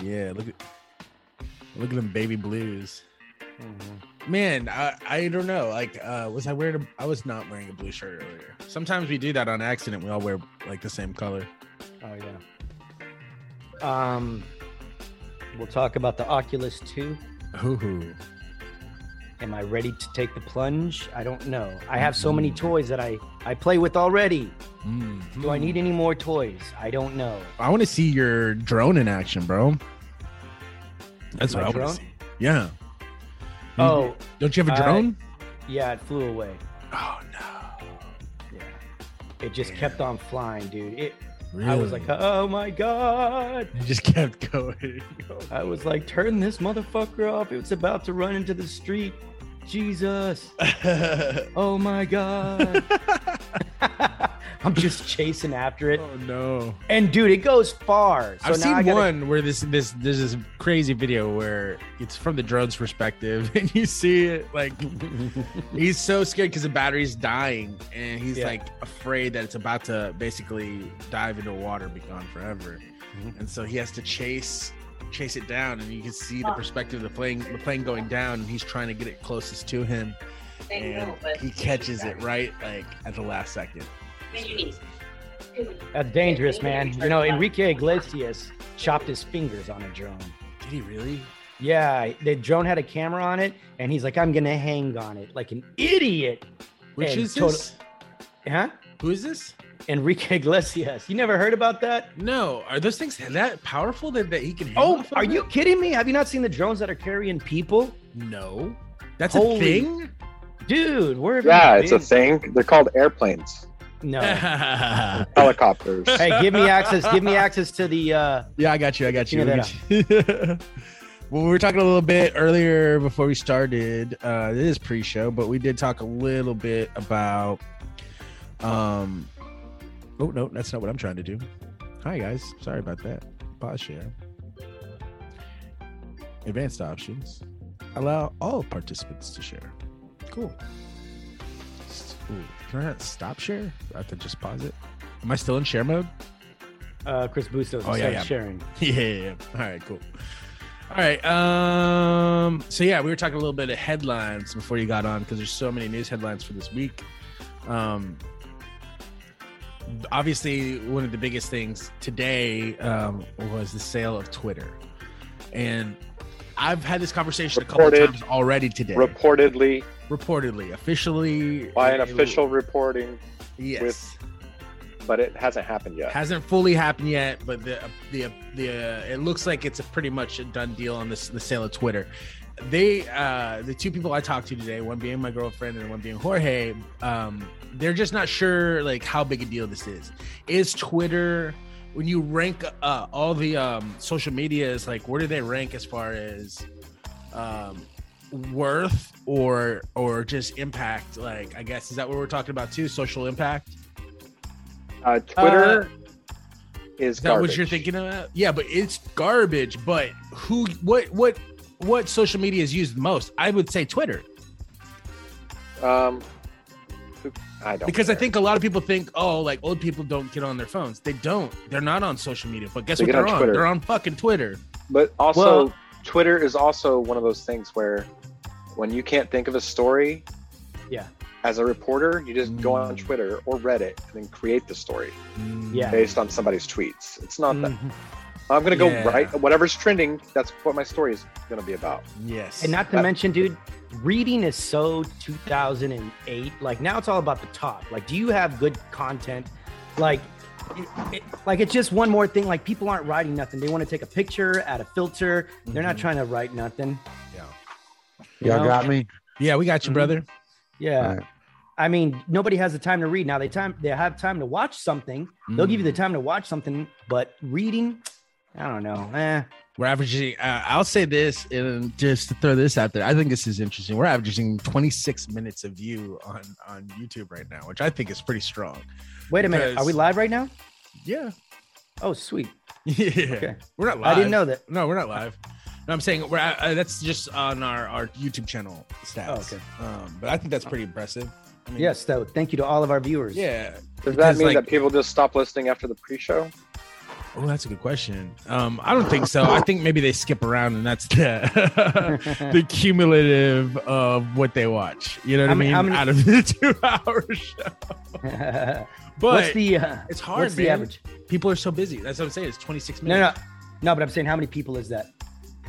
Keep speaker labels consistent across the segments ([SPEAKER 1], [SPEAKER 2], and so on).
[SPEAKER 1] Yeah, look at look at them baby blues.
[SPEAKER 2] Mm-hmm.
[SPEAKER 1] Man, I, I don't know. Like, uh, was I wearing? A, I was not wearing a blue shirt earlier. Sometimes we do that on accident. We all wear like the same color.
[SPEAKER 2] Oh yeah. Um, we'll talk about the Oculus Two.
[SPEAKER 1] Ooh,
[SPEAKER 2] Am I ready to take the plunge? I don't know. I have so many
[SPEAKER 1] Mm-hmm.
[SPEAKER 2] toys that I I play with already.
[SPEAKER 1] mm.
[SPEAKER 2] Do I need any more toys? I don't know.
[SPEAKER 1] I want to see your drone in action, bro. That's
[SPEAKER 2] My
[SPEAKER 1] what I want
[SPEAKER 2] drone?
[SPEAKER 1] to see. Yeah. You-
[SPEAKER 2] Oh
[SPEAKER 1] don't you have a
[SPEAKER 2] I-
[SPEAKER 1] drone?
[SPEAKER 2] yeah, it flew away.
[SPEAKER 1] oh no.
[SPEAKER 2] Yeah. It just kept on flying, dude. It.
[SPEAKER 1] Really?
[SPEAKER 2] I was like, oh my god.
[SPEAKER 1] you just kept going.
[SPEAKER 2] I was like, turn this motherfucker off. It's about to run into the street. Jesus.
[SPEAKER 1] oh
[SPEAKER 2] Oh my God. I'm just chasing after it.
[SPEAKER 1] Oh, no.
[SPEAKER 2] Oh. And dude, it goes far. So now
[SPEAKER 1] I've
[SPEAKER 2] I
[SPEAKER 1] seen
[SPEAKER 2] gotta-
[SPEAKER 1] one where this this there's this crazy video where it's from the drone's perspective and you see it like he's so scared because the battery's dying and he's
[SPEAKER 2] Yeah.
[SPEAKER 1] like afraid that it's about to basically dive into water and be gone forever.
[SPEAKER 2] Mhm.
[SPEAKER 1] And so he has to chase chase it down and you can see the perspective of the plane the plane going down and he's trying to get it closest to him and he catches it right like at the last second.
[SPEAKER 2] That's dangerous, man. You know, Enrique Iglesias chopped his fingers on a drone.
[SPEAKER 1] Did he really?
[SPEAKER 2] Yeah, the drone had a camera on it, and he's like, I'm going to hang on it like an idiot.
[SPEAKER 1] Which
[SPEAKER 2] And
[SPEAKER 1] is
[SPEAKER 2] total-
[SPEAKER 1] this?
[SPEAKER 2] Huh?
[SPEAKER 1] Who is this?
[SPEAKER 2] Enrique Iglesias. You never heard about that?
[SPEAKER 1] No, are those things that powerful that, that he can? hang
[SPEAKER 2] Oh,
[SPEAKER 1] off of
[SPEAKER 2] are
[SPEAKER 1] it?
[SPEAKER 2] you kidding me? Have you not seen the drones that are carrying people?
[SPEAKER 1] No, that's
[SPEAKER 2] Holy-
[SPEAKER 1] a thing.
[SPEAKER 2] Dude, where have you
[SPEAKER 3] Yeah, it's a
[SPEAKER 2] been?
[SPEAKER 3] thing. They're called airplanes,
[SPEAKER 2] No.
[SPEAKER 1] yeah,
[SPEAKER 3] helicopters.
[SPEAKER 2] hey, give me access. Give me access to the. uh
[SPEAKER 1] I got you. I got you.
[SPEAKER 2] Figure
[SPEAKER 1] I got you. well, we were talking a little bit earlier before we started. Uh, it is pre-show, but we did talk a little bit about. Um, oh no, that's not what I'm trying to do. Hi guys, sorry about that. Pause share. Advanced options allow all participants to share. Cool. S- Ooh, can I not stop share? I have to just pause it. Am I still in share mode?
[SPEAKER 2] Uh, Chris Bustos
[SPEAKER 1] Oh,
[SPEAKER 2] oh,
[SPEAKER 1] yeah, yeah.
[SPEAKER 2] sharing.
[SPEAKER 1] Yeah, yeah, yeah. All right, cool. All right. Um. So yeah, we were talking a little bit of headlines before you got on because there's so many news headlines for this week. Um. Obviously, one of the biggest things today um, was the sale of Twitter, and I've had this conversation a
[SPEAKER 3] Reported.
[SPEAKER 1] couple of times already today.
[SPEAKER 3] Reportedly,
[SPEAKER 1] reportedly, officially
[SPEAKER 3] by an
[SPEAKER 1] it-
[SPEAKER 3] official reporting,
[SPEAKER 1] Yes.
[SPEAKER 3] with- but it hasn't happened yet.
[SPEAKER 1] hasn't fully happened yet, but the the the uh, it looks like it's a pretty much a done deal on this the sale of Twitter. They uh, the two people I talked to today, one being my girlfriend and one being Jorge, um, they're just not sure like how big a deal this is. Is Twitter when you rank uh, all the um, social medias, like where do they rank as far as um, worth or or just impact? Like I guess is that what we're talking about too? Social impact.
[SPEAKER 3] Uh, Twitter is
[SPEAKER 1] Is that
[SPEAKER 3] garbage.
[SPEAKER 1] what you're thinking about? Yeah, but it's garbage. But who? What? What? What social media is used most? I would say Twitter
[SPEAKER 3] Um, I don't
[SPEAKER 1] because I
[SPEAKER 3] care.
[SPEAKER 1] think a lot of people think, oh, like old people don't get on their phones. They don't. They're not on social media. But guess
[SPEAKER 3] They get
[SPEAKER 1] what? They're
[SPEAKER 3] on
[SPEAKER 1] on.
[SPEAKER 3] Twitter.
[SPEAKER 1] They're on fucking Twitter.
[SPEAKER 3] But also,
[SPEAKER 2] Well-
[SPEAKER 3] Twitter is also one of those things where when you can't think of a story,
[SPEAKER 2] Yeah.
[SPEAKER 3] as a reporter, you just go on
[SPEAKER 1] Mm.
[SPEAKER 3] Twitter or Reddit and then create the story
[SPEAKER 2] Yeah.
[SPEAKER 3] based on somebody's tweets. It's not that
[SPEAKER 2] Mhm.
[SPEAKER 3] I'm gonna go
[SPEAKER 1] Mm. Yeah.
[SPEAKER 3] right whatever's trending. That's what my story is gonna be about.
[SPEAKER 1] Yes.
[SPEAKER 2] And not to
[SPEAKER 3] Uh,
[SPEAKER 2] mention, dude, reading is so 2008. Like now, it's all about the top. Like, do you have good content? Like, it, it, like it's just one more thing. Like people aren't writing nothing. They want to take a picture, add a filter. They're not
[SPEAKER 1] Mhm.
[SPEAKER 2] trying to write nothing.
[SPEAKER 1] Yeah.
[SPEAKER 2] You
[SPEAKER 4] Y'all
[SPEAKER 2] know?
[SPEAKER 4] got me?
[SPEAKER 1] Yeah, we got you,
[SPEAKER 2] Mhm.
[SPEAKER 1] brother.
[SPEAKER 2] Yeah.
[SPEAKER 4] Right.
[SPEAKER 2] I mean, nobody has the time to read now. They time they have time to watch something. They'll give you the
[SPEAKER 1] Mm.
[SPEAKER 2] time to watch something, but reading, I don't know. Eh.
[SPEAKER 1] We're averaging. Uh, I'll say this, and just to throw this out there, I think this is interesting. We're averaging 26 minutes of view on on YouTube right now, which I think is pretty strong.
[SPEAKER 2] Wait a minute. Are
[SPEAKER 1] Because-
[SPEAKER 2] we live right now?
[SPEAKER 1] Yeah.
[SPEAKER 2] Oh, sweet.
[SPEAKER 1] Yeah.
[SPEAKER 2] Okay.
[SPEAKER 1] We're not live.
[SPEAKER 2] I didn't know that.
[SPEAKER 1] No, we're not live. No, I'm saying we're uh, that's just on our, our YouTube channel stats.
[SPEAKER 2] Oh, okay.
[SPEAKER 1] Um, but I think that's pretty impressive. I mean,
[SPEAKER 2] Yes, though. Thank you to all of our viewers.
[SPEAKER 1] Yeah.
[SPEAKER 3] Does
[SPEAKER 1] Because,
[SPEAKER 3] that mean
[SPEAKER 1] like-
[SPEAKER 3] that people just stop listening after the pre-show?
[SPEAKER 1] Oh, that's a good question. Um, I don't think so. I think maybe they skip around, and that's the the cumulative of what they watch. You know what
[SPEAKER 2] How
[SPEAKER 1] I
[SPEAKER 2] many-
[SPEAKER 1] mean?
[SPEAKER 2] how many-
[SPEAKER 1] Out of the two hours, but
[SPEAKER 2] what's the uh,
[SPEAKER 1] it's hard,
[SPEAKER 2] what's the
[SPEAKER 1] man.
[SPEAKER 2] average?
[SPEAKER 1] people are so busy. That's what I'm saying. It's 26
[SPEAKER 2] No,
[SPEAKER 1] minutes.
[SPEAKER 2] no, no. But I'm saying, how many people is that?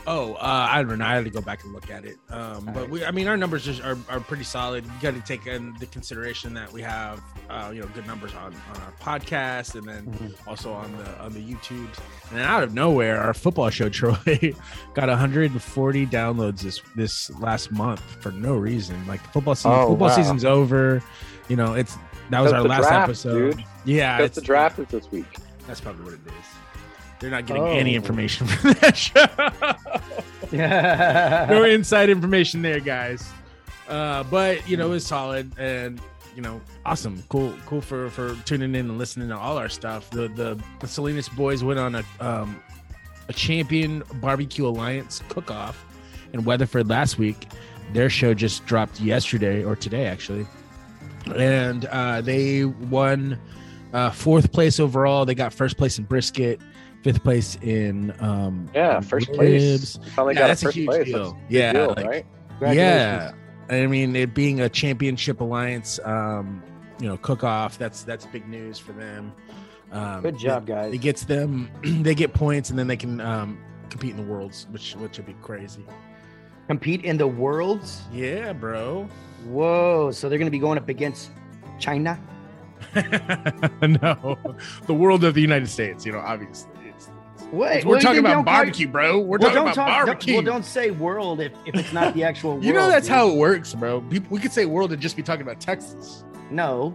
[SPEAKER 1] Oh, uh, I don't know. I had to go back and look at it. Um,
[SPEAKER 2] All
[SPEAKER 1] but
[SPEAKER 2] right.
[SPEAKER 1] we, I mean, our numbers just are, are pretty solid. You got to take into consideration that we have, uh, you know, good numbers on, on our podcast and then
[SPEAKER 3] Mm-hmm.
[SPEAKER 1] also on the on the YouTube. And then out of nowhere, our football show, Troy, got 140 downloads this this last month for no reason. Like the football season,
[SPEAKER 3] Oh,
[SPEAKER 1] football
[SPEAKER 3] wow.
[SPEAKER 1] season's over. You know, it's that was
[SPEAKER 3] That's
[SPEAKER 1] our
[SPEAKER 3] the
[SPEAKER 1] last
[SPEAKER 3] draft,
[SPEAKER 1] episode.
[SPEAKER 3] dude.
[SPEAKER 1] Yeah,
[SPEAKER 3] Because the
[SPEAKER 1] it's-
[SPEAKER 3] draft is this week.
[SPEAKER 1] That's probably what it is. They're not getting
[SPEAKER 2] Oh.
[SPEAKER 1] any information from that show. no
[SPEAKER 2] Yeah.
[SPEAKER 1] inside information there, guys. Uh, but you know, it's solid and you know, awesome, cool, cool for for tuning in and listening to all our stuff. The the, the Salinas boys went on a um, a champion barbecue alliance cook off in Weatherford last week. Their show just dropped yesterday or today actually, and uh, they won uh, fourth place overall. They got first place in brisket, fifth place in um,
[SPEAKER 3] Yeah, first place.
[SPEAKER 1] ribs.
[SPEAKER 3] Finally
[SPEAKER 1] Yeah,
[SPEAKER 3] got
[SPEAKER 1] that's a
[SPEAKER 3] first
[SPEAKER 1] huge
[SPEAKER 3] place.
[SPEAKER 1] deal.
[SPEAKER 3] That's a big
[SPEAKER 1] Yeah,
[SPEAKER 3] deal,
[SPEAKER 1] like-
[SPEAKER 3] right?
[SPEAKER 1] Yeah, I mean it being a championship alliance, um, you know, cook off. That's that's big news for them. Um,
[SPEAKER 2] Good job,
[SPEAKER 1] It,
[SPEAKER 2] guys.
[SPEAKER 1] it gets them. they get points, and then they can um, compete in the worlds, which which would be crazy.
[SPEAKER 2] Compete in the worlds.
[SPEAKER 1] Yeah, bro.
[SPEAKER 2] Whoa! So they're going to be going up against China.
[SPEAKER 1] no, the world of the United States. You know, obviously, it's,
[SPEAKER 2] Wait,
[SPEAKER 1] we're
[SPEAKER 2] well,
[SPEAKER 1] talking
[SPEAKER 2] you
[SPEAKER 1] about
[SPEAKER 2] don't quite-
[SPEAKER 1] barbecue, bro.
[SPEAKER 2] well,
[SPEAKER 1] We're talking
[SPEAKER 2] don't
[SPEAKER 1] about
[SPEAKER 2] talk- don't-
[SPEAKER 1] barbecue.
[SPEAKER 2] well, don't say world if, if it's not the actual world.
[SPEAKER 1] you know that's
[SPEAKER 2] dude.
[SPEAKER 1] how it works, bro. People, we could say world and just be talking about Texas.
[SPEAKER 2] No,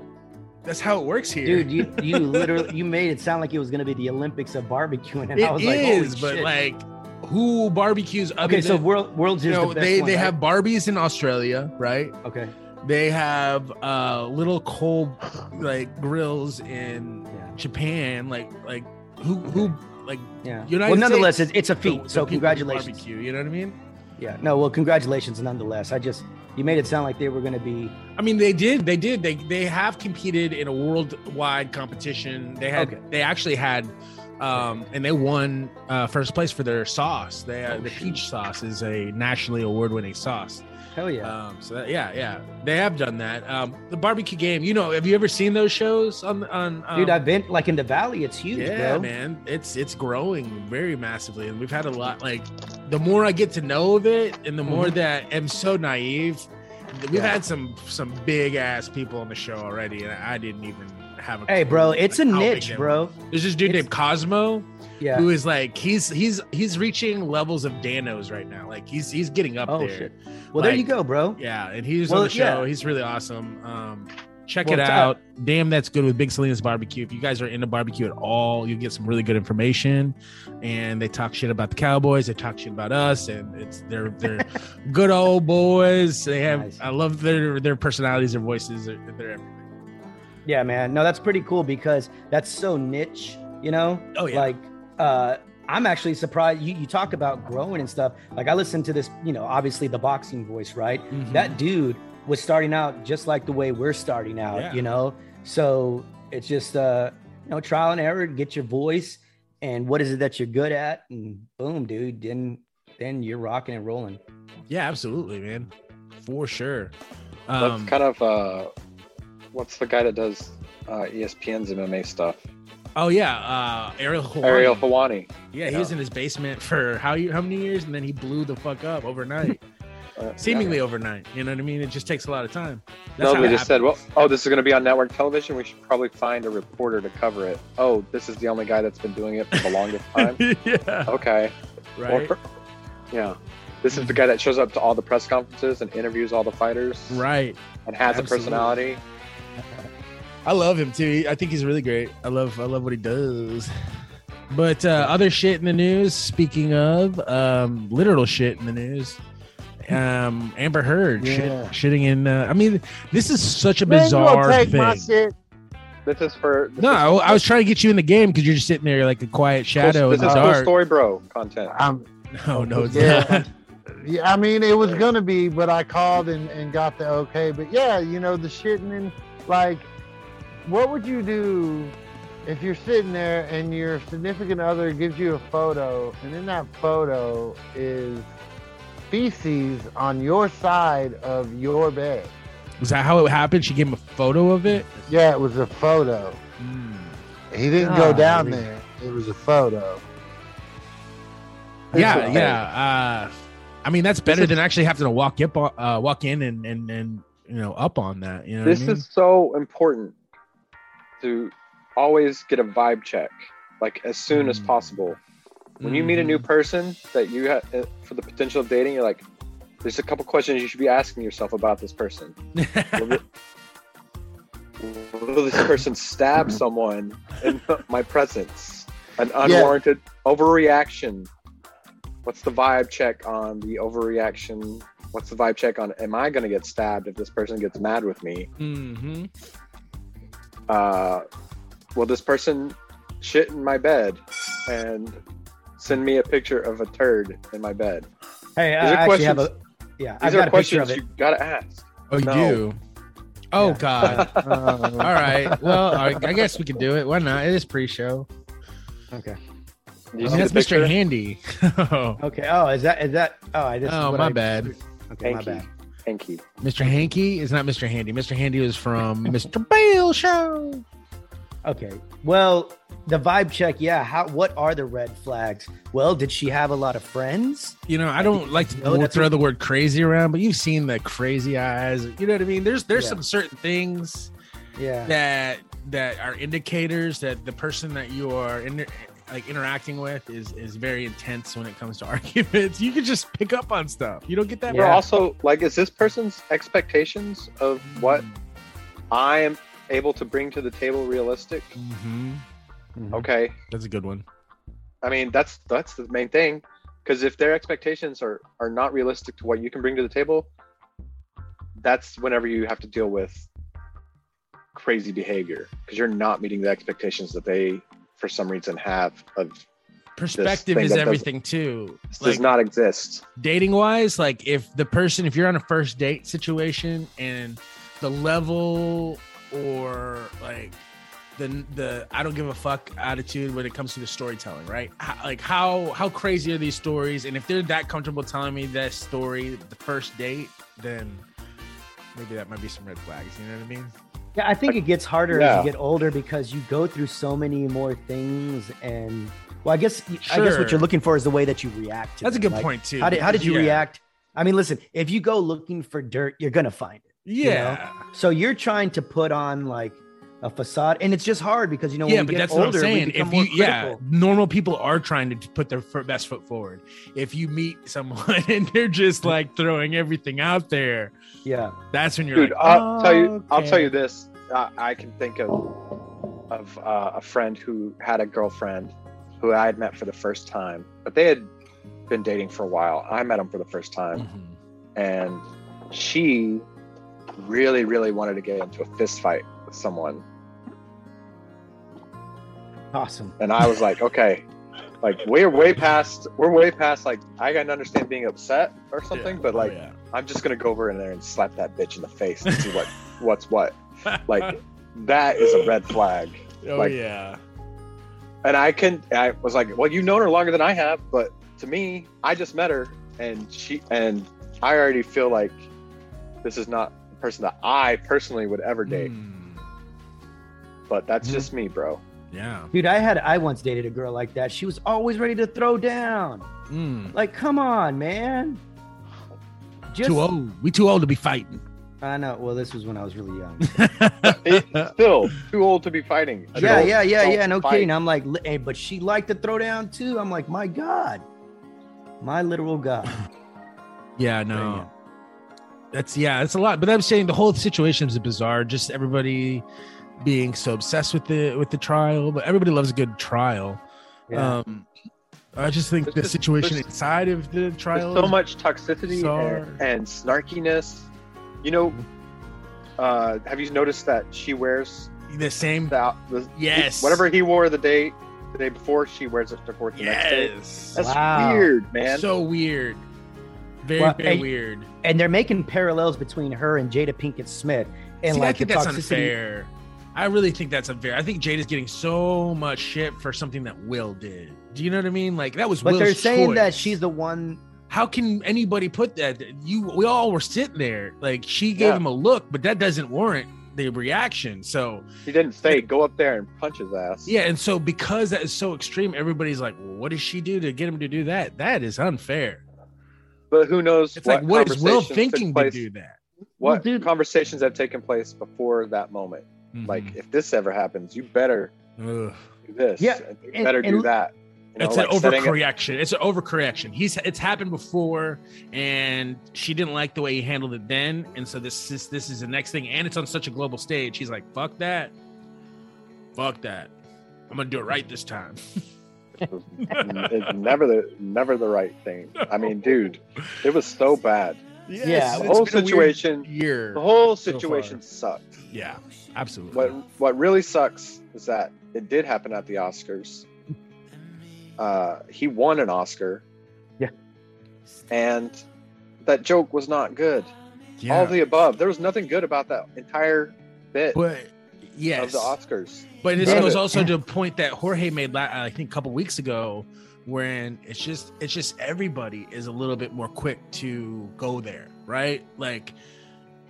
[SPEAKER 1] That's how it works here.
[SPEAKER 2] dude, you you literally you made it sound like it was going to be the Olympics of barbecuing, and
[SPEAKER 1] It is,
[SPEAKER 2] I was like, holy
[SPEAKER 1] but
[SPEAKER 2] shit.
[SPEAKER 1] like, who barbecues? Other
[SPEAKER 2] okay, so
[SPEAKER 1] than-
[SPEAKER 2] world world's
[SPEAKER 1] you
[SPEAKER 2] is
[SPEAKER 1] know,
[SPEAKER 2] the best
[SPEAKER 1] they
[SPEAKER 2] one,
[SPEAKER 1] they
[SPEAKER 2] right?
[SPEAKER 1] have Barbies in Australia, right?
[SPEAKER 2] okay,
[SPEAKER 1] They have uh little coal like grills in
[SPEAKER 2] yeah,
[SPEAKER 1] Japan. Like like who who like
[SPEAKER 2] yeah.
[SPEAKER 1] United
[SPEAKER 2] well, nonetheless,
[SPEAKER 1] States-
[SPEAKER 2] it's, it's a feat.
[SPEAKER 1] the- the
[SPEAKER 2] so
[SPEAKER 1] people who
[SPEAKER 2] congratulations.
[SPEAKER 1] Barbecue, you know what I mean?
[SPEAKER 2] Yeah, no, well, congratulations, nonetheless. I just you made it sound like they were going to be
[SPEAKER 1] I mean, they did. They did. They they have competed in a worldwide competition. They had.
[SPEAKER 2] Okay.
[SPEAKER 1] They actually had, um, and they won uh, first place for their sauce. They uh,
[SPEAKER 2] Oh,
[SPEAKER 1] the
[SPEAKER 2] shoot.
[SPEAKER 1] peach sauce is a nationally award winning sauce.
[SPEAKER 2] hell yeah.
[SPEAKER 1] Um, so that, yeah, yeah, they have done that. Um, the barbecue game. You know, have you ever seen those shows on on? Um,
[SPEAKER 2] Dude, I've been like in the valley. It's huge,
[SPEAKER 1] yeah,
[SPEAKER 2] bro.
[SPEAKER 1] man, it's it's growing very massively, and we've had a lot. Like, the more I get to know of it, and the more that I'm so naive, we've
[SPEAKER 2] Mm-hmm. Yeah.
[SPEAKER 1] had some some big ass people on the show already, and I didn't even have a.
[SPEAKER 2] Hey,
[SPEAKER 1] clue,
[SPEAKER 2] bro, it's a
[SPEAKER 1] like, how big
[SPEAKER 2] niche,
[SPEAKER 1] they were.
[SPEAKER 2] bro.
[SPEAKER 1] There's this dude
[SPEAKER 2] It's-
[SPEAKER 1] named Cosmo
[SPEAKER 2] Yeah.
[SPEAKER 1] who is like he's he's he's reaching levels of Danos right now. Like he's he's getting up
[SPEAKER 2] Oh
[SPEAKER 1] there.
[SPEAKER 2] shit. Well, there you
[SPEAKER 1] Like,
[SPEAKER 2] go, bro.
[SPEAKER 1] Yeah, and he was
[SPEAKER 2] Well,
[SPEAKER 1] on the show.
[SPEAKER 2] yeah.
[SPEAKER 1] He's really awesome. Um, check
[SPEAKER 2] Well,
[SPEAKER 1] it
[SPEAKER 2] it's-
[SPEAKER 1] out. Damn, that's good with Big Salinas Barbecue. If you guys are into barbecue at all, you get some really good information. And they talk shit about the Cowboys. They talk shit about us, and it's they're they're good old boys. They have
[SPEAKER 2] Nice.
[SPEAKER 1] I love their their personalities, their voices, their, their
[SPEAKER 2] Yeah, man. No, that's pretty cool because that's so niche, you know?
[SPEAKER 1] oh yeah.
[SPEAKER 2] Like uh I'm actually surprised you, you talk about growing and stuff. Like I listened to this, you know, obviously the boxing voice, right?
[SPEAKER 1] Mhm.
[SPEAKER 2] That dude was starting out just like the way we're starting out,
[SPEAKER 1] Yeah.
[SPEAKER 2] you know? So it's just uh you know, trial and error, get your voice and what is it that you're good at and boom, dude, then then you're rocking and rolling.
[SPEAKER 1] yeah, absolutely, man, for sure.
[SPEAKER 3] That's
[SPEAKER 1] Um,
[SPEAKER 3] kind of uh, what's the guy that does uh, ESPN's MMA stuff?
[SPEAKER 1] oh yeah, uh, Ariel Helwani.
[SPEAKER 3] Ariel Hawani.
[SPEAKER 1] Yeah, he was in his basement for how you how many years, and then he blew the fuck up overnight.
[SPEAKER 3] Uh,
[SPEAKER 1] seemingly overnight. You know what I mean? It just takes a lot of time.
[SPEAKER 3] No, we just
[SPEAKER 1] it happens.
[SPEAKER 3] said, well, oh, this is going to be on network television. We should probably find a reporter to cover it. Oh, this is the only guy that's been doing it for the longest time.
[SPEAKER 1] yeah,
[SPEAKER 3] Okay.
[SPEAKER 1] right,
[SPEAKER 3] Or- yeah. This is the guy that shows up to all the press conferences and interviews all the fighters
[SPEAKER 1] right.
[SPEAKER 3] and has
[SPEAKER 1] Absolutely.
[SPEAKER 3] a personality.
[SPEAKER 1] I love him too. I think he's really great. I love I love what he does. But uh, other shit in the news. Speaking of um, literal shit in the news, um, Amber Heard shit-
[SPEAKER 2] Yeah.
[SPEAKER 1] shitting in. Uh, I mean, this is such a bizarre thing.
[SPEAKER 3] This is for. This
[SPEAKER 1] No,
[SPEAKER 3] is,
[SPEAKER 1] I, I was trying to get you in the game because you're just sitting there like a quiet shadow
[SPEAKER 3] This,
[SPEAKER 1] in
[SPEAKER 3] is
[SPEAKER 1] the
[SPEAKER 3] for
[SPEAKER 1] dark.
[SPEAKER 3] Story Bro content.
[SPEAKER 4] Um,
[SPEAKER 1] No, no, it's
[SPEAKER 4] Yeah.
[SPEAKER 1] not.
[SPEAKER 4] yeah, I mean, it was gonna be, but I called and, and got the okay. But yeah, you know, the shitting and like, what would you do if you're sitting there and your significant other gives you a photo, and in that photo is feces on your side of your bed.
[SPEAKER 1] Was that how it happened? She gave him a photo of it.
[SPEAKER 4] Yeah, it was a photo.
[SPEAKER 1] Mm.
[SPEAKER 4] He didn't go down
[SPEAKER 2] Golly.
[SPEAKER 4] there. It was a photo.
[SPEAKER 1] Yeah,
[SPEAKER 3] It's a-
[SPEAKER 1] yeah. Uh, I mean, that's better than actually having to walk up, on- uh, walk in, and and and you know, up on that. You know, what I
[SPEAKER 3] This
[SPEAKER 1] mean?
[SPEAKER 3] is so important to always get a vibe check, like as soon as
[SPEAKER 1] Mm.
[SPEAKER 3] possible. When you meet a new person that you have for the potential of dating, you're like, there's a couple questions you should be asking yourself about this person. Will thi- Will this person stab someone in my presence? An unwarranted overreaction. What's the vibe check on the overreaction? What's the vibe check on am I going to get stabbed if this person gets mad with me? Mm-hmm.
[SPEAKER 1] Mhm.
[SPEAKER 3] uh, will this person shit in my bed and send me a picture of a turd in my bed?
[SPEAKER 2] Hey, I
[SPEAKER 3] These are
[SPEAKER 2] actually have a
[SPEAKER 3] questions-
[SPEAKER 2] yeah. I've
[SPEAKER 3] These are
[SPEAKER 2] got a picture of
[SPEAKER 3] questions
[SPEAKER 2] it.
[SPEAKER 3] you gotta ask.
[SPEAKER 1] Oh, you
[SPEAKER 3] No.
[SPEAKER 1] do. Oh
[SPEAKER 2] Yeah.
[SPEAKER 1] God.
[SPEAKER 4] Um,
[SPEAKER 1] All right. Well, I, I guess we can do it. Why not? It is pre-show.
[SPEAKER 2] Okay.
[SPEAKER 3] Do
[SPEAKER 1] I
[SPEAKER 3] you
[SPEAKER 1] mean,
[SPEAKER 3] see the
[SPEAKER 1] that's
[SPEAKER 3] picture?
[SPEAKER 1] Mr. Handy. oh,
[SPEAKER 2] Okay. Oh, is that is that? Oh, I just.
[SPEAKER 1] Oh,
[SPEAKER 2] what
[SPEAKER 1] my
[SPEAKER 2] I-
[SPEAKER 1] bad.
[SPEAKER 2] Okay, my
[SPEAKER 3] Thank you.
[SPEAKER 2] bad.
[SPEAKER 3] Thank you.
[SPEAKER 1] Mr. Hanky is not Mr. Handy. Mr. Handy was from Mr. Bale Show.
[SPEAKER 2] Okay. Well, the vibe check. Yeah. How? What are the red flags? Well, did she have a lot of friends?
[SPEAKER 1] You know, I don't like to
[SPEAKER 2] No, that's-
[SPEAKER 1] throw the word crazy around, but you've seen the crazy eyes. You know what I mean? There's there's
[SPEAKER 2] Yeah.
[SPEAKER 1] some certain things
[SPEAKER 2] Yeah.
[SPEAKER 1] that that are indicators that the person that you are in, like interacting with is is very intense when it comes to arguments. You can just pick up on stuff. You don't get that.
[SPEAKER 2] Yeah.
[SPEAKER 3] But also, like, is this person's expectations of what I am able to bring to the table realistic?
[SPEAKER 1] hmm
[SPEAKER 3] Okay.
[SPEAKER 1] That's a good one.
[SPEAKER 3] I mean, that's that's the main thing. Because if their expectations are are not realistic to what you can bring to the table, that's whenever you have to deal with crazy behavior because you're not meeting the expectations that they, for some reason, have of
[SPEAKER 1] Perspective
[SPEAKER 3] thing
[SPEAKER 1] is
[SPEAKER 3] that doesn't-
[SPEAKER 1] everything too.
[SPEAKER 3] this
[SPEAKER 1] Like-
[SPEAKER 3] does not exist.
[SPEAKER 1] dating wise, like if the person, if you're on a first date situation and the level or like the the I don't give a fuck attitude when it comes to the storytelling, right? How, like how how crazy are these stories? And if they're that comfortable telling me that story the first date, then maybe that might be some red flags. You know what I mean?
[SPEAKER 2] Yeah, I think it gets harder as
[SPEAKER 3] Yeah.
[SPEAKER 2] you get older because you go through so many more things, and well, I guess I guess
[SPEAKER 1] Sure.
[SPEAKER 2] what you're looking for is the way that you react. To
[SPEAKER 1] That's a
[SPEAKER 2] them.
[SPEAKER 1] good
[SPEAKER 2] Like,
[SPEAKER 1] point too.
[SPEAKER 2] How did how did you
[SPEAKER 1] Yeah.
[SPEAKER 2] react? I mean, listen, if you go looking for dirt, you're gonna find it. you
[SPEAKER 1] Yeah.
[SPEAKER 2] So you're trying to put on like a facade, and it's just hard because you know when
[SPEAKER 1] yeah,
[SPEAKER 2] we
[SPEAKER 1] but
[SPEAKER 2] get
[SPEAKER 1] that's
[SPEAKER 2] older,
[SPEAKER 1] what I'm saying.
[SPEAKER 2] we become
[SPEAKER 1] If
[SPEAKER 2] more
[SPEAKER 1] you, yeah,
[SPEAKER 2] critical.
[SPEAKER 1] normal people are trying to put their fir- best foot forward. If you meet someone and they're just like throwing everything out there,
[SPEAKER 2] yeah,
[SPEAKER 1] that's when you're
[SPEAKER 3] Dude,
[SPEAKER 1] like,
[SPEAKER 3] I'll tell you. I'll tell
[SPEAKER 1] "Okay."
[SPEAKER 3] you this. I, I can think of of uh, a friend who had a girlfriend who I had met for the first time, but they had been dating for a while. I met him for the first time.
[SPEAKER 1] Mhm.
[SPEAKER 3] and she really, really wanted to get into a fist fight with someone.
[SPEAKER 2] awesome.
[SPEAKER 3] And I was like, okay, like we're way past, we're way past, like I can understand being upset or something,
[SPEAKER 1] Yeah.
[SPEAKER 3] but
[SPEAKER 1] Oh,
[SPEAKER 3] like
[SPEAKER 1] yeah.
[SPEAKER 3] I'm just gonna go over in there and slap that bitch in the face and see what, what's what. Like that is a red flag.
[SPEAKER 1] oh
[SPEAKER 3] like-
[SPEAKER 1] yeah,
[SPEAKER 3] And I can, I was like, well, you've known her longer than I have, but to me, I just met her and she, and I already feel like this is not the person that I personally would ever date.
[SPEAKER 1] Mm.
[SPEAKER 3] but that's
[SPEAKER 2] Mhm.
[SPEAKER 3] just me, bro.
[SPEAKER 1] yeah.
[SPEAKER 2] Dude, I had I once dated a girl like that. She was always ready to throw down.
[SPEAKER 1] Mm.
[SPEAKER 2] Like, come on, man. Just
[SPEAKER 1] Too old. We too old to be fighting.
[SPEAKER 2] I know. Well, this was when I was really young.
[SPEAKER 3] Still too old to be fighting.
[SPEAKER 2] yeah,
[SPEAKER 3] Adults
[SPEAKER 2] yeah, yeah,
[SPEAKER 3] don't
[SPEAKER 2] yeah. No
[SPEAKER 3] fight.
[SPEAKER 2] kidding. I'm like, li- hey, but she liked to throw down too. I'm like, my God, my literal God.
[SPEAKER 1] yeah, no. That's yeah, that's a lot. But I'm saying the whole situation is bizarre. Just everybody being so obsessed with the with the trial, but everybody loves a good trial.
[SPEAKER 2] Yeah.
[SPEAKER 1] Um, I just think
[SPEAKER 3] There's
[SPEAKER 1] the
[SPEAKER 3] just-
[SPEAKER 1] situation
[SPEAKER 3] there's-
[SPEAKER 1] inside of the
[SPEAKER 3] There's
[SPEAKER 1] trial.
[SPEAKER 3] so
[SPEAKER 1] is-
[SPEAKER 3] much toxicity
[SPEAKER 1] Sorry.
[SPEAKER 3] and, and snarkiness. You know, uh, have you noticed that she wears
[SPEAKER 1] The same.
[SPEAKER 3] the, the
[SPEAKER 1] Yes.
[SPEAKER 3] whatever he wore the day the day before she wears it to work the next day.
[SPEAKER 1] Yes.
[SPEAKER 3] That's
[SPEAKER 2] Wow.
[SPEAKER 3] weird, man.
[SPEAKER 1] so weird. Very
[SPEAKER 2] Well,
[SPEAKER 1] very
[SPEAKER 2] I-
[SPEAKER 1] weird.
[SPEAKER 2] and they're making parallels between her and Jada Pinkett Smith, and
[SPEAKER 1] See, I
[SPEAKER 2] like the
[SPEAKER 1] think that's
[SPEAKER 2] toxicity.
[SPEAKER 1] unfair. I really think that's unfair. I think Jade is getting so much shit for something that Will did. Do you know what I mean? Like that was
[SPEAKER 2] But
[SPEAKER 1] Will's
[SPEAKER 2] they're saying that
[SPEAKER 1] choice.
[SPEAKER 2] she's the one.
[SPEAKER 1] How can anybody put that? You we all were sitting there. Like she gave
[SPEAKER 3] Yeah.
[SPEAKER 1] him a look, but that doesn't warrant the reaction. So
[SPEAKER 3] He didn't say go up there and punch his ass.
[SPEAKER 1] yeah, and so because that is so extreme, everybody's like, well, "What does she do to get him to do that?" That is unfair.
[SPEAKER 3] But who knows?
[SPEAKER 1] It's like, what is Will
[SPEAKER 3] conversations took
[SPEAKER 1] thinking to
[SPEAKER 3] place-
[SPEAKER 1] do that?
[SPEAKER 2] Well,
[SPEAKER 3] What
[SPEAKER 2] dude-
[SPEAKER 3] conversations have taken place before that moment?
[SPEAKER 1] Mm-hmm.
[SPEAKER 3] Like, if this ever happens, you better
[SPEAKER 1] Mhm. Ugh.
[SPEAKER 3] do this.
[SPEAKER 2] Yeah,
[SPEAKER 3] and you
[SPEAKER 2] and-
[SPEAKER 3] better do
[SPEAKER 2] and-
[SPEAKER 3] that. You know,
[SPEAKER 1] it's
[SPEAKER 3] like
[SPEAKER 1] an
[SPEAKER 3] setting up-
[SPEAKER 1] overcorrection. It's an overcorrection. He's it's happened before, and she didn't like the way he handled it then, and so this is this is the next thing, and it's on such a global stage. He's like, "Fuck that, fuck that, I'm gonna do it right this time."
[SPEAKER 3] it's never the never the right thing. I mean, dude, it was so bad.
[SPEAKER 2] Yeah,
[SPEAKER 1] it's
[SPEAKER 3] The whole
[SPEAKER 1] been a weird
[SPEAKER 3] situation,
[SPEAKER 1] year.
[SPEAKER 3] the whole
[SPEAKER 1] so far.
[SPEAKER 3] situation sucked.
[SPEAKER 1] yeah, absolutely.
[SPEAKER 3] What what really sucks is that it did happen at the Oscars. Uh, he won an Oscar.
[SPEAKER 2] Yeah.
[SPEAKER 3] And that joke was not good.
[SPEAKER 1] yeah.
[SPEAKER 3] All the above. There was nothing good about that entire bit
[SPEAKER 1] but
[SPEAKER 3] of
[SPEAKER 1] yes,
[SPEAKER 3] the Oscars.
[SPEAKER 1] But this
[SPEAKER 3] None of
[SPEAKER 1] goes
[SPEAKER 3] it.
[SPEAKER 1] also to a point that Jorge made, la- I think, a couple weeks ago, when it's just it's just everybody is a little bit more quick to go there, right? Like,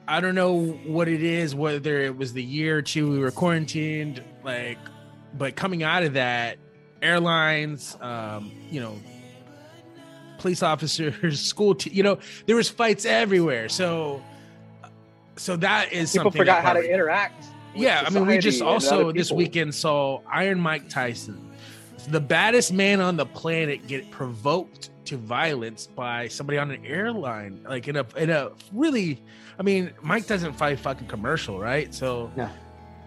[SPEAKER 1] I don't know what it is, whether it was the year or two we were quarantined, like, but coming out of that, airlines, um, you know, police officers, school, te- you know, there was fights everywhere. So, so that is
[SPEAKER 3] People
[SPEAKER 1] something
[SPEAKER 3] forgot
[SPEAKER 1] that
[SPEAKER 3] how to
[SPEAKER 1] probably-
[SPEAKER 3] interact. with
[SPEAKER 1] yeah, I mean, we just
[SPEAKER 3] society and other
[SPEAKER 1] also this
[SPEAKER 3] people.
[SPEAKER 1] weekend saw Iron Mike Tyson, the baddest man on the planet, get provoked to violence by somebody on an airline, like in a in a really. I mean, Mike doesn't fight fucking commercial, right? So
[SPEAKER 2] No.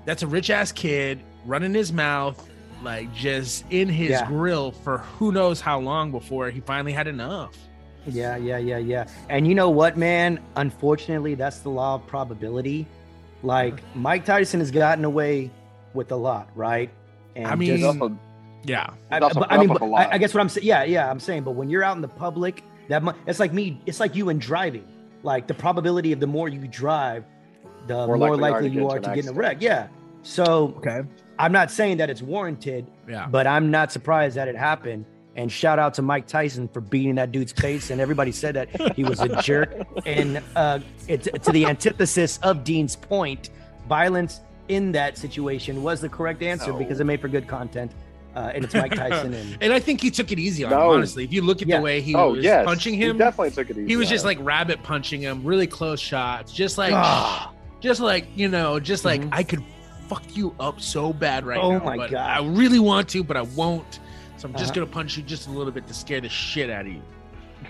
[SPEAKER 1] that's a rich ass kid running his mouth, like just in his
[SPEAKER 2] Yeah.
[SPEAKER 1] grill for who knows how long before he finally had enough.
[SPEAKER 2] Yeah, yeah, yeah, yeah. And you know what, man? Unfortunately, that's the law of probability. Like
[SPEAKER 1] Uh-huh.
[SPEAKER 2] Mike Tyson has gotten away with a lot, right? And
[SPEAKER 1] I
[SPEAKER 2] just-
[SPEAKER 1] mean,
[SPEAKER 3] There's also-
[SPEAKER 1] Yeah,
[SPEAKER 2] I,
[SPEAKER 3] That's a-
[SPEAKER 2] but, I mean,
[SPEAKER 3] that's a
[SPEAKER 2] but
[SPEAKER 3] lot.
[SPEAKER 2] I, I guess what I'm saying, yeah, yeah, I'm saying, but when you're out in the public, that mu- it's like me, it's like you and driving. Like the probability of the more you drive, the
[SPEAKER 3] More
[SPEAKER 2] more
[SPEAKER 3] likely you are to
[SPEAKER 2] likely you
[SPEAKER 3] get
[SPEAKER 2] are
[SPEAKER 3] into
[SPEAKER 2] to
[SPEAKER 3] an
[SPEAKER 2] get in a wreck. Yeah. So
[SPEAKER 1] Okay.
[SPEAKER 2] I'm not saying that it's warranted,
[SPEAKER 1] yeah.
[SPEAKER 2] but I'm not surprised that it happened. And shout out to Mike Tyson for beating that dude's face. And everybody said that he was a jerk. And uh, it's to the antithesis of Dean's point, violence in that situation was the correct answer
[SPEAKER 3] No.
[SPEAKER 2] because it made for good content. Uh, and it's Mike Tyson. And
[SPEAKER 1] And I think he took it easy on
[SPEAKER 3] No.
[SPEAKER 1] him, honestly. If you look at
[SPEAKER 2] Yeah.
[SPEAKER 1] the way he
[SPEAKER 3] oh
[SPEAKER 1] was
[SPEAKER 3] yes,
[SPEAKER 1] punching
[SPEAKER 3] he
[SPEAKER 1] him,
[SPEAKER 3] definitely took it easy.
[SPEAKER 1] he was just
[SPEAKER 3] on
[SPEAKER 1] like rabbit punching him, really close shots, just like,
[SPEAKER 2] Ah.
[SPEAKER 1] just like you know, just like
[SPEAKER 2] Mhm.
[SPEAKER 1] I could fuck you up so bad right
[SPEAKER 2] Oh
[SPEAKER 1] now.
[SPEAKER 2] my
[SPEAKER 1] but
[SPEAKER 2] God.
[SPEAKER 1] I really want to, but I won't. So I'm just
[SPEAKER 2] Uh-huh.
[SPEAKER 1] gonna punch you just a little bit to scare the shit out of you.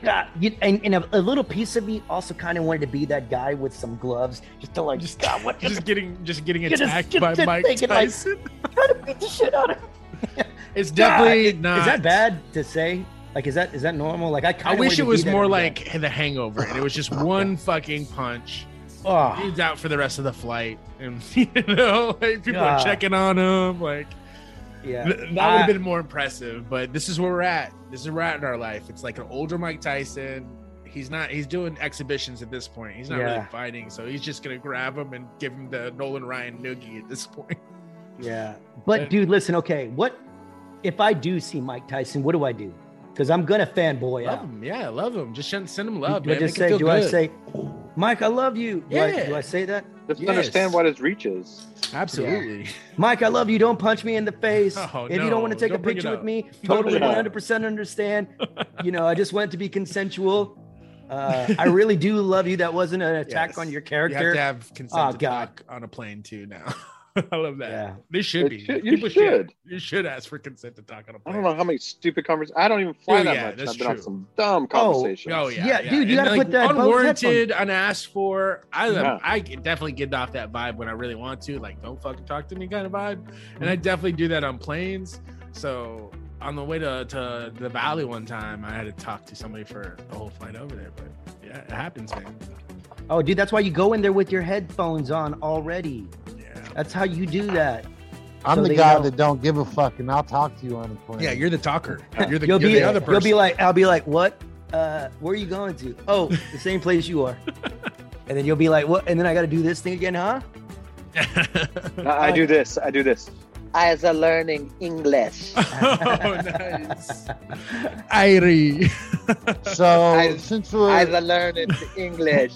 [SPEAKER 2] God, you- and, and a, a little piece of me also kind of wanted to be that guy with some gloves, just to like, just God, what? Just
[SPEAKER 1] Just getting, just getting
[SPEAKER 2] You're just-
[SPEAKER 1] attacked
[SPEAKER 2] you're
[SPEAKER 1] by
[SPEAKER 2] just
[SPEAKER 1] Mike
[SPEAKER 2] thinking, like,
[SPEAKER 1] Tyson.
[SPEAKER 2] try to beat the shit out of. Him.
[SPEAKER 1] it's
[SPEAKER 2] God,
[SPEAKER 1] definitely not.
[SPEAKER 2] Is that bad to say? Like, is that is that normal? Like, I
[SPEAKER 1] I
[SPEAKER 2] kind of
[SPEAKER 1] wish it was more like The Hangover, and it was just one fucking punch.
[SPEAKER 2] Oh,
[SPEAKER 1] He's out for the rest of the flight, and you know, like, people
[SPEAKER 2] God.
[SPEAKER 1] are checking on him, like.
[SPEAKER 2] yeah.
[SPEAKER 1] Th- That would have been more impressive, but this is where we're at. This is where we're at in our life. It's like an older Mike Tyson. He's not. He's doing exhibitions at this point. He's not
[SPEAKER 2] Yeah.
[SPEAKER 1] really fighting, so he's just gonna grab him and give him the Nolan Ryan noogie at this point.
[SPEAKER 2] Yeah. But
[SPEAKER 1] And-
[SPEAKER 2] dude, listen, okay, what if I do see Mike Tyson, what do I do? Because I'm gonna fanboy
[SPEAKER 1] Love
[SPEAKER 2] out.
[SPEAKER 1] him, yeah, love him. Just send, send him
[SPEAKER 2] Do I
[SPEAKER 1] love, man.
[SPEAKER 2] just say,
[SPEAKER 1] Make him feel
[SPEAKER 2] do I
[SPEAKER 1] good.
[SPEAKER 2] say, Mike, I love you? Do, I, do
[SPEAKER 1] Yeah.
[SPEAKER 2] I say that?
[SPEAKER 3] him. Just
[SPEAKER 1] Yes.
[SPEAKER 3] understand what his reach is.
[SPEAKER 1] absolutely?
[SPEAKER 2] Mike, I love you. Don't punch me in the face.
[SPEAKER 1] Oh,
[SPEAKER 2] if you don't want to
[SPEAKER 1] no,
[SPEAKER 2] take a
[SPEAKER 1] don't bring it
[SPEAKER 2] picture with
[SPEAKER 1] up.
[SPEAKER 2] me,
[SPEAKER 1] Don't
[SPEAKER 2] totally
[SPEAKER 3] bring it up.
[SPEAKER 2] 100% understand. you know, I just want it to be consensual. Uh, I really do love you. That wasn't an attack
[SPEAKER 1] Yes.
[SPEAKER 2] on your
[SPEAKER 1] You have to
[SPEAKER 2] character.
[SPEAKER 1] have consent
[SPEAKER 2] Oh,
[SPEAKER 1] to
[SPEAKER 2] God.
[SPEAKER 1] talk on a plane too. Now, I love that.
[SPEAKER 2] Yeah.
[SPEAKER 1] They should
[SPEAKER 3] It
[SPEAKER 1] be.
[SPEAKER 3] should- you
[SPEAKER 1] People
[SPEAKER 3] should.
[SPEAKER 1] You should ask for consent to talk on a
[SPEAKER 3] I
[SPEAKER 1] plane.
[SPEAKER 3] don't know how many stupid conversations. I don't even fly
[SPEAKER 1] Oh,
[SPEAKER 3] that
[SPEAKER 1] yeah,
[SPEAKER 3] much.
[SPEAKER 1] that's
[SPEAKER 3] I've been on
[SPEAKER 1] true.
[SPEAKER 3] some dumb conversations.
[SPEAKER 1] Oh yeah,
[SPEAKER 2] Yeah, dude, you
[SPEAKER 1] And,
[SPEAKER 2] gotta put that Bose
[SPEAKER 1] unwarranted, unasked for. I
[SPEAKER 3] Yeah.
[SPEAKER 1] I get- definitely get off that vibe when I really want to, like don't fucking talk to me kind of vibe, and I definitely do that on planes. So on the way to, to the valley one time, I had to talk to somebody for the whole flight over there. But yeah, it happens, man.
[SPEAKER 2] Oh, dude, that's why you go in there with your headphones on already.
[SPEAKER 1] Yeah,
[SPEAKER 2] That's how you do that.
[SPEAKER 4] I'm
[SPEAKER 2] So
[SPEAKER 4] the
[SPEAKER 2] they
[SPEAKER 4] guy
[SPEAKER 2] know-
[SPEAKER 4] that don't give a fuck, and I'll talk to you on the plane.
[SPEAKER 1] yeah, you're the talker. You're the,
[SPEAKER 2] you'll
[SPEAKER 1] you're
[SPEAKER 2] be
[SPEAKER 1] the other person.
[SPEAKER 2] you'll be like I'll be like what uh where are you going to oh the same place you are and then you'll be like what and then I got to do this thing again huh
[SPEAKER 3] I I do this. I do this.
[SPEAKER 5] As a learning English.
[SPEAKER 1] oh, nice. Irie.
[SPEAKER 4] So
[SPEAKER 5] I-
[SPEAKER 4] since we're
[SPEAKER 5] As a learning English.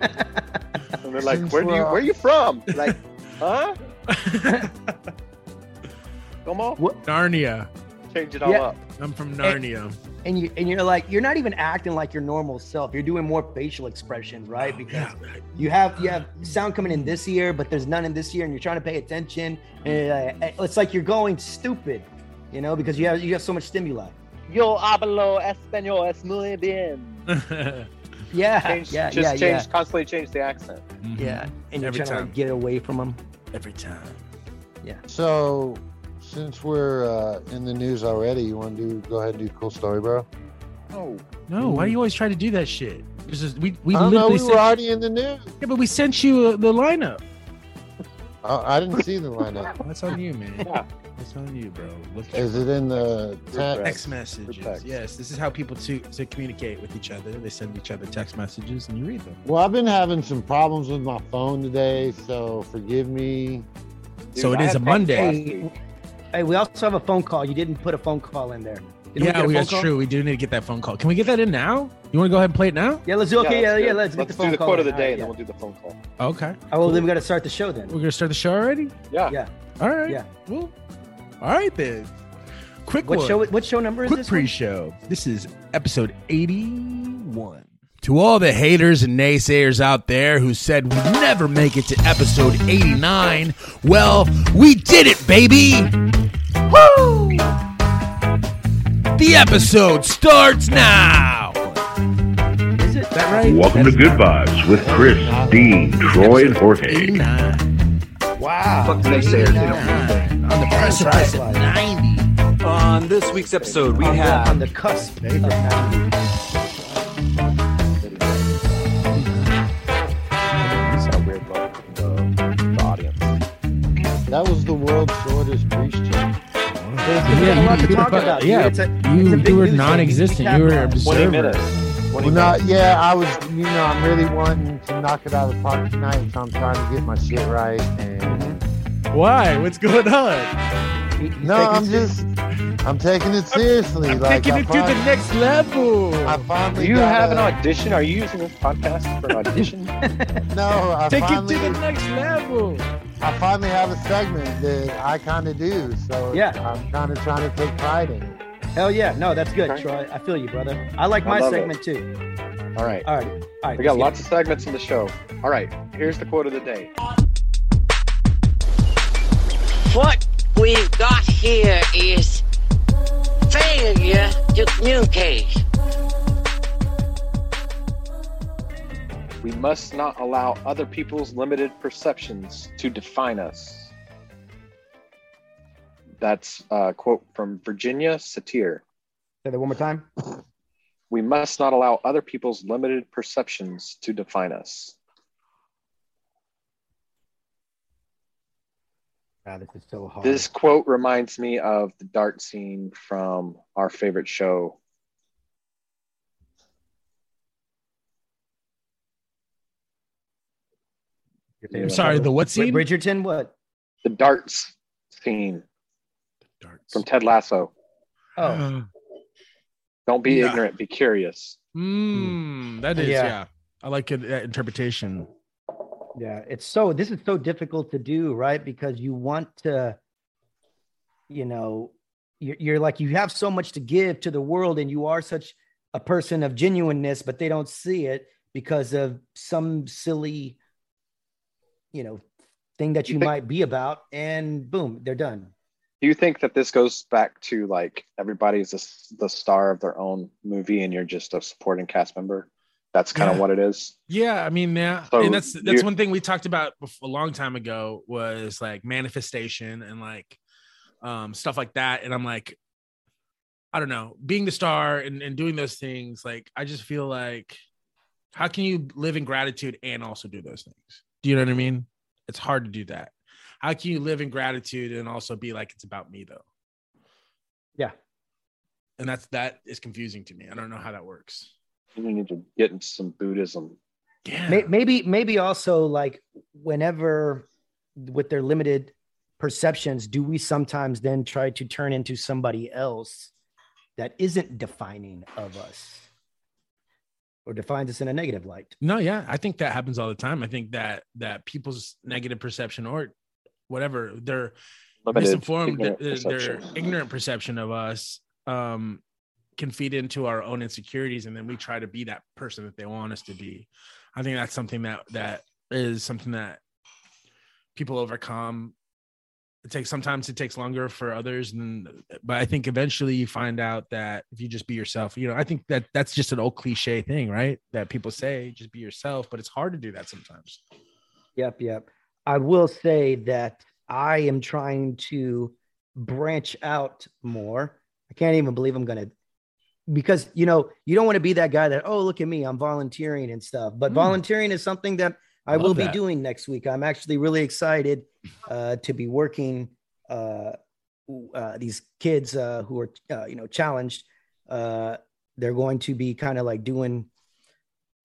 [SPEAKER 3] And they're like,
[SPEAKER 4] Since
[SPEAKER 3] "Where do you?
[SPEAKER 4] we're-
[SPEAKER 3] Where are you from?" Like, huh? Come on,
[SPEAKER 1] Narnia.
[SPEAKER 3] change it all
[SPEAKER 2] Yeah.
[SPEAKER 3] up.
[SPEAKER 1] I'm from Narnia.
[SPEAKER 2] and you and you're like you're not even acting like your normal self. You're doing more facial expressions, right? Because
[SPEAKER 1] Oh, Yeah.
[SPEAKER 2] you have you have sound coming in this year, but there's none in this year, and you're trying to pay attention. And uh, it's like you're going stupid, you know, because you have you have so much stimuli.
[SPEAKER 5] Yo hablo español es muy bien.
[SPEAKER 2] Yeah,
[SPEAKER 3] Change,
[SPEAKER 2] yeah,
[SPEAKER 3] just
[SPEAKER 2] yeah,
[SPEAKER 3] change, constantly change the accent.
[SPEAKER 2] yeah, yeah. And you're
[SPEAKER 1] Mm-hmm. Every
[SPEAKER 2] trying to
[SPEAKER 1] time.
[SPEAKER 2] like, get away from them.
[SPEAKER 1] Every time.
[SPEAKER 4] so since we're uh, in the news already, you want to do go ahead and do cool story, bro?
[SPEAKER 3] Oh,
[SPEAKER 1] No, why do you always try to do that shit? This is we we
[SPEAKER 4] I don't know.
[SPEAKER 1] literally
[SPEAKER 4] We
[SPEAKER 1] sent,
[SPEAKER 4] were already in the news.
[SPEAKER 1] yeah, but we sent you uh, the lineup.
[SPEAKER 4] Oh, I didn't see the lineup.
[SPEAKER 1] That's on you, man.
[SPEAKER 3] Yeah.
[SPEAKER 1] That's on you, bro. Look at
[SPEAKER 4] Is it in the text?
[SPEAKER 1] text messages.
[SPEAKER 3] text.
[SPEAKER 1] Yes, this is how people to to communicate with each other. They send each other text messages, and you read them.
[SPEAKER 4] Well, I've been having some problems with my phone today, so forgive me.
[SPEAKER 3] dude,
[SPEAKER 1] So it
[SPEAKER 3] I
[SPEAKER 1] is
[SPEAKER 3] had
[SPEAKER 1] a
[SPEAKER 3] problems
[SPEAKER 1] Monday.
[SPEAKER 3] last week.
[SPEAKER 2] Hey, we also have a phone call. You didn't put a phone call in there. Didn't we get
[SPEAKER 1] yeah,
[SPEAKER 2] a
[SPEAKER 1] we,
[SPEAKER 2] phone
[SPEAKER 1] that's
[SPEAKER 2] call?
[SPEAKER 1] true. We do need to get that phone call. Can we get that in now? You want to go ahead and play it now?
[SPEAKER 2] Yeah, let's do okay. Yeah, yeah,
[SPEAKER 3] good.
[SPEAKER 2] let's, get
[SPEAKER 3] let's
[SPEAKER 2] the phone
[SPEAKER 3] do the
[SPEAKER 2] call
[SPEAKER 3] quote of
[SPEAKER 2] in.
[SPEAKER 3] the day, and then
[SPEAKER 2] All
[SPEAKER 3] we'll
[SPEAKER 2] right,
[SPEAKER 3] do the phone call.
[SPEAKER 1] Okay.
[SPEAKER 2] yeah. Oh, well, then we got to start the show then.
[SPEAKER 1] We're gonna start the show already.
[SPEAKER 3] Yeah.
[SPEAKER 2] Yeah.
[SPEAKER 1] All right.
[SPEAKER 2] Yeah.
[SPEAKER 1] Well. All right then. Quick
[SPEAKER 2] What
[SPEAKER 1] one.
[SPEAKER 2] show? What show number is
[SPEAKER 1] Quick
[SPEAKER 2] this? one?
[SPEAKER 1] pre-show. This is episode 81. To all the haters and naysayers out there who said we'd never make it to episode 89, well, we did it, baby! Woo! The episode starts now!
[SPEAKER 2] Is it
[SPEAKER 1] That right?
[SPEAKER 6] Welcome to Good Vibes with Chris, Dean, Troy, and Jorge.
[SPEAKER 1] 89.
[SPEAKER 2] Wow.
[SPEAKER 7] Fuck naysayers, they don't mean
[SPEAKER 1] On the precipice of 90.
[SPEAKER 7] On this week's episode, we
[SPEAKER 2] on, the, on
[SPEAKER 7] have
[SPEAKER 2] the cusp. of 90.
[SPEAKER 3] It's not weird, but the, the audience.
[SPEAKER 4] That was the world's shortest pre-show.
[SPEAKER 2] There's a lot to
[SPEAKER 1] You-
[SPEAKER 2] talk about.
[SPEAKER 1] yeah,
[SPEAKER 2] It's a- it's a
[SPEAKER 1] You,
[SPEAKER 2] big
[SPEAKER 1] you were
[SPEAKER 2] news thing.
[SPEAKER 1] non-existent.
[SPEAKER 2] We
[SPEAKER 1] You were
[SPEAKER 2] capitalized.
[SPEAKER 3] Twenty
[SPEAKER 1] observer.
[SPEAKER 3] minutes. Twenty
[SPEAKER 4] Well, not,
[SPEAKER 3] minutes.
[SPEAKER 4] yeah, I was, you know, I'm really wanting to knock it out of the park tonight, so I'm trying to get my shit right.
[SPEAKER 1] Mm-hmm.
[SPEAKER 4] And
[SPEAKER 1] Why? What's going on?
[SPEAKER 2] He- he's
[SPEAKER 4] no,
[SPEAKER 2] taking
[SPEAKER 4] I'm
[SPEAKER 2] it
[SPEAKER 4] just, I'm taking it seriously.
[SPEAKER 1] I'm
[SPEAKER 4] like,
[SPEAKER 1] taking
[SPEAKER 4] I
[SPEAKER 1] it to the
[SPEAKER 4] fin-
[SPEAKER 1] next level.
[SPEAKER 4] I finally
[SPEAKER 3] Do you
[SPEAKER 4] got
[SPEAKER 3] have an
[SPEAKER 4] a-
[SPEAKER 3] audition? Are you using this podcast for an audition?
[SPEAKER 4] No, I
[SPEAKER 1] Take
[SPEAKER 4] finally,
[SPEAKER 1] it to the next level.
[SPEAKER 4] I finally have a segment that I kind of do, so
[SPEAKER 2] Yeah.
[SPEAKER 4] I'm kind of trying to take pride in it.
[SPEAKER 2] Hell yeah. No, that's good,
[SPEAKER 3] Okay.
[SPEAKER 2] Troy. I feel you, brother. I like
[SPEAKER 3] I
[SPEAKER 2] my
[SPEAKER 3] love it.
[SPEAKER 2] segment too.
[SPEAKER 3] All right.
[SPEAKER 2] All right. All right.
[SPEAKER 3] We got
[SPEAKER 2] let's
[SPEAKER 3] lots of segments in the show. All right, here's the quote of the day.
[SPEAKER 8] What we've got here is failure to communicate.
[SPEAKER 3] We must not allow other people's limited perceptions to define us. That's a quote from Virginia Satir.
[SPEAKER 2] get- Say that one more time.
[SPEAKER 3] We must not allow other people's limited perceptions to define us.
[SPEAKER 2] God, this is so hard.
[SPEAKER 3] This quote reminds me of the dart scene from our favorite show.
[SPEAKER 1] I'm sorry, the what
[SPEAKER 2] Wait,
[SPEAKER 1] scene?
[SPEAKER 2] Bridgerton, what?
[SPEAKER 3] The darts scene
[SPEAKER 1] Darts.
[SPEAKER 3] from Ted Lasso.
[SPEAKER 2] Oh,
[SPEAKER 1] Ah,
[SPEAKER 3] Don't be
[SPEAKER 1] Yeah.
[SPEAKER 3] ignorant, be curious.
[SPEAKER 1] Mm, that is, yeah.
[SPEAKER 2] Yeah.
[SPEAKER 1] I like it, that interpretation.
[SPEAKER 2] yeah. It's so, this is so difficult to do, right? Because you want to, you know, you're, you're like, you have so much to give to the world and you are such a person of genuineness, but they don't see it because of some silly, you know, thing that
[SPEAKER 3] You
[SPEAKER 2] you
[SPEAKER 3] think-
[SPEAKER 2] might be about. And boom, they're done.
[SPEAKER 3] Do you think that this goes back to like everybody's the, s- the star of their own movie and you're just a supporting cast member? That's kind of
[SPEAKER 1] Yeah.
[SPEAKER 3] what it is.
[SPEAKER 1] Yeah, I mean, yeah,
[SPEAKER 3] So
[SPEAKER 1] and that's that's
[SPEAKER 3] you-
[SPEAKER 1] one thing we talked about bef- a long time ago was like manifestation and like um, stuff like that. And I'm like, I don't know, being the star and, and doing those things. Like, I just feel like, how can you live in gratitude and also do those things? Do you know what I mean? It's hard to do that. How can you live in gratitude and also be like it's about me though?
[SPEAKER 2] Yeah.
[SPEAKER 1] and that's that is confusing to me. I don't know how that works.
[SPEAKER 3] You need to get into some Buddhism.
[SPEAKER 1] Yeah,
[SPEAKER 2] May- maybe maybe also like whenever with their limited perceptions, do we sometimes then try to turn into somebody else that isn't defining of us or defines us in a negative light?
[SPEAKER 1] No, yeah, I think that happens all the time. I think that that people's negative perception or whatever their
[SPEAKER 3] Limited,
[SPEAKER 1] misinformed, their,
[SPEAKER 3] ignorant
[SPEAKER 1] their
[SPEAKER 3] perception.
[SPEAKER 1] ignorant perception of us um, can feed into our own insecurities, and then we try to be that person that they want us to be. I think that's something that that is something that people overcome. It takes sometimes it takes longer for others, and but I think eventually you find out that if you just be yourself, you know, I think that that's just an old cliche thing, right? That people say, just be yourself, but it's hard to do that sometimes.
[SPEAKER 2] Yep, yep. I will say that I am trying to branch out more. I can't even believe I'm going to because you know, you don't want to be that guy that oh, look at me, I'm volunteering and stuff. But
[SPEAKER 1] Mm.
[SPEAKER 2] volunteering is something that I
[SPEAKER 1] Love
[SPEAKER 2] will be
[SPEAKER 1] that.
[SPEAKER 2] doing next week. I'm actually really excited uh, to be working uh, w- uh, these kids uh, who are uh, you know challenged. Uh, they're going to be kind of like doing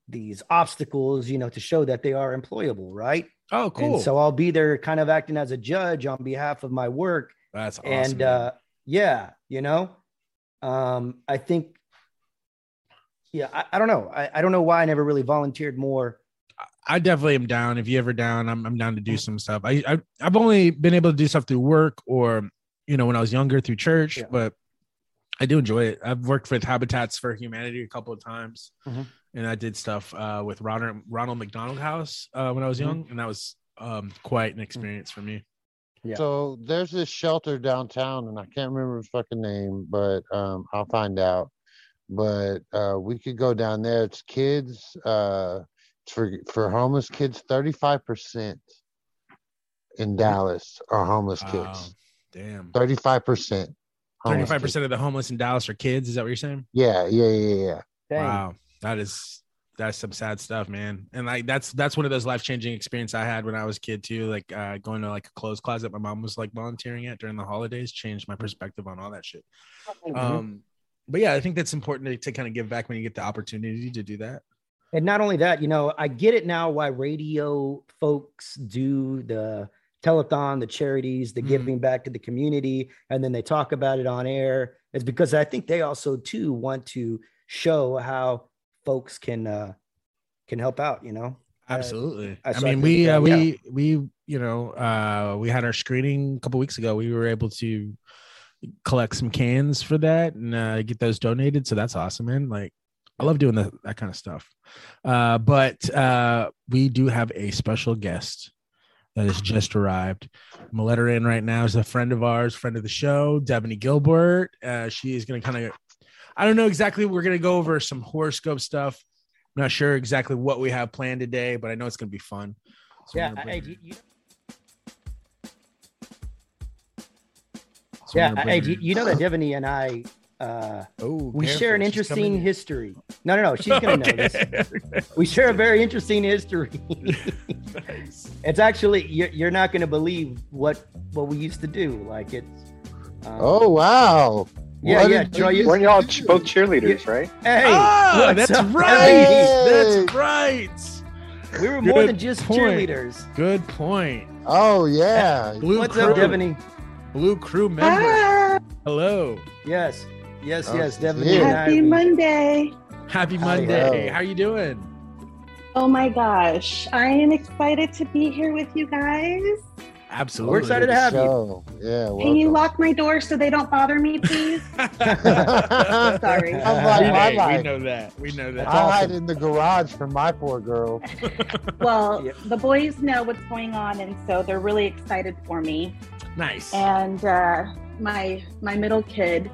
[SPEAKER 2] these obstacles, you know, to show that they are employable, right?
[SPEAKER 1] Oh, cool.
[SPEAKER 2] And so I'll be there kind of acting as a judge on behalf of my work.
[SPEAKER 1] that's awesome.
[SPEAKER 2] And uh, yeah, you know, um, I think, yeah, I, I don't know. I, I don't know why I never really volunteered more.
[SPEAKER 1] I definitely am down. If you ever down, I'm, I'm down to do some stuff. I, I I've only been able to do stuff through work or you know when I was younger through church,
[SPEAKER 2] Yeah.
[SPEAKER 1] but I do enjoy it. I've worked with Habitats for Humanity a couple of times,
[SPEAKER 2] Mhm.
[SPEAKER 1] and I did stuff uh, with Ronald Ronald McDonald House uh, when I was
[SPEAKER 2] Mhm.
[SPEAKER 1] young, and that was um, quite an experience for me.
[SPEAKER 2] Yeah.
[SPEAKER 4] So there's this shelter downtown, and I can't remember his fucking name, but um, I'll find out. But uh, we could go down there. It's kids. Uh, it's for for homeless kids. Thirty five percent in Dallas are homeless
[SPEAKER 1] Wow.
[SPEAKER 4] kids.
[SPEAKER 1] Um, Damn,
[SPEAKER 4] Thirty five percent.
[SPEAKER 1] thirty five percent of the homeless in Dallas are kids. Is that what you're saying?
[SPEAKER 4] Yeah, yeah, yeah, yeah.
[SPEAKER 2] Dang.
[SPEAKER 1] Wow, that is that's some sad stuff, man. And like that's that's one of those life changing experience I had when I was a kid too. Like uh, going to like a clothes closet, my mom was like volunteering at during the holidays, changed my perspective on all that shit. Um, but yeah, I think that's important to, to kind of give back when you get the opportunity to do that.
[SPEAKER 2] And not only that, you know, I get it now why radio folks do the telethon, the charities, the
[SPEAKER 1] Mhm.
[SPEAKER 2] giving back to the community, and then they talk about it on air. It's because I think they also too want to show how folks can uh can help out, you know. Uh,
[SPEAKER 1] Absolutely.
[SPEAKER 2] I-
[SPEAKER 1] I,
[SPEAKER 2] so I
[SPEAKER 1] mean,
[SPEAKER 2] think,
[SPEAKER 1] we
[SPEAKER 2] uh,
[SPEAKER 1] uh, we we you know uh, we had our screening a couple weeks ago. We were able to collect some cans for that and uh, get those donated. So that's awesome, man. Like, I love doing that that kind of stuff. Uh, but uh, we do have a special guest that has just arrived. I'm gonna let her in right now. Is a friend of ours, friend of the show, Debony Gilbert. Uh, she is gonna kind of. I don't know exactly. We're gonna go over some horoscope stuff. I'm not sure exactly what we have planned today, but I know it's going to be fun. So we're
[SPEAKER 2] Yeah,
[SPEAKER 1] gonna
[SPEAKER 2] I-
[SPEAKER 1] bring
[SPEAKER 2] I-
[SPEAKER 1] her-
[SPEAKER 2] you-
[SPEAKER 1] so we're
[SPEAKER 2] yeah,
[SPEAKER 1] gonna
[SPEAKER 2] I-
[SPEAKER 1] bring her
[SPEAKER 2] you,
[SPEAKER 1] in.
[SPEAKER 2] you know that Devony and I uh
[SPEAKER 1] Oh,
[SPEAKER 2] we share
[SPEAKER 1] careful,
[SPEAKER 2] an
[SPEAKER 1] she's coming
[SPEAKER 2] interesting
[SPEAKER 1] in.
[SPEAKER 2] history. No, no, no, she's gonna know this. We share a very interesting history.
[SPEAKER 1] Nice.
[SPEAKER 2] It's actually you're, you're not going to believe what what we used to do. Like it's. Um,
[SPEAKER 4] Oh wow.
[SPEAKER 2] yeah,
[SPEAKER 4] what
[SPEAKER 2] yeah.
[SPEAKER 4] did
[SPEAKER 2] Joy,
[SPEAKER 4] you-
[SPEAKER 2] you,
[SPEAKER 3] Weren't y'all ch- both cheerleaders, right?
[SPEAKER 2] hey,
[SPEAKER 1] ah,
[SPEAKER 2] look,
[SPEAKER 1] that's
[SPEAKER 2] so-
[SPEAKER 1] right. That's
[SPEAKER 4] Hey.
[SPEAKER 1] right.
[SPEAKER 2] We were more
[SPEAKER 1] Good
[SPEAKER 2] than just
[SPEAKER 1] point.
[SPEAKER 2] cheerleaders.
[SPEAKER 1] Good point.
[SPEAKER 4] Oh yeah.
[SPEAKER 1] Blue
[SPEAKER 2] What's
[SPEAKER 1] crew,
[SPEAKER 2] up, Ah! Devony?
[SPEAKER 1] Blue crew member. Hello.
[SPEAKER 2] Yes, yes,
[SPEAKER 4] Oh,
[SPEAKER 2] yes,
[SPEAKER 4] she's
[SPEAKER 2] Devony.
[SPEAKER 4] here.
[SPEAKER 2] and I,
[SPEAKER 9] Happy
[SPEAKER 2] we-
[SPEAKER 9] Monday.
[SPEAKER 1] Happy
[SPEAKER 2] Hello.
[SPEAKER 1] Monday. How you doing?
[SPEAKER 9] Oh my gosh. I am excited to be here with you guys.
[SPEAKER 1] Absolutely.
[SPEAKER 2] We're excited to have you.
[SPEAKER 4] So yeah.
[SPEAKER 9] Can you
[SPEAKER 4] welcome.
[SPEAKER 9] lock my door so they don't bother me, please? Sorry.
[SPEAKER 4] I'm
[SPEAKER 1] Uh, We,
[SPEAKER 4] like,
[SPEAKER 1] hey,
[SPEAKER 4] my
[SPEAKER 1] we
[SPEAKER 4] life. Uh,
[SPEAKER 1] know that. We know that.
[SPEAKER 4] I hide in the garage from my poor girl.
[SPEAKER 9] Well,
[SPEAKER 2] Yep.
[SPEAKER 9] the boys know what's going on, and so they're really excited for me.
[SPEAKER 1] Nice.
[SPEAKER 9] And uh, my my middle kid,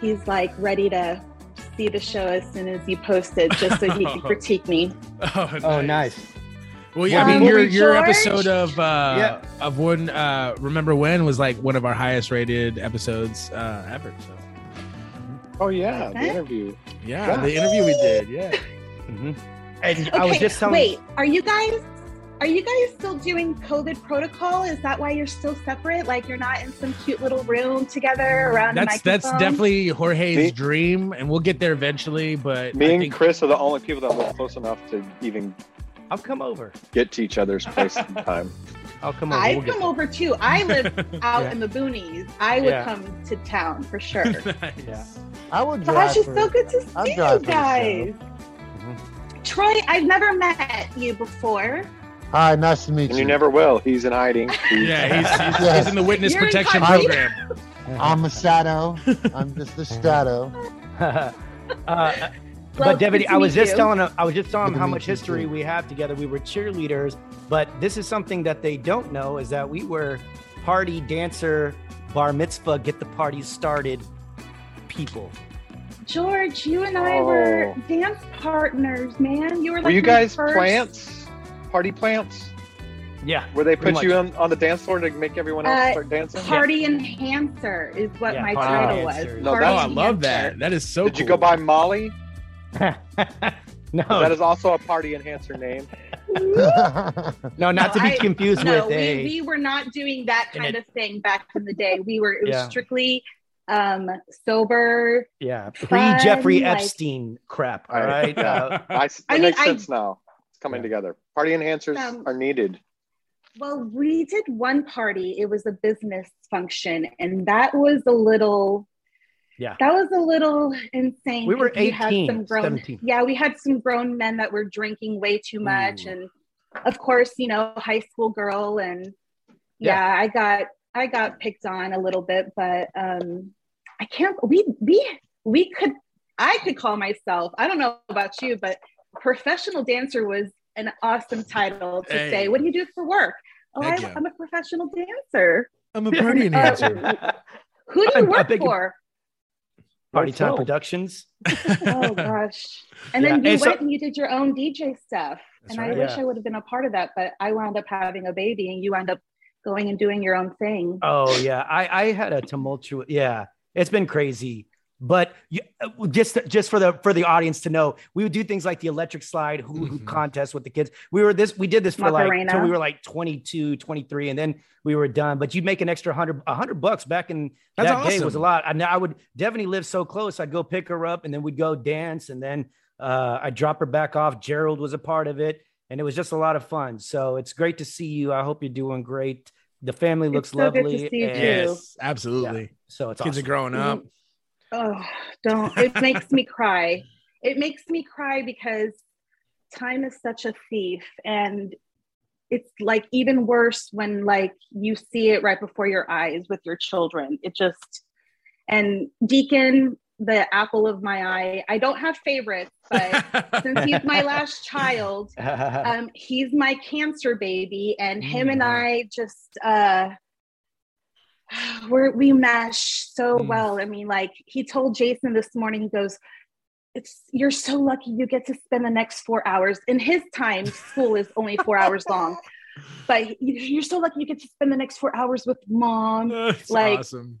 [SPEAKER 9] he's like ready to see the show as soon as you post it, just so he can critique me.
[SPEAKER 1] Oh,
[SPEAKER 2] Oh, nice.
[SPEAKER 1] Well, yeah,
[SPEAKER 9] Um,
[SPEAKER 1] I mean, your,
[SPEAKER 9] Bobby
[SPEAKER 1] your
[SPEAKER 9] George?
[SPEAKER 1] episode of uh,
[SPEAKER 2] Yeah.
[SPEAKER 1] of one uh, remember when was like one of our highest rated episodes uh, ever. So
[SPEAKER 3] Oh yeah, the
[SPEAKER 9] Huh?
[SPEAKER 3] interview.
[SPEAKER 1] yeah,
[SPEAKER 3] Yeah.
[SPEAKER 1] the interview we did. Yeah,
[SPEAKER 2] And
[SPEAKER 9] Okay,
[SPEAKER 2] I was just telling.
[SPEAKER 9] wait, are you guys are you guys still doing COVID protocol? Is that why you're still separate? Like you're not in some cute little room together around
[SPEAKER 1] that's
[SPEAKER 9] a
[SPEAKER 1] that's
[SPEAKER 9] microphone?
[SPEAKER 1] definitely Jorge's
[SPEAKER 3] Me-
[SPEAKER 1] dream, and we'll get there eventually. But
[SPEAKER 3] Me
[SPEAKER 1] I
[SPEAKER 3] and
[SPEAKER 1] think-
[SPEAKER 3] Chris are the only people that live close enough to even
[SPEAKER 2] I'll come over.
[SPEAKER 3] get to each other's place in time.
[SPEAKER 2] I'll come over.
[SPEAKER 9] I
[SPEAKER 2] We'll get
[SPEAKER 9] come
[SPEAKER 2] there.
[SPEAKER 9] over too. I live out
[SPEAKER 2] Yeah.
[SPEAKER 9] in the boonies. I would
[SPEAKER 2] Yeah.
[SPEAKER 9] come to town for sure.
[SPEAKER 1] Nice.
[SPEAKER 2] Yeah.
[SPEAKER 4] I would drive.
[SPEAKER 9] Gosh, it's
[SPEAKER 4] for-
[SPEAKER 9] so good to
[SPEAKER 4] I'll
[SPEAKER 9] see
[SPEAKER 4] drive
[SPEAKER 9] you
[SPEAKER 4] for the show.
[SPEAKER 9] guys. Troy, I've never met you before.
[SPEAKER 4] Hi, nice to meet
[SPEAKER 3] And
[SPEAKER 4] you.
[SPEAKER 3] you never will. He's in hiding. He's-
[SPEAKER 1] Yeah, he's, he's,
[SPEAKER 4] Yes.
[SPEAKER 1] he's in the witness
[SPEAKER 9] You're in
[SPEAKER 1] protection
[SPEAKER 9] California.
[SPEAKER 1] program.
[SPEAKER 4] I'm a shadow. I'm just a shadow.
[SPEAKER 2] uh,
[SPEAKER 9] Well,
[SPEAKER 2] but Debbie,
[SPEAKER 9] good to
[SPEAKER 2] I was
[SPEAKER 9] meet
[SPEAKER 2] just
[SPEAKER 9] you.
[SPEAKER 2] telling I was just
[SPEAKER 4] Good
[SPEAKER 2] telling
[SPEAKER 4] to
[SPEAKER 2] how
[SPEAKER 4] meet
[SPEAKER 2] much
[SPEAKER 4] you,
[SPEAKER 2] history
[SPEAKER 4] too.
[SPEAKER 2] we have together. We were cheerleaders, but this is something that they don't know is that we were party dancer, bar mitzvah, get the party started people.
[SPEAKER 9] George, you and I were
[SPEAKER 3] Oh.
[SPEAKER 9] dance partners, man. You were like
[SPEAKER 3] Were you
[SPEAKER 9] my
[SPEAKER 3] guys
[SPEAKER 9] first-
[SPEAKER 3] plants? Party plants?
[SPEAKER 2] Yeah.
[SPEAKER 3] Where they
[SPEAKER 2] Pretty
[SPEAKER 3] put you on, on the dance floor to make everyone else
[SPEAKER 9] Uh,
[SPEAKER 3] start dancing?
[SPEAKER 9] Party enhancer is what
[SPEAKER 2] Yeah,
[SPEAKER 9] my
[SPEAKER 2] party
[SPEAKER 9] title
[SPEAKER 2] dancer.
[SPEAKER 9] was.
[SPEAKER 3] No,
[SPEAKER 1] Oh,
[SPEAKER 9] Party
[SPEAKER 3] that's-
[SPEAKER 1] I love that.
[SPEAKER 9] enhancer.
[SPEAKER 1] That is so
[SPEAKER 3] Did
[SPEAKER 1] cool.
[SPEAKER 3] you go by Molly?
[SPEAKER 2] no,
[SPEAKER 3] That is also a party enhancer name.
[SPEAKER 2] no, not
[SPEAKER 9] No,
[SPEAKER 2] to be
[SPEAKER 9] I-
[SPEAKER 2] confused
[SPEAKER 9] No,
[SPEAKER 2] with
[SPEAKER 9] we,
[SPEAKER 2] a.
[SPEAKER 9] we were not doing that
[SPEAKER 2] And
[SPEAKER 9] kind
[SPEAKER 2] it-
[SPEAKER 9] of thing back in the day. We were it was
[SPEAKER 2] Yeah.
[SPEAKER 9] strictly um sober.
[SPEAKER 2] yeah, pre
[SPEAKER 9] fun,
[SPEAKER 2] Jeffrey
[SPEAKER 9] like-
[SPEAKER 2] Epstein crap. All
[SPEAKER 3] I-
[SPEAKER 2] right.
[SPEAKER 3] yeah.
[SPEAKER 2] Uh,
[SPEAKER 3] I, it
[SPEAKER 9] I mean,
[SPEAKER 3] makes
[SPEAKER 9] I-
[SPEAKER 3] sense now. It's coming
[SPEAKER 2] Yeah.
[SPEAKER 3] together. Party enhancers
[SPEAKER 9] Um,
[SPEAKER 3] are needed.
[SPEAKER 9] Well, we did one party. It was a business function, and that was a little.
[SPEAKER 2] Yeah.
[SPEAKER 9] That was a little insane.
[SPEAKER 2] We were
[SPEAKER 9] 'cause you had
[SPEAKER 2] 18,
[SPEAKER 9] some grown,
[SPEAKER 2] 17.
[SPEAKER 9] Yeah, we had some grown men that were drinking way too much,
[SPEAKER 2] Ooh.
[SPEAKER 9] and of course, you know, high school girl, and
[SPEAKER 2] Yeah.
[SPEAKER 9] yeah, I got I got picked on a little bit, but um, I can't. We we we could. I could call myself. I don't know about you, but professional dancer was an awesome title to
[SPEAKER 1] Hey.
[SPEAKER 9] say. What do you do for work? Oh, I,
[SPEAKER 1] Heck yeah.
[SPEAKER 9] I'm a professional dancer.
[SPEAKER 1] I'm a party enhancer.
[SPEAKER 9] Who do
[SPEAKER 2] I'm-
[SPEAKER 9] you
[SPEAKER 2] I
[SPEAKER 9] work
[SPEAKER 2] beg your-
[SPEAKER 9] for?
[SPEAKER 2] Party Time
[SPEAKER 3] Myself.
[SPEAKER 2] Productions.
[SPEAKER 9] oh gosh! And then
[SPEAKER 2] Yeah,
[SPEAKER 9] you
[SPEAKER 2] and so-
[SPEAKER 9] went and you did your own DJ stuff,
[SPEAKER 1] That's
[SPEAKER 9] and I
[SPEAKER 1] right.
[SPEAKER 9] wish
[SPEAKER 2] Yeah.
[SPEAKER 9] I would have been a part of that, but I wound up having a baby, and you wound up going and doing your own thing.
[SPEAKER 2] Oh yeah, I I had a tumultuous. Yeah, it's been crazy. But you, uh, just just for the for the audience to know, we would do things like the electric slide who, who
[SPEAKER 1] Mhm.
[SPEAKER 2] contest with the kids. We were this we did this for like
[SPEAKER 9] Macarena.
[SPEAKER 2] till we were like 22, 23 and then we were done. But you'd make an extra 100 100 bucks back in
[SPEAKER 1] That's
[SPEAKER 2] that day was a
[SPEAKER 1] awesome.
[SPEAKER 2] lot. And I would Devaney lived so close. I'd go pick her up and then we'd go dance and then uh, I'd drop her back off. Gerald was a part of it and it was just a lot of fun. So it's great to see you. I hope you're doing great. The family
[SPEAKER 9] It's
[SPEAKER 2] looks
[SPEAKER 9] so good to
[SPEAKER 2] lovely.
[SPEAKER 9] see you
[SPEAKER 2] and-
[SPEAKER 9] too.
[SPEAKER 1] yes, absolutely.
[SPEAKER 2] So it's
[SPEAKER 1] Kids are
[SPEAKER 2] awesome.
[SPEAKER 1] growing up.
[SPEAKER 9] Oh, don't! It makes me cry. It makes me cry because time is such a thief, and it's like even worse when like you see it right before your eyes with your children. It just and Deacon, the apple of my eye. I don't have favorites, but since he's my last child, um, he's my cancer baby, and him
[SPEAKER 1] Mm.
[SPEAKER 9] and I just uh, we're, we mesh so
[SPEAKER 1] Mm.
[SPEAKER 9] well. I mean, like he told Jason this morning, he goes, "It's you're so lucky you get to spend the next four hours." In his time, school is only four hours long, but he- you're so lucky you get to spend the next four hours with mom.
[SPEAKER 1] That's
[SPEAKER 9] like-
[SPEAKER 1] awesome.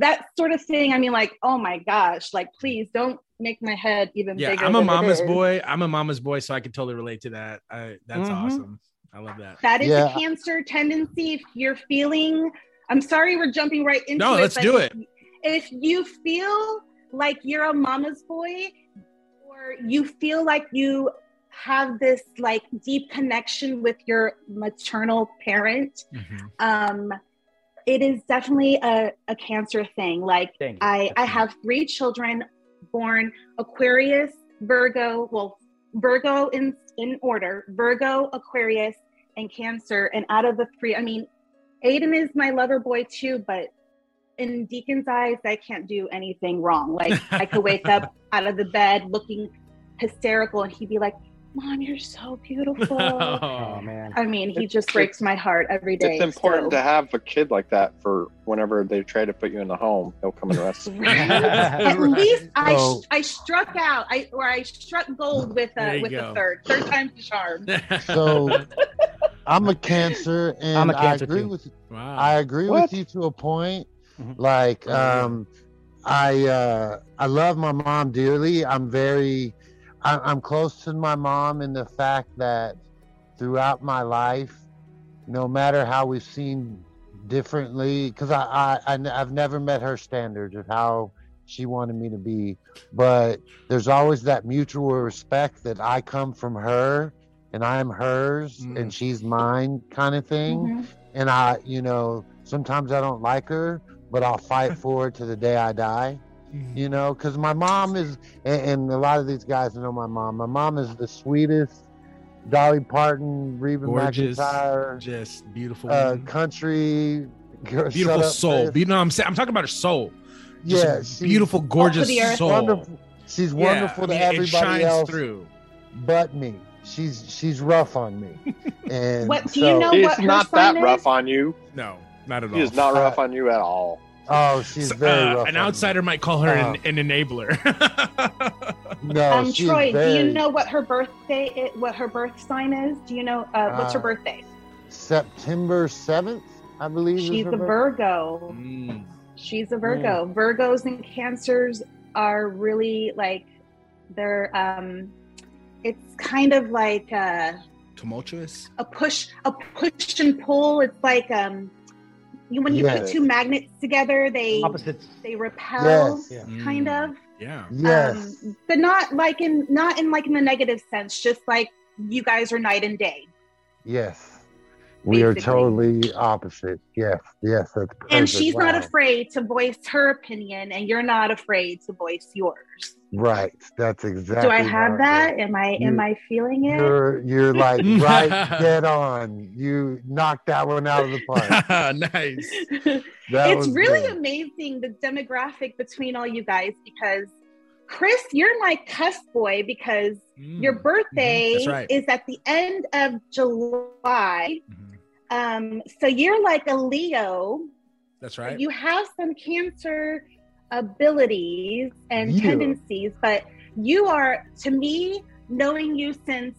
[SPEAKER 9] That sort of thing. I mean, like, oh my gosh, like please don't make my head even
[SPEAKER 1] Yeah,
[SPEAKER 9] bigger.
[SPEAKER 1] I'm a
[SPEAKER 9] than it
[SPEAKER 1] mama's
[SPEAKER 9] is.
[SPEAKER 1] boy. I'm a mama's boy, so I can totally relate to that. I, that's
[SPEAKER 2] Mhm.
[SPEAKER 9] Mm-hmm.
[SPEAKER 1] awesome. I love that.
[SPEAKER 9] That is
[SPEAKER 4] Yeah.
[SPEAKER 9] a cancer tendency. If you're feeling, I'm sorry, we're jumping right into
[SPEAKER 1] No,
[SPEAKER 9] it.
[SPEAKER 1] let's
[SPEAKER 9] but
[SPEAKER 1] do it.
[SPEAKER 9] If you feel like you're a mama's boy, or you feel like you have this like deep connection with your maternal parent,
[SPEAKER 1] Mhm.
[SPEAKER 9] um, it is definitely a, a cancer thing. Like
[SPEAKER 2] Thank you.
[SPEAKER 9] I, I have three children born Aquarius, Virgo, well, Virgo in, in order, Virgo, Aquarius, and Cancer. And out of the three, I mean, Aiden is my lover boy too, but in Deacon's eyes, I can't do anything wrong. Like, I could wake up out of the bed looking hysterical, and he'd be like, Mom, you're so beautiful.
[SPEAKER 2] Oh
[SPEAKER 1] Oh,
[SPEAKER 2] man.
[SPEAKER 9] I mean, he
[SPEAKER 3] It's-
[SPEAKER 9] just breaks my heart every day.
[SPEAKER 3] It's important
[SPEAKER 9] so-
[SPEAKER 3] to have a kid like that for whenever they try to put you in the home. He'll come and rest.
[SPEAKER 9] at
[SPEAKER 1] Right.
[SPEAKER 9] least I
[SPEAKER 4] So-
[SPEAKER 9] I struck out. I or I struck gold with
[SPEAKER 1] There
[SPEAKER 9] a
[SPEAKER 1] you
[SPEAKER 9] with
[SPEAKER 1] go.
[SPEAKER 9] a third. Third time's the charm.
[SPEAKER 4] So I'm a cancer, and
[SPEAKER 2] I'm a cancer
[SPEAKER 4] I agree
[SPEAKER 2] too.
[SPEAKER 4] with
[SPEAKER 1] wow. Mm-hmm.
[SPEAKER 4] I agree
[SPEAKER 3] What?
[SPEAKER 4] with you to a point.
[SPEAKER 2] Mhm.
[SPEAKER 4] Like, um, I uh, I love my mom dearly. I'm very, I, I'm close to my mom in the fact that throughout my life, no matter how we've seen differently, because I, I, I n- I've never met her standards of how she wanted me to be, but there's always that mutual respect that I come from her and I'm hers
[SPEAKER 1] Mm.
[SPEAKER 4] and she's mine kind of thing.
[SPEAKER 9] Mhm.
[SPEAKER 4] And I, you know, sometimes I don't like her, but I'll fight for her to the day I die.
[SPEAKER 1] Mm-hmm.
[SPEAKER 4] You know, because my mom is, and, and a lot of these guys know my mom. My mom is the sweetest Dolly Parton, Reba
[SPEAKER 1] Gorgeous.
[SPEAKER 4] McEntire,
[SPEAKER 1] Just beautiful,
[SPEAKER 4] uh,
[SPEAKER 1] woman.
[SPEAKER 4] country, girl,
[SPEAKER 1] beautiful
[SPEAKER 4] shut up,
[SPEAKER 1] soul.
[SPEAKER 4] man.
[SPEAKER 1] You know what I'm saying? I'm talking about her soul. Just
[SPEAKER 4] yeah, she's
[SPEAKER 1] beautiful, gorgeous
[SPEAKER 9] the earth.
[SPEAKER 1] soul.
[SPEAKER 4] Wonderful. She's
[SPEAKER 1] Yeah,
[SPEAKER 4] wonderful
[SPEAKER 1] I mean,
[SPEAKER 4] to
[SPEAKER 1] it
[SPEAKER 4] everybody
[SPEAKER 1] shines
[SPEAKER 4] else,
[SPEAKER 1] through.
[SPEAKER 4] but me. She's she's rough on me. And
[SPEAKER 9] What- do you
[SPEAKER 4] so-
[SPEAKER 9] know
[SPEAKER 3] He
[SPEAKER 9] what
[SPEAKER 3] is
[SPEAKER 9] her
[SPEAKER 3] not that
[SPEAKER 9] sign
[SPEAKER 3] rough
[SPEAKER 9] is?
[SPEAKER 3] on you.
[SPEAKER 1] No, not at all.
[SPEAKER 3] He is not rough on you at all.
[SPEAKER 4] Oh, she's
[SPEAKER 1] So,
[SPEAKER 4] very
[SPEAKER 1] uh,
[SPEAKER 4] rough. on
[SPEAKER 1] an
[SPEAKER 4] me.
[SPEAKER 1] outsider might call her an, an enabler.
[SPEAKER 4] No,
[SPEAKER 9] um,
[SPEAKER 4] Oh, she's
[SPEAKER 9] Troy, do
[SPEAKER 4] very-
[SPEAKER 9] you know what her birthday? i what her birth sign is? Do you know uh, what's her
[SPEAKER 4] Uh,
[SPEAKER 9] birthday?
[SPEAKER 4] September seventh, I believe. is
[SPEAKER 9] She's
[SPEAKER 4] her
[SPEAKER 9] a
[SPEAKER 4] birth-
[SPEAKER 9] Virgo.
[SPEAKER 1] Mm.
[SPEAKER 9] She's a Virgo. Virgos and Cancers are really like they're. Um, it's kind of like uh,
[SPEAKER 1] Tumultuous.
[SPEAKER 9] a push, a push and pull. It's like um, you when you put
[SPEAKER 4] Yes.
[SPEAKER 9] two magnets together, they
[SPEAKER 2] Opposites.
[SPEAKER 9] they repel,
[SPEAKER 4] Yes.
[SPEAKER 9] kind
[SPEAKER 1] Mm.
[SPEAKER 9] of.
[SPEAKER 1] Yeah.
[SPEAKER 4] Yes.
[SPEAKER 9] um, but not like in not in like in the negative sense just like you guys are night and day
[SPEAKER 4] yes. We are
[SPEAKER 9] basically.
[SPEAKER 4] totally opposite. Yes. Yes. That's perfect.
[SPEAKER 9] and she's not
[SPEAKER 4] Wow.
[SPEAKER 9] afraid to voice her opinion and you're not afraid to voice yours
[SPEAKER 4] Right. That's exactly.
[SPEAKER 9] do i
[SPEAKER 4] what
[SPEAKER 9] have
[SPEAKER 4] I'm
[SPEAKER 9] that
[SPEAKER 4] doing.
[SPEAKER 9] am i
[SPEAKER 4] You-
[SPEAKER 9] am i feeling it
[SPEAKER 4] You're you're like right dead on. You knocked that one out of the park.
[SPEAKER 1] nice.
[SPEAKER 4] That
[SPEAKER 9] it's
[SPEAKER 4] was
[SPEAKER 9] really
[SPEAKER 4] good.
[SPEAKER 9] amazing the demographic between all you guys because chris you're my cuss boy because
[SPEAKER 4] Hmm.
[SPEAKER 9] your
[SPEAKER 4] Mm-hmm.
[SPEAKER 1] Mm.
[SPEAKER 9] birthday
[SPEAKER 1] That's right.
[SPEAKER 9] is at the end of july
[SPEAKER 1] Mhm.
[SPEAKER 9] um, so you're like a leo
[SPEAKER 1] That's right.
[SPEAKER 9] you have some cancer abilities and
[SPEAKER 4] Yeah.
[SPEAKER 9] tendencies but you are to me knowing you since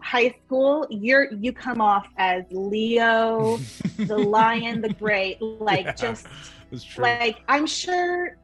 [SPEAKER 9] high school you're you come off as leo the lion the great like
[SPEAKER 1] Yeah,
[SPEAKER 9] just
[SPEAKER 1] That's true.
[SPEAKER 9] like i'm sure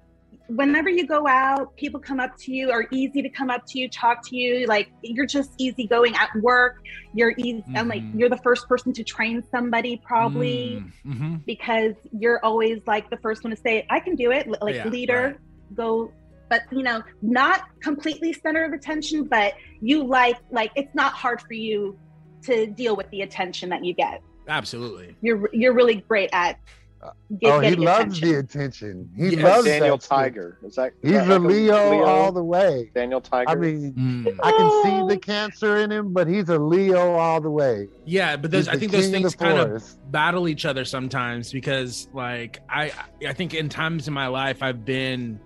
[SPEAKER 9] whenever you go out people come up to you are easy to come up to you talk to you like you're just easy going at work you're easy i'm like
[SPEAKER 1] Mhm.
[SPEAKER 9] you're the first person to train somebody probably
[SPEAKER 1] Mm. Mhm.
[SPEAKER 9] because you're always like the first one to say i can do it li- like
[SPEAKER 1] Yeah,
[SPEAKER 9] leader go but you know not completely center of attention but you like like it's not hard for you to deal with the attention that you get
[SPEAKER 1] Absolutely.
[SPEAKER 9] you're you're really great at
[SPEAKER 1] Uh,
[SPEAKER 9] get-
[SPEAKER 4] oh, he
[SPEAKER 9] getting
[SPEAKER 4] loves the
[SPEAKER 9] attention.
[SPEAKER 4] attention. He
[SPEAKER 1] Yes.
[SPEAKER 4] loves
[SPEAKER 3] Daniel
[SPEAKER 4] that shit.
[SPEAKER 3] Tiger. Is that is
[SPEAKER 4] He's
[SPEAKER 3] that
[SPEAKER 4] a
[SPEAKER 3] like
[SPEAKER 4] Leo, all the way.
[SPEAKER 3] Daniel Tiger.
[SPEAKER 4] I mean,
[SPEAKER 1] Mm.
[SPEAKER 4] I can see the cancer in him, but he's a Leo all the way.
[SPEAKER 1] Yeah, but
[SPEAKER 4] He's
[SPEAKER 1] those, I
[SPEAKER 4] the
[SPEAKER 1] think those
[SPEAKER 4] king of
[SPEAKER 1] things
[SPEAKER 4] the
[SPEAKER 1] kind of
[SPEAKER 4] forest.
[SPEAKER 1] battle each other sometimes because like I I think in times in my life I've been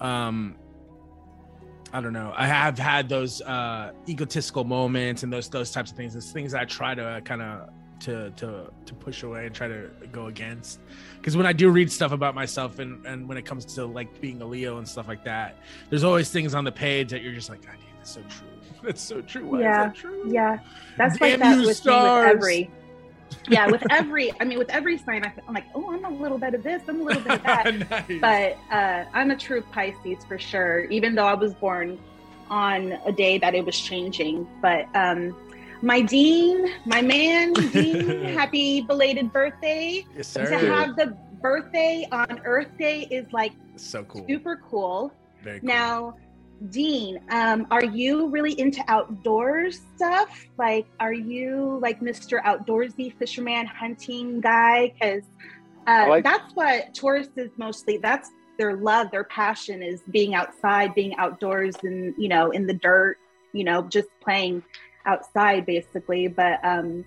[SPEAKER 1] um I don't know. I have had those uh egotistical moments and those those types of things. It's things I try to kind of to to to push away and try to go against because when I do read stuff about myself and and when it comes to like being a Leo and stuff like that, there's always things on the page that you're just like, God damn, that's so true. That's so true. Why
[SPEAKER 9] Yeah.
[SPEAKER 1] is that true?
[SPEAKER 9] yeah that's like
[SPEAKER 1] Damn
[SPEAKER 9] that
[SPEAKER 1] you,
[SPEAKER 9] with, me
[SPEAKER 1] stars.
[SPEAKER 9] with every yeah with every i mean with every sign I, i'm like oh i'm a little bit of this i'm a little bit of that
[SPEAKER 1] Nice.
[SPEAKER 9] but uh, I'm a true Pisces for sure, even though I was born on a day that it was changing. But um, my Dean, my man, Dean, happy belated birthday.
[SPEAKER 1] yes,
[SPEAKER 9] To
[SPEAKER 1] sir.
[SPEAKER 9] have the birthday on Earth Day is like
[SPEAKER 1] so cool.
[SPEAKER 9] super cool.
[SPEAKER 1] Very cool.
[SPEAKER 9] Now, Dean, um, are you really into outdoors stuff? Like, are you like Mr. Outdoorsy fisherman hunting guy? Because uh,
[SPEAKER 3] I like-
[SPEAKER 9] that's what tourists is mostly. That's their love, their passion is being outside, being outdoors, and you know, in the dirt, you know, just playing outside basically. But um,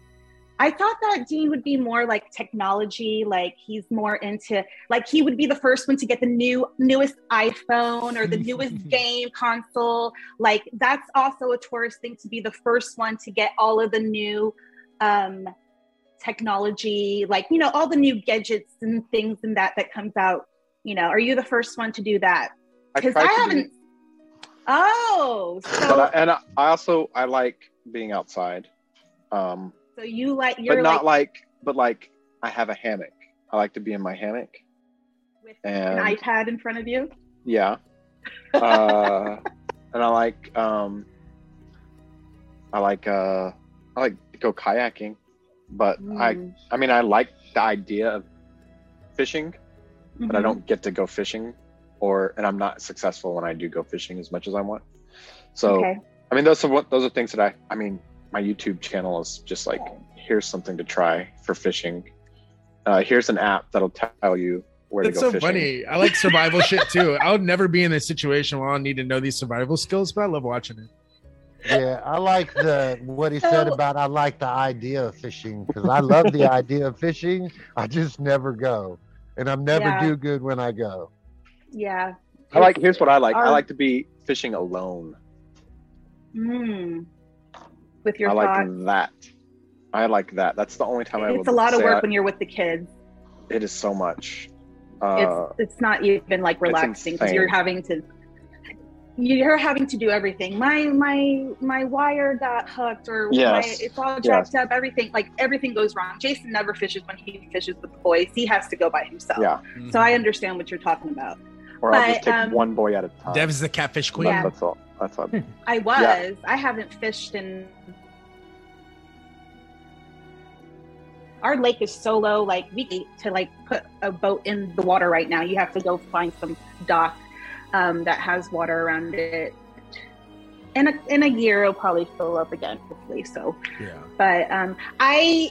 [SPEAKER 9] I thought that Dean would be more like technology, like he's more into like he would be the first one to get the new newest iPhone or the newest game console. Like that's also a tourist thing to be the first one to get all of the new um technology, like you know, all the new gadgets and things and that that comes out. You know, are you the first one to do that?
[SPEAKER 3] I
[SPEAKER 9] Because
[SPEAKER 3] tried
[SPEAKER 9] I,
[SPEAKER 3] to do-
[SPEAKER 9] haven't Oh,
[SPEAKER 3] but I,
[SPEAKER 9] so,
[SPEAKER 3] and I, I also I like being outside, um,
[SPEAKER 9] so you like you're
[SPEAKER 3] but not
[SPEAKER 9] like,
[SPEAKER 3] like, but like I have a hammock. I like to be in my hammock.
[SPEAKER 9] with an
[SPEAKER 3] And
[SPEAKER 9] iPad in front of you.
[SPEAKER 3] yeah, uh, and I like um, I like uh, I like to go kayaking, but I
[SPEAKER 9] Mm.
[SPEAKER 3] I mean I like the idea of fishing, but I
[SPEAKER 9] Mhm.
[SPEAKER 3] don't get to go fishing, or and I'm not successful when I do go fishing as much as I want. So
[SPEAKER 9] okay.
[SPEAKER 3] I mean, those are what those are things that I. I mean, my YouTube channel is just like here's something to try for fishing. Uh, here's an app that'll tell you where
[SPEAKER 1] That's
[SPEAKER 3] to go
[SPEAKER 1] so
[SPEAKER 3] fishing.
[SPEAKER 1] funny. I like survival shit too. I would never be in this situation where I'll need to know these survival skills, but I love watching it.
[SPEAKER 4] Yeah, I like the what he said
[SPEAKER 9] So-
[SPEAKER 4] about I like the idea of fishing because I love the idea of fishing. I just never go, and I'm never
[SPEAKER 9] Yeah.
[SPEAKER 4] do good when I go.
[SPEAKER 9] Yeah.
[SPEAKER 3] I like here's what I like. I
[SPEAKER 9] Our-
[SPEAKER 3] like to be fishing alone.
[SPEAKER 9] Mm. With your
[SPEAKER 3] I like
[SPEAKER 9] thoughts.
[SPEAKER 3] that. I like that. That's the only time I will.
[SPEAKER 9] It's a lot of
[SPEAKER 3] say
[SPEAKER 9] work
[SPEAKER 3] I-
[SPEAKER 9] when you're with the kids.
[SPEAKER 3] it is so much. Uh,
[SPEAKER 9] it's it's not even like relaxing because you're
[SPEAKER 3] insane.
[SPEAKER 9] having to you're having to do everything. My my my wire got hooked or
[SPEAKER 3] Yes.
[SPEAKER 9] my, it's all
[SPEAKER 3] Yes.
[SPEAKER 9] jacked up. Everything like everything goes wrong. Jason never fishes when he fishes with the boys. He has to go by himself.
[SPEAKER 3] Yeah.
[SPEAKER 9] So I understand what you're talking about.
[SPEAKER 3] or I'll just
[SPEAKER 9] but,
[SPEAKER 3] take
[SPEAKER 9] um,
[SPEAKER 3] one boy at a time.
[SPEAKER 1] Dev's the catfish queen.
[SPEAKER 3] That-
[SPEAKER 1] Hmm.
[SPEAKER 9] Yeah.
[SPEAKER 3] That's all. That's all.
[SPEAKER 9] I was.
[SPEAKER 3] Yeah.
[SPEAKER 9] I haven't fished in. Our lake is so low. Like we to like put a boat in the water right now. You have to go find some dock um, that has water around it. In a in a year, it'll probably fill up again, hopefully. So,
[SPEAKER 1] Yeah.
[SPEAKER 9] but um, I,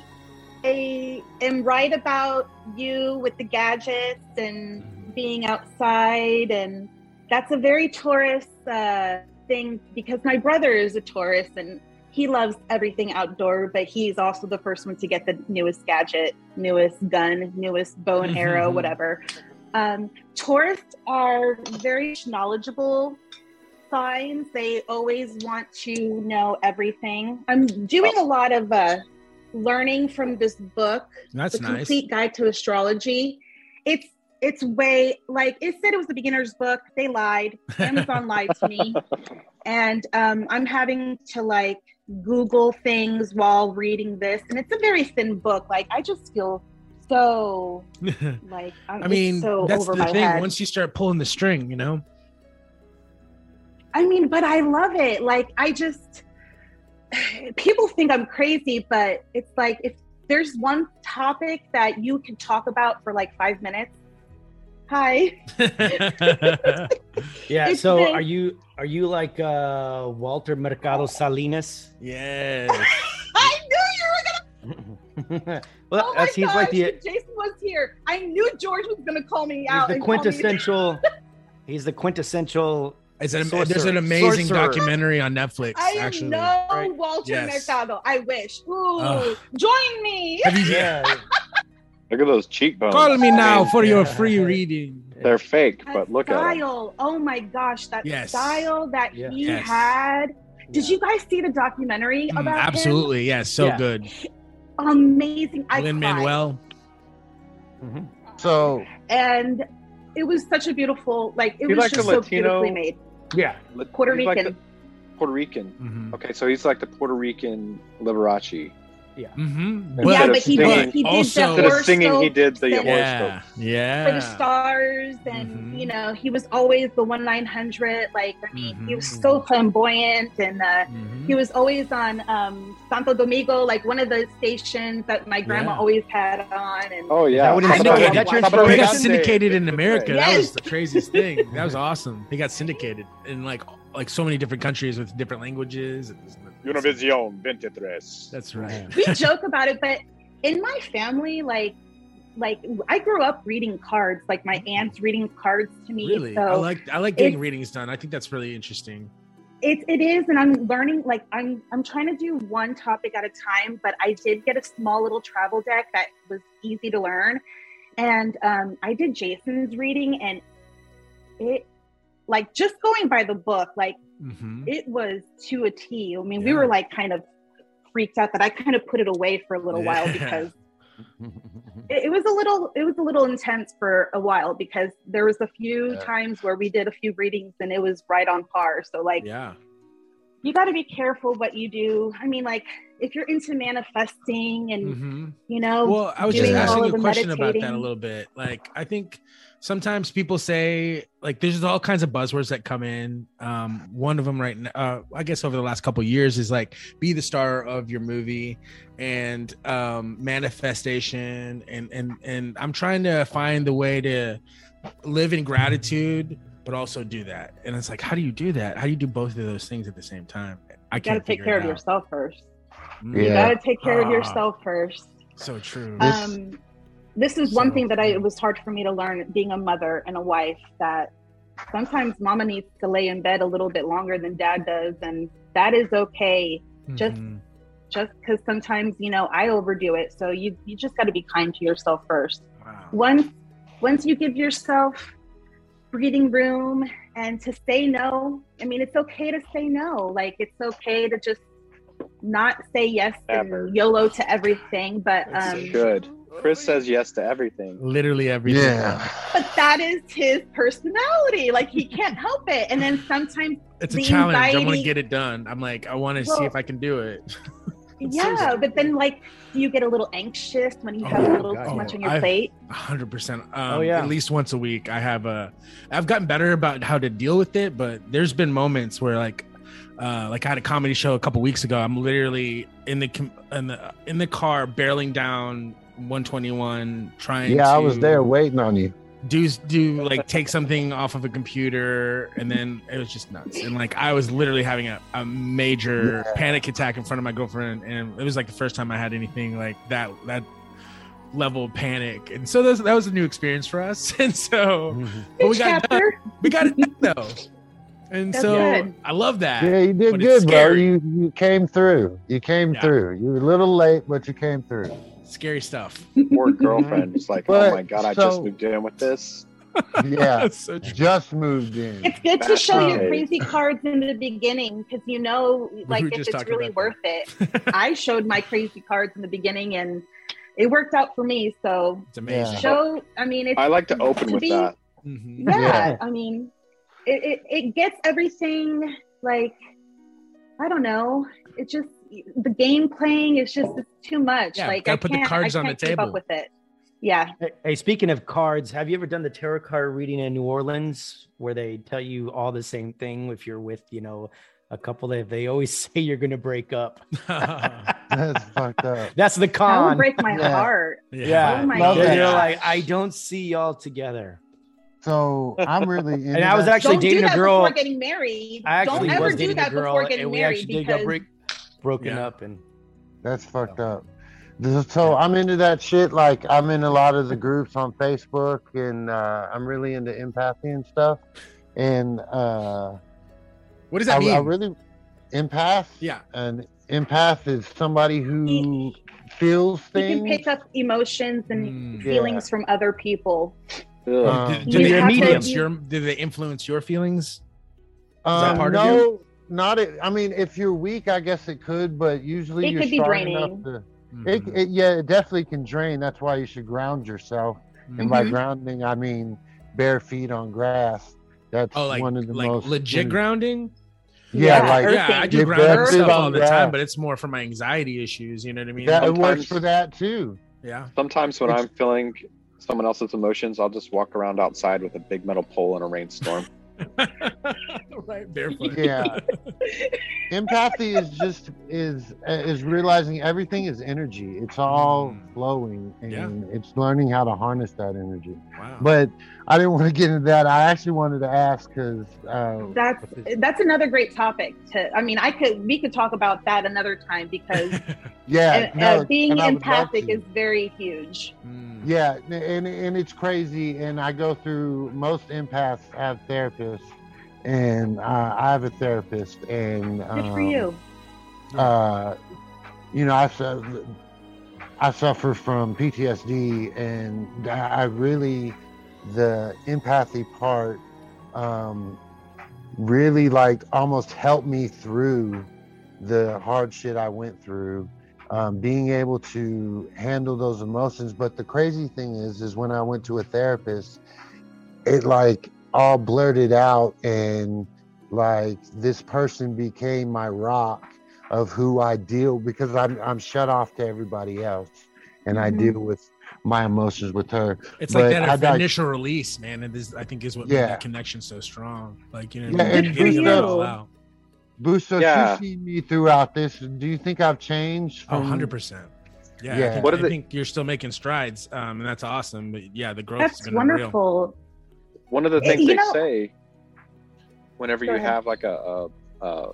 [SPEAKER 9] I am right about you with the gadgets and being outside, and that's a very Taurus uh, thing because my brother is a Taurus and he loves everything outdoor, but he's also the first one to get the newest gadget, newest gun, newest bow and arrow,
[SPEAKER 1] Mhm.
[SPEAKER 9] whatever. Um, Taurus are very knowledgeable signs. They always want to know everything. I'm doing a lot of uh, learning from this book,
[SPEAKER 1] That's
[SPEAKER 9] The
[SPEAKER 1] nice.
[SPEAKER 9] Complete Guide to Astrology. It's it's way like it said it was the beginner's book. They lied. Amazon lied to me, and um, I'm having to like Google things while reading this. And it's a very thin book. Like I just feel so like I'm,
[SPEAKER 1] I mean,
[SPEAKER 9] it's so
[SPEAKER 1] that's
[SPEAKER 9] over
[SPEAKER 1] the
[SPEAKER 9] my
[SPEAKER 1] thing.
[SPEAKER 9] head.
[SPEAKER 1] Once you start pulling the string, you know,
[SPEAKER 9] I mean, but I love it. Like, I just, people think I'm crazy, but it's like if there's one topic that you can talk about for like five minutes, hi.
[SPEAKER 2] Yeah.
[SPEAKER 9] It's
[SPEAKER 2] so
[SPEAKER 9] been-
[SPEAKER 2] are you are you like uh Walter Mercado Salinas?
[SPEAKER 1] yes.
[SPEAKER 9] I knew you were going to.
[SPEAKER 2] well,
[SPEAKER 9] Oh my
[SPEAKER 2] that's, he's like
[SPEAKER 9] gosh,
[SPEAKER 2] the
[SPEAKER 9] if Jason was here. I knew George was going to call me
[SPEAKER 2] he's
[SPEAKER 9] out.
[SPEAKER 2] the
[SPEAKER 9] and call me-
[SPEAKER 2] quintessential. he's the quintessential.
[SPEAKER 1] It's an,
[SPEAKER 2] Sorcerer.
[SPEAKER 1] there's an amazing
[SPEAKER 2] Sorcerer.
[SPEAKER 1] documentary on Netflix.
[SPEAKER 9] I am
[SPEAKER 1] actually,
[SPEAKER 9] no
[SPEAKER 2] Right.
[SPEAKER 9] Walter
[SPEAKER 1] Yes.
[SPEAKER 9] Mercado. I wish. Ooh,
[SPEAKER 1] Ugh.
[SPEAKER 9] join me.
[SPEAKER 1] Have you-
[SPEAKER 2] Yeah.
[SPEAKER 3] Look at those cheekbones.
[SPEAKER 1] call me
[SPEAKER 3] I
[SPEAKER 1] now
[SPEAKER 3] mean,
[SPEAKER 1] for your
[SPEAKER 2] yeah.
[SPEAKER 1] free reading.
[SPEAKER 3] They're fake,
[SPEAKER 9] That
[SPEAKER 3] but look at them.
[SPEAKER 9] style. Oh my gosh, that
[SPEAKER 1] Yes.
[SPEAKER 9] style that
[SPEAKER 2] Yeah.
[SPEAKER 9] he
[SPEAKER 1] Yes.
[SPEAKER 9] had. Did
[SPEAKER 2] Yeah.
[SPEAKER 9] you guys see the documentary
[SPEAKER 1] Mm,
[SPEAKER 9] about him?
[SPEAKER 1] absolutely, yes, so
[SPEAKER 2] Yeah.
[SPEAKER 1] good.
[SPEAKER 9] Amazing. I
[SPEAKER 1] Lin
[SPEAKER 9] cried.
[SPEAKER 1] Manuel.
[SPEAKER 4] So
[SPEAKER 9] And it was such a beautiful, like it
[SPEAKER 3] He
[SPEAKER 9] was
[SPEAKER 3] liked
[SPEAKER 9] just
[SPEAKER 3] the
[SPEAKER 9] so
[SPEAKER 3] Latino-
[SPEAKER 9] beautifully made.
[SPEAKER 2] Yeah.
[SPEAKER 3] Look-
[SPEAKER 9] Puerto
[SPEAKER 3] he's like
[SPEAKER 9] Rican.
[SPEAKER 3] the- Puerto Rican.
[SPEAKER 1] hmm
[SPEAKER 3] Okay, so he's like the Puerto Rican Liberace.
[SPEAKER 1] hmm
[SPEAKER 3] Instead
[SPEAKER 9] yeah,
[SPEAKER 3] of
[SPEAKER 9] but he
[SPEAKER 3] singing-
[SPEAKER 9] did. He did
[SPEAKER 1] also-
[SPEAKER 9] the
[SPEAKER 3] Instead
[SPEAKER 9] horse
[SPEAKER 3] of singing, he
[SPEAKER 9] show
[SPEAKER 3] did the
[SPEAKER 9] Yeah.
[SPEAKER 3] horoscope.
[SPEAKER 1] yeah, yeah.
[SPEAKER 9] for the stars, and
[SPEAKER 1] Mhm.
[SPEAKER 9] you know, he was always the one nine hundred. Like I mean, he was
[SPEAKER 1] Mhm,
[SPEAKER 9] so flamboyant and. Uh,
[SPEAKER 1] Mhm.
[SPEAKER 9] He was always on um, Santo Domingo, like one of the stations that my grandma
[SPEAKER 1] Yeah.
[SPEAKER 9] always had on. And
[SPEAKER 3] Oh yeah,
[SPEAKER 2] that what
[SPEAKER 1] it's I know, called? is that
[SPEAKER 2] your
[SPEAKER 1] But
[SPEAKER 2] Right
[SPEAKER 1] we got
[SPEAKER 2] on there.
[SPEAKER 1] syndicated in America. That was
[SPEAKER 9] Yes.
[SPEAKER 1] the craziest thing. That was awesome. They got syndicated in like like so many different countries with different languages. It was-
[SPEAKER 3] Univision 23.
[SPEAKER 1] That's right.
[SPEAKER 9] we joke about it, but in my family, like, like I grew up reading cards. Like my aunt's reading cards to me.
[SPEAKER 1] Really,
[SPEAKER 9] so
[SPEAKER 1] I like I like getting
[SPEAKER 9] it-
[SPEAKER 1] readings done. I think that's really interesting.
[SPEAKER 9] it, it is, and I'm learning. Like I'm I'm trying to do one topic at a time, but I did get a small little travel deck that was easy to learn, and um, I did Jason's reading, and it like just going by the book, like.
[SPEAKER 1] hmm
[SPEAKER 9] it was to a T. I mean, we
[SPEAKER 1] Yeah.
[SPEAKER 9] were like kind of freaked out that I kind of put it away for a little
[SPEAKER 1] Yeah.
[SPEAKER 9] while because it, it was a little it was a little intense for a while because there was a few
[SPEAKER 4] Yeah.
[SPEAKER 9] times where we did a few readings and it was right on par. So like
[SPEAKER 1] Yeah.
[SPEAKER 9] you got to be careful what you do. I mean, like if you're into manifesting and
[SPEAKER 1] hmm
[SPEAKER 9] you know,
[SPEAKER 1] well i was just
[SPEAKER 4] doing all
[SPEAKER 1] asking
[SPEAKER 9] Oh, of
[SPEAKER 1] a
[SPEAKER 9] the
[SPEAKER 1] question about that a
[SPEAKER 9] meditating.
[SPEAKER 1] little bit like i think sometimes people say like there's all kinds of buzzwords that come in um one of them right now uh, i guess over the last couple years is like be the star of your movie and um manifestation and and and i'm trying to find the way to live in gratitude but also do that and it's like how do you do that how do you do both of those things at the same time i
[SPEAKER 9] you got to
[SPEAKER 1] can't
[SPEAKER 9] take
[SPEAKER 1] figure
[SPEAKER 9] care
[SPEAKER 1] it
[SPEAKER 9] of
[SPEAKER 1] out.
[SPEAKER 9] yourself first. You
[SPEAKER 4] Yeah.
[SPEAKER 9] gotta take care of
[SPEAKER 1] Ah.
[SPEAKER 9] yourself first.
[SPEAKER 1] So true.
[SPEAKER 4] This-
[SPEAKER 9] um, this is one thing that I it was hard for me to learn being a mother and a wife that sometimes mama needs to lay in bed a little bit longer than dad does, and that is okay. just-
[SPEAKER 1] Mhm.
[SPEAKER 9] Just because sometimes you know I overdo it, so you you just got to be kind to yourself first.
[SPEAKER 1] Wow.
[SPEAKER 9] Once once you give yourself breathing room and to say no, I mean it's okay to say no. Like it's okay to just not say yes
[SPEAKER 3] Ever.
[SPEAKER 9] and YOLO to everything, but
[SPEAKER 1] That's
[SPEAKER 9] um,
[SPEAKER 3] Good. Chris says yes to everything.
[SPEAKER 1] Literally everything.
[SPEAKER 4] Yeah.
[SPEAKER 9] but that is his personality. Like he can't help it. And then sometimes,
[SPEAKER 1] It's a
[SPEAKER 9] The
[SPEAKER 1] challenge. I want to
[SPEAKER 9] anxiety-
[SPEAKER 1] get it done. I'm like, I want to see
[SPEAKER 9] Well-
[SPEAKER 1] if I can do it. It's so
[SPEAKER 9] yeah. But then, like, do you get a little anxious when you have
[SPEAKER 1] Oh,
[SPEAKER 9] a little
[SPEAKER 1] God.
[SPEAKER 9] too much on your
[SPEAKER 1] I've-
[SPEAKER 9] plate?
[SPEAKER 1] hundred percent. Um,
[SPEAKER 2] Oh, yeah.
[SPEAKER 1] At least once a week, I have a. I've gotten better about how to deal with it, but there's been moments where like, uh, like I had a comedy show a couple weeks ago. I'm literally in the com- in the in the car, barreling down 121, trying.
[SPEAKER 4] Yeah,
[SPEAKER 1] to
[SPEAKER 4] I was there waiting on you.
[SPEAKER 1] Do do like take something off of a computer, and then it was just nuts. And like I was literally having a, a major panic attack in front of my girlfriend, and it was like the first time I had anything like that that level of panic. And so that was, that was a new experience for us. And so but we
[SPEAKER 9] Good
[SPEAKER 1] got it done.
[SPEAKER 9] chapter.
[SPEAKER 1] we got it done, though. And
[SPEAKER 9] That's
[SPEAKER 1] so
[SPEAKER 9] good.
[SPEAKER 1] I love that.
[SPEAKER 4] Yeah, you did
[SPEAKER 1] But it's
[SPEAKER 4] good, bro.
[SPEAKER 1] scary.
[SPEAKER 4] You you came through. You came
[SPEAKER 1] Yeah.
[SPEAKER 4] through. You were a little late, but you came through.
[SPEAKER 1] Scary stuff.
[SPEAKER 3] Poor girlfriend is like, oh
[SPEAKER 4] But,
[SPEAKER 3] my god, I
[SPEAKER 4] so-
[SPEAKER 3] just moved in with this.
[SPEAKER 4] Yeah,
[SPEAKER 1] That's so true.
[SPEAKER 4] just moved in.
[SPEAKER 9] It's good to show your
[SPEAKER 3] Fascinating.
[SPEAKER 9] crazy cards in the beginning because you know, like,
[SPEAKER 1] were
[SPEAKER 9] if
[SPEAKER 1] just
[SPEAKER 9] it's
[SPEAKER 1] talking
[SPEAKER 9] really
[SPEAKER 1] about
[SPEAKER 9] worth it. I showed my crazy cards in the beginning and it worked out for me. So,
[SPEAKER 1] It's amazing.
[SPEAKER 9] show, I mean, it's,
[SPEAKER 3] I like to open
[SPEAKER 9] To
[SPEAKER 3] with
[SPEAKER 9] be-
[SPEAKER 3] that.
[SPEAKER 1] Mhm.
[SPEAKER 9] yeah,
[SPEAKER 4] Yeah.
[SPEAKER 9] I mean, it, it, it gets everything like I don't know. It just the game playing is just it's too much.
[SPEAKER 1] Yeah,
[SPEAKER 9] like
[SPEAKER 1] gotta
[SPEAKER 9] I
[SPEAKER 1] put the
[SPEAKER 9] can't,
[SPEAKER 1] cards
[SPEAKER 9] I
[SPEAKER 1] on the
[SPEAKER 9] can't keep
[SPEAKER 1] table.
[SPEAKER 9] up with it. Yeah,
[SPEAKER 2] Hey, hey, speaking of cards, have you ever done the tarot card reading in New Orleans where they tell you all the same thing if you're with, you know, a couple that they always say you're going to break up?
[SPEAKER 1] Uh-huh.
[SPEAKER 4] That's fucked up.
[SPEAKER 2] That's the
[SPEAKER 9] that would
[SPEAKER 2] con.
[SPEAKER 9] break my
[SPEAKER 4] Yeah.
[SPEAKER 9] heart.
[SPEAKER 2] Yeah.
[SPEAKER 9] Oh my
[SPEAKER 4] Love
[SPEAKER 2] They're-
[SPEAKER 4] that.
[SPEAKER 2] They're
[SPEAKER 9] gosh.
[SPEAKER 2] like, I don't see y'all together.
[SPEAKER 4] So I'm really. Into
[SPEAKER 2] And I was
[SPEAKER 4] that.
[SPEAKER 2] actually
[SPEAKER 9] don't
[SPEAKER 2] dating
[SPEAKER 9] do
[SPEAKER 2] a
[SPEAKER 9] that
[SPEAKER 2] girl.
[SPEAKER 9] before getting married.
[SPEAKER 2] I actually
[SPEAKER 9] don't ever
[SPEAKER 2] was
[SPEAKER 9] do
[SPEAKER 2] dating a
[SPEAKER 9] that
[SPEAKER 2] girl,
[SPEAKER 9] before getting
[SPEAKER 2] and we
[SPEAKER 9] married
[SPEAKER 2] actually did
[SPEAKER 9] because
[SPEAKER 2] got break, broken
[SPEAKER 1] Yeah.
[SPEAKER 2] up. And
[SPEAKER 4] That's fucked up. Th- So I'm into that shit. Like I'm in a lot of the groups on Facebook, and uh, I'm really into empathy and stuff. And uh,
[SPEAKER 1] What does
[SPEAKER 4] I,
[SPEAKER 1] that mean?
[SPEAKER 4] I really empath.
[SPEAKER 1] yeah.
[SPEAKER 4] An empath is somebody who feels
[SPEAKER 9] you can
[SPEAKER 4] Mm, things.
[SPEAKER 9] pick up emotions and
[SPEAKER 1] Mm.
[SPEAKER 9] feelings from other people.
[SPEAKER 1] Uh,
[SPEAKER 3] Ugh.
[SPEAKER 4] Um,
[SPEAKER 1] Do- do
[SPEAKER 9] You
[SPEAKER 1] they
[SPEAKER 9] have to-
[SPEAKER 1] influence your, do they influence your feelings? that
[SPEAKER 4] Um,
[SPEAKER 1] part of
[SPEAKER 4] no,
[SPEAKER 1] you?
[SPEAKER 4] not. It, I mean, if you're weak, I guess it could, but usually
[SPEAKER 9] It
[SPEAKER 4] you're
[SPEAKER 9] could be
[SPEAKER 4] strong
[SPEAKER 9] draining.
[SPEAKER 4] enough to. It,
[SPEAKER 1] Mhm.
[SPEAKER 4] it, yeah, it definitely can drain. That's why you should ground yourself.
[SPEAKER 1] Mm-hmm.
[SPEAKER 4] And by
[SPEAKER 9] Mhm.
[SPEAKER 4] grounding, I mean bare feet on grass. That's
[SPEAKER 1] Oh, like
[SPEAKER 4] one of the
[SPEAKER 1] like
[SPEAKER 4] most
[SPEAKER 1] legit grounding.
[SPEAKER 4] Yeah,
[SPEAKER 9] Yeah,
[SPEAKER 4] like
[SPEAKER 9] earth-
[SPEAKER 1] yeah, I do
[SPEAKER 4] You're
[SPEAKER 1] ground myself
[SPEAKER 4] grounded
[SPEAKER 1] all
[SPEAKER 4] on
[SPEAKER 1] the
[SPEAKER 4] ground.
[SPEAKER 1] time, but it's more for my anxiety issues. You know what I mean?
[SPEAKER 4] that it
[SPEAKER 3] Sometimes-
[SPEAKER 4] works for that too.
[SPEAKER 1] yeah.
[SPEAKER 3] Sometimes when
[SPEAKER 4] It's-
[SPEAKER 3] I'm feeling someone else's emotions, I'll just walk around outside with a big metal pole in a rainstorm.
[SPEAKER 1] right, barefoot.
[SPEAKER 4] Yeah. Empathy is just is is realizing everything is energy. It's all
[SPEAKER 1] Mm.
[SPEAKER 4] flowing, and
[SPEAKER 1] Yeah. Uh-huh.
[SPEAKER 4] it's learning how to harness that energy.
[SPEAKER 1] Wow.
[SPEAKER 4] But I didn't want to get into that. I actually wanted to ask because uh,
[SPEAKER 9] That's that's another great topic. To I mean, I could we could talk about that another time because
[SPEAKER 4] yeah,
[SPEAKER 9] and,
[SPEAKER 4] no,
[SPEAKER 9] uh, being
[SPEAKER 4] and I would love
[SPEAKER 9] empathic
[SPEAKER 4] to.
[SPEAKER 9] is very huge.
[SPEAKER 1] Mm.
[SPEAKER 4] Yeah, n- and and it's crazy. And I go through most empaths have therapists, and uh, I have a therapist. And
[SPEAKER 9] Good for
[SPEAKER 4] um,
[SPEAKER 9] you.
[SPEAKER 4] Uh, you know, I su- I suffer from PTSD, and I I really the empathy part um, really like almost helped me through the hard shit I went through. Um, being able to handle those emotions, but the crazy thing is, is when I went to a therapist, it like all blurted out, and like this person became my rock of who I deal because I'm I'm shut off to everybody else, and
[SPEAKER 9] Mhm.
[SPEAKER 4] I deal with my emotions with her.
[SPEAKER 1] It's
[SPEAKER 4] but
[SPEAKER 1] like that
[SPEAKER 4] I
[SPEAKER 1] inf-
[SPEAKER 4] like-
[SPEAKER 1] initial release, man, and this I think is what made
[SPEAKER 4] Yeah.
[SPEAKER 1] that connection so strong. Like you know,
[SPEAKER 4] Yeah,
[SPEAKER 1] what I mean?
[SPEAKER 4] and
[SPEAKER 1] getting it all
[SPEAKER 9] Brazil-
[SPEAKER 1] out.
[SPEAKER 4] Busto,
[SPEAKER 3] Yeah.
[SPEAKER 4] you've seen me throughout this. Do you think I've changed?
[SPEAKER 1] Oh,
[SPEAKER 4] From,
[SPEAKER 1] 100 percent. Yeah, I,
[SPEAKER 4] Yeah.
[SPEAKER 1] think,
[SPEAKER 3] What
[SPEAKER 1] I
[SPEAKER 3] are the-
[SPEAKER 1] think you're still making strides, um, and that's awesome. But yeah, the growth has
[SPEAKER 9] That's
[SPEAKER 1] been wonderful.
[SPEAKER 9] wonderful.
[SPEAKER 3] One of the
[SPEAKER 9] Eh,
[SPEAKER 3] things
[SPEAKER 9] you
[SPEAKER 3] they
[SPEAKER 9] know-
[SPEAKER 3] say whenever
[SPEAKER 9] Go
[SPEAKER 3] you
[SPEAKER 9] ahead.
[SPEAKER 3] have like a, a, a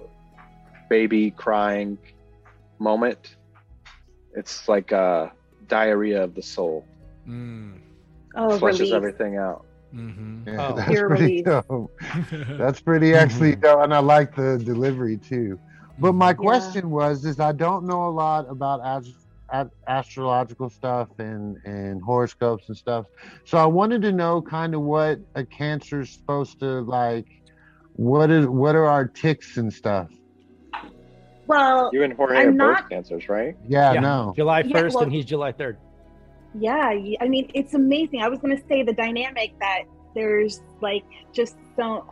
[SPEAKER 3] baby crying, moment. It's like a diarrhea of the soul.
[SPEAKER 1] Mm.
[SPEAKER 9] Oh,
[SPEAKER 3] flushes
[SPEAKER 9] release.
[SPEAKER 3] everything out.
[SPEAKER 1] Mm-hmm.
[SPEAKER 4] Yeah,
[SPEAKER 2] Oh.
[SPEAKER 4] that's
[SPEAKER 9] Pure
[SPEAKER 4] pretty
[SPEAKER 9] release.
[SPEAKER 4] dope. That's pretty
[SPEAKER 1] Mm-hmm.
[SPEAKER 4] actually dope, and I like the delivery too. But my
[SPEAKER 9] Yeah.
[SPEAKER 4] question was, is I don't know a lot about ast- a- astrological stuff and and horoscopes and stuff, so I wanted to know kind of what a Cancer's supposed to like. What is what are our ticks and stuff?
[SPEAKER 9] Well,
[SPEAKER 3] You and Jorge
[SPEAKER 9] I'm
[SPEAKER 3] are
[SPEAKER 9] not-
[SPEAKER 3] both cancers, right?
[SPEAKER 4] Yeah,
[SPEAKER 2] Yeah.
[SPEAKER 4] no.
[SPEAKER 2] July
[SPEAKER 9] Yeah,
[SPEAKER 2] 1st
[SPEAKER 9] well-
[SPEAKER 2] and he's July 3rd.
[SPEAKER 9] yeah y- i mean it's amazing i was going to say the dynamic that there's like just don't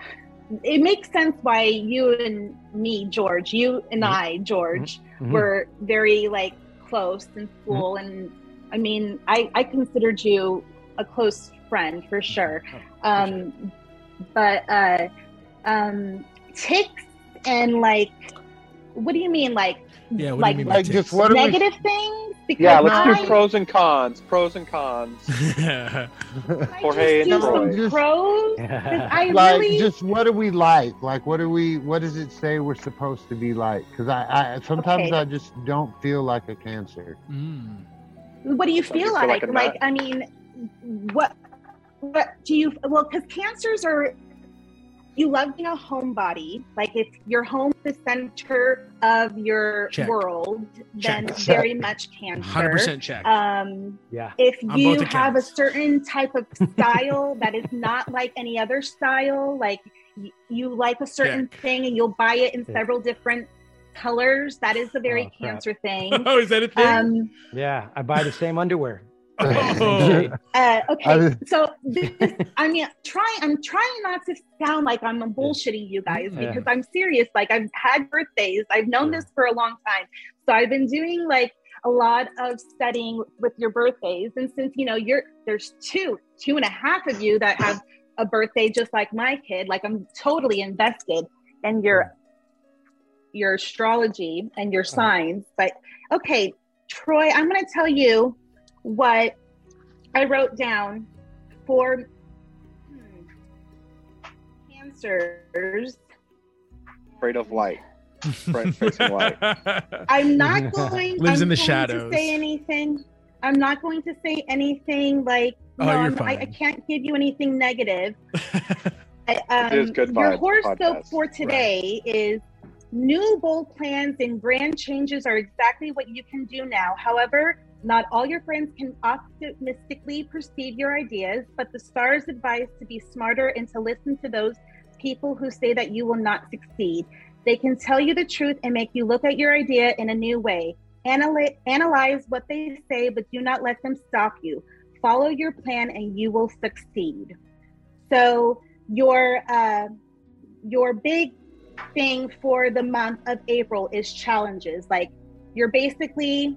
[SPEAKER 9] it makes sense why you and me george you and
[SPEAKER 2] Mhm.
[SPEAKER 9] i george
[SPEAKER 2] Mhm.
[SPEAKER 9] were very like close in school and i mean i i considered you a close friend for sure um but uh um ticks and like what do you mean like
[SPEAKER 1] Yeah, what do you
[SPEAKER 9] like
[SPEAKER 1] mean by
[SPEAKER 4] Like just what are we?
[SPEAKER 9] negative things because
[SPEAKER 3] Yeah, let's
[SPEAKER 9] I,
[SPEAKER 3] do pros and cons. Pros and cons.
[SPEAKER 9] I
[SPEAKER 3] Jorge
[SPEAKER 9] just
[SPEAKER 3] and
[SPEAKER 9] do
[SPEAKER 3] Troy.
[SPEAKER 9] some
[SPEAKER 4] Just-
[SPEAKER 9] pros. 'Cause I
[SPEAKER 4] like
[SPEAKER 9] really,
[SPEAKER 4] just what are we like like what are we what does it say we're supposed to be like because I, I sometimes
[SPEAKER 9] Okay.
[SPEAKER 4] i just don't feel like a cancer
[SPEAKER 1] Mm.
[SPEAKER 9] what do you
[SPEAKER 3] Some
[SPEAKER 9] feel
[SPEAKER 3] people
[SPEAKER 9] like?
[SPEAKER 3] like a
[SPEAKER 9] Like,
[SPEAKER 3] nut.
[SPEAKER 9] I mean, what, what do you? Well, because cancers are, you love being a homebody. Like, if your home is the center of your
[SPEAKER 1] Check.
[SPEAKER 9] world, then
[SPEAKER 4] Check.
[SPEAKER 9] very much cancer.
[SPEAKER 1] 100% check.
[SPEAKER 9] Um,
[SPEAKER 2] Yeah.
[SPEAKER 9] if
[SPEAKER 1] On
[SPEAKER 9] you
[SPEAKER 1] both
[SPEAKER 9] have a
[SPEAKER 1] accounts.
[SPEAKER 9] certain type of style that is not like any other style like y- you like a certain
[SPEAKER 1] Check.
[SPEAKER 9] thing and you'll buy it in
[SPEAKER 2] Yeah.
[SPEAKER 9] several different colors that is the very
[SPEAKER 2] Oh, crap.
[SPEAKER 9] cancer thing
[SPEAKER 1] oh, is that a thing?
[SPEAKER 9] um
[SPEAKER 2] Yeah. I buy the same underwear.
[SPEAKER 1] oh.
[SPEAKER 9] uh,
[SPEAKER 4] I
[SPEAKER 9] okay
[SPEAKER 4] was-
[SPEAKER 9] so this is i mean trying i'm trying not to sound like i'm bullshitting you guys
[SPEAKER 2] Yeah.
[SPEAKER 9] because i'm serious like i've had birthdays i've known
[SPEAKER 2] Yeah.
[SPEAKER 9] this for a long time so i've been doing like a lot of studying with your birthdays and since you know you're there's two two and a half of you that have a birthday just like my kid like i'm totally invested in your your astrology and your signs but okay troy i'm going to tell you what i wrote down for hmm, cancers
[SPEAKER 3] Afraid of light. Front facing light.
[SPEAKER 9] I'm not going.
[SPEAKER 1] Lives
[SPEAKER 9] I'm
[SPEAKER 1] in the
[SPEAKER 9] going
[SPEAKER 1] shadows.
[SPEAKER 9] To say anything. I'm not going to say anything like.
[SPEAKER 1] Oh,
[SPEAKER 9] no,
[SPEAKER 1] you're
[SPEAKER 9] I'm, I, I
[SPEAKER 1] fine.
[SPEAKER 9] can't give you anything negative. I, um,
[SPEAKER 3] is good
[SPEAKER 9] your
[SPEAKER 3] vibes
[SPEAKER 9] horoscope
[SPEAKER 3] podcast.
[SPEAKER 9] for today is new bold plans and grand changes are exactly what you can do now. However, not all your friends can optimistically perceive your ideas, but the stars advise to be smarter and to listen to those people who say that you will not succeed. They can tell you the truth and make you look at your idea in a new way. Analy- analyze what they say, but do not let them stop you. Follow your plan and you will succeed. So, your uh, your big thing for the month of April is challenges. Like you're basically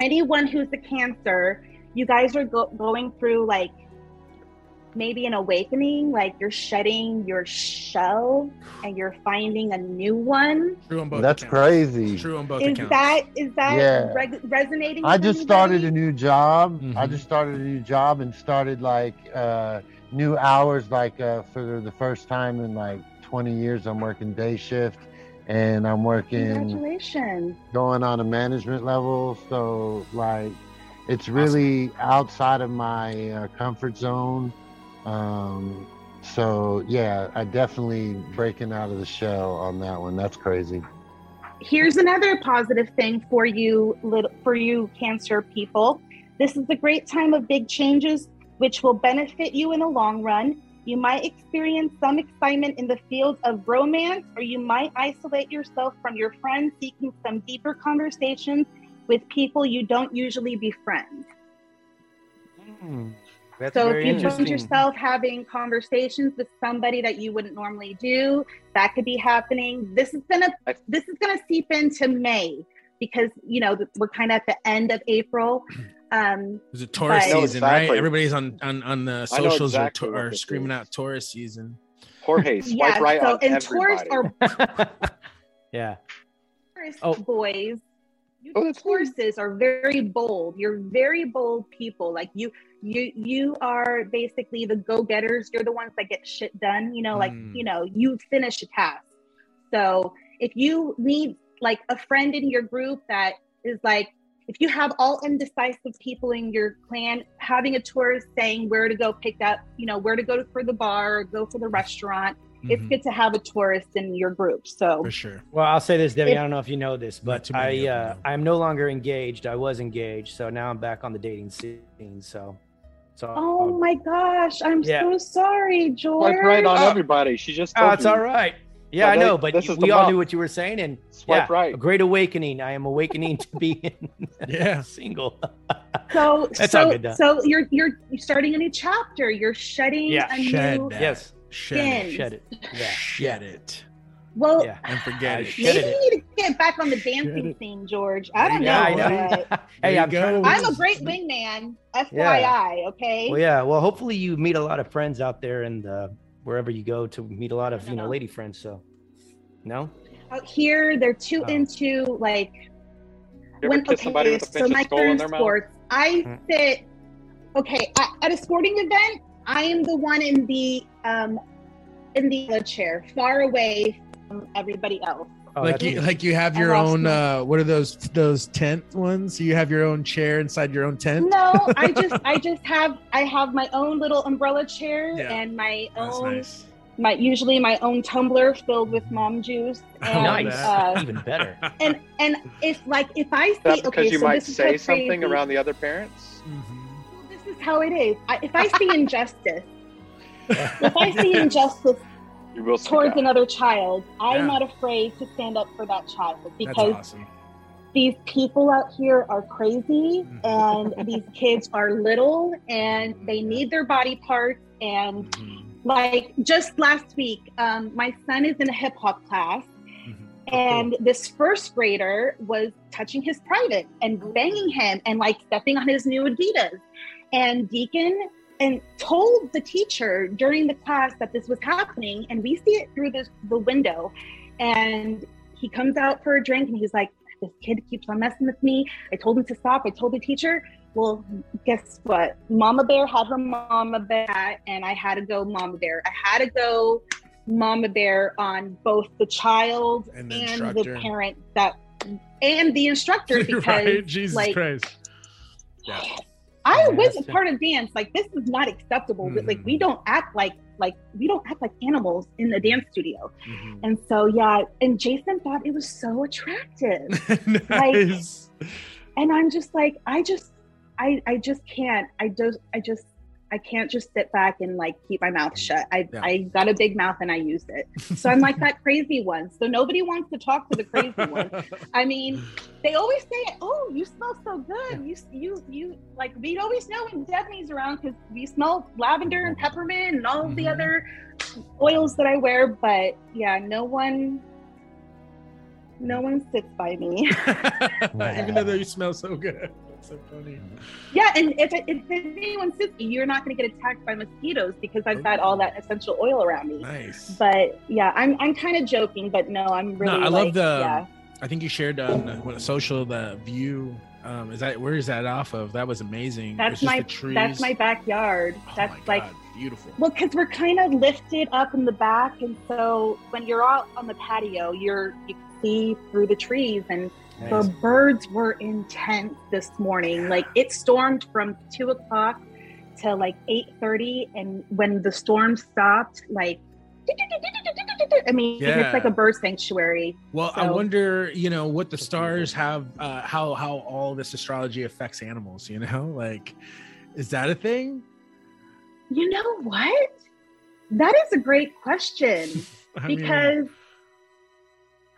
[SPEAKER 9] anyone who's a cancer, you guys are go- going through like maybe an awakening, like you're shedding your shell and you're finding a new one.
[SPEAKER 1] True on both
[SPEAKER 4] that's
[SPEAKER 1] accounts.
[SPEAKER 4] crazy
[SPEAKER 1] True on both
[SPEAKER 9] Is
[SPEAKER 1] accounts.
[SPEAKER 9] that is that
[SPEAKER 4] Yeah.
[SPEAKER 9] reg- resonating?
[SPEAKER 4] i
[SPEAKER 9] with
[SPEAKER 4] just started
[SPEAKER 9] anybody?
[SPEAKER 4] a new job i
[SPEAKER 1] Mhm.
[SPEAKER 4] just started a new job and started like uh new hours like uh for the first time in like 20 years i'm working day shift and i'm working
[SPEAKER 9] Congratulations.
[SPEAKER 4] going on a management level. So like, it's really outside of my uh, comfort zone. Um, so yeah, I definitely breaking out of the shell on that one. That's crazy.
[SPEAKER 9] here's another positive thing for you lit- for you cancer people this is a great time of big changes which will benefit you in the long run you might experience some excitement in the field of romance or you might isolate yourself from your friends seeking some deeper conversations with people you don't usually befriend
[SPEAKER 2] That's
[SPEAKER 9] so if
[SPEAKER 2] very
[SPEAKER 9] you find
[SPEAKER 2] interesting.
[SPEAKER 9] yourself having conversations with somebody that you wouldn't normally do, that could be happening. This is gonna
[SPEAKER 3] I-
[SPEAKER 9] this is gonna seep into May because you know th- we're kind of at the end of April. Um,
[SPEAKER 1] It's a Taurus
[SPEAKER 9] I know
[SPEAKER 1] season, right?
[SPEAKER 3] exactly.
[SPEAKER 1] Everybody's on on on the socials
[SPEAKER 3] exactly
[SPEAKER 1] are,
[SPEAKER 3] what
[SPEAKER 1] are
[SPEAKER 3] this
[SPEAKER 1] screaming
[SPEAKER 3] is.
[SPEAKER 1] out Taurus season.
[SPEAKER 3] Jorge, swipe
[SPEAKER 9] yeah,
[SPEAKER 3] right
[SPEAKER 9] so
[SPEAKER 3] on
[SPEAKER 9] and
[SPEAKER 3] everybody.
[SPEAKER 9] Taurus are
[SPEAKER 2] yeah.
[SPEAKER 9] Taurus
[SPEAKER 2] Oh.
[SPEAKER 9] boys. You
[SPEAKER 3] Oh, that's cool.
[SPEAKER 9] Tauruses are very bold. You're very bold people. Like you, you, you are basically the go-getters. You're the ones that get
[SPEAKER 3] Hmm.
[SPEAKER 9] shit done. You know, like
[SPEAKER 1] Mm.
[SPEAKER 9] you know, you finish a task. So if you need like a friend in your group that is like, if you have all indecisive people in your clan, having a tourist saying where to go pick up, you know, where to go for the bar, or go for the restaurant. It's
[SPEAKER 3] Mm-hmm.
[SPEAKER 1] Mhm.
[SPEAKER 9] good to have a tourist in your group. So
[SPEAKER 1] for sure.
[SPEAKER 2] Well, I'll say this, Debbie.
[SPEAKER 9] If-
[SPEAKER 2] I don't know if you know this,
[SPEAKER 1] Not
[SPEAKER 2] but
[SPEAKER 1] too
[SPEAKER 2] I
[SPEAKER 1] many of
[SPEAKER 2] uh,
[SPEAKER 1] them, no.
[SPEAKER 2] I'm no longer engaged. I was engaged, so now I'm back on the dating scene. So, so
[SPEAKER 9] Oh my gosh, I'm
[SPEAKER 2] Yeah.
[SPEAKER 9] so sorry, George.
[SPEAKER 3] Swipe right on
[SPEAKER 2] Oh.
[SPEAKER 3] everybody. She just
[SPEAKER 2] Oh,
[SPEAKER 9] Uh,
[SPEAKER 3] told
[SPEAKER 2] it's
[SPEAKER 3] you.
[SPEAKER 2] all right. Yeah,
[SPEAKER 3] So
[SPEAKER 2] I know,
[SPEAKER 3] that-
[SPEAKER 2] but
[SPEAKER 3] this is
[SPEAKER 2] we
[SPEAKER 3] the
[SPEAKER 2] all
[SPEAKER 3] month.
[SPEAKER 2] knew what you were saying, and
[SPEAKER 3] Swipe
[SPEAKER 2] yeah,
[SPEAKER 3] right.
[SPEAKER 2] a great awakening. I am awakening to being
[SPEAKER 1] Yeah.
[SPEAKER 2] single.
[SPEAKER 9] So
[SPEAKER 2] That's all
[SPEAKER 9] so
[SPEAKER 2] good, though.
[SPEAKER 9] so you're you're you're starting a new chapter. You're shedding
[SPEAKER 2] Yeah.
[SPEAKER 9] a
[SPEAKER 1] Shed
[SPEAKER 9] new
[SPEAKER 1] that.
[SPEAKER 2] yes,
[SPEAKER 1] Shed it.
[SPEAKER 9] Skin.
[SPEAKER 2] shed it. Yeah,
[SPEAKER 1] Shed it.
[SPEAKER 9] well.
[SPEAKER 2] yeah.
[SPEAKER 1] And forget
[SPEAKER 2] I
[SPEAKER 1] it.
[SPEAKER 2] shed
[SPEAKER 9] Maybe
[SPEAKER 2] it.
[SPEAKER 9] you need to get back on the
[SPEAKER 1] Shed
[SPEAKER 9] dancing
[SPEAKER 1] it.
[SPEAKER 9] scene, George. I
[SPEAKER 1] There
[SPEAKER 9] don't
[SPEAKER 1] you
[SPEAKER 2] Yeah, I
[SPEAKER 9] know.
[SPEAKER 1] go.
[SPEAKER 2] know.
[SPEAKER 9] but
[SPEAKER 1] There
[SPEAKER 2] hey,
[SPEAKER 1] you
[SPEAKER 2] I'm
[SPEAKER 1] go.
[SPEAKER 2] trying to
[SPEAKER 9] I'm a great wingman, FYI. Okay.
[SPEAKER 2] Well, yeah. Well, hopefully you meet a lot of friends out there and uh, wherever you go to meet a lot of you know lady friends. So, no.
[SPEAKER 9] Out here, they're too
[SPEAKER 2] Oh.
[SPEAKER 9] into like
[SPEAKER 3] You ever kiss somebody with a pinch
[SPEAKER 9] so
[SPEAKER 3] of
[SPEAKER 9] my
[SPEAKER 3] skull in
[SPEAKER 9] current
[SPEAKER 3] their mouth?
[SPEAKER 9] sports, I
[SPEAKER 1] Hmm.
[SPEAKER 2] Mm.
[SPEAKER 9] sit. Okay, at, at a sporting event, I am the one in the um in the yellow chair, far away from everybody else.
[SPEAKER 2] Oh,
[SPEAKER 1] like
[SPEAKER 2] that's-
[SPEAKER 1] you, like you have
[SPEAKER 9] I
[SPEAKER 1] your
[SPEAKER 9] lost
[SPEAKER 1] own.
[SPEAKER 9] my-
[SPEAKER 1] Uh, what are those those tent ones? You have your own chair inside your own tent.
[SPEAKER 9] No, I just I just have I have my own little umbrella chair
[SPEAKER 1] Yeah.
[SPEAKER 9] and my
[SPEAKER 1] That's
[SPEAKER 9] own
[SPEAKER 1] nice.
[SPEAKER 9] my usually my own tumbler filled with mom juice
[SPEAKER 1] I
[SPEAKER 9] and
[SPEAKER 1] love
[SPEAKER 2] nice.
[SPEAKER 1] that.
[SPEAKER 9] uh,
[SPEAKER 2] Even better.
[SPEAKER 9] and and if like if I see
[SPEAKER 3] Is that because
[SPEAKER 9] okay,
[SPEAKER 3] you
[SPEAKER 9] so
[SPEAKER 3] might
[SPEAKER 9] this is
[SPEAKER 3] say
[SPEAKER 9] what's
[SPEAKER 3] something
[SPEAKER 9] crazy.
[SPEAKER 3] around the other parents?
[SPEAKER 1] Mhm.
[SPEAKER 9] Well, this is how it is. I, if I see injustice, if I see injustice
[SPEAKER 3] You will speak
[SPEAKER 9] towards
[SPEAKER 3] out.
[SPEAKER 9] another child, I'm
[SPEAKER 1] Yeah.
[SPEAKER 9] not afraid to stand up for that child
[SPEAKER 1] That's
[SPEAKER 9] because
[SPEAKER 1] awesome.
[SPEAKER 9] these people out here are crazy
[SPEAKER 1] Mhm.
[SPEAKER 9] and these kids are little and they need their body parts and
[SPEAKER 1] Mhm.
[SPEAKER 9] like just last week um, my son is in a hip hop class
[SPEAKER 1] Mhm.
[SPEAKER 9] and this first grader was touching his private and banging him and like stepping on his new Adidas. And Deacon and told the teacher during the class that this was happening, and we see it through the, the window. And he comes out for a drink and he's like, This kid keeps on messing with me. I told him to stop. I told the teacher. Well, guess what? Mama Bear had her mama bear, and I had to go Mama Bear. I had to go Mama Bear on both the child and,
[SPEAKER 1] And the
[SPEAKER 9] the
[SPEAKER 1] instructor.
[SPEAKER 9] parent that and the instructor because
[SPEAKER 1] right? Oh, Jesus
[SPEAKER 9] like,
[SPEAKER 1] Christ.
[SPEAKER 9] I
[SPEAKER 2] Yeah,
[SPEAKER 9] was
[SPEAKER 2] that's-
[SPEAKER 9] part of dance. Like this is not acceptable. But, Like
[SPEAKER 1] Hmm.
[SPEAKER 9] we don't act like like we don't act like animals in the dance studio.
[SPEAKER 1] Mhm.
[SPEAKER 9] And so yeah, and Jason thought it was so attractive.
[SPEAKER 1] nice.
[SPEAKER 9] and I'm just like, I just I I just can't. I just I just I can't just sit back and like keep my mouth shut. I
[SPEAKER 1] Yeah.
[SPEAKER 9] I got a big mouth and I used it. So I'm like that crazy one. So nobody wants to talk to the crazy one. I mean, they always say, "Oh, you smell so good." You, you, you. Like we always know when Debney's around because we smell lavender and peppermint and all of the
[SPEAKER 1] Mhm.
[SPEAKER 9] other oils that I wear. But yeah, no one, no one sits by me.
[SPEAKER 1] Even though you smell so good. So funny.
[SPEAKER 9] yeah, and if, if anyone sits, you're not going to get attacked by mosquitoes because I've got all that essential oil around me.
[SPEAKER 1] Nice.
[SPEAKER 9] But yeah, I'm I'm kind of joking, but no, I'm really.
[SPEAKER 1] I love
[SPEAKER 9] like,
[SPEAKER 1] the-
[SPEAKER 9] yeah.
[SPEAKER 1] I think you shared on uh, what social the view. Um, is that where is that off of? That was amazing.
[SPEAKER 9] That's
[SPEAKER 1] It's just
[SPEAKER 9] my-
[SPEAKER 1] the trees.
[SPEAKER 9] That's my backyard.
[SPEAKER 1] Oh
[SPEAKER 9] That's
[SPEAKER 1] my
[SPEAKER 9] like
[SPEAKER 1] God, beautiful.
[SPEAKER 9] Well, because we're kind of lifted up in the back, and so when you're out on the patio, you're you can see through the trees, and the birds were intense this morning. Like it stormed from two o'clock to like eight thirty, and when the storm stopped, like I mean,
[SPEAKER 1] Yeah.
[SPEAKER 9] it's like a bird sanctuary.
[SPEAKER 1] Well, I
[SPEAKER 9] So-
[SPEAKER 1] wonder, you know, what the stars have, uh, how how all this astrology affects animals. You know, like, is that a thing?
[SPEAKER 9] You know what? That is a great question.
[SPEAKER 1] I mean,
[SPEAKER 9] because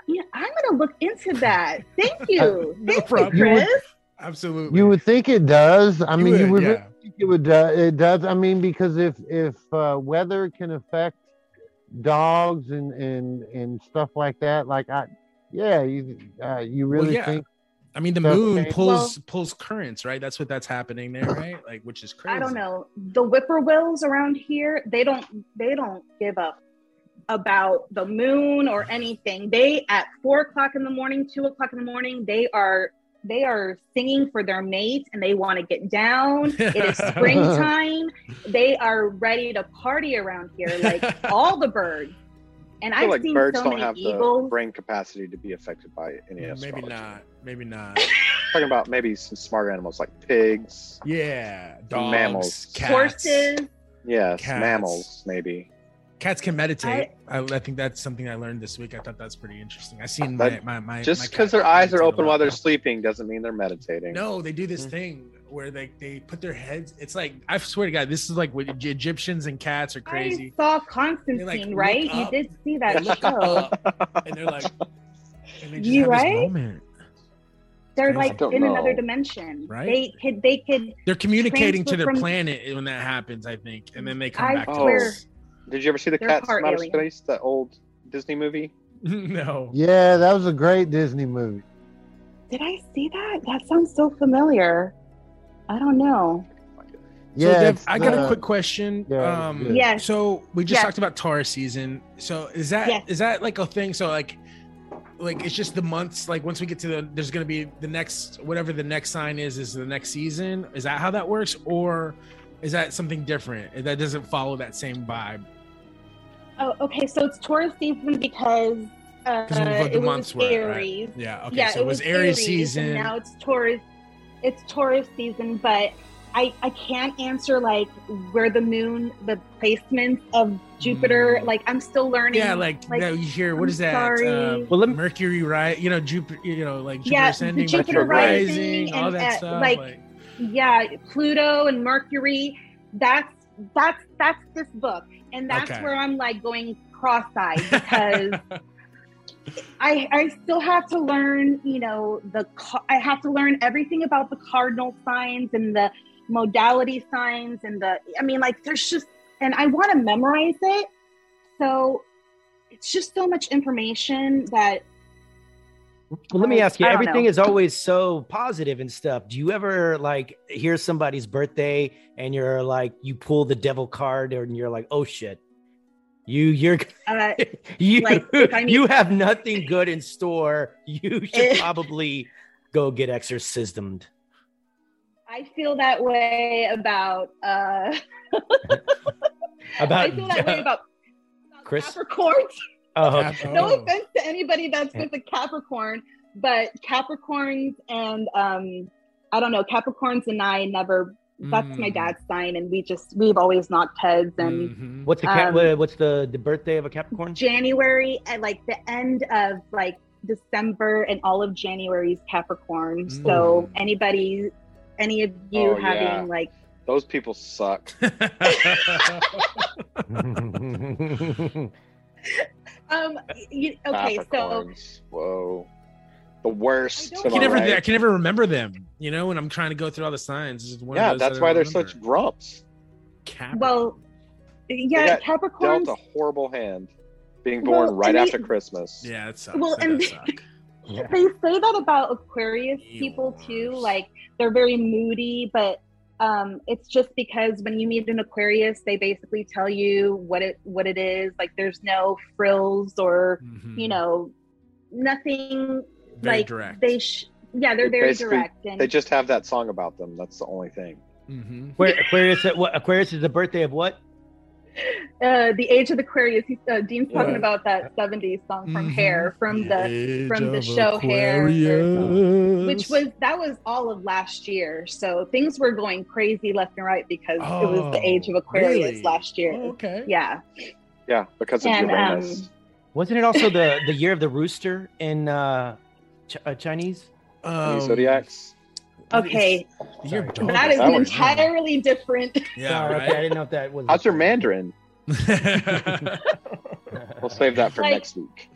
[SPEAKER 9] yeah, I'm gonna look into that. Thank you.
[SPEAKER 1] No
[SPEAKER 9] Thank
[SPEAKER 1] problem.
[SPEAKER 9] you,
[SPEAKER 4] You would-
[SPEAKER 9] Chris.
[SPEAKER 1] absolutely,
[SPEAKER 4] You would think it does. I mean, you would
[SPEAKER 1] yeah.
[SPEAKER 4] think it would. Uh, it does. I mean, because if if uh, weather can affect dogs and and and stuff like that, like I, yeah, you uh, you
[SPEAKER 1] Well,
[SPEAKER 4] really
[SPEAKER 1] yeah.
[SPEAKER 4] think
[SPEAKER 1] I mean, the
[SPEAKER 4] That's
[SPEAKER 1] moon
[SPEAKER 4] okay.
[SPEAKER 1] pulls pulls currents, right? That's what that's happening there, right? Like, which is crazy.
[SPEAKER 9] I don't know. The whippoorwills around here, they don't they don't give up about the moon or anything. They at four o'clock in the morning, two o'clock in the morning, they are they are singing for their mates and they want to get down. It is springtime. they are ready to party around here, like all the birds. And
[SPEAKER 3] I feel
[SPEAKER 9] I've
[SPEAKER 3] like
[SPEAKER 9] seen
[SPEAKER 3] birds
[SPEAKER 9] so
[SPEAKER 3] don't
[SPEAKER 9] many
[SPEAKER 3] have the
[SPEAKER 9] eagles.
[SPEAKER 3] brain capacity to be affected by any astrology.
[SPEAKER 1] maybe not. Maybe not.
[SPEAKER 3] Talking about maybe some smart animals like pigs.
[SPEAKER 1] Yeah, dogs,
[SPEAKER 3] Mammals.
[SPEAKER 1] cats.
[SPEAKER 9] Horses.
[SPEAKER 3] Yes,
[SPEAKER 1] Cats.
[SPEAKER 3] mammals maybe.
[SPEAKER 1] Cats can meditate. I, I think that's something I learned this week. I thought that's pretty interesting. I seen my
[SPEAKER 3] That-
[SPEAKER 1] my, my
[SPEAKER 3] Just
[SPEAKER 1] my
[SPEAKER 3] because
[SPEAKER 1] cat
[SPEAKER 3] their eyes are
[SPEAKER 1] meditate a
[SPEAKER 3] open
[SPEAKER 1] lot.
[SPEAKER 3] while they're sleeping doesn't mean they're meditating.
[SPEAKER 1] No, they do this
[SPEAKER 4] Hmm.
[SPEAKER 3] Mhm.
[SPEAKER 1] thing where they they put their heads. It's like I swear to God, this is like what Egyptians and cats are crazy.
[SPEAKER 9] I saw Constantine,
[SPEAKER 1] They, like, look
[SPEAKER 9] right?
[SPEAKER 1] up.
[SPEAKER 9] You did see
[SPEAKER 1] They
[SPEAKER 9] that
[SPEAKER 1] look
[SPEAKER 9] show.
[SPEAKER 1] up and they're like, and they just
[SPEAKER 9] You
[SPEAKER 1] have
[SPEAKER 9] right?
[SPEAKER 1] this moment.
[SPEAKER 9] They're
[SPEAKER 1] I
[SPEAKER 9] like
[SPEAKER 3] don't
[SPEAKER 9] in
[SPEAKER 3] know.
[SPEAKER 9] another dimension.
[SPEAKER 1] Right?
[SPEAKER 9] They could. They could.
[SPEAKER 1] They're communicating
[SPEAKER 9] Transfer
[SPEAKER 1] to their
[SPEAKER 9] from-
[SPEAKER 1] planet when that happens, I think, and then they come
[SPEAKER 9] I
[SPEAKER 1] back
[SPEAKER 3] swear-
[SPEAKER 1] to us.
[SPEAKER 3] Did you ever see the
[SPEAKER 9] They're
[SPEAKER 3] Cats
[SPEAKER 9] part
[SPEAKER 3] from Outer
[SPEAKER 9] alien.
[SPEAKER 3] Space? That old Disney movie.
[SPEAKER 1] no,
[SPEAKER 4] Yeah, that was a great Disney movie.
[SPEAKER 9] Did I see that? That sounds so familiar. I don't know.
[SPEAKER 1] So,
[SPEAKER 4] Yeah,
[SPEAKER 1] Dev,
[SPEAKER 4] it's uh,
[SPEAKER 1] I got a
[SPEAKER 4] the-
[SPEAKER 1] quick question.
[SPEAKER 4] yeah,
[SPEAKER 1] um,
[SPEAKER 4] it's good.
[SPEAKER 9] Yes.
[SPEAKER 1] So we just
[SPEAKER 9] Yes.
[SPEAKER 1] talked about Taurus season. So is that
[SPEAKER 9] Yes.
[SPEAKER 1] is that like a thing? So like, like it's just the months. Like once we get to the, there's gonna be the next whatever the next sign is is the next season. Is that how that works, or is that something different that doesn't follow that same vibe?
[SPEAKER 9] Oh, okay. So it's Taurus season because uh,
[SPEAKER 1] Because what the
[SPEAKER 9] it
[SPEAKER 1] months
[SPEAKER 9] was
[SPEAKER 1] were. right?
[SPEAKER 9] Aries.
[SPEAKER 1] Yeah. Okay.
[SPEAKER 9] yeah,
[SPEAKER 1] so it was, Aries, season.
[SPEAKER 9] And now it's Taurus. It's Taurus season, but I I can't answer like where the moon, the placements of Jupiter.
[SPEAKER 1] Mm.
[SPEAKER 9] Like I'm still learning.
[SPEAKER 1] yeah, like,
[SPEAKER 9] like,
[SPEAKER 1] now you hear
[SPEAKER 9] I'm
[SPEAKER 1] what is that?
[SPEAKER 9] sorry.
[SPEAKER 1] Uh,
[SPEAKER 2] Well, let me,
[SPEAKER 1] Mercury right? You know Jupiter. You know like Jupiter
[SPEAKER 9] yeah,
[SPEAKER 1] ascending,
[SPEAKER 9] Jupiter
[SPEAKER 3] Mercury
[SPEAKER 9] rising,
[SPEAKER 1] all
[SPEAKER 9] and
[SPEAKER 1] that
[SPEAKER 9] uh,
[SPEAKER 1] stuff.
[SPEAKER 9] like
[SPEAKER 1] like
[SPEAKER 9] yeah pluto and mercury that's that's that's this book and that's
[SPEAKER 1] Okay.
[SPEAKER 9] where i'm like going cross-eyed because i i still have to learn you know the ca- i have to learn everything about the cardinal signs and the modality signs and the i mean like there's just and i want to memorize it so it's just so much information that
[SPEAKER 2] well, let me ask you.
[SPEAKER 9] I don't know.
[SPEAKER 2] Everything is always so positive and stuff. Do you ever like hear somebody's birthday and you're like you pull the devil card and you're like, oh shit, you you're
[SPEAKER 9] uh,
[SPEAKER 2] you
[SPEAKER 9] Like, if I need-
[SPEAKER 2] you have nothing good in store. You should
[SPEAKER 9] Eh.
[SPEAKER 2] probably go get exorcismed.
[SPEAKER 9] i feel that way about uh I
[SPEAKER 2] About
[SPEAKER 9] feel that way about, about
[SPEAKER 2] Chris?
[SPEAKER 9] Capricorn.
[SPEAKER 2] oh,
[SPEAKER 1] Cap-
[SPEAKER 2] okay.
[SPEAKER 9] No
[SPEAKER 1] Oh.
[SPEAKER 9] offense to anybody that's with a Capricorn, but Capricorns and um, I don't know, Capricorns and I never. That's my
[SPEAKER 1] Mm.
[SPEAKER 9] dad's sign, and we just we've always knocked heads. And
[SPEAKER 1] Mhm.
[SPEAKER 2] What's the cat?
[SPEAKER 9] Um,
[SPEAKER 2] what- what's the the birthday of a Capricorn?
[SPEAKER 9] January at like the end of like December and all of January's Capricorn. So
[SPEAKER 1] Mm.
[SPEAKER 9] anybody, any of you
[SPEAKER 3] Oh,
[SPEAKER 9] having
[SPEAKER 3] yeah.
[SPEAKER 9] like
[SPEAKER 3] Those people suck.
[SPEAKER 1] Mm-hmm.
[SPEAKER 9] um, you, okay, so
[SPEAKER 3] Capricorns. whoa, the worst.
[SPEAKER 9] I
[SPEAKER 1] I
[SPEAKER 9] don't-
[SPEAKER 3] am I
[SPEAKER 1] can never,
[SPEAKER 3] right?
[SPEAKER 1] I can never remember them. You know, when I'm trying to go through all the signs. This is one of
[SPEAKER 3] yeah,
[SPEAKER 1] those
[SPEAKER 3] that's
[SPEAKER 1] that I
[SPEAKER 3] why they're
[SPEAKER 1] don't remember.
[SPEAKER 3] such grumps.
[SPEAKER 1] Cap-
[SPEAKER 9] well, yeah,
[SPEAKER 3] got
[SPEAKER 9] Capricorns.
[SPEAKER 3] Dealt a horrible hand, being
[SPEAKER 9] Well,
[SPEAKER 3] born
[SPEAKER 9] to
[SPEAKER 3] right
[SPEAKER 9] me-
[SPEAKER 3] after Christmas.
[SPEAKER 1] yeah, it sucks.
[SPEAKER 9] well,
[SPEAKER 1] That
[SPEAKER 9] and-
[SPEAKER 1] does suck.
[SPEAKER 9] they say that about Aquarius
[SPEAKER 1] Ew.
[SPEAKER 9] people too. Like they're very moody, but um, it's just because when you meet an Aquarius, they basically tell you what it what it is. Like there's no frills or
[SPEAKER 1] Mhm.
[SPEAKER 9] you know nothing
[SPEAKER 1] Very
[SPEAKER 9] like
[SPEAKER 1] direct.
[SPEAKER 9] they. Sh- yeah, they're
[SPEAKER 3] They
[SPEAKER 9] very
[SPEAKER 3] basically-
[SPEAKER 9] direct. And
[SPEAKER 3] They just have that song about them. That's the only thing.
[SPEAKER 1] Mhm.
[SPEAKER 2] Aquar- Aquarius. What Aquarius is the birthday of what?
[SPEAKER 9] uh, the age of Aquarius. he's- Uh, Dean's talking
[SPEAKER 1] Yeah.
[SPEAKER 9] about that '70s song from
[SPEAKER 1] Mhm.
[SPEAKER 9] Hair, from the from the
[SPEAKER 1] Age of
[SPEAKER 9] show Hair, or-
[SPEAKER 1] Aquarius.
[SPEAKER 9] which was that was all of last year. So things were going crazy left and right because it was
[SPEAKER 1] Oh,
[SPEAKER 9] the age of Aquarius
[SPEAKER 1] really?
[SPEAKER 9] last year.
[SPEAKER 1] Oh, okay.
[SPEAKER 9] Yeah.
[SPEAKER 3] Yeah, because of
[SPEAKER 9] And, um,
[SPEAKER 3] Uranus.
[SPEAKER 2] Wasn't it also the the year of the rooster in uh, Ch- uh Chinese?
[SPEAKER 1] Um,
[SPEAKER 2] Oh.
[SPEAKER 3] zodiacs.
[SPEAKER 9] Okay.
[SPEAKER 1] You're
[SPEAKER 2] Sorry.
[SPEAKER 1] dumb.
[SPEAKER 9] that is
[SPEAKER 3] that
[SPEAKER 9] an
[SPEAKER 3] was-
[SPEAKER 9] entirely different.
[SPEAKER 1] Yeah,
[SPEAKER 2] Sorry,
[SPEAKER 1] right?
[SPEAKER 2] okay, I didn't know if that was.
[SPEAKER 3] How's your Mandarin? We'll save that for
[SPEAKER 9] Like-
[SPEAKER 3] next week.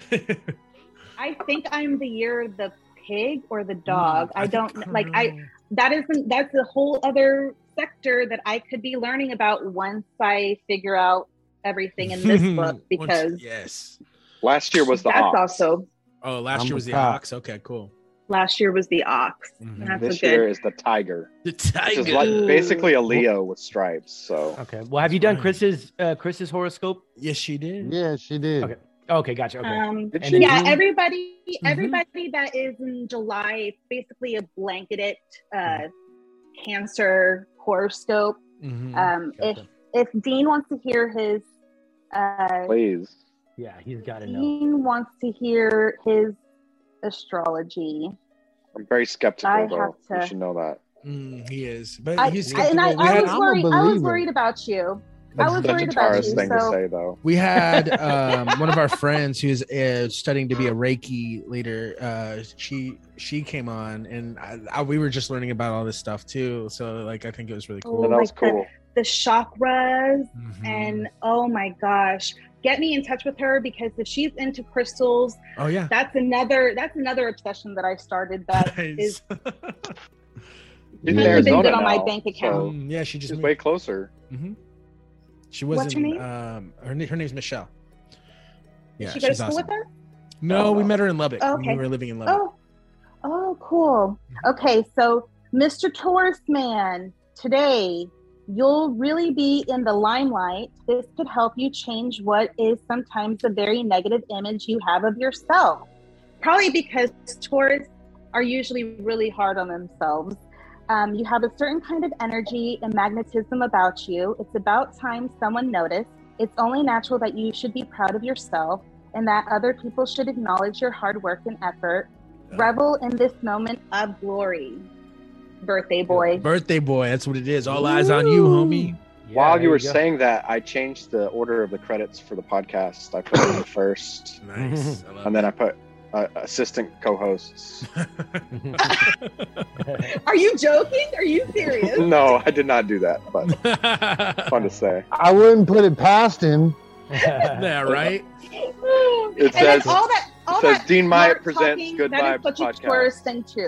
[SPEAKER 9] I think I'm the year of the pig or the dog.
[SPEAKER 1] Mm,
[SPEAKER 9] I don't
[SPEAKER 1] think-
[SPEAKER 9] like I
[SPEAKER 1] know.
[SPEAKER 9] that isn't that's a whole other sector that I could be learning about once I figure out everything in this book
[SPEAKER 1] Once-
[SPEAKER 9] because
[SPEAKER 1] yes.
[SPEAKER 3] Last year was the
[SPEAKER 9] that's
[SPEAKER 3] ox.
[SPEAKER 9] also
[SPEAKER 1] Oh, last
[SPEAKER 4] I'm
[SPEAKER 1] year
[SPEAKER 4] a
[SPEAKER 1] was the
[SPEAKER 4] cop.
[SPEAKER 1] ox. Okay, cool.
[SPEAKER 9] last year was the ox.
[SPEAKER 1] Mhm.
[SPEAKER 9] That's
[SPEAKER 3] this
[SPEAKER 9] a good
[SPEAKER 3] year is the tiger,
[SPEAKER 1] The
[SPEAKER 3] which
[SPEAKER 1] tiger.
[SPEAKER 3] is like
[SPEAKER 9] Ooh.
[SPEAKER 3] basically a Leo with stripes. So
[SPEAKER 2] Okay. Well, have you
[SPEAKER 1] That's
[SPEAKER 2] done
[SPEAKER 1] right.
[SPEAKER 2] Chris's uh, Chris's horoscope?
[SPEAKER 1] yes, she did.
[SPEAKER 4] yeah, she did.
[SPEAKER 2] Okay. Okay, gotcha. Okay.
[SPEAKER 9] Um,
[SPEAKER 3] Did
[SPEAKER 2] she?
[SPEAKER 9] yeah,
[SPEAKER 2] Mhm.
[SPEAKER 9] everybody, everybody that is in July, it's basically a blanketed uh,
[SPEAKER 2] Mm-hmm.
[SPEAKER 9] cancer horoscope.
[SPEAKER 1] Mhm.
[SPEAKER 9] Um,
[SPEAKER 2] Gotcha.
[SPEAKER 9] If if Dean wants to hear his uh,
[SPEAKER 3] please,
[SPEAKER 2] Yeah, he's got to know.
[SPEAKER 9] Dean wants to hear his astrology.
[SPEAKER 3] I'm very skeptical,
[SPEAKER 9] I
[SPEAKER 3] though.
[SPEAKER 9] have to-
[SPEAKER 3] You should know that.
[SPEAKER 1] Mm, he is, but
[SPEAKER 9] I,
[SPEAKER 1] he's
[SPEAKER 9] I- and I,
[SPEAKER 1] skeptical. we,
[SPEAKER 9] I
[SPEAKER 1] had,
[SPEAKER 9] was
[SPEAKER 4] I'm a
[SPEAKER 9] worried. I was
[SPEAKER 4] believer.
[SPEAKER 9] worried about you. I was
[SPEAKER 3] Such a
[SPEAKER 9] worried about
[SPEAKER 3] Taurus
[SPEAKER 9] you.
[SPEAKER 3] thing to
[SPEAKER 9] So
[SPEAKER 3] say, though.
[SPEAKER 1] we had um, one of our friends who's uh, studying to be a Reiki leader. Uh, she she came on, and I, I, we were just learning about all this stuff too. So like, I think it was really cool.
[SPEAKER 9] Oh,
[SPEAKER 3] No, that was
[SPEAKER 9] like the-
[SPEAKER 3] cool.
[SPEAKER 9] the chakras
[SPEAKER 1] Mhm.
[SPEAKER 2] Mm-hmm.
[SPEAKER 9] and oh my gosh, get me in touch with her because if she's into crystals,
[SPEAKER 1] oh yeah,
[SPEAKER 9] that's another that's another obsession that I started that is
[SPEAKER 3] She's in
[SPEAKER 4] Yeah.
[SPEAKER 9] Hasn't been
[SPEAKER 3] Arizona
[SPEAKER 9] good on my
[SPEAKER 3] now,
[SPEAKER 9] bank
[SPEAKER 3] so
[SPEAKER 9] account.
[SPEAKER 1] Um, yeah, she just
[SPEAKER 3] she's
[SPEAKER 1] moved.
[SPEAKER 3] way closer.
[SPEAKER 1] She was
[SPEAKER 9] What's her
[SPEAKER 1] in,
[SPEAKER 9] name?
[SPEAKER 1] Um, her, na- her name's Michelle. Yeah,
[SPEAKER 9] she go to
[SPEAKER 1] she's
[SPEAKER 9] school
[SPEAKER 1] awesome.
[SPEAKER 9] with her?
[SPEAKER 1] No,
[SPEAKER 3] Oh,
[SPEAKER 1] we
[SPEAKER 3] no.
[SPEAKER 1] met her in Lubbock.
[SPEAKER 9] Oh,
[SPEAKER 1] when
[SPEAKER 9] okay.
[SPEAKER 1] We were living in Lubbock.
[SPEAKER 9] Oh, oh, cool. Okay, so Mr. Taurus Man, today you'll really be in the limelight. This could help you change what is sometimes a very negative image you have of yourself. Probably because Taurus are usually really hard on themselves. Um, you have a certain kind of energy and magnetism about you. It's about time someone noticed. It's only natural that you should be proud of yourself and that other people should acknowledge your hard work and effort. Revel in this moment of glory, birthday boy.
[SPEAKER 1] Birthday boy. That's what it is. All eyes on you, homie.
[SPEAKER 2] Yeah,
[SPEAKER 3] While
[SPEAKER 2] there
[SPEAKER 3] you were
[SPEAKER 2] go.
[SPEAKER 3] saying that, I changed the order of the credits for the podcast. I put him first,
[SPEAKER 1] Nice. I love
[SPEAKER 3] and then I put uh, assistant co-hosts.
[SPEAKER 9] Are you joking? Are you serious?
[SPEAKER 3] no, I did not do that, but
[SPEAKER 1] it.
[SPEAKER 3] fun to say.
[SPEAKER 4] I wouldn't put it past him.
[SPEAKER 1] yeah, right?
[SPEAKER 9] and
[SPEAKER 3] says-
[SPEAKER 9] then all that, all
[SPEAKER 3] it says
[SPEAKER 9] that
[SPEAKER 3] Dean Myatt
[SPEAKER 9] smart
[SPEAKER 3] presents
[SPEAKER 9] talking,
[SPEAKER 3] Good
[SPEAKER 9] That is such
[SPEAKER 3] Vibes podcast. Mm.
[SPEAKER 9] a Taurus thing too.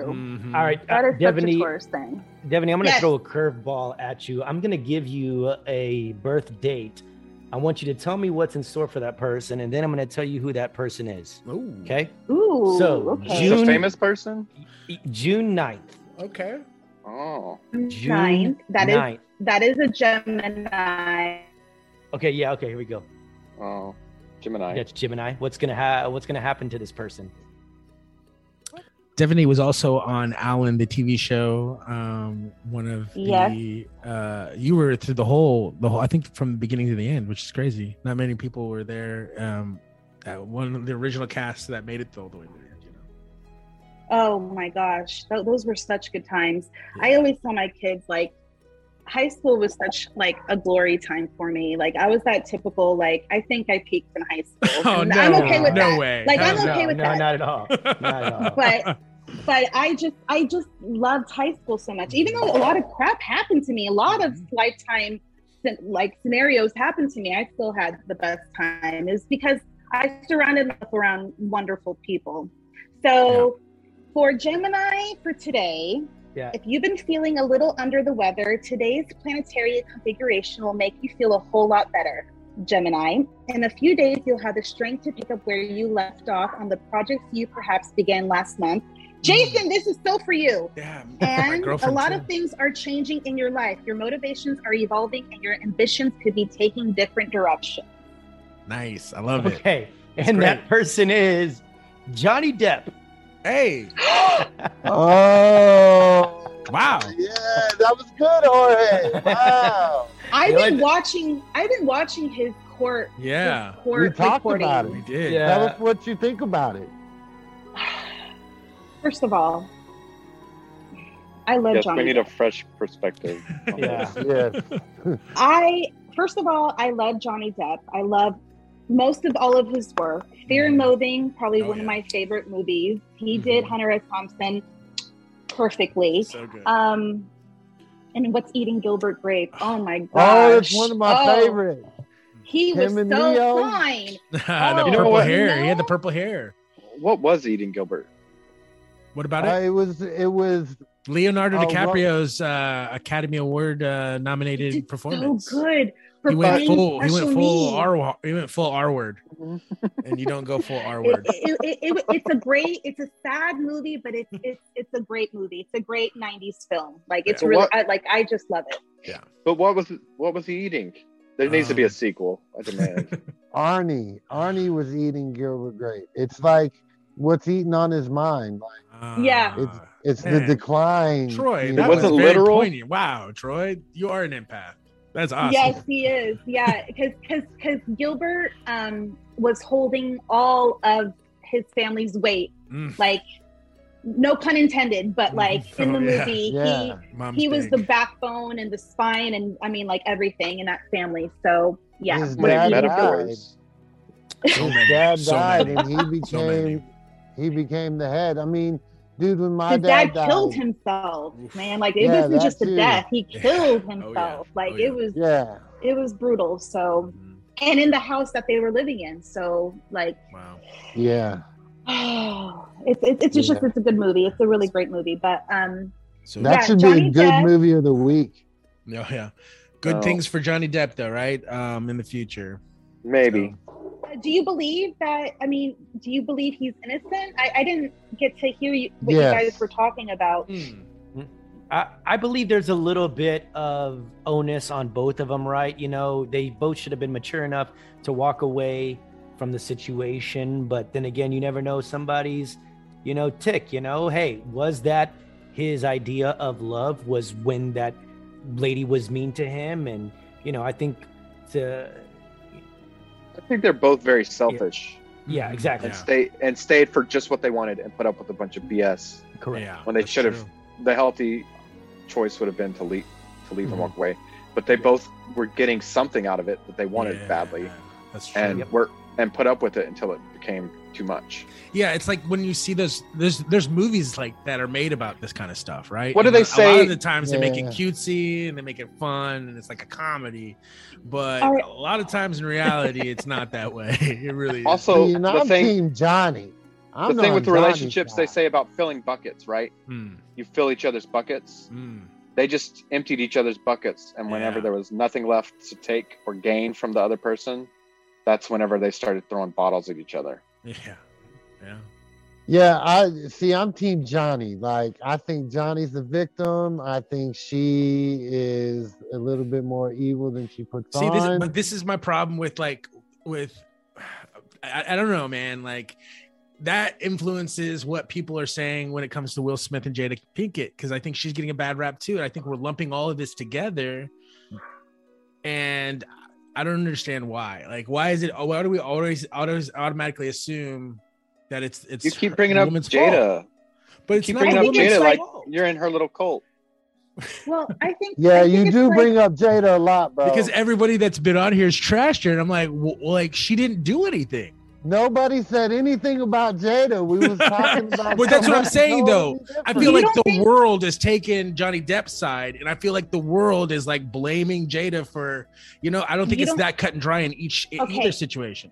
[SPEAKER 1] Mhm.
[SPEAKER 2] All right,
[SPEAKER 9] That is such a
[SPEAKER 2] Devaney,
[SPEAKER 9] Taurus thing.
[SPEAKER 2] Devaney, I'm going to
[SPEAKER 9] Yes.
[SPEAKER 2] throw a curveball at you. I'm going to give you a birth date. I want you to tell me what's in store for that person, and then I'm going to tell you who that person is.
[SPEAKER 1] Ooh,
[SPEAKER 2] Okay?
[SPEAKER 9] Ooh,
[SPEAKER 2] So,
[SPEAKER 9] okay.
[SPEAKER 3] Is this a
[SPEAKER 2] June-
[SPEAKER 3] famous person?
[SPEAKER 2] E- June 9th.
[SPEAKER 1] Okay.
[SPEAKER 3] Oh,
[SPEAKER 2] June
[SPEAKER 9] Nine. That is
[SPEAKER 2] 9th.
[SPEAKER 9] that is a Gemini.
[SPEAKER 2] Okay, yeah, okay, here we go.
[SPEAKER 3] oh, Gemini.
[SPEAKER 2] That's Gemini. What's going to ha- what's going to happen to this person?
[SPEAKER 1] Devaney was also on Alan, the TV show. Um, one of the uh, you were through the whole the whole I think from the beginning to the end, which is crazy. Not many people were there. Um, that one of the original cast that made it all the way to the end. You know?
[SPEAKER 9] Oh my gosh, Tho- those were such good times. I
[SPEAKER 1] Yeah.
[SPEAKER 9] always tell my kids like high school was such like a glory time for me. Like I was that typical like I think I peaked in high school.
[SPEAKER 1] Oh
[SPEAKER 9] And
[SPEAKER 1] no!
[SPEAKER 9] I'm okay with
[SPEAKER 1] no
[SPEAKER 9] that.
[SPEAKER 1] way.
[SPEAKER 9] Like, I'm
[SPEAKER 1] Hell
[SPEAKER 9] okay
[SPEAKER 2] no,
[SPEAKER 9] with
[SPEAKER 2] no,
[SPEAKER 9] that.
[SPEAKER 2] not at all. Not at all.
[SPEAKER 9] But but I just I just loved high school so much. Even though a lot of crap happened to me, a lot of lifetime scen- like scenarios happened to me, I still had the best time. Is because I surrounded myself around wonderful people. So for Gemini for today,
[SPEAKER 2] Yeah.
[SPEAKER 9] if you've been feeling a little under the weather, today's planetary configuration will make you feel a whole lot better. Gemini, in a few days, you'll have the strength to pick up where you left off on the projects you perhaps began last month. Jason, this is so for you.
[SPEAKER 1] yeah, Mm. my
[SPEAKER 9] And a
[SPEAKER 1] girlfriend
[SPEAKER 9] lot
[SPEAKER 1] too.
[SPEAKER 9] of things are changing in your life. Your motivations are evolving and your ambitions could be taking different directions.
[SPEAKER 1] nice. I love it.
[SPEAKER 2] Okay.
[SPEAKER 1] That's
[SPEAKER 2] and that
[SPEAKER 1] great.
[SPEAKER 2] person is Johnny Depp.
[SPEAKER 1] Hey,
[SPEAKER 4] Oh.
[SPEAKER 1] wow.
[SPEAKER 4] Yeah, that was good, Jorge. Wow.
[SPEAKER 9] I've
[SPEAKER 2] You
[SPEAKER 9] been
[SPEAKER 2] like-
[SPEAKER 9] watching I've been watching his court his
[SPEAKER 1] Yeah,
[SPEAKER 9] court
[SPEAKER 4] We talked
[SPEAKER 9] recording.
[SPEAKER 4] about
[SPEAKER 1] we did.
[SPEAKER 2] Yeah.
[SPEAKER 4] Tell us what you think about it.
[SPEAKER 9] First of all, I love
[SPEAKER 3] Yes, we
[SPEAKER 9] Oh, Johnny.
[SPEAKER 3] need a fresh perspective. on
[SPEAKER 2] Yeah.
[SPEAKER 3] this.
[SPEAKER 4] Yeah.
[SPEAKER 9] I first of all, I love Johnny Depp. I love most of all of his work. Fear and Loathing, probably
[SPEAKER 1] Oh,
[SPEAKER 9] one
[SPEAKER 1] yeah.
[SPEAKER 9] of my favorite movies. He
[SPEAKER 1] Mhm.
[SPEAKER 9] did Hunter S. Thompson perfectly.
[SPEAKER 1] So good.
[SPEAKER 9] Um, and what's eating Gilbert Grape? Oh my gosh!
[SPEAKER 4] Oh, it's one of my
[SPEAKER 9] Oh,
[SPEAKER 4] favorites.
[SPEAKER 9] He was
[SPEAKER 4] Him
[SPEAKER 9] so
[SPEAKER 4] and Neo.
[SPEAKER 9] fine.
[SPEAKER 1] the
[SPEAKER 9] oh, You know
[SPEAKER 1] purple
[SPEAKER 3] what?
[SPEAKER 1] hair.
[SPEAKER 9] No.
[SPEAKER 1] He had the purple hair.
[SPEAKER 3] What was eating Gilbert?
[SPEAKER 1] What about
[SPEAKER 4] Uh,
[SPEAKER 1] it?
[SPEAKER 4] it was it was
[SPEAKER 1] Leonardo
[SPEAKER 4] oh, well-
[SPEAKER 1] DiCaprio's uh, Academy Award uh,
[SPEAKER 9] He
[SPEAKER 1] nominated
[SPEAKER 9] did
[SPEAKER 1] performance.
[SPEAKER 9] So good. For
[SPEAKER 1] He went
[SPEAKER 9] playing
[SPEAKER 1] full. He
[SPEAKER 9] special
[SPEAKER 1] went full
[SPEAKER 9] needs. Mm-hmm.
[SPEAKER 1] R. He went full R word, and you don't go full R word.
[SPEAKER 9] It, it, it, it, it's a great, it's a sad movie, but it's it's it's a great movie. It's a great '90s film. Like it's
[SPEAKER 3] Yeah.
[SPEAKER 9] really,
[SPEAKER 3] What-
[SPEAKER 9] I, like I just love it.
[SPEAKER 3] But what was what was he eating? There needs to be a sequel. I demand.
[SPEAKER 4] Arnie. Arnie was eating Gilbert Grape. It's like what's eating on his mind. Like,
[SPEAKER 9] Yeah.
[SPEAKER 4] It's, it's the
[SPEAKER 1] man.
[SPEAKER 4] decline.
[SPEAKER 1] Ah, Troy,
[SPEAKER 4] you
[SPEAKER 1] that
[SPEAKER 4] know,
[SPEAKER 1] was
[SPEAKER 3] wasn't
[SPEAKER 1] very
[SPEAKER 3] literal.
[SPEAKER 1] poignant. Wow, Troy, you are an empath. That's awesome.
[SPEAKER 9] Yes, he is. Yeah, because because because Gilbert um, was holding all of his family's weight,
[SPEAKER 1] Mm.
[SPEAKER 9] like no pun intended, but like in the
[SPEAKER 1] Oh, yeah.
[SPEAKER 9] movie,
[SPEAKER 4] Yeah.
[SPEAKER 1] Mom's
[SPEAKER 9] he he was
[SPEAKER 1] big.
[SPEAKER 9] the backbone and the spine, and I mean like everything in that family. So yeah,
[SPEAKER 4] His
[SPEAKER 3] Many
[SPEAKER 4] dad died.
[SPEAKER 3] metaphors.
[SPEAKER 1] So
[SPEAKER 4] His
[SPEAKER 1] many,
[SPEAKER 4] dad
[SPEAKER 1] so
[SPEAKER 4] died,
[SPEAKER 1] many,
[SPEAKER 4] and he
[SPEAKER 1] so many.
[SPEAKER 4] became he became the head. I mean, dude, when my
[SPEAKER 9] his dad,
[SPEAKER 4] died,
[SPEAKER 9] killed himself,
[SPEAKER 1] Oof.
[SPEAKER 9] man. Like it
[SPEAKER 4] Yeah,
[SPEAKER 9] wasn't just
[SPEAKER 4] that
[SPEAKER 9] a
[SPEAKER 4] too.
[SPEAKER 9] death; he
[SPEAKER 1] Yeah.
[SPEAKER 9] killed
[SPEAKER 1] Oh, yeah.
[SPEAKER 9] himself.
[SPEAKER 1] Oh,
[SPEAKER 9] Like
[SPEAKER 1] yeah.
[SPEAKER 9] it was
[SPEAKER 4] Yeah,
[SPEAKER 9] it was brutal. So
[SPEAKER 1] Mhm.
[SPEAKER 9] and in the house that they were living in, so like
[SPEAKER 1] Wow.
[SPEAKER 4] yeah.
[SPEAKER 9] Oh, it's it's it's just
[SPEAKER 4] Yeah.
[SPEAKER 9] it's a good movie. It's a really great movie, but um,
[SPEAKER 1] So
[SPEAKER 9] Yeah,
[SPEAKER 4] That should be
[SPEAKER 9] Johnny
[SPEAKER 4] a good
[SPEAKER 9] Depp-
[SPEAKER 4] movie of the week.
[SPEAKER 1] No, yeah. Good
[SPEAKER 3] No.
[SPEAKER 1] things for Johnny Depp though, right? Um, in the future.
[SPEAKER 3] Maybe.
[SPEAKER 9] do you believe that? I mean, do you believe he's innocent? I, I didn't get to hear you, what
[SPEAKER 4] Yes.
[SPEAKER 9] you guys were talking about.
[SPEAKER 1] hmm.
[SPEAKER 2] I, I believe there's a little bit of onus on both of them, right? You know, they both should have been mature enough to walk away from the situation. But then again, you never know somebody's, you know, tick, you know, hey, was that his idea of love? Was when that lady was mean to him? And, you know, I think to,
[SPEAKER 3] I think they're both very selfish
[SPEAKER 2] yeah, exactly.
[SPEAKER 3] and stay and stayed for just what they wanted and put up with a bunch of BS.
[SPEAKER 2] Correct.
[SPEAKER 1] Yeah,
[SPEAKER 3] When they
[SPEAKER 1] that's
[SPEAKER 3] should have-
[SPEAKER 1] true.
[SPEAKER 3] The healthy choice would have been to leave to leave
[SPEAKER 2] Mhm.
[SPEAKER 1] Mm-hmm.
[SPEAKER 3] and walk away. But they both were getting something out of it that they wanted
[SPEAKER 1] Yeah,
[SPEAKER 3] badly
[SPEAKER 1] That's true.
[SPEAKER 3] and
[SPEAKER 2] Yep.
[SPEAKER 3] were and put up with it until it became too much.
[SPEAKER 1] yeah, it's like when you see those there's there's movies like that are made about this kind of stuff, right?
[SPEAKER 3] What do
[SPEAKER 1] And
[SPEAKER 3] they
[SPEAKER 1] A lot
[SPEAKER 3] say-
[SPEAKER 1] of the times they make it
[SPEAKER 4] Yeah.
[SPEAKER 1] cutesy and they make it fun and it's like a comedy, but
[SPEAKER 9] Are-
[SPEAKER 1] a lot of times in reality it's not that way. It really is.
[SPEAKER 3] Also,
[SPEAKER 4] See, and
[SPEAKER 3] the
[SPEAKER 4] I'm
[SPEAKER 3] thing
[SPEAKER 4] Team Johnny. I'm
[SPEAKER 3] the thing
[SPEAKER 4] on
[SPEAKER 3] with the
[SPEAKER 4] Johnny's
[SPEAKER 3] relationships they
[SPEAKER 4] side.
[SPEAKER 3] say about filling buckets, right?
[SPEAKER 1] Mm,
[SPEAKER 3] You fill each other's buckets.
[SPEAKER 1] mm.
[SPEAKER 3] They just emptied each other's buckets, and whenever
[SPEAKER 1] Yeah.
[SPEAKER 3] there was nothing left to take or gain from the other person, that's whenever they started throwing bottles at each other.
[SPEAKER 1] yeah. Yeah.
[SPEAKER 4] Yeah, I see. I'm Team Johnny. Like, I think Johnny's the victim. I think she is a little bit more evil than she puts
[SPEAKER 1] See,
[SPEAKER 4] on.
[SPEAKER 1] this, but this is my problem with like with I, I don't know, man. Like that influences what people are saying when it comes to Will Smith and Jada Pinkett because I think she's getting a bad rap too, and I think we're lumping all of this together. And I don't understand why. Like, why is it? Why do we always, always automatically assume that it's it's
[SPEAKER 3] You keep
[SPEAKER 1] her-
[SPEAKER 3] bringing
[SPEAKER 1] the
[SPEAKER 3] up
[SPEAKER 1] woman's
[SPEAKER 3] Jada.
[SPEAKER 1] fault? But it's
[SPEAKER 3] keep
[SPEAKER 1] not
[SPEAKER 3] bringing
[SPEAKER 1] the
[SPEAKER 3] up
[SPEAKER 9] I think it's
[SPEAKER 3] Jada like
[SPEAKER 1] woman's fault.
[SPEAKER 3] you're in her little cult.
[SPEAKER 9] Well, I think
[SPEAKER 4] yeah,
[SPEAKER 9] I think
[SPEAKER 4] you
[SPEAKER 9] it's
[SPEAKER 4] do
[SPEAKER 9] like-
[SPEAKER 4] bring up Jada a lot, bro.
[SPEAKER 1] because everybody that's been on here has trashed her, and I'm like, well, like she didn't do anything.
[SPEAKER 4] nobody said anything about Jada. We was talking about.
[SPEAKER 1] But that's what I'm
[SPEAKER 4] somebody
[SPEAKER 1] saying, though.
[SPEAKER 4] totally
[SPEAKER 1] I
[SPEAKER 4] different.
[SPEAKER 1] feel
[SPEAKER 9] You
[SPEAKER 1] like
[SPEAKER 9] don't
[SPEAKER 1] the
[SPEAKER 9] think-
[SPEAKER 1] world is taking Johnny Depp's side, and I feel like the world is like blaming Jada for, you know, I don't think
[SPEAKER 9] You
[SPEAKER 1] it's
[SPEAKER 9] don't-
[SPEAKER 1] that cut and dry in each in
[SPEAKER 9] Okay.
[SPEAKER 1] either situation.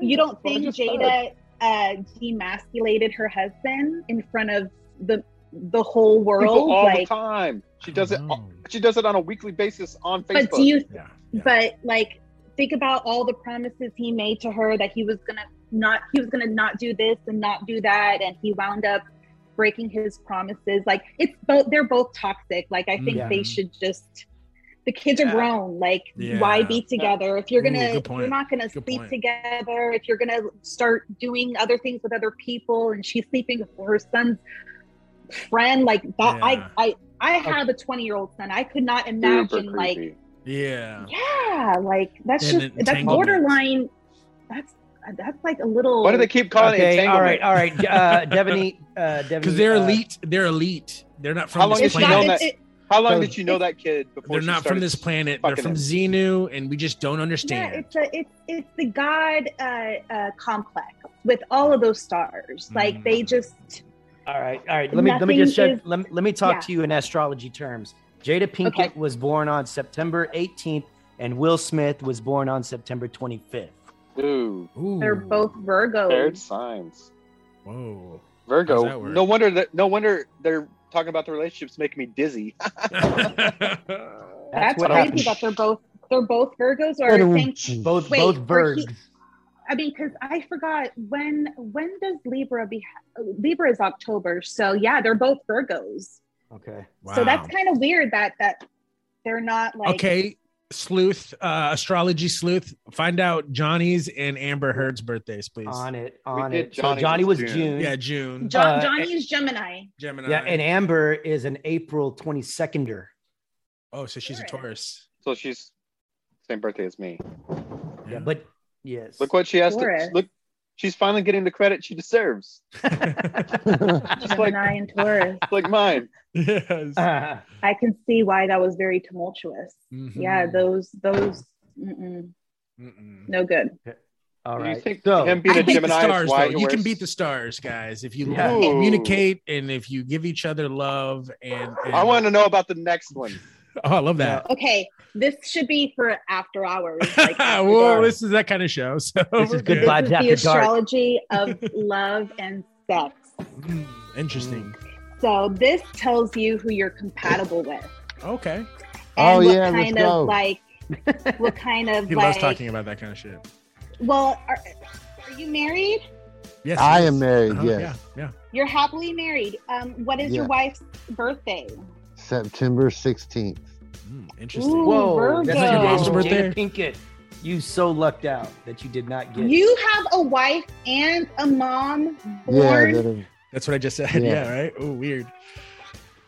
[SPEAKER 9] you don't
[SPEAKER 4] That's what I
[SPEAKER 9] think
[SPEAKER 4] just
[SPEAKER 9] Jada uh, demasculated her husband in front of the the whole world?
[SPEAKER 3] People all
[SPEAKER 9] Like,
[SPEAKER 3] the time. She does
[SPEAKER 9] Oh.
[SPEAKER 3] it.
[SPEAKER 1] No.
[SPEAKER 3] She does it on a weekly basis on Facebook.
[SPEAKER 9] but do you
[SPEAKER 1] Yeah.
[SPEAKER 9] but like think about all the promises he made to her that he was gonna not he was gonna not do this and not do that and he wound up breaking his promises like it's both they're both toxic like i think
[SPEAKER 2] Yeah.
[SPEAKER 9] they should just the kids are
[SPEAKER 3] Yeah.
[SPEAKER 9] grown like
[SPEAKER 1] Yeah.
[SPEAKER 9] why be together if you're
[SPEAKER 1] Ooh,
[SPEAKER 9] gonna
[SPEAKER 1] good
[SPEAKER 9] if
[SPEAKER 1] point.
[SPEAKER 9] you're not gonna
[SPEAKER 1] Good
[SPEAKER 9] sleep
[SPEAKER 1] point.
[SPEAKER 9] together if you're gonna start doing other things with other people and she's sleeping with her son's friend like that
[SPEAKER 1] Yeah.
[SPEAKER 9] i i i have a 20 year old son i could not
[SPEAKER 3] Super
[SPEAKER 9] imagine like
[SPEAKER 3] creepy.
[SPEAKER 1] Yeah.
[SPEAKER 9] yeah, like that's
[SPEAKER 1] And
[SPEAKER 9] just that's
[SPEAKER 1] Oh. entanglement.
[SPEAKER 9] borderline. That's that's like a little.
[SPEAKER 3] Why do they keep calling it
[SPEAKER 2] Okay. All
[SPEAKER 3] entanglement?
[SPEAKER 2] right. All right. Uh, Devaney, uh, Devaney.
[SPEAKER 1] Because they're
[SPEAKER 2] uh,
[SPEAKER 1] elite. They're elite. They're not from
[SPEAKER 3] How long
[SPEAKER 9] It's
[SPEAKER 1] this
[SPEAKER 3] has she known
[SPEAKER 1] planet.
[SPEAKER 9] not.
[SPEAKER 3] that?
[SPEAKER 9] It, it,
[SPEAKER 3] How long
[SPEAKER 4] So-
[SPEAKER 3] did you know that kid before?
[SPEAKER 1] They're
[SPEAKER 3] she
[SPEAKER 1] not from
[SPEAKER 3] started-
[SPEAKER 1] this planet. They're
[SPEAKER 3] fucking
[SPEAKER 1] from
[SPEAKER 3] it.
[SPEAKER 1] Xenu, and we just don't
[SPEAKER 9] yeah,
[SPEAKER 1] understand.
[SPEAKER 9] it's a it's it's the god uh, uh, complex with all of those stars. Like they
[SPEAKER 1] Mm.
[SPEAKER 9] just
[SPEAKER 2] All right, all right. Let me let me
[SPEAKER 9] Nothing
[SPEAKER 2] just shed,
[SPEAKER 9] is-
[SPEAKER 2] let, me, let me talk
[SPEAKER 9] yeah.
[SPEAKER 2] to you in astrology terms. Jada Pinkett
[SPEAKER 9] Okay.
[SPEAKER 2] was born on September 18th, and Will Smith was born on September 25th.
[SPEAKER 3] Ooh,
[SPEAKER 1] Ooh.
[SPEAKER 9] they're both
[SPEAKER 3] paired
[SPEAKER 9] Virgos.
[SPEAKER 3] signs.
[SPEAKER 1] Whoa. How's that
[SPEAKER 3] Virgo.
[SPEAKER 1] work?
[SPEAKER 3] No wonder that. No wonder they're talking about the relationships making me dizzy.
[SPEAKER 9] That's,
[SPEAKER 2] what
[SPEAKER 9] crazy
[SPEAKER 2] happened.
[SPEAKER 9] that they're both they're both Virgos. Or thank,
[SPEAKER 2] Both
[SPEAKER 9] Wait,
[SPEAKER 2] both
[SPEAKER 9] or
[SPEAKER 2] Virgs.
[SPEAKER 9] he- I mean, because I forgot when when does Libra be Libra is October. So yeah, they're both Virgos.
[SPEAKER 2] Okay.
[SPEAKER 1] wow.
[SPEAKER 9] So that's kind of weird that that they're not like
[SPEAKER 1] okay. Sleuth, uh, astrology sleuth, find out Johnny's and Amber Heard's birthdays, please.
[SPEAKER 2] On it. On
[SPEAKER 3] did
[SPEAKER 2] it. so
[SPEAKER 3] Johnny
[SPEAKER 2] Johnny
[SPEAKER 3] was
[SPEAKER 2] was
[SPEAKER 3] June.
[SPEAKER 2] June.
[SPEAKER 1] Yeah, June.
[SPEAKER 9] John,
[SPEAKER 2] Uh,
[SPEAKER 9] Johnny is Gemini.
[SPEAKER 1] Gemini.
[SPEAKER 2] Yeah, and Amber is an April 22nder.
[SPEAKER 1] oh, so she's a
[SPEAKER 9] Taurus.
[SPEAKER 1] Taurus.
[SPEAKER 3] So she's same birthday as me.
[SPEAKER 2] Yeah, but yes.
[SPEAKER 3] Look what she has to
[SPEAKER 9] Taurus.
[SPEAKER 3] look. She's finally getting the credit she deserves. Just like
[SPEAKER 9] Gemini and Taurus.
[SPEAKER 3] like mine.
[SPEAKER 1] Yes.
[SPEAKER 2] Ah,
[SPEAKER 9] I can see why that was very tumultuous.
[SPEAKER 1] Mhm.
[SPEAKER 2] Mm-hmm.
[SPEAKER 9] Yeah, those those mm-mm,
[SPEAKER 1] Mm-mm.
[SPEAKER 9] no good.
[SPEAKER 2] all
[SPEAKER 3] Do
[SPEAKER 2] right.
[SPEAKER 3] You think
[SPEAKER 2] so,
[SPEAKER 3] him
[SPEAKER 1] You
[SPEAKER 3] being a
[SPEAKER 1] can beat the
[SPEAKER 3] Gemini
[SPEAKER 1] stars,
[SPEAKER 3] is why
[SPEAKER 1] though.
[SPEAKER 3] he
[SPEAKER 1] You can
[SPEAKER 3] wears-
[SPEAKER 1] beat the stars, guys. If you
[SPEAKER 2] Yeah.
[SPEAKER 1] if you
[SPEAKER 3] Ooh.
[SPEAKER 1] communicate and if you give each other love and, and-
[SPEAKER 3] I want to know about the next one.
[SPEAKER 1] Oh, I love that.
[SPEAKER 9] Okay, this should be for after hours. Like after
[SPEAKER 1] Well,
[SPEAKER 9] dark.
[SPEAKER 1] this is that kind of show. So
[SPEAKER 2] This is good
[SPEAKER 9] This
[SPEAKER 2] Vibes
[SPEAKER 9] is the
[SPEAKER 2] after dark.
[SPEAKER 9] astrology of love and sex.
[SPEAKER 1] Mm, Interesting.
[SPEAKER 9] So this tells you who you're compatible with.
[SPEAKER 2] Mm.
[SPEAKER 1] Okay.
[SPEAKER 9] And
[SPEAKER 4] Oh,
[SPEAKER 9] what
[SPEAKER 4] yeah, let's
[SPEAKER 9] kind
[SPEAKER 4] go.
[SPEAKER 9] of like what kind of
[SPEAKER 1] He
[SPEAKER 9] like
[SPEAKER 1] loves talking about that kind of shit.
[SPEAKER 9] well are, are you married?
[SPEAKER 1] Yes.
[SPEAKER 4] I
[SPEAKER 1] he
[SPEAKER 4] am
[SPEAKER 1] is.
[SPEAKER 4] married,
[SPEAKER 1] Uh-huh,
[SPEAKER 4] yes.
[SPEAKER 1] Yeah.
[SPEAKER 9] You're happily married. Um, what is your
[SPEAKER 4] Yeah.
[SPEAKER 9] wife's birthday?
[SPEAKER 4] September 16th.
[SPEAKER 1] Yeah. Mm, interesting.
[SPEAKER 9] Ooh.
[SPEAKER 2] whoa,
[SPEAKER 9] Virgo.
[SPEAKER 2] that's
[SPEAKER 1] Isn't that your mom's
[SPEAKER 2] Jada
[SPEAKER 1] birthday?
[SPEAKER 2] Pinkett. You so lucked out that you did not get.
[SPEAKER 9] You have a wife and a mom born.
[SPEAKER 4] Yeah, that'll-
[SPEAKER 1] That's what I just said. Yeah.
[SPEAKER 4] Yeah.
[SPEAKER 1] right. Oh, weird.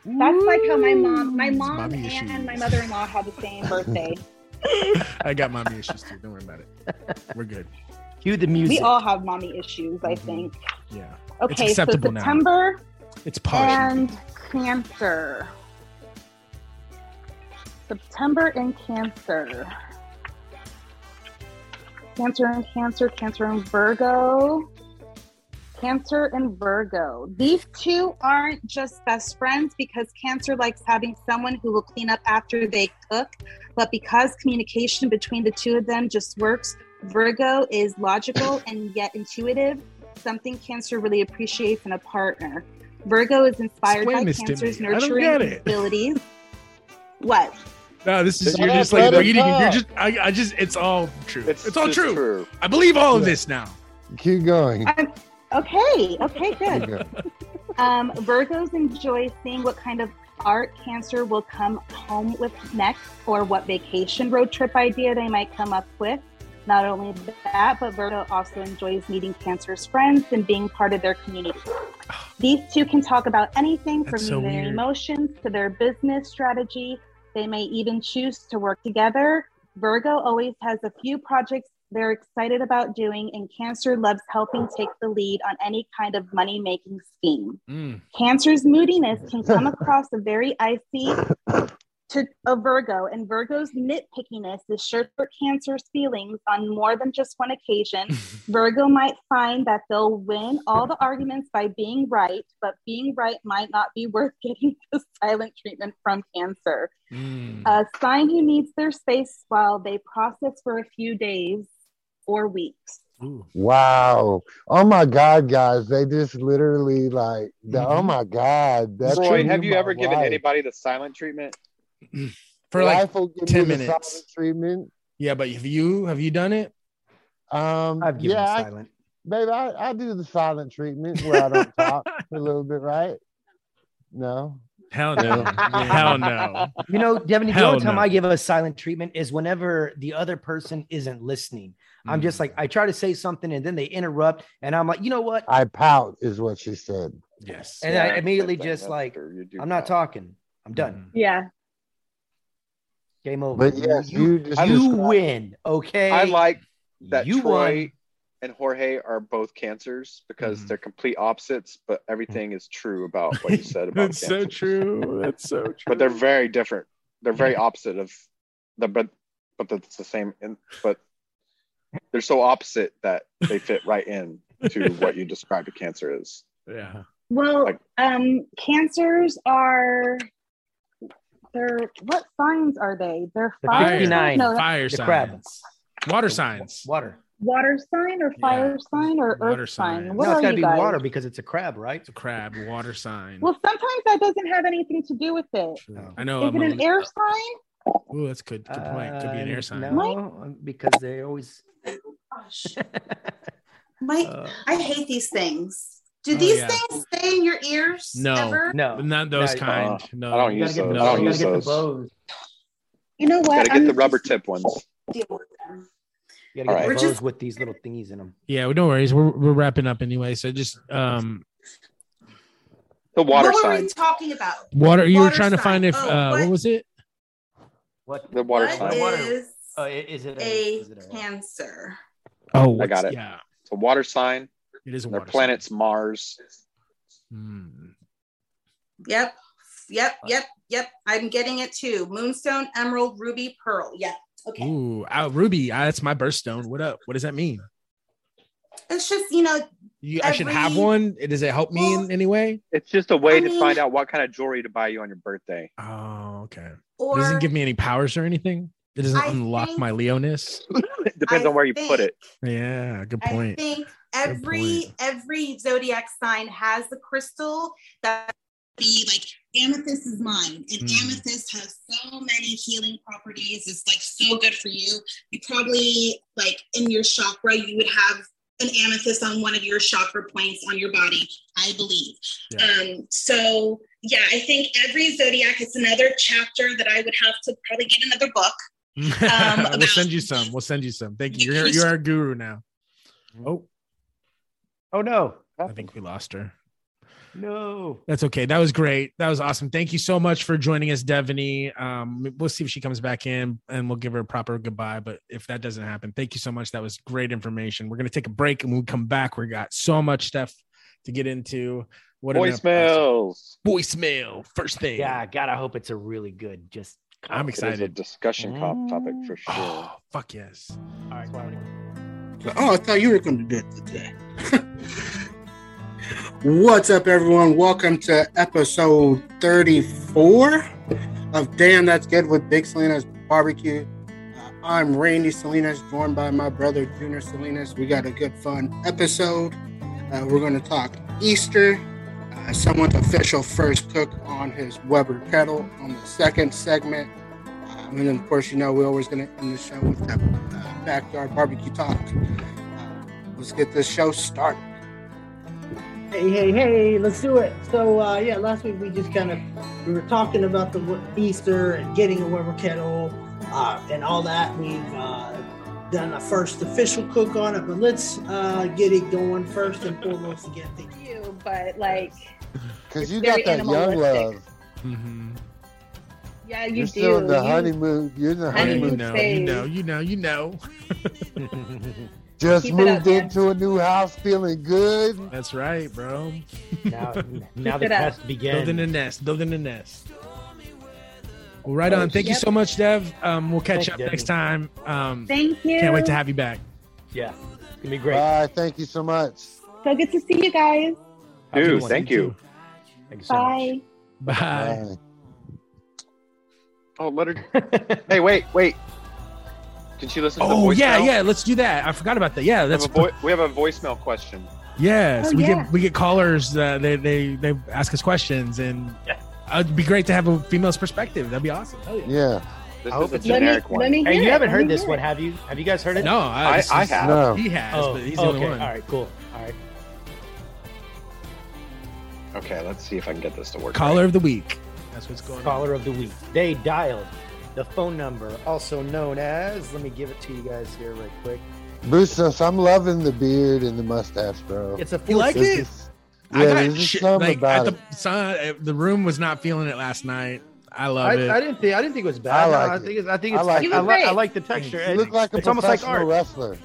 [SPEAKER 9] That's like how my mom, my
[SPEAKER 1] It's
[SPEAKER 9] mom,
[SPEAKER 1] mommy
[SPEAKER 9] and
[SPEAKER 1] issues.
[SPEAKER 9] my mother-in-law have the same birthday.
[SPEAKER 1] I got mommy issues too. Don't worry about it. We're good.
[SPEAKER 2] Cue the music.
[SPEAKER 9] we all have mommy issues, I think.
[SPEAKER 1] Yeah.
[SPEAKER 9] Okay, so
[SPEAKER 1] Mm-hmm. acceptable now.
[SPEAKER 9] September
[SPEAKER 1] It's posh.
[SPEAKER 9] and Cancer. September and Cancer. Cancer and Cancer, Cancer and Virgo. Cancer and Virgo. These two aren't just best friends because Cancer likes having someone who will clean up after they cook. But because communication between the two of them just works, Virgo is logical and yet intuitive, something Cancer really appreciates in a partner. Virgo is inspired
[SPEAKER 1] Explain
[SPEAKER 9] by
[SPEAKER 1] this to
[SPEAKER 9] Cancer's
[SPEAKER 1] me. I don't
[SPEAKER 9] nurturing
[SPEAKER 1] get it.
[SPEAKER 9] abilities. What?
[SPEAKER 1] No, this is
[SPEAKER 4] Shut
[SPEAKER 1] you're
[SPEAKER 4] up,
[SPEAKER 1] just like
[SPEAKER 4] let it
[SPEAKER 1] reading. You're
[SPEAKER 4] talk.
[SPEAKER 1] just. I, I just. It's all true. It's, all
[SPEAKER 3] just
[SPEAKER 1] true. I believe all of this now.
[SPEAKER 4] Keep going.
[SPEAKER 9] I'm, okay, okay,
[SPEAKER 4] Keep
[SPEAKER 9] good.
[SPEAKER 4] going.
[SPEAKER 9] Um, Virgos enjoy seeing what kind of art Cancer will come home with next, or what vacation road trip idea they might come up with. Not only that, but Virgo also enjoys meeting Cancer's friends and being part of their community. These two can talk about anything from
[SPEAKER 1] That's so
[SPEAKER 9] their
[SPEAKER 1] weird.
[SPEAKER 9] emotions to their business strategy. They may even choose to work together. Virgo always has a few projects they're excited about doing, and Cancer loves helping take the lead on any kind of money making scheme.
[SPEAKER 1] Mm.
[SPEAKER 9] Cancer's moodiness can come across a very icy to a Virgo, and Virgo's nitpickiness is sure for Cancer's feelings on more than just one occasion. Virgo might find that they'll win all the arguments by being right, but being right might not be worth getting the silent treatment from Cancer.
[SPEAKER 1] Mm.
[SPEAKER 2] Uh,
[SPEAKER 9] A sign who needs their space while they process for a few days or weeks.
[SPEAKER 1] Ooh.
[SPEAKER 4] Wow. Oh my God, guys. They just literally like, the, oh
[SPEAKER 1] Mhm.
[SPEAKER 4] my God. That's
[SPEAKER 3] Roy,
[SPEAKER 4] really
[SPEAKER 3] have you
[SPEAKER 4] my
[SPEAKER 3] ever given
[SPEAKER 4] wife.
[SPEAKER 3] anybody the silent treentment
[SPEAKER 1] For like,
[SPEAKER 4] Life will give
[SPEAKER 1] 10
[SPEAKER 4] me the
[SPEAKER 1] minutes.
[SPEAKER 4] silent treatment.
[SPEAKER 1] yeah, but have you have you done it?
[SPEAKER 4] Um,
[SPEAKER 2] I've given
[SPEAKER 4] yeah, I-
[SPEAKER 2] silent.
[SPEAKER 4] babe, I, I do the silent treatment where I don't talk for a little bit, right? No.
[SPEAKER 1] Hell no. Hell no.
[SPEAKER 2] You know, Devin, the
[SPEAKER 1] Hell
[SPEAKER 2] only time
[SPEAKER 1] no.
[SPEAKER 2] I give a silent treatment is whenever the other person isn't listening. I'm just
[SPEAKER 1] Mm.
[SPEAKER 2] like, I try to say something and then they interrupt, and I'm like, you know what?
[SPEAKER 4] I pout, is what she said.
[SPEAKER 1] Yes.
[SPEAKER 2] And I immediately just like, I'm not talking. I'm done.
[SPEAKER 1] Mm.
[SPEAKER 9] Yeah.
[SPEAKER 2] Game over.
[SPEAKER 4] But yes,
[SPEAKER 2] you,
[SPEAKER 4] you just
[SPEAKER 3] I
[SPEAKER 2] you
[SPEAKER 3] described-
[SPEAKER 2] win. Okay.
[SPEAKER 3] I like that
[SPEAKER 2] you
[SPEAKER 3] Troy
[SPEAKER 2] won. Mm-hmm.
[SPEAKER 3] and Jorge are both cancers because
[SPEAKER 1] Mhm.
[SPEAKER 3] they're complete opposites, but everything is true about what you said about
[SPEAKER 1] That's so
[SPEAKER 3] cancer.
[SPEAKER 1] true. That's so true.
[SPEAKER 3] But they're very different. They're very opposite of the but but that's the same in but they're so opposite that they fit right in to what you described a cancer is.
[SPEAKER 1] yeah.
[SPEAKER 9] Well,
[SPEAKER 3] Like-
[SPEAKER 9] um, cancers are. They're what signs are they? They're
[SPEAKER 2] The
[SPEAKER 9] fire.
[SPEAKER 2] 59.
[SPEAKER 9] No,
[SPEAKER 1] Fire
[SPEAKER 2] The
[SPEAKER 1] signs.
[SPEAKER 2] crab.
[SPEAKER 1] Water signs.
[SPEAKER 2] Water.
[SPEAKER 9] water sign or fire sign or
[SPEAKER 1] Water
[SPEAKER 9] earth
[SPEAKER 1] sign.
[SPEAKER 9] sign. What
[SPEAKER 2] No, it's
[SPEAKER 9] are
[SPEAKER 2] got to
[SPEAKER 9] you
[SPEAKER 2] be
[SPEAKER 9] guys?
[SPEAKER 2] water because it's a crab, right?
[SPEAKER 1] It's a crab. Water sign.
[SPEAKER 9] Well, sometimes that doesn't have anything to do with it.
[SPEAKER 1] I
[SPEAKER 9] Is
[SPEAKER 1] know. I'm
[SPEAKER 9] it
[SPEAKER 1] a-
[SPEAKER 9] an air sign?
[SPEAKER 1] Ooh, that's good. Good point. Could be an
[SPEAKER 2] Uh,
[SPEAKER 1] air sign.
[SPEAKER 2] No, um, because they always.
[SPEAKER 10] Mike,
[SPEAKER 2] Uh,
[SPEAKER 10] I hate these things. Do
[SPEAKER 1] Oh,
[SPEAKER 10] these
[SPEAKER 1] yeah.
[SPEAKER 10] things stay in your ears?
[SPEAKER 1] No.
[SPEAKER 10] Ever?
[SPEAKER 2] no.
[SPEAKER 1] But Not those
[SPEAKER 2] No,
[SPEAKER 1] kind. no.
[SPEAKER 3] I don't
[SPEAKER 2] You gotta
[SPEAKER 3] use
[SPEAKER 2] get
[SPEAKER 3] those.
[SPEAKER 2] the-
[SPEAKER 1] no,
[SPEAKER 3] I don't
[SPEAKER 2] you gotta
[SPEAKER 3] use
[SPEAKER 2] get the
[SPEAKER 3] those.
[SPEAKER 2] bows.
[SPEAKER 9] You know what?
[SPEAKER 3] Gotta get
[SPEAKER 9] I'm
[SPEAKER 3] the rubber tip ones.
[SPEAKER 10] Deal with them.
[SPEAKER 2] You
[SPEAKER 3] All
[SPEAKER 2] gotta get
[SPEAKER 10] right.
[SPEAKER 2] the
[SPEAKER 10] We're
[SPEAKER 2] bows
[SPEAKER 10] just-
[SPEAKER 2] with these little thingies in them.
[SPEAKER 1] Yeah, well, no worries. We're, we're wrapping up anyway. So just um
[SPEAKER 3] The water
[SPEAKER 10] what were
[SPEAKER 3] sign.
[SPEAKER 10] we talking about?
[SPEAKER 1] water. You were
[SPEAKER 10] Water
[SPEAKER 1] trying to
[SPEAKER 10] sign.
[SPEAKER 1] find if
[SPEAKER 10] Oh,
[SPEAKER 1] uh, what
[SPEAKER 10] what?
[SPEAKER 1] was it?
[SPEAKER 2] What
[SPEAKER 3] The water
[SPEAKER 10] What
[SPEAKER 3] slide.
[SPEAKER 10] is
[SPEAKER 2] Oh, i- is it a,
[SPEAKER 10] a
[SPEAKER 2] is it a
[SPEAKER 10] cancer?
[SPEAKER 1] Oh,
[SPEAKER 3] I got
[SPEAKER 1] what's-
[SPEAKER 3] it.
[SPEAKER 1] Yeah,
[SPEAKER 3] It's a water sign.
[SPEAKER 1] it is a
[SPEAKER 3] Their
[SPEAKER 1] water. Hmm.
[SPEAKER 3] planet's Mars.
[SPEAKER 1] sign.
[SPEAKER 10] Yep. Yep. Yep. Yep. I'm getting it too. Moonstone, emerald, ruby, pearl. Yep.
[SPEAKER 1] Hmm.
[SPEAKER 10] Okay.
[SPEAKER 1] Ooh, ah, Ruby, ah, that's my birthstone. What up? What does that mean?
[SPEAKER 10] It's just, you know,
[SPEAKER 1] You, I should have
[SPEAKER 10] Every-
[SPEAKER 1] one. Does it help me in any way?
[SPEAKER 3] It's just a way
[SPEAKER 10] I
[SPEAKER 3] to
[SPEAKER 10] mean-
[SPEAKER 3] find out what kind of jewelry to buy you on your birthday.
[SPEAKER 1] Oh, okay.
[SPEAKER 10] or
[SPEAKER 1] It doesn't give me any powers or anything. It doesn't
[SPEAKER 10] I
[SPEAKER 1] unlock
[SPEAKER 10] think-
[SPEAKER 1] my Leoness.
[SPEAKER 3] It depends
[SPEAKER 10] I
[SPEAKER 3] on where you put
[SPEAKER 10] think-
[SPEAKER 3] it.
[SPEAKER 1] Yeah, good
[SPEAKER 10] I
[SPEAKER 1] point.
[SPEAKER 10] think every
[SPEAKER 1] point.
[SPEAKER 10] every zodiac sign has a crystal that be like amethyst is mine, and
[SPEAKER 1] Mm.
[SPEAKER 10] amethyst has so many healing properties. It's like so good for you. You probably like in your chakra, you would have an amethyst on one of your chakra points on your body. I believe.
[SPEAKER 1] Yeah.
[SPEAKER 10] Um, so yeah, I think every zodiac is another chapter that I would have to probably get another book. about-
[SPEAKER 1] we'll send you some. We'll send you some. Thank you. You're, you're our guru now. Oh,
[SPEAKER 2] Oh no,
[SPEAKER 1] I think we lost her.
[SPEAKER 2] no.
[SPEAKER 1] That's okay. That was great. That was awesome. Thank you so much for joining us, Devaney. Um, we'll see if she comes back in and we'll give her a proper goodbye. But if that doesn't happen, thank you so much. That was great information. We're going to take a break and when we come back, we got so much stuff to get into. What an episode.
[SPEAKER 3] Voicemails.
[SPEAKER 1] Voicemail. First thing.
[SPEAKER 2] Yeah, God, I hope it's a really good. Just
[SPEAKER 1] I'm
[SPEAKER 3] It is a
[SPEAKER 1] excited.
[SPEAKER 3] discussion cop topic for sure.
[SPEAKER 1] Oh, fuck yes.
[SPEAKER 2] all right. Tony.
[SPEAKER 11] Oh, I thought you were going to do it today. What's up, everyone? Welcome to episode 34 of Damn That's Good with Big Salinas Barbecue. Uh, I'm Randy Salinas, joined by my brother Junior Salinas. We got a good, fun episode. Uh, we're going to talk Easter, uh, someone's official first cook on his Weber kettle on the second segment. Um, and then, of course, you know, we're always going to end the show with that uh, backyard barbecue talk. Uh, let's get this show started.
[SPEAKER 12] Hey, hey, hey, let's do it. So, uh, yeah, last week we just kind of, we were talking about the w- Easter and getting a Weber kettle uh, and all that. We've uh, done a first official cook on it, but let's uh, get it going first and foremost again. Thank you.
[SPEAKER 9] you, but like,
[SPEAKER 4] Because
[SPEAKER 9] It's
[SPEAKER 4] you got
[SPEAKER 9] very
[SPEAKER 4] that young love.
[SPEAKER 9] animalistic.
[SPEAKER 1] Mm-hmm.
[SPEAKER 9] yeah,
[SPEAKER 4] You're
[SPEAKER 9] you do.
[SPEAKER 4] still in the
[SPEAKER 9] You-
[SPEAKER 4] honeymoon. You're in the
[SPEAKER 9] I mean,
[SPEAKER 1] you
[SPEAKER 4] honeymoon.
[SPEAKER 1] know,
[SPEAKER 9] say-
[SPEAKER 1] you know, you know, you know.
[SPEAKER 4] Just
[SPEAKER 9] keep it up,
[SPEAKER 4] moved
[SPEAKER 9] man.
[SPEAKER 4] into a new house, feeling good.
[SPEAKER 1] That's right, bro.
[SPEAKER 2] Now, now
[SPEAKER 9] Keep it
[SPEAKER 2] the
[SPEAKER 9] up.
[SPEAKER 2] test begins.
[SPEAKER 1] Building a nest, building a nest. Well, right on. Thank you
[SPEAKER 9] Oh, Yep.
[SPEAKER 1] so much, Dev. Um, we'll catch
[SPEAKER 2] Thank
[SPEAKER 1] up
[SPEAKER 2] you,
[SPEAKER 1] next
[SPEAKER 2] Dev.
[SPEAKER 1] time. Um,
[SPEAKER 9] Thank you.
[SPEAKER 1] can't wait to have you back.
[SPEAKER 2] Yeah, it's gonna be great.
[SPEAKER 4] Bye. Thank you so much.
[SPEAKER 9] so good to see you guys.
[SPEAKER 2] Have a good
[SPEAKER 3] Dude,
[SPEAKER 2] one.
[SPEAKER 3] thank you.
[SPEAKER 2] Thank you so
[SPEAKER 9] Bye.
[SPEAKER 1] Bye.
[SPEAKER 4] Bye.
[SPEAKER 3] Oh, let her.
[SPEAKER 2] much.
[SPEAKER 3] Hey, wait, wait. Did she listen to the
[SPEAKER 1] Oh
[SPEAKER 3] voicemail?
[SPEAKER 1] yeah, yeah. Let's do that. I forgot about that. Yeah,
[SPEAKER 3] We have,
[SPEAKER 1] that's
[SPEAKER 3] a vo- we have a voicemail question.
[SPEAKER 1] yes.
[SPEAKER 9] Oh,
[SPEAKER 1] we
[SPEAKER 9] yeah.
[SPEAKER 1] get we get callers. Uh, they they they ask us questions, and uh, it'd be great to have a female's perspective. That'd be awesome. Hell yeah.
[SPEAKER 4] Yeah.
[SPEAKER 3] This
[SPEAKER 2] I
[SPEAKER 1] Oh,
[SPEAKER 2] hope
[SPEAKER 3] is a
[SPEAKER 2] it's-
[SPEAKER 9] Let me,
[SPEAKER 3] generic
[SPEAKER 9] let me hear
[SPEAKER 2] Hey, you
[SPEAKER 9] it.
[SPEAKER 2] haven't
[SPEAKER 9] Let
[SPEAKER 2] heard
[SPEAKER 9] me
[SPEAKER 2] this
[SPEAKER 9] hear
[SPEAKER 2] one,
[SPEAKER 9] it.
[SPEAKER 2] have you? Have you guys heard it?
[SPEAKER 1] No, I,
[SPEAKER 3] I-
[SPEAKER 1] this
[SPEAKER 3] I
[SPEAKER 1] is-
[SPEAKER 3] have.
[SPEAKER 4] No.
[SPEAKER 1] He has,
[SPEAKER 2] Oh,
[SPEAKER 1] but he's the
[SPEAKER 2] okay.
[SPEAKER 1] only one.
[SPEAKER 2] All right, cool. All right.
[SPEAKER 3] one. Okay, let's see if I can get this to work.
[SPEAKER 1] Caller of the week. That's what's going on.
[SPEAKER 2] Caller of the week. They dialed the phone number, also known as. Let me give it to you guys here, right quick.
[SPEAKER 4] Bustos, I'm loving the beard and the mustache, bro.
[SPEAKER 2] It's a
[SPEAKER 1] You like
[SPEAKER 4] There's
[SPEAKER 1] it?
[SPEAKER 4] this-
[SPEAKER 1] I
[SPEAKER 4] yeah,
[SPEAKER 1] got
[SPEAKER 4] there's just
[SPEAKER 1] shit,
[SPEAKER 4] something
[SPEAKER 1] like
[SPEAKER 4] about
[SPEAKER 1] at
[SPEAKER 4] it.
[SPEAKER 1] the, sun, eh, the room was not feeling it last night. I love it.
[SPEAKER 2] I, I didn't think. I didn't think it was
[SPEAKER 4] I
[SPEAKER 2] bad. No, I,
[SPEAKER 4] like it.
[SPEAKER 2] think. It's, I think
[SPEAKER 4] I
[SPEAKER 2] it's. I
[SPEAKER 4] like
[SPEAKER 2] like.
[SPEAKER 9] it.
[SPEAKER 2] I, li- I
[SPEAKER 9] Great.
[SPEAKER 2] like the texture.
[SPEAKER 4] You look like a
[SPEAKER 2] it's almost like
[SPEAKER 4] professional
[SPEAKER 2] art.
[SPEAKER 4] wrestler.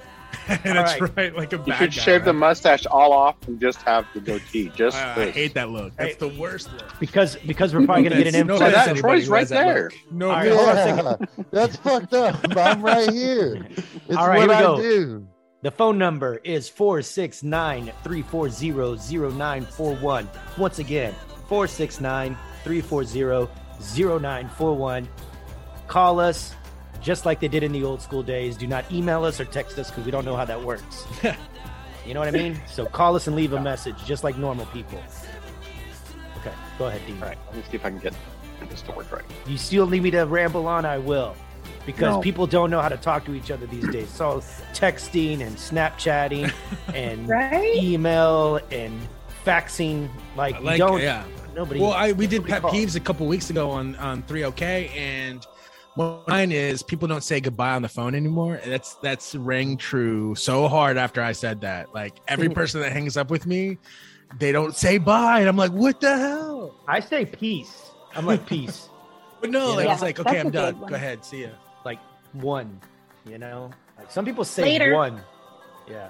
[SPEAKER 1] That's
[SPEAKER 2] Alright.
[SPEAKER 1] right, like a
[SPEAKER 3] You
[SPEAKER 1] bad
[SPEAKER 3] should
[SPEAKER 1] guy,
[SPEAKER 3] shave the
[SPEAKER 1] right?
[SPEAKER 3] mustache all off and just have the goatee. Just
[SPEAKER 1] I, I
[SPEAKER 3] this.
[SPEAKER 1] hate that look. That's
[SPEAKER 2] Hey.
[SPEAKER 1] the worst look.
[SPEAKER 2] because because we're probably gonna get an
[SPEAKER 1] No
[SPEAKER 2] influence.
[SPEAKER 3] So
[SPEAKER 1] offense
[SPEAKER 3] that
[SPEAKER 1] to anybody
[SPEAKER 3] Troy's
[SPEAKER 1] who
[SPEAKER 3] right
[SPEAKER 1] has that
[SPEAKER 3] there.
[SPEAKER 1] look. No,
[SPEAKER 2] All right,
[SPEAKER 1] offense.
[SPEAKER 2] hold on a second.
[SPEAKER 4] Yeah, that's fucked up. but I'm right here. It's
[SPEAKER 2] All right, here
[SPEAKER 4] what
[SPEAKER 2] we
[SPEAKER 4] I
[SPEAKER 2] go.
[SPEAKER 4] do.
[SPEAKER 2] The phone number is 469 340 0941. Once again, 469 340 0941. Call us just like they did in the old school days. Do not email us or text us because we don't know how that works. you know what I mean? So call us and leave a message just like normal people. Okay, go ahead, Dean.
[SPEAKER 3] All right, let me see if I can get this to work right.
[SPEAKER 2] You still need me to ramble on? I will. Because
[SPEAKER 3] No.
[SPEAKER 2] people don't know how to talk to each other these days. So texting and Snapchatting and
[SPEAKER 9] Right?
[SPEAKER 2] email and faxing. Like,
[SPEAKER 1] I
[SPEAKER 2] you
[SPEAKER 1] like,
[SPEAKER 2] don't.
[SPEAKER 1] yeah.
[SPEAKER 2] Nobody.
[SPEAKER 1] Well, I we did
[SPEAKER 2] nobody
[SPEAKER 1] pet
[SPEAKER 2] calls.
[SPEAKER 1] peeves a couple weeks ago on on 3OK and mine is people don't say goodbye on the phone anymore. That's that's rang true so hard after I said that. Like every person that hangs up with me, they don't say bye and I'm like, "What the hell?"
[SPEAKER 2] I say peace. I'm like peace.
[SPEAKER 1] But no,
[SPEAKER 2] You
[SPEAKER 1] like
[SPEAKER 2] know?
[SPEAKER 1] it's like okay, I'm done. Go ahead, see ya.
[SPEAKER 2] Like one, you know. Like some people say
[SPEAKER 9] Later.
[SPEAKER 2] one. Yeah.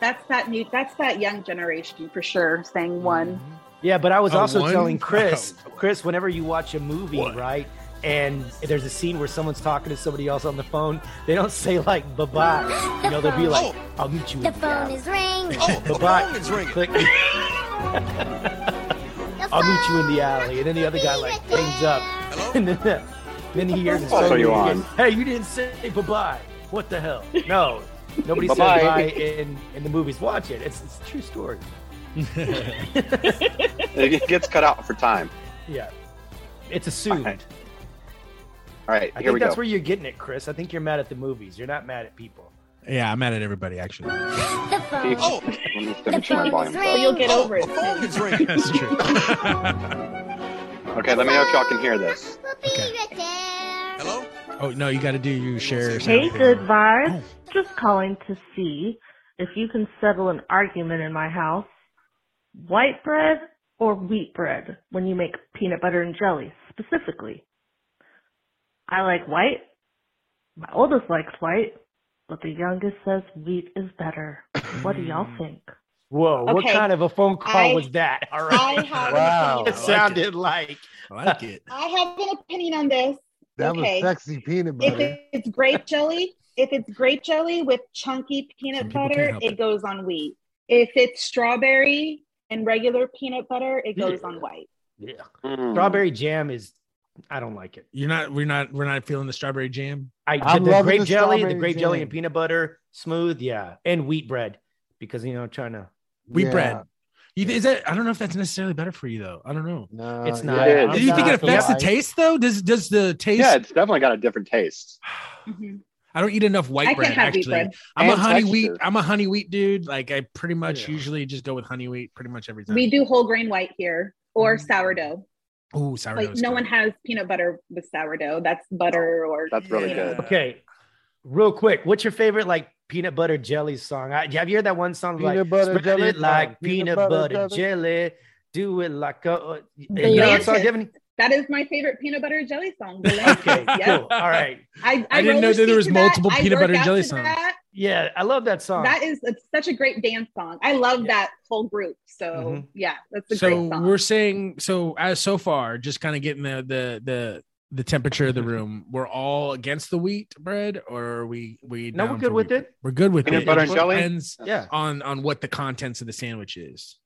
[SPEAKER 9] That's that new. That's that young generation for sure. Saying one.
[SPEAKER 1] Mm-hmm.
[SPEAKER 2] Yeah, but I was
[SPEAKER 9] Oh,
[SPEAKER 2] also
[SPEAKER 9] one?
[SPEAKER 2] telling Chris,
[SPEAKER 1] Oh.
[SPEAKER 2] Chris, whenever you watch a movie, right, and there's a scene where someone's talking to somebody else on the phone, they don't say like bye bye. You know, they'll be like, "I'll meet you."
[SPEAKER 13] The phone is ringing.
[SPEAKER 1] Oh,
[SPEAKER 2] Bye bye. Click. I'll meet you in the alley, and then the other guy like hangs up, and then, then he hears his
[SPEAKER 3] Also
[SPEAKER 2] phone
[SPEAKER 3] you
[SPEAKER 2] ring
[SPEAKER 3] on.
[SPEAKER 2] again. Hey, you didn't say bye bye. What the hell? No, nobody said
[SPEAKER 3] Bye-bye.
[SPEAKER 2] bye in in the movies. Watch it. It's it's a true story.
[SPEAKER 3] it gets cut out for time.
[SPEAKER 2] Yeah, it's assumed.
[SPEAKER 3] All right,
[SPEAKER 2] I
[SPEAKER 3] here
[SPEAKER 2] think
[SPEAKER 3] we
[SPEAKER 2] that's
[SPEAKER 3] go.
[SPEAKER 2] where you're getting it, Chris. I think you're mad at the movies. You're not mad at people.
[SPEAKER 1] Yeah, I'm mad at everybody actually.
[SPEAKER 13] The phone.
[SPEAKER 2] Oh.
[SPEAKER 3] I'm just
[SPEAKER 13] The
[SPEAKER 3] gonna turn my
[SPEAKER 13] phone is
[SPEAKER 3] volume
[SPEAKER 13] ringing.
[SPEAKER 3] up.
[SPEAKER 13] it.
[SPEAKER 1] That's true.
[SPEAKER 3] Okay, let me know if y'all can hear this.
[SPEAKER 1] Oh no, you got to do your share.
[SPEAKER 14] Hey,
[SPEAKER 1] sound
[SPEAKER 14] good
[SPEAKER 1] thing.
[SPEAKER 14] vibes. Just calling to see if you can settle an argument in my house. White bread or wheat bread when you make peanut butter and jelly, specifically. I like white. My oldest likes white, but the youngest says wheat is better. What do y'all think?
[SPEAKER 2] Whoa, what
[SPEAKER 14] Okay.
[SPEAKER 2] kind of a phone call
[SPEAKER 14] I-
[SPEAKER 2] was that? All right.
[SPEAKER 14] I have an
[SPEAKER 2] wow.
[SPEAKER 14] opinion.
[SPEAKER 2] It sounded like.
[SPEAKER 1] I like it.
[SPEAKER 9] I have an opinion on this.
[SPEAKER 4] That
[SPEAKER 9] okay.
[SPEAKER 4] was sexy peanut
[SPEAKER 9] If
[SPEAKER 4] butter.
[SPEAKER 9] it- it's grape jelly, if it's grape jelly with chunky peanut
[SPEAKER 4] people can't
[SPEAKER 9] butter,
[SPEAKER 4] help
[SPEAKER 9] it goes on wheat. If it's strawberry and regular peanut butter, it goes
[SPEAKER 2] Yeah.
[SPEAKER 9] on white.
[SPEAKER 2] Yeah.
[SPEAKER 3] Mm.
[SPEAKER 2] Strawberry jam is, I don't like it.
[SPEAKER 1] You're not. We're not. We're not feeling the strawberry jam.
[SPEAKER 2] I
[SPEAKER 1] I'm
[SPEAKER 2] the
[SPEAKER 1] loving
[SPEAKER 2] grape
[SPEAKER 1] the
[SPEAKER 2] jelly, the
[SPEAKER 1] strawberry
[SPEAKER 2] grape jelly
[SPEAKER 1] jam.
[SPEAKER 2] and peanut butter, smooth, yeah, and wheat bread because you know China.
[SPEAKER 1] Wheat bread. You, th- is that? I don't know if that's necessarily better for you though. I don't know.
[SPEAKER 4] No,
[SPEAKER 2] It's not. yeah,
[SPEAKER 1] Do you
[SPEAKER 2] I'm
[SPEAKER 1] think
[SPEAKER 2] not
[SPEAKER 1] it affects the
[SPEAKER 2] sure.
[SPEAKER 1] taste though? Does does the taste?
[SPEAKER 3] Yeah, it's definitely got a different taste.
[SPEAKER 9] Mm-hmm.
[SPEAKER 1] I don't eat enough
[SPEAKER 3] I
[SPEAKER 1] white
[SPEAKER 3] can't
[SPEAKER 1] bread.
[SPEAKER 3] have wheat
[SPEAKER 1] Actually,
[SPEAKER 3] bread.
[SPEAKER 1] I'm a
[SPEAKER 3] And
[SPEAKER 1] honey
[SPEAKER 3] texture.
[SPEAKER 1] wheat. I'm a honey wheat dude. Like I pretty much usually just go with honey wheat pretty much every time.
[SPEAKER 9] We do whole grain white here or
[SPEAKER 2] Mm-hmm.
[SPEAKER 9] sourdough.
[SPEAKER 1] Ooh, sourdough.
[SPEAKER 9] like no one has peanut butter with sourdough. That's butter or
[SPEAKER 3] that's really good.
[SPEAKER 2] Okay, real quick, what's your favorite like peanut butter jelly song? I, have you heard that one song like
[SPEAKER 4] Peanut butter
[SPEAKER 2] spread
[SPEAKER 4] jelly
[SPEAKER 2] it like
[SPEAKER 4] time,
[SPEAKER 2] peanut,
[SPEAKER 4] peanut
[SPEAKER 2] butter,
[SPEAKER 4] butter
[SPEAKER 2] jelly, do it like a. uh, You know that
[SPEAKER 9] Blanches.
[SPEAKER 2] song, Devin?
[SPEAKER 9] That is my favorite peanut butter jelly song. Blanches.
[SPEAKER 2] Cool. All right.
[SPEAKER 9] I,
[SPEAKER 2] I didn't know
[SPEAKER 9] roller
[SPEAKER 2] that there was
[SPEAKER 9] skate to
[SPEAKER 2] multiple
[SPEAKER 9] I
[SPEAKER 2] peanut
[SPEAKER 9] work
[SPEAKER 2] butter and
[SPEAKER 9] out
[SPEAKER 2] jelly
[SPEAKER 9] to
[SPEAKER 2] songs.
[SPEAKER 9] That.
[SPEAKER 2] Yeah, I love that song.
[SPEAKER 9] that is it's such a great dance song. I love that whole group. So yeah, that's a
[SPEAKER 1] So
[SPEAKER 9] great song.
[SPEAKER 1] we're saying so as so far, just kind of getting the the the the temperature of the room. We're all against the wheat bread, or are we we
[SPEAKER 2] No, we're
[SPEAKER 1] down
[SPEAKER 2] good
[SPEAKER 1] for
[SPEAKER 2] with
[SPEAKER 1] wheat?
[SPEAKER 2] it.
[SPEAKER 1] We're good with
[SPEAKER 3] Peanut
[SPEAKER 1] it.
[SPEAKER 3] butter
[SPEAKER 1] It
[SPEAKER 3] and
[SPEAKER 1] just
[SPEAKER 3] jelly?
[SPEAKER 1] Depends
[SPEAKER 2] Yeah.
[SPEAKER 1] on on what the contents of the sandwich is.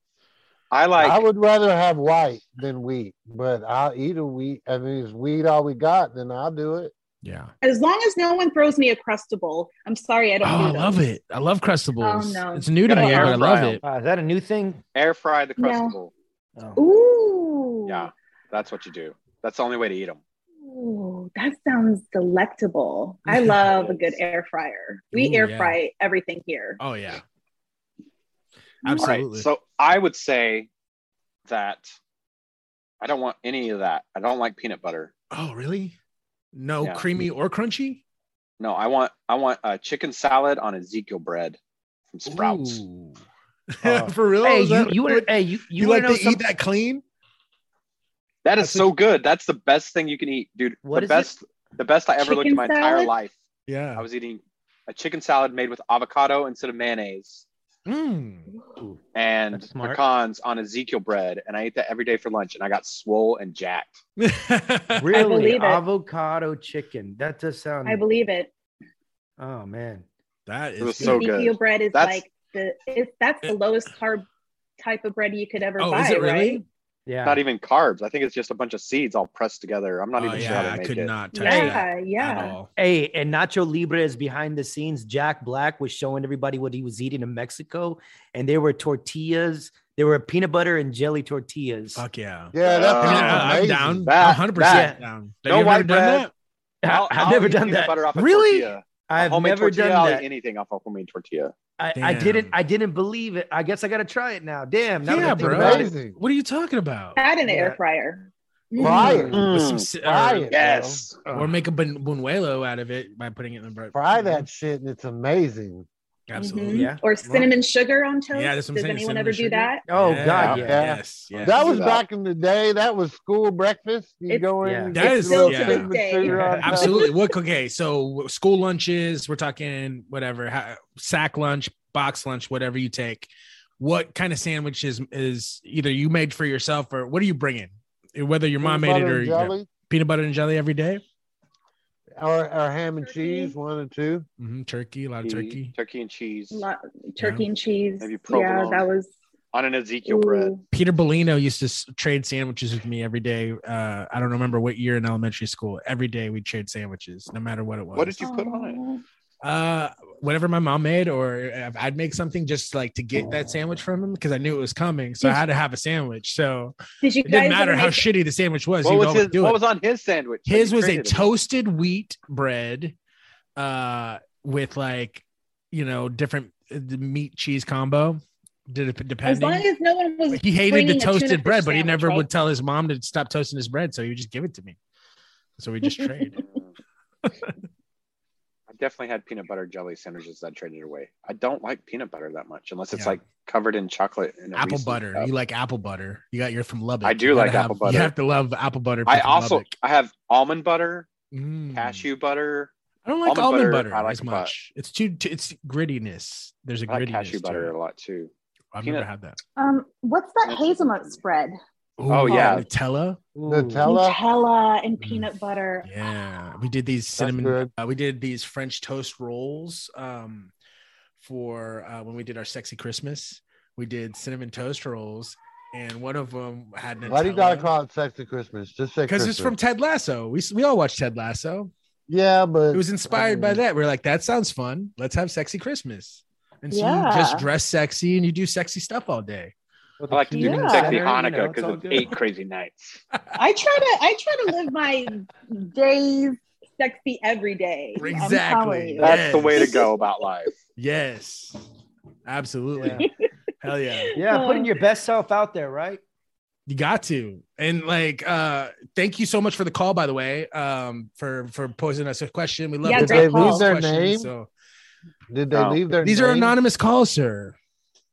[SPEAKER 3] I like.
[SPEAKER 4] I would rather have white than wheat, but I'll eat a wheat. I mean, it's wheat all we got, then I'll do it.
[SPEAKER 1] Yeah.
[SPEAKER 9] As long as no one throws me a crustable, I'm sorry I
[SPEAKER 1] Oh,
[SPEAKER 9] don't. do
[SPEAKER 1] I
[SPEAKER 9] those.
[SPEAKER 1] love it. I love crustables.
[SPEAKER 9] Oh, no.
[SPEAKER 1] It's new to
[SPEAKER 3] Gotta
[SPEAKER 1] me, but I
[SPEAKER 3] air
[SPEAKER 1] love
[SPEAKER 3] fry 'em.
[SPEAKER 1] it.
[SPEAKER 2] Uh, is that a new thing?
[SPEAKER 3] Air fry the
[SPEAKER 9] No.
[SPEAKER 3] crustable.
[SPEAKER 9] Ooh,
[SPEAKER 3] Yeah, that's what you do. That's the only way to eat them.
[SPEAKER 9] Ooh, that sounds delectable. I love a good air fryer. We
[SPEAKER 3] Ooh,
[SPEAKER 9] air
[SPEAKER 3] yeah.
[SPEAKER 9] fry everything here.
[SPEAKER 1] Oh yeah.
[SPEAKER 3] Absolutely. So I would say that I don't want any of that. I don't like peanut butter.
[SPEAKER 1] Oh really? No
[SPEAKER 3] Yeah.
[SPEAKER 1] creamy or crunchy.
[SPEAKER 3] No, I want I want a chicken salad on Ezekiel bread from Sprouts.
[SPEAKER 1] For real?
[SPEAKER 2] Hey,
[SPEAKER 1] Is that
[SPEAKER 2] you, you, wanna- hey, you, you,
[SPEAKER 1] You
[SPEAKER 2] wanna
[SPEAKER 1] like
[SPEAKER 2] know
[SPEAKER 1] to eat
[SPEAKER 2] something?
[SPEAKER 1] that clean?
[SPEAKER 3] That is so good. That's the best thing you can eat, dude.
[SPEAKER 2] What
[SPEAKER 3] the
[SPEAKER 2] is it?
[SPEAKER 3] best the best I ever looked in my
[SPEAKER 2] Chicken
[SPEAKER 3] entire
[SPEAKER 2] salad?
[SPEAKER 3] life.
[SPEAKER 1] Yeah.
[SPEAKER 3] I was eating a chicken salad made with avocado instead of mayonnaise
[SPEAKER 1] Mm.
[SPEAKER 3] and
[SPEAKER 2] smart.
[SPEAKER 3] pecans on Ezekiel bread. And I ate that every day for lunch and I got swole and jacked.
[SPEAKER 2] Really,
[SPEAKER 9] believe it.
[SPEAKER 2] avocado chicken. That does sound.
[SPEAKER 9] I believe it.
[SPEAKER 2] Oh man,
[SPEAKER 1] that
[SPEAKER 3] It was so
[SPEAKER 9] Ezekiel
[SPEAKER 3] good.
[SPEAKER 9] bread is
[SPEAKER 3] That's-
[SPEAKER 9] like the it, that's the lowest carb type of bread you could ever
[SPEAKER 1] Oh,
[SPEAKER 9] buy, right?
[SPEAKER 2] Yeah.
[SPEAKER 3] Not even carbs. I think it's just a bunch of seeds all pressed together. I'm not even sure how they
[SPEAKER 1] Oh, I
[SPEAKER 3] make
[SPEAKER 1] could
[SPEAKER 3] it.
[SPEAKER 1] not touch that.
[SPEAKER 9] Yeah,
[SPEAKER 1] at
[SPEAKER 9] yeah.
[SPEAKER 1] all.
[SPEAKER 2] Hey, and Nacho Libre is behind the scenes. Jack Black was showing everybody what he was eating in Mexico, and they were tortillas. They were peanut butter and jelly tortillas.
[SPEAKER 1] Fuck yeah.
[SPEAKER 4] Yeah, that
[SPEAKER 1] I mean,
[SPEAKER 4] sounds
[SPEAKER 1] I- Uh, I'm
[SPEAKER 4] amazing.
[SPEAKER 1] down.
[SPEAKER 3] Oh, That-
[SPEAKER 1] 100%
[SPEAKER 3] that.
[SPEAKER 1] down. Have
[SPEAKER 3] No
[SPEAKER 1] you ever
[SPEAKER 3] white
[SPEAKER 1] done
[SPEAKER 3] bread.
[SPEAKER 1] that?
[SPEAKER 3] I'll-
[SPEAKER 2] I've
[SPEAKER 3] I'll
[SPEAKER 2] never
[SPEAKER 3] eat
[SPEAKER 2] done
[SPEAKER 3] peanut
[SPEAKER 2] that.
[SPEAKER 3] butter off a
[SPEAKER 2] Really?
[SPEAKER 3] tortilla.
[SPEAKER 2] I
[SPEAKER 3] A
[SPEAKER 2] have
[SPEAKER 3] homemade
[SPEAKER 2] never
[SPEAKER 3] tortilla,
[SPEAKER 2] done
[SPEAKER 3] I'll eat
[SPEAKER 2] that.
[SPEAKER 3] anything off a homemade tortilla.
[SPEAKER 2] I, I didn't. I didn't believe it. I guess I got to try it now. Damn. Now that I
[SPEAKER 1] Yeah,
[SPEAKER 2] think
[SPEAKER 1] bro.
[SPEAKER 2] about it.
[SPEAKER 1] What are you talking about?
[SPEAKER 9] Add an air
[SPEAKER 2] Yeah.
[SPEAKER 9] fryer.
[SPEAKER 3] Mm.
[SPEAKER 4] Fry it.
[SPEAKER 1] Mm. With
[SPEAKER 2] Mm.
[SPEAKER 1] some Oh. si- uh,
[SPEAKER 4] Fry
[SPEAKER 1] or-
[SPEAKER 4] it, Yes.
[SPEAKER 1] Or make a bun- bunuelo out of it by putting it in the bread.
[SPEAKER 3] Mm.
[SPEAKER 4] Fry that shit and it's amazing.
[SPEAKER 1] Absolutely.
[SPEAKER 9] Mhm.
[SPEAKER 1] Yeah.
[SPEAKER 9] Or cinnamon sugar on toast.
[SPEAKER 1] Yeah, that's what I'm
[SPEAKER 9] Does
[SPEAKER 1] saying,
[SPEAKER 9] anyone
[SPEAKER 1] cinnamon
[SPEAKER 9] ever do
[SPEAKER 1] sugar.
[SPEAKER 9] that?
[SPEAKER 1] Oh, God,
[SPEAKER 4] yeah.
[SPEAKER 1] yeah. Yes, yes.
[SPEAKER 4] That was back in the day. That was school breakfast. You
[SPEAKER 9] It's-
[SPEAKER 4] go in.
[SPEAKER 1] Yeah.
[SPEAKER 4] you
[SPEAKER 1] That
[SPEAKER 4] get
[SPEAKER 1] is
[SPEAKER 4] your little
[SPEAKER 1] yeah.
[SPEAKER 4] cinnamon sugar on top.
[SPEAKER 1] absolutely. What okay? So school lunches. We're talking whatever ha- sack lunch, box lunch, whatever you take. What kind of sandwich is is either you made for yourself or what are you bringing? Eh, Whether your mom
[SPEAKER 4] Peanut
[SPEAKER 1] made it
[SPEAKER 4] butter
[SPEAKER 1] or
[SPEAKER 4] and
[SPEAKER 1] you know,
[SPEAKER 4] jelly?
[SPEAKER 1] peanut butter and jelly every day.
[SPEAKER 4] Or, or ham and cheese, one or 2
[SPEAKER 1] Mm-hmm. Turkey, a lot of turkey.
[SPEAKER 3] Turkey and cheese.
[SPEAKER 9] Lo- turkey and cheese.
[SPEAKER 3] Maybe
[SPEAKER 9] yeah,
[SPEAKER 3] provolone.
[SPEAKER 9] that was
[SPEAKER 3] On an Ezekiel bread.
[SPEAKER 1] Peter Bellino used to s- trade sandwiches with me every day. Uh, I don't remember what year in elementary school. Every day we'd trade sandwiches, no matter what it was.
[SPEAKER 3] What did you put on
[SPEAKER 1] Uh, whatever my mom made, or if I'd make something just like to get that sandwich from him because I knew it was coming, so I had to have a sandwich. So
[SPEAKER 9] Did you
[SPEAKER 1] it
[SPEAKER 9] guys
[SPEAKER 1] didn't matter
[SPEAKER 9] ever
[SPEAKER 1] how
[SPEAKER 9] make-
[SPEAKER 1] shitty the sandwich
[SPEAKER 3] it?
[SPEAKER 1] was.
[SPEAKER 3] What
[SPEAKER 1] he'd
[SPEAKER 3] was,
[SPEAKER 1] always
[SPEAKER 3] his,
[SPEAKER 1] do
[SPEAKER 3] what
[SPEAKER 1] it.
[SPEAKER 3] was on his sandwich? that
[SPEAKER 1] His
[SPEAKER 3] you
[SPEAKER 1] was a
[SPEAKER 3] created?
[SPEAKER 1] toasted wheat bread, uh, with like you know different uh, the meat cheese combo. Did it
[SPEAKER 9] as
[SPEAKER 1] depending?
[SPEAKER 9] long as no one was.
[SPEAKER 1] he hated
[SPEAKER 9] bringing
[SPEAKER 1] the
[SPEAKER 9] a tuna
[SPEAKER 1] toasted
[SPEAKER 9] fish
[SPEAKER 1] bread, but he
[SPEAKER 9] sandwich,
[SPEAKER 1] never
[SPEAKER 9] right?
[SPEAKER 1] would tell his mom to stop toasting his bread, so he would just give it to me. So we just trade.
[SPEAKER 3] I definitely had peanut butter jelly sandwiches that I traded away. I don't like peanut butter that much unless it's
[SPEAKER 1] Yeah.
[SPEAKER 3] like covered in chocolate and a
[SPEAKER 1] apple
[SPEAKER 3] Reese's
[SPEAKER 1] butter.
[SPEAKER 3] cup.
[SPEAKER 1] You like apple butter. You got you're from Lubbock.
[SPEAKER 3] I do
[SPEAKER 1] You gotta
[SPEAKER 3] like
[SPEAKER 1] have-
[SPEAKER 3] apple butter.
[SPEAKER 1] You have to love apple butter. if
[SPEAKER 3] I
[SPEAKER 1] you're from
[SPEAKER 3] also
[SPEAKER 1] Lubbock.
[SPEAKER 3] I have almond butter,
[SPEAKER 1] Mm.
[SPEAKER 3] cashew butter.
[SPEAKER 1] I don't like almond, butter,
[SPEAKER 3] I like
[SPEAKER 1] as
[SPEAKER 3] a lot.
[SPEAKER 1] much. It's too, too- it's grittiness. There's a
[SPEAKER 3] I like
[SPEAKER 1] grittiness.
[SPEAKER 3] cashew
[SPEAKER 1] to
[SPEAKER 3] butter
[SPEAKER 1] it.
[SPEAKER 3] a lot too.
[SPEAKER 1] I've
[SPEAKER 3] Peanut-
[SPEAKER 1] never had that.
[SPEAKER 9] Um, what's that hazelnut spread?
[SPEAKER 3] Oh, yeah.
[SPEAKER 1] Nutella.
[SPEAKER 9] Nutella
[SPEAKER 1] Mm.
[SPEAKER 9] and peanut butter.
[SPEAKER 1] Yeah, we did these cinnamon. Uh, we did these French toast rolls um, for uh, when we did our sexy Christmas. We did cinnamon toast rolls, and one of them had
[SPEAKER 4] Why do you gotta
[SPEAKER 1] Nutella
[SPEAKER 4] call it sexy Christmas? Just say
[SPEAKER 1] because it's from
[SPEAKER 4] Christmas.
[SPEAKER 1] Ted Lasso. We s- we all watched Ted Lasso.
[SPEAKER 4] yeah, but
[SPEAKER 1] It was inspired
[SPEAKER 9] Um,
[SPEAKER 1] by that. We're like, that sounds fun. Let's have sexy Christmas. And so you
[SPEAKER 9] Yeah.
[SPEAKER 1] just dress sexy and you do sexy stuff all day.
[SPEAKER 3] I like to do
[SPEAKER 9] Yeah.
[SPEAKER 3] sexy
[SPEAKER 9] Dinner,
[SPEAKER 1] you know,
[SPEAKER 3] Hanukkah
[SPEAKER 1] it's all
[SPEAKER 3] because
[SPEAKER 1] good.
[SPEAKER 3] it's eight crazy nights.
[SPEAKER 9] I try to I try to live my days sexy every day. I'm telling
[SPEAKER 1] Exactly.
[SPEAKER 9] you.
[SPEAKER 3] That's the way to go about life.
[SPEAKER 1] Yes. Absolutely. Hell yeah.
[SPEAKER 2] Yeah, putting your best self out there, right?
[SPEAKER 1] You got to. And like uh thank you so much for the call by the way. Um for for posing us a question. We love
[SPEAKER 9] Yeah,
[SPEAKER 1] to
[SPEAKER 9] great
[SPEAKER 1] take
[SPEAKER 9] call. Did
[SPEAKER 1] these
[SPEAKER 9] they leave
[SPEAKER 4] their
[SPEAKER 1] questions,
[SPEAKER 4] name?
[SPEAKER 1] So
[SPEAKER 4] Did they
[SPEAKER 1] No.
[SPEAKER 4] leave their?
[SPEAKER 1] These are
[SPEAKER 4] name?
[SPEAKER 1] anonymous calls, sir.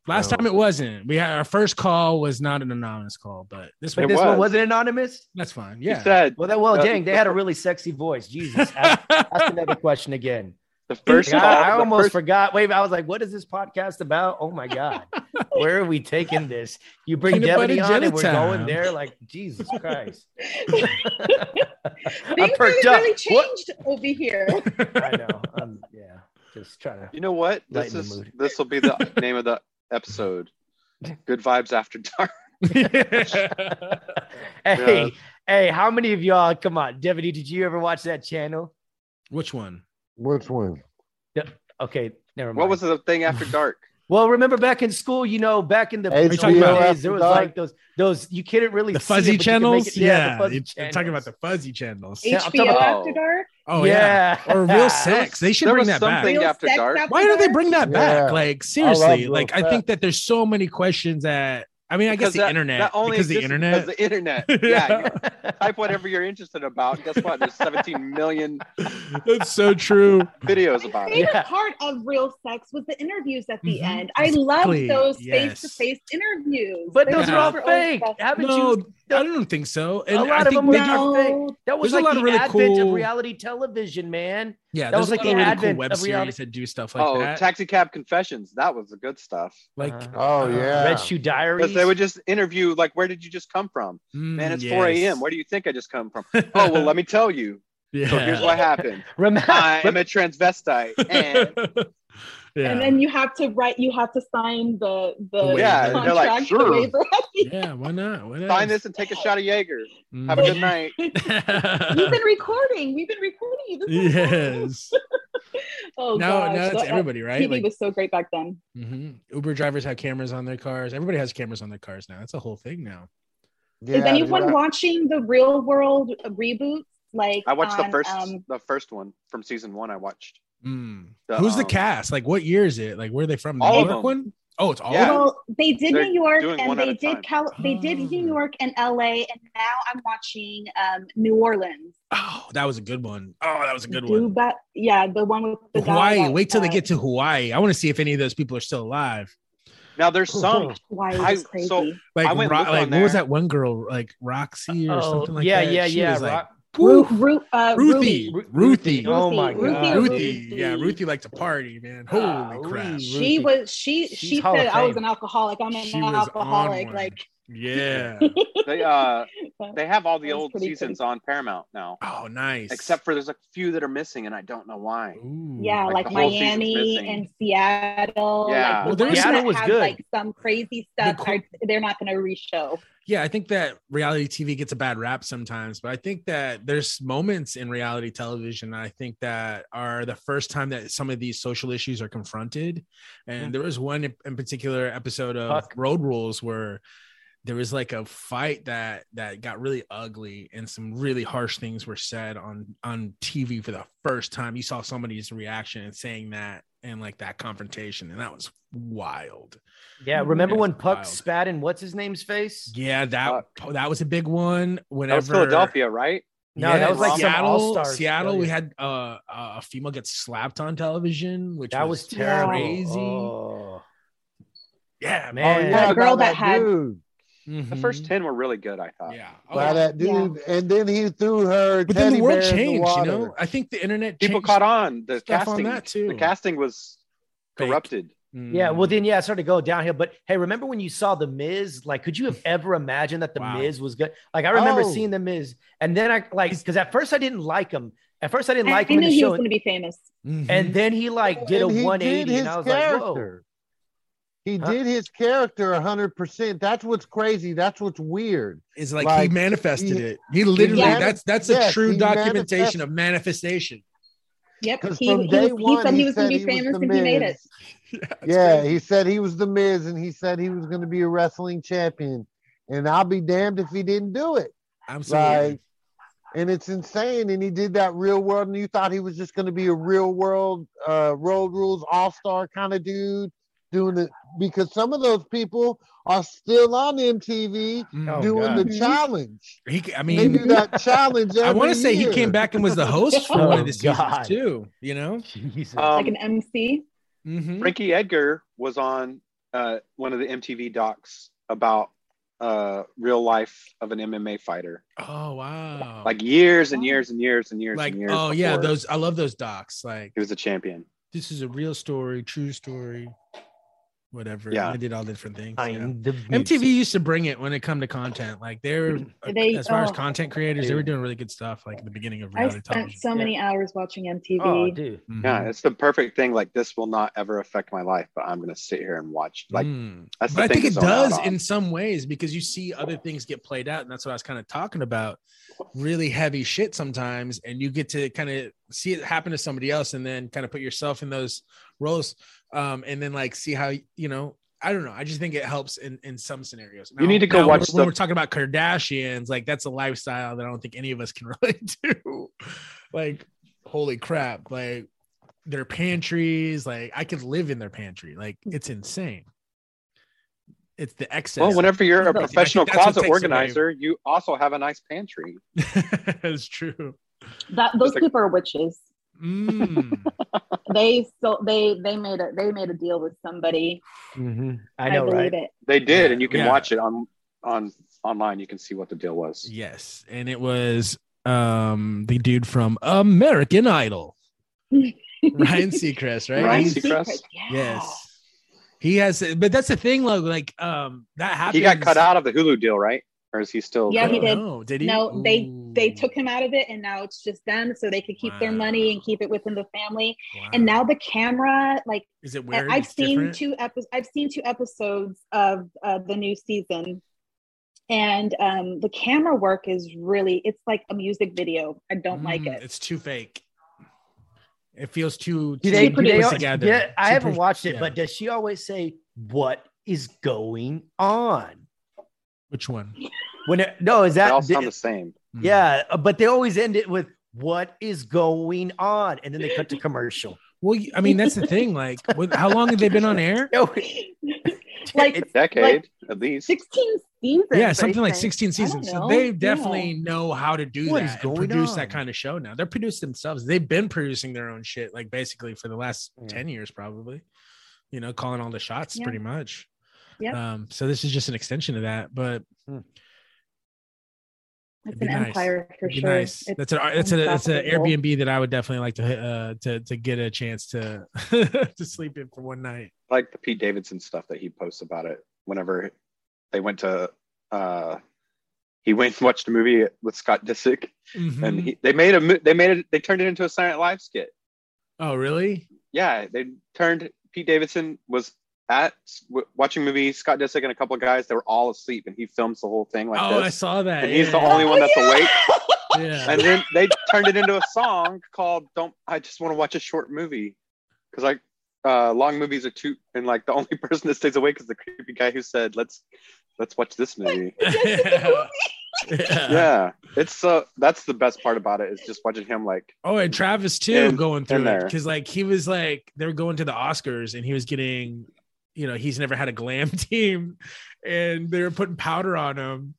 [SPEAKER 1] Last
[SPEAKER 3] Oh.
[SPEAKER 4] No.
[SPEAKER 1] time it wasn't. We had our first call was not an anonymous call, but this
[SPEAKER 2] But
[SPEAKER 1] one
[SPEAKER 2] this one wasn't anonymous.
[SPEAKER 1] That's fine.
[SPEAKER 2] You
[SPEAKER 1] Yeah.
[SPEAKER 3] said-
[SPEAKER 2] Well, that well,
[SPEAKER 1] Uh,
[SPEAKER 2] dang, they had a really sexy voice. Jesus, ask, ask another question again.
[SPEAKER 3] The first
[SPEAKER 2] God,
[SPEAKER 3] call-
[SPEAKER 2] I
[SPEAKER 3] the
[SPEAKER 2] almost
[SPEAKER 3] first-
[SPEAKER 2] forgot. Wait, I was like, "What is this podcast about?" Oh my god, where are we taking this? You bring
[SPEAKER 1] Peanut butter
[SPEAKER 2] Devin E on,
[SPEAKER 1] jelly
[SPEAKER 2] and we're going
[SPEAKER 1] time.
[SPEAKER 2] there. Like Jesus Christ,
[SPEAKER 9] Things
[SPEAKER 2] I perked
[SPEAKER 9] have
[SPEAKER 2] up.
[SPEAKER 9] really
[SPEAKER 2] What?
[SPEAKER 9] changed over here.
[SPEAKER 2] I know. I'm, yeah, just trying to.
[SPEAKER 3] You know what? This
[SPEAKER 2] Lighten the
[SPEAKER 3] is
[SPEAKER 2] mood.
[SPEAKER 3] this will be the name of the episode. Good vibes after dark.
[SPEAKER 2] Hey, hey, how many of y'all? Come on, Devin, E, did you ever watch that channel?
[SPEAKER 1] Which one?
[SPEAKER 4] Which one?
[SPEAKER 2] Okay, never mind.
[SPEAKER 3] What was the thing after dark?
[SPEAKER 2] Well, remember back in school, you know, back in the
[SPEAKER 4] Hey,
[SPEAKER 2] back
[SPEAKER 4] so
[SPEAKER 2] in the
[SPEAKER 4] you know
[SPEAKER 2] days, there was
[SPEAKER 4] after
[SPEAKER 2] like those those you couldn't really
[SPEAKER 1] the
[SPEAKER 2] see it,
[SPEAKER 1] fuzzy
[SPEAKER 2] but you could make
[SPEAKER 1] channels.
[SPEAKER 2] it-
[SPEAKER 1] yeah,
[SPEAKER 2] the fuzzy
[SPEAKER 1] you- you're talking about the
[SPEAKER 2] channels.
[SPEAKER 1] fuzzy channels.
[SPEAKER 2] Yeah, I'm talking
[SPEAKER 9] HBO
[SPEAKER 2] about-
[SPEAKER 9] After Dark.
[SPEAKER 1] Oh yeah.
[SPEAKER 2] Yeah.
[SPEAKER 1] or
[SPEAKER 2] There
[SPEAKER 1] real
[SPEAKER 2] was-
[SPEAKER 1] sex. They should
[SPEAKER 3] there
[SPEAKER 1] bring
[SPEAKER 3] was
[SPEAKER 1] that back.
[SPEAKER 3] something
[SPEAKER 9] Real
[SPEAKER 3] after
[SPEAKER 9] sex
[SPEAKER 3] dark.
[SPEAKER 9] after
[SPEAKER 1] Why don't they bring that
[SPEAKER 4] Yeah.
[SPEAKER 1] back? Like
[SPEAKER 4] I love
[SPEAKER 1] seriously,
[SPEAKER 4] real
[SPEAKER 1] like I
[SPEAKER 4] sex.
[SPEAKER 1] think that there's so many questions that I mean, I guess
[SPEAKER 3] Because
[SPEAKER 1] the
[SPEAKER 3] that-
[SPEAKER 1] internet
[SPEAKER 3] that only
[SPEAKER 1] because the
[SPEAKER 3] exists
[SPEAKER 1] internet.
[SPEAKER 3] Because the internet. Yeah.
[SPEAKER 1] Yeah.
[SPEAKER 3] you type whatever you're interested about. Guess what? There's 17 million
[SPEAKER 1] That's so true.
[SPEAKER 3] videos about it.
[SPEAKER 9] favorite part of real sex was the interviews at the
[SPEAKER 1] Mhm.
[SPEAKER 9] end. I love
[SPEAKER 1] Exactly.
[SPEAKER 9] those
[SPEAKER 1] Yes.
[SPEAKER 9] face-to-face interviews.
[SPEAKER 2] But
[SPEAKER 9] They
[SPEAKER 2] those
[SPEAKER 9] were
[SPEAKER 2] are all
[SPEAKER 9] for old
[SPEAKER 2] fake.
[SPEAKER 9] stuff.
[SPEAKER 2] Haven't
[SPEAKER 1] No,
[SPEAKER 2] you?
[SPEAKER 1] I don't think so. And
[SPEAKER 2] a
[SPEAKER 1] I
[SPEAKER 2] lot of
[SPEAKER 1] think
[SPEAKER 2] them were
[SPEAKER 1] they-
[SPEAKER 2] not fake. That was
[SPEAKER 1] There's a
[SPEAKER 2] like
[SPEAKER 1] lot
[SPEAKER 2] the
[SPEAKER 1] of really
[SPEAKER 2] advent
[SPEAKER 1] cool-
[SPEAKER 2] of reality television, man.
[SPEAKER 1] yeah,
[SPEAKER 2] that was
[SPEAKER 1] there's
[SPEAKER 2] like
[SPEAKER 1] a lot
[SPEAKER 2] the
[SPEAKER 1] of really cool
[SPEAKER 2] advent
[SPEAKER 1] web
[SPEAKER 2] of reality.
[SPEAKER 1] series that do stuff like
[SPEAKER 3] Oh,
[SPEAKER 1] that.
[SPEAKER 3] taxi cab confessions. That was the good stuff.
[SPEAKER 1] like
[SPEAKER 2] uh,
[SPEAKER 4] Oh yeah.
[SPEAKER 2] Red Shoe Diaries.
[SPEAKER 3] Because they would just interview, like, where did you just come from?
[SPEAKER 1] mm,
[SPEAKER 3] Man, it's
[SPEAKER 1] yes.
[SPEAKER 3] 4 a.m. Where do you think I just come from? oh, well, let me tell you.
[SPEAKER 1] Yeah.
[SPEAKER 3] So here's what happened.
[SPEAKER 2] Remember,
[SPEAKER 3] I am a transvestite. And
[SPEAKER 1] yeah.
[SPEAKER 9] And then you have to write. You have to sign the the
[SPEAKER 3] Yeah, and they're like,
[SPEAKER 9] contract
[SPEAKER 3] sure.
[SPEAKER 9] waiver.
[SPEAKER 1] yeah, why not? What
[SPEAKER 3] sign
[SPEAKER 1] else?
[SPEAKER 3] this and take a shot of Jaeger.
[SPEAKER 1] Mm.
[SPEAKER 3] Have a good night.
[SPEAKER 9] You've been recording. We've been recording you. This whole time.
[SPEAKER 1] Mm-hmm. yes.
[SPEAKER 9] Oh
[SPEAKER 1] Now-
[SPEAKER 9] gosh.
[SPEAKER 1] now it's
[SPEAKER 9] That- that
[SPEAKER 1] everybody, right?
[SPEAKER 9] TV
[SPEAKER 1] Like-
[SPEAKER 9] was so great back then.
[SPEAKER 1] Mhm. Uber drivers have cameras on their cars. Everybody has cameras on their cars now. That's a whole thing now.
[SPEAKER 4] Yeah,
[SPEAKER 9] Is anyone
[SPEAKER 4] dude, I-
[SPEAKER 9] watching the Real World reboots? Like
[SPEAKER 3] I watched the
[SPEAKER 9] on,
[SPEAKER 3] first
[SPEAKER 9] um,
[SPEAKER 3] the first one from season one. I watched
[SPEAKER 1] Mm.
[SPEAKER 3] The,
[SPEAKER 1] Who's the
[SPEAKER 3] um,
[SPEAKER 1] cast? Like, what year is it? Like, where are they from? The
[SPEAKER 3] all
[SPEAKER 1] New
[SPEAKER 3] of
[SPEAKER 1] York
[SPEAKER 3] them.
[SPEAKER 1] one? Oh, it's all.
[SPEAKER 9] Well, they did
[SPEAKER 1] They're
[SPEAKER 9] New York
[SPEAKER 1] doing
[SPEAKER 9] and
[SPEAKER 1] one at
[SPEAKER 9] they
[SPEAKER 1] a time.
[SPEAKER 9] did Cal- they did
[SPEAKER 1] Hmm.
[SPEAKER 9] New York and LA, and now I'm watching um, New Orleans.
[SPEAKER 1] Oh, that was a good one. Oh, that was a good one.
[SPEAKER 9] Duba- yeah, the one with the guy
[SPEAKER 1] Hawaii.
[SPEAKER 9] that- uh,
[SPEAKER 1] Wait till they get to Hawaii. I want to see if any of those people are still alive.
[SPEAKER 3] Now there's some.
[SPEAKER 9] Hawaii
[SPEAKER 3] I,
[SPEAKER 9] was crazy.
[SPEAKER 3] so
[SPEAKER 1] Like,
[SPEAKER 3] I went
[SPEAKER 1] Ro-
[SPEAKER 3] look
[SPEAKER 1] like
[SPEAKER 3] on
[SPEAKER 1] what was
[SPEAKER 3] there.
[SPEAKER 1] that one girl like Roxy or
[SPEAKER 2] Oh,
[SPEAKER 1] something like
[SPEAKER 2] yeah,
[SPEAKER 1] that?
[SPEAKER 2] yeah,
[SPEAKER 1] She
[SPEAKER 2] yeah,
[SPEAKER 1] was like,
[SPEAKER 2] Rock-
[SPEAKER 9] Ru- Ru- uh,
[SPEAKER 1] Ruthie,
[SPEAKER 9] Ruby.
[SPEAKER 1] Ru- Ruthie,
[SPEAKER 2] Oh my
[SPEAKER 1] Ruthie,
[SPEAKER 2] God.
[SPEAKER 1] Ruthie, yeah, Ruthie liked to party, man. Holy crap,
[SPEAKER 9] She was she she
[SPEAKER 1] Hall
[SPEAKER 9] said
[SPEAKER 1] of
[SPEAKER 9] I was
[SPEAKER 1] Fame.
[SPEAKER 9] an alcoholic. I'm an
[SPEAKER 1] She was on
[SPEAKER 9] alcoholic.
[SPEAKER 1] one.
[SPEAKER 9] Like
[SPEAKER 1] yeah.
[SPEAKER 3] they uh they have all the
[SPEAKER 9] That was
[SPEAKER 3] old
[SPEAKER 9] pretty
[SPEAKER 3] seasons on Paramount now.
[SPEAKER 1] Oh, nice.
[SPEAKER 3] Except for there's a few that are missing, and I don't know why.
[SPEAKER 9] yeah, like,
[SPEAKER 3] the whole season's
[SPEAKER 9] Miami
[SPEAKER 3] missing.
[SPEAKER 9] and Seattle.
[SPEAKER 3] Yeah.
[SPEAKER 9] like,
[SPEAKER 3] Well,
[SPEAKER 9] the
[SPEAKER 3] there's
[SPEAKER 9] ones
[SPEAKER 3] Seattle
[SPEAKER 9] that
[SPEAKER 1] was
[SPEAKER 9] have,
[SPEAKER 1] good.
[SPEAKER 9] Like some crazy stuff. are- they're not going to re-show.
[SPEAKER 1] Yeah, I think that reality TV gets a bad rap sometimes, but I think that there's moments in reality television I think that are the first time that some of these social issues are confronted. And there was one in- in particular episode of
[SPEAKER 2] Fuck.
[SPEAKER 1] Road Rules where there was like a fight that that got really ugly and some really harsh things were said on on TV for the first time. You saw somebody's reaction and saying that and like that confrontation and that was wild.
[SPEAKER 2] Yeah, remember
[SPEAKER 1] That was
[SPEAKER 2] when Puck
[SPEAKER 1] wild.
[SPEAKER 2] spat in what's his name's face?
[SPEAKER 1] Yeah, that that was a big one. Whenever
[SPEAKER 3] That was Philadelphia, right?
[SPEAKER 2] No, that was like some
[SPEAKER 1] Seattle.
[SPEAKER 2] all-star
[SPEAKER 1] Seattle, we
[SPEAKER 2] failure.
[SPEAKER 1] had uh, a female get slapped on television, which
[SPEAKER 2] That
[SPEAKER 1] was,
[SPEAKER 2] was terrible.
[SPEAKER 1] Crazy.
[SPEAKER 2] Oh.
[SPEAKER 1] Yeah,
[SPEAKER 2] Man.
[SPEAKER 1] man.
[SPEAKER 2] Yeah,
[SPEAKER 9] the girl that, had
[SPEAKER 3] The first ten were really good, I thought.
[SPEAKER 1] Mm-hmm. Oh, Yeah.
[SPEAKER 4] By that dude, and then he threw her.
[SPEAKER 1] But then the
[SPEAKER 4] teddy
[SPEAKER 1] world
[SPEAKER 4] bear in the
[SPEAKER 1] changed, you
[SPEAKER 4] water.
[SPEAKER 1] know. I think the internet
[SPEAKER 3] People
[SPEAKER 1] changed
[SPEAKER 3] caught on. The
[SPEAKER 1] stuff
[SPEAKER 3] casting,
[SPEAKER 1] on that too.
[SPEAKER 3] the casting was corrupted.
[SPEAKER 1] Mm-hmm.
[SPEAKER 2] Yeah, well
[SPEAKER 1] Hmm.
[SPEAKER 2] then yeah, it started to go downhill. But hey, remember when you saw the Miz? Like, could you have ever imagined that the Miz was good? Like, I remember
[SPEAKER 9] Oh.
[SPEAKER 2] seeing the Miz, and then I like because at first I didn't like him. At first I didn't
[SPEAKER 9] I,
[SPEAKER 2] like
[SPEAKER 9] I
[SPEAKER 2] him in
[SPEAKER 9] knew
[SPEAKER 2] the
[SPEAKER 9] he
[SPEAKER 2] show,
[SPEAKER 9] was going to be famous.
[SPEAKER 1] Mm-hmm.
[SPEAKER 2] and then he like did a
[SPEAKER 4] And he did
[SPEAKER 2] one eighty,
[SPEAKER 4] his
[SPEAKER 2] and I was like, whoa.
[SPEAKER 4] character. He did his character 100%. That's what's crazy. That's what's weird.
[SPEAKER 1] It's like, he manifested it. He literally
[SPEAKER 4] manif-
[SPEAKER 1] that's that's
[SPEAKER 4] yes,
[SPEAKER 1] a true
[SPEAKER 4] he
[SPEAKER 1] documentation of manifestation.
[SPEAKER 9] Yep.
[SPEAKER 4] 'Cause
[SPEAKER 9] He,
[SPEAKER 4] from
[SPEAKER 9] he,
[SPEAKER 4] day
[SPEAKER 9] was, he
[SPEAKER 4] one,
[SPEAKER 9] said
[SPEAKER 4] he
[SPEAKER 9] he was going
[SPEAKER 4] said
[SPEAKER 9] to
[SPEAKER 4] he
[SPEAKER 9] be
[SPEAKER 4] was
[SPEAKER 9] famous
[SPEAKER 4] the
[SPEAKER 9] and he made
[SPEAKER 4] Miz.
[SPEAKER 9] it.
[SPEAKER 4] yeah, he said he was the Miz and he said he was going to be a wrestling champion. And I'll be damned if he didn't do it.
[SPEAKER 1] Absolutely.
[SPEAKER 4] and it's insane. And he did that real world, and you thought he was just going to be a real world, uh, road rules all star kind of dude doing it because some of those people are still on MTV
[SPEAKER 1] Oh,
[SPEAKER 4] doing
[SPEAKER 1] God.
[SPEAKER 9] Mm-hmm.
[SPEAKER 4] the challenge.
[SPEAKER 1] He, c- I
[SPEAKER 4] They do
[SPEAKER 1] mean,
[SPEAKER 4] that challenge.
[SPEAKER 1] I want to
[SPEAKER 4] every
[SPEAKER 1] say he
[SPEAKER 4] year.
[SPEAKER 1] came back and was the host for one
[SPEAKER 4] Oh,
[SPEAKER 1] of the seasons
[SPEAKER 4] God.
[SPEAKER 1] too. You know, Mm-hmm.
[SPEAKER 9] like an MC.
[SPEAKER 3] Frankie Um, Edgar was on uh, one of the MTV docs about uh, real life of an MMA fighter,
[SPEAKER 1] oh wow,
[SPEAKER 3] like years and years and years and years
[SPEAKER 1] like
[SPEAKER 3] and years.
[SPEAKER 1] oh yeah,
[SPEAKER 3] before
[SPEAKER 1] those I love those docs. Like
[SPEAKER 3] he was a champion.
[SPEAKER 1] this is a real story, true story, whatever.
[SPEAKER 3] Yeah.
[SPEAKER 1] I did all different things. yeah.
[SPEAKER 2] the
[SPEAKER 1] MTV used to bring it when it come to content. Like they're
[SPEAKER 3] Mm-hmm.
[SPEAKER 1] uh,
[SPEAKER 9] They-
[SPEAKER 1] as far as
[SPEAKER 9] oh.
[SPEAKER 1] content creators, they were doing really good stuff. Like at the beginning of
[SPEAKER 9] I
[SPEAKER 1] reality
[SPEAKER 9] spent
[SPEAKER 1] television.
[SPEAKER 9] so many hours watching MTV.
[SPEAKER 2] Oh,
[SPEAKER 15] Oh,
[SPEAKER 4] Oh,
[SPEAKER 2] dude.
[SPEAKER 1] Mm-hmm.
[SPEAKER 3] Yeah, it's the perfect thing. Like this will not ever affect my life, but I'm gonna sit here and watch. Like
[SPEAKER 1] Mm.
[SPEAKER 3] that's
[SPEAKER 1] but I
[SPEAKER 3] the thing
[SPEAKER 1] think it
[SPEAKER 3] that's allowed
[SPEAKER 1] does
[SPEAKER 3] on.
[SPEAKER 1] in some ways because you see other things get played out, and that's what I was kind of talking about. Really heavy shit sometimes, and you get to kind of see it happen to somebody else, and then kind of put yourself in those roles, um, and then like see how you know. I don't know. I just think it helps in in some scenarios.
[SPEAKER 3] You need to go watch
[SPEAKER 1] when, when
[SPEAKER 3] the-
[SPEAKER 1] we're talking about Kardashians. Like that's a lifestyle that I don't think any of us can relate to. like, holy crap! Like their pantries. Like I could live in their pantry. Like
[SPEAKER 9] Mm.
[SPEAKER 1] it's insane. It's the excess.
[SPEAKER 3] Well, whenever you're a
[SPEAKER 1] I think
[SPEAKER 3] professional
[SPEAKER 1] that's what
[SPEAKER 3] closet
[SPEAKER 1] takes away-
[SPEAKER 3] organizer, you also have a nice pantry.
[SPEAKER 1] That's true.
[SPEAKER 9] That those
[SPEAKER 3] Just like-
[SPEAKER 9] people are witches.
[SPEAKER 1] Mm,
[SPEAKER 9] they so they they made a they made a deal with somebody.
[SPEAKER 1] Mm-hmm.
[SPEAKER 2] I
[SPEAKER 9] know, believe right? it.
[SPEAKER 3] They did, and you can
[SPEAKER 1] Yeah.
[SPEAKER 3] watch it on on online. You can see what the deal was.
[SPEAKER 1] Yes, and it was um the dude from American Idol, Ryan Seacrest, right?
[SPEAKER 3] Ryan
[SPEAKER 1] He's-
[SPEAKER 3] Seacrest?
[SPEAKER 1] Yes, he has. But that's the thing, like, like um that happens. Oh,
[SPEAKER 3] He got cut out of the Hulu deal, right? Or is he still?
[SPEAKER 9] Yeah, he did.
[SPEAKER 1] No, did he?
[SPEAKER 9] No, they they took him out of it, and now it's just them, so they could keep their money and keep it within the family. And now the camera, like,
[SPEAKER 1] Is it
[SPEAKER 9] I-
[SPEAKER 1] weird?
[SPEAKER 9] I've
[SPEAKER 1] It's
[SPEAKER 9] seen
[SPEAKER 1] different?
[SPEAKER 9] two episodes. I've seen two episodes of uh, the new season, and um, the camera work is really. It's like a music video. I don't like
[SPEAKER 1] Mm,
[SPEAKER 9] it.
[SPEAKER 1] It's too fake. It feels too.
[SPEAKER 2] Do
[SPEAKER 1] too
[SPEAKER 2] they,
[SPEAKER 1] put
[SPEAKER 2] do they,
[SPEAKER 1] together.
[SPEAKER 2] yeah, I
[SPEAKER 1] Too
[SPEAKER 2] haven't
[SPEAKER 1] put-
[SPEAKER 2] watched it,
[SPEAKER 1] yeah.
[SPEAKER 2] but does she always say what is going on?
[SPEAKER 1] Which one? Mm.
[SPEAKER 2] When it, no, is that
[SPEAKER 3] They all sound the same.
[SPEAKER 2] Yeah, uh, but they always end it with what is going on, and then they cut to commercial.
[SPEAKER 1] Well, you- I mean, that's the thing. Like, what, how long have they been on air?
[SPEAKER 9] like
[SPEAKER 3] a decade
[SPEAKER 9] like
[SPEAKER 3] at least.
[SPEAKER 9] 16 seasons.
[SPEAKER 1] yeah,
[SPEAKER 9] or
[SPEAKER 1] something like
[SPEAKER 9] something.
[SPEAKER 1] 16 seasons.
[SPEAKER 9] I
[SPEAKER 1] So
[SPEAKER 9] don't
[SPEAKER 1] they
[SPEAKER 9] know.
[SPEAKER 1] definitely
[SPEAKER 9] Yeah.
[SPEAKER 1] know how to do
[SPEAKER 9] What
[SPEAKER 1] that
[SPEAKER 9] is
[SPEAKER 1] and
[SPEAKER 9] going
[SPEAKER 1] produce
[SPEAKER 9] on?
[SPEAKER 1] that kind of show now. They're produced themselves. They've been producing their own shit, like basically for the last 10 years, probably. You know, calling all the shots
[SPEAKER 9] Yeah.
[SPEAKER 1] pretty much.
[SPEAKER 9] Yep.
[SPEAKER 1] Um, so this is just an extension of that, but
[SPEAKER 9] It's
[SPEAKER 1] be
[SPEAKER 9] an
[SPEAKER 1] nice.
[SPEAKER 9] empire for
[SPEAKER 1] it'd be
[SPEAKER 9] sure.
[SPEAKER 1] nice.
[SPEAKER 9] It's
[SPEAKER 1] That's an that's a that's an
[SPEAKER 9] unstoppable.
[SPEAKER 1] Airbnb that I would definitely like to uh to to get a chance to to sleep in for one night.
[SPEAKER 3] like the Pete Davidson stuff that he posts about it. Whenever they went to, uh, he went and watched a movie with Scott Disick, and
[SPEAKER 1] Mm-hmm.
[SPEAKER 3] he, they made a mo- they made it they turned it into a Silent Live skit.
[SPEAKER 1] Oh, really?
[SPEAKER 3] Yeah, they turned Pete Davidson was at w- watching movies. Scott Disick and a couple of guys they were all asleep, and he films the whole thing like
[SPEAKER 1] oh,
[SPEAKER 3] this.
[SPEAKER 1] I saw that.
[SPEAKER 3] and he's the
[SPEAKER 1] yeah.
[SPEAKER 3] only one that's awake.
[SPEAKER 1] Yeah.
[SPEAKER 3] And then they turned it into a song called "Don't." I just want to watch a short movie because like uh, long movies are too, and like the only person that stays awake is the creepy guy who said, "Let's let's watch this movie."
[SPEAKER 1] yeah.
[SPEAKER 3] it's so that's the best part about it is just watching him like
[SPEAKER 1] Oh, and Travis too
[SPEAKER 3] In-
[SPEAKER 1] going
[SPEAKER 3] in
[SPEAKER 1] through it
[SPEAKER 3] there.
[SPEAKER 1] because like he was like they were going to the Oscars and he was getting, you know, he's never had a glam team, and they were putting powder on him,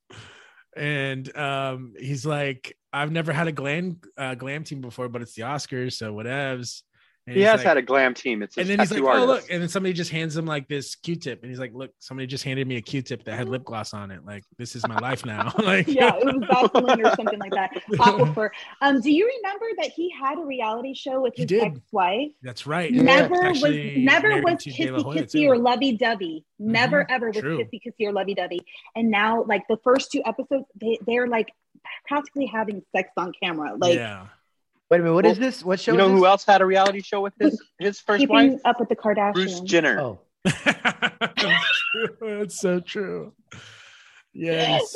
[SPEAKER 1] and um, he's like, I've never had a glam uh, glam team before, but it's the Oscars, so whatevs. And
[SPEAKER 3] he
[SPEAKER 1] he's
[SPEAKER 3] has
[SPEAKER 1] like-
[SPEAKER 3] had a glam team. It's
[SPEAKER 1] and
[SPEAKER 3] his
[SPEAKER 1] then he's like,
[SPEAKER 3] tattoo
[SPEAKER 1] oh
[SPEAKER 3] artist.
[SPEAKER 1] look, and then somebody just hands him like this Q-tip, and he's like, look, somebody just handed me a Q-tip that had lip gloss on it. Like this is my life now. like
[SPEAKER 9] yeah, it was Vaseline or something like that. Aquifer. Um, do you remember that he had a reality show with his
[SPEAKER 1] did.
[SPEAKER 9] ex-wife?
[SPEAKER 1] that's right. It
[SPEAKER 9] Never was
[SPEAKER 1] actually
[SPEAKER 9] never
[SPEAKER 1] married
[SPEAKER 9] was
[SPEAKER 1] to De La
[SPEAKER 9] kissy
[SPEAKER 1] Hoya,
[SPEAKER 9] kissy
[SPEAKER 1] too.
[SPEAKER 9] or lovey dovey. Never ever was
[SPEAKER 1] true.
[SPEAKER 9] kissy kissy or lovey dovey. And now, like the first two episodes, they they're like practically having sex on camera. Like
[SPEAKER 2] Wait a minute. What
[SPEAKER 3] Well,
[SPEAKER 2] is this? What show?
[SPEAKER 3] you
[SPEAKER 2] is
[SPEAKER 3] know
[SPEAKER 2] this?
[SPEAKER 3] who else had a reality show with his his first
[SPEAKER 9] keeping
[SPEAKER 3] wife?
[SPEAKER 9] up with the Kardashians.
[SPEAKER 3] Bruce Jenner.
[SPEAKER 2] Oh.
[SPEAKER 1] That's so true. Yes.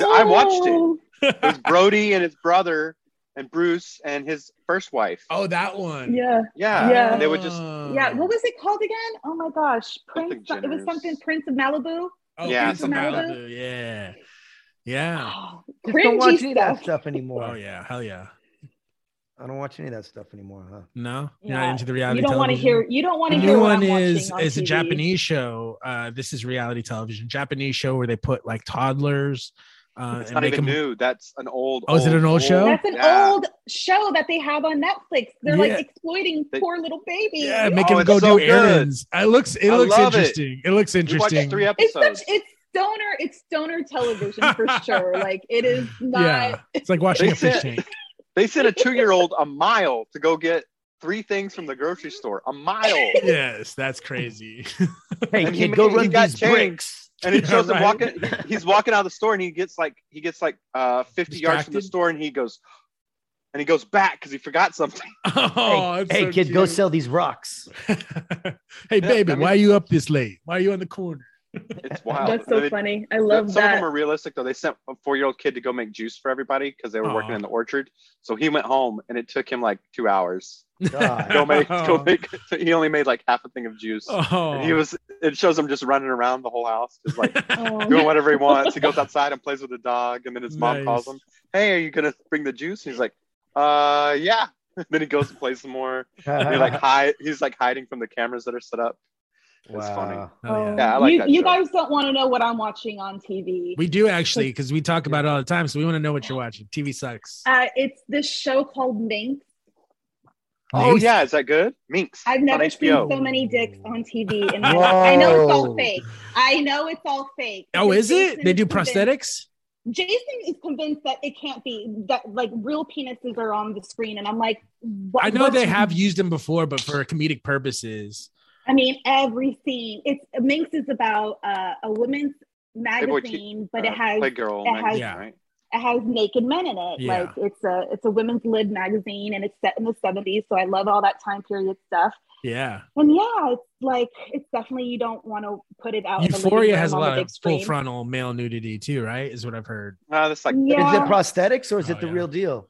[SPEAKER 3] I watched
[SPEAKER 9] Oh,
[SPEAKER 3] it. It's Brody and his brother and Bruce and his first wife.
[SPEAKER 1] Oh, that one. Oh.
[SPEAKER 9] Yeah.
[SPEAKER 3] Yeah.
[SPEAKER 9] Yeah.
[SPEAKER 3] And they would just
[SPEAKER 1] Uh,
[SPEAKER 9] Yeah, what was it called again? Oh my gosh, Prince.
[SPEAKER 3] Something
[SPEAKER 9] It was
[SPEAKER 3] Jenner's.
[SPEAKER 9] something Prince of Malibu.
[SPEAKER 1] Oh,
[SPEAKER 3] Yeah,
[SPEAKER 1] Prince of
[SPEAKER 9] something like
[SPEAKER 1] Malibu, Yeah. Yeah.
[SPEAKER 2] Just don't watch
[SPEAKER 9] Cringy
[SPEAKER 2] any of
[SPEAKER 9] stuff.
[SPEAKER 2] that stuff anymore.
[SPEAKER 1] Oh yeah. Hell yeah.
[SPEAKER 2] I don't watch any of that stuff anymore, huh?
[SPEAKER 1] No, you're
[SPEAKER 9] Yeah.
[SPEAKER 1] not into the reality.
[SPEAKER 9] You don't
[SPEAKER 1] want
[SPEAKER 9] wanna
[SPEAKER 1] to
[SPEAKER 9] hear- you don't wanna
[SPEAKER 1] to
[SPEAKER 9] hear
[SPEAKER 1] New
[SPEAKER 9] what I'm
[SPEAKER 1] one is
[SPEAKER 9] watching on
[SPEAKER 1] is a
[SPEAKER 9] TV.
[SPEAKER 1] Japanese show. Uh, this is reality television. Japanese show where they put like toddlers. Uh,
[SPEAKER 3] it's
[SPEAKER 1] and
[SPEAKER 3] not
[SPEAKER 1] make
[SPEAKER 3] even
[SPEAKER 1] them-
[SPEAKER 3] new. That's an old.
[SPEAKER 1] Oh, is it an old show?
[SPEAKER 9] That's an
[SPEAKER 3] Yeah.
[SPEAKER 9] old show that they have on Netflix. They're
[SPEAKER 1] Yeah.
[SPEAKER 9] like exploiting
[SPEAKER 3] They-
[SPEAKER 9] poor little babies.
[SPEAKER 1] Yeah, make
[SPEAKER 3] Oh,
[SPEAKER 1] them
[SPEAKER 3] it's
[SPEAKER 1] go
[SPEAKER 3] so
[SPEAKER 1] do
[SPEAKER 3] good.
[SPEAKER 1] errands. It looks it
[SPEAKER 3] I
[SPEAKER 1] looks
[SPEAKER 3] love it.
[SPEAKER 1] interesting. It. looks
[SPEAKER 3] We watched
[SPEAKER 1] interesting.
[SPEAKER 3] three
[SPEAKER 9] it's
[SPEAKER 3] episodes.
[SPEAKER 9] such it's stoner it's stoner television for sure. Like it is not.
[SPEAKER 1] yeah, it's like watching
[SPEAKER 3] They
[SPEAKER 1] a fish
[SPEAKER 3] said-
[SPEAKER 1] tank.
[SPEAKER 3] They sent a two-year-old a mile to go get three things from the grocery store. A mile.
[SPEAKER 1] Yes, that's crazy.
[SPEAKER 2] Hey,
[SPEAKER 3] And he
[SPEAKER 2] kid, go
[SPEAKER 3] made- he
[SPEAKER 2] run
[SPEAKER 3] got
[SPEAKER 2] these
[SPEAKER 3] changed.
[SPEAKER 2] bricks.
[SPEAKER 3] And it
[SPEAKER 1] Yeah,
[SPEAKER 3] shows
[SPEAKER 1] right.
[SPEAKER 3] him walking. he- He's walking out of the store, and he gets like he gets like uh, 50 yards from the
[SPEAKER 1] Distracted?
[SPEAKER 3] store, and he goes, and he goes back because he forgot something.
[SPEAKER 1] oh,
[SPEAKER 2] hey,
[SPEAKER 1] it's
[SPEAKER 2] hey
[SPEAKER 1] so
[SPEAKER 2] kid, go
[SPEAKER 1] cute.
[SPEAKER 2] sell these rocks.
[SPEAKER 1] hey, baby,
[SPEAKER 3] I mean-
[SPEAKER 1] why are you up this late? Why are you on the corner?
[SPEAKER 3] It's wild.
[SPEAKER 9] That's
[SPEAKER 3] And
[SPEAKER 9] so
[SPEAKER 3] they-
[SPEAKER 9] funny. I
[SPEAKER 3] Th-
[SPEAKER 9] love
[SPEAKER 3] some of
[SPEAKER 9] that.
[SPEAKER 3] them are realistic though. They sent a four-year-old kid to go make juice for everybody because they were working
[SPEAKER 1] Aw.
[SPEAKER 3] in the orchard. So he went home, and it took him like two hours.
[SPEAKER 2] God.
[SPEAKER 3] Go make, go make. He only made like half a thing of juice.
[SPEAKER 1] Oh,
[SPEAKER 3] And he was. It shows him just running around the whole house, just like
[SPEAKER 9] Oh.
[SPEAKER 3] doing whatever he wants. He goes outside and plays with the dog, and then his mom calls
[SPEAKER 1] Nice.
[SPEAKER 3] him, "Hey, are you gonna bring the juice?" And he's like, "Uh, yeah." then he goes and plays some more.
[SPEAKER 1] Oh,
[SPEAKER 3] And he like hide. He's like hiding from the cameras that are set up. It's funny.
[SPEAKER 2] Wow.
[SPEAKER 1] Oh, yeah.
[SPEAKER 3] Yeah, I like
[SPEAKER 9] you,
[SPEAKER 3] that
[SPEAKER 9] you
[SPEAKER 3] show.
[SPEAKER 9] guys don't want to know what I'm watching on TV.
[SPEAKER 1] We do actually because we talk about it all the time, so we want to know what you're watching. TV sucks.
[SPEAKER 9] uh, it's this show called Minx.
[SPEAKER 3] Oh
[SPEAKER 1] Minx?
[SPEAKER 3] yeah, is that good? Minx.
[SPEAKER 9] I've
[SPEAKER 3] on
[SPEAKER 9] never seen
[SPEAKER 3] HBO.
[SPEAKER 9] so many dicks on TV in my life. I know it's all
[SPEAKER 4] Whoa.
[SPEAKER 9] fake. I know it's all fake.
[SPEAKER 1] Oh,
[SPEAKER 9] because
[SPEAKER 1] is it?
[SPEAKER 9] Jason
[SPEAKER 1] They
[SPEAKER 9] is
[SPEAKER 1] do
[SPEAKER 9] convinced-
[SPEAKER 1] prosthetics.
[SPEAKER 9] Jason is convinced that it can't be that like real penises are on the screen, and I'm like, what,
[SPEAKER 1] I know
[SPEAKER 9] what-
[SPEAKER 1] they have used them before, but for comedic purposes.
[SPEAKER 9] I mean, every scene. It's Minx is about uh, a women's
[SPEAKER 3] Playboy T-
[SPEAKER 9] magazine, but
[SPEAKER 3] uh,
[SPEAKER 9] it has
[SPEAKER 3] Playgirl
[SPEAKER 9] it
[SPEAKER 3] magazine,
[SPEAKER 1] has-
[SPEAKER 3] right?
[SPEAKER 9] it has naked men in it.
[SPEAKER 1] Yeah.
[SPEAKER 9] Like it's a it's a women's lib magazine, and it's set in the 70s, so I love all that time period stuff.
[SPEAKER 1] Yeah,
[SPEAKER 9] And yeah, it's like it's definitely you don't want to put it out. in the living
[SPEAKER 1] Euphoria has a
[SPEAKER 9] room on the
[SPEAKER 1] lot
[SPEAKER 9] big
[SPEAKER 1] of full
[SPEAKER 9] screen.
[SPEAKER 1] frontal male nudity too, right? Is what I've heard.
[SPEAKER 3] Uh, that's like
[SPEAKER 9] Yeah.
[SPEAKER 2] Is it prosthetics or is
[SPEAKER 1] Oh,
[SPEAKER 2] it the
[SPEAKER 1] yeah.
[SPEAKER 2] real deal?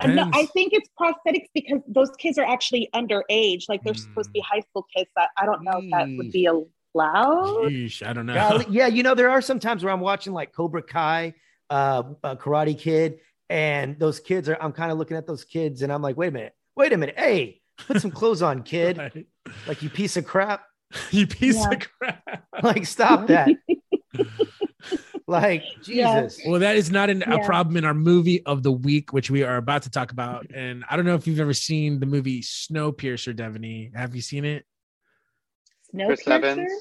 [SPEAKER 9] And
[SPEAKER 1] Depends.
[SPEAKER 9] no, I think it's prosthetics because those kids are actually underage. Like they're supposed to be high school kids. That I don't know if that would be allowed.
[SPEAKER 1] Yeesh, I don't know.
[SPEAKER 2] Golly, yeah, you know there are some times where I'm watching like Cobra Kai, uh, uh, Karate Kid, and those kids are. I'm kind of looking at those kids, and I'm like, wait a minute, wait a minute, hey, Put some clothes on, kid. Like you piece of crap.
[SPEAKER 1] You piece
[SPEAKER 2] of crap. Like stop that. like Jesus.
[SPEAKER 1] Well, that is not an, a
[SPEAKER 2] Yeah.
[SPEAKER 1] problem in our movie of the week, which we are about to talk about. And I don't know if you've ever seen the movie Snowpiercer, Devaney. Have you seen it?
[SPEAKER 3] Chris Evans.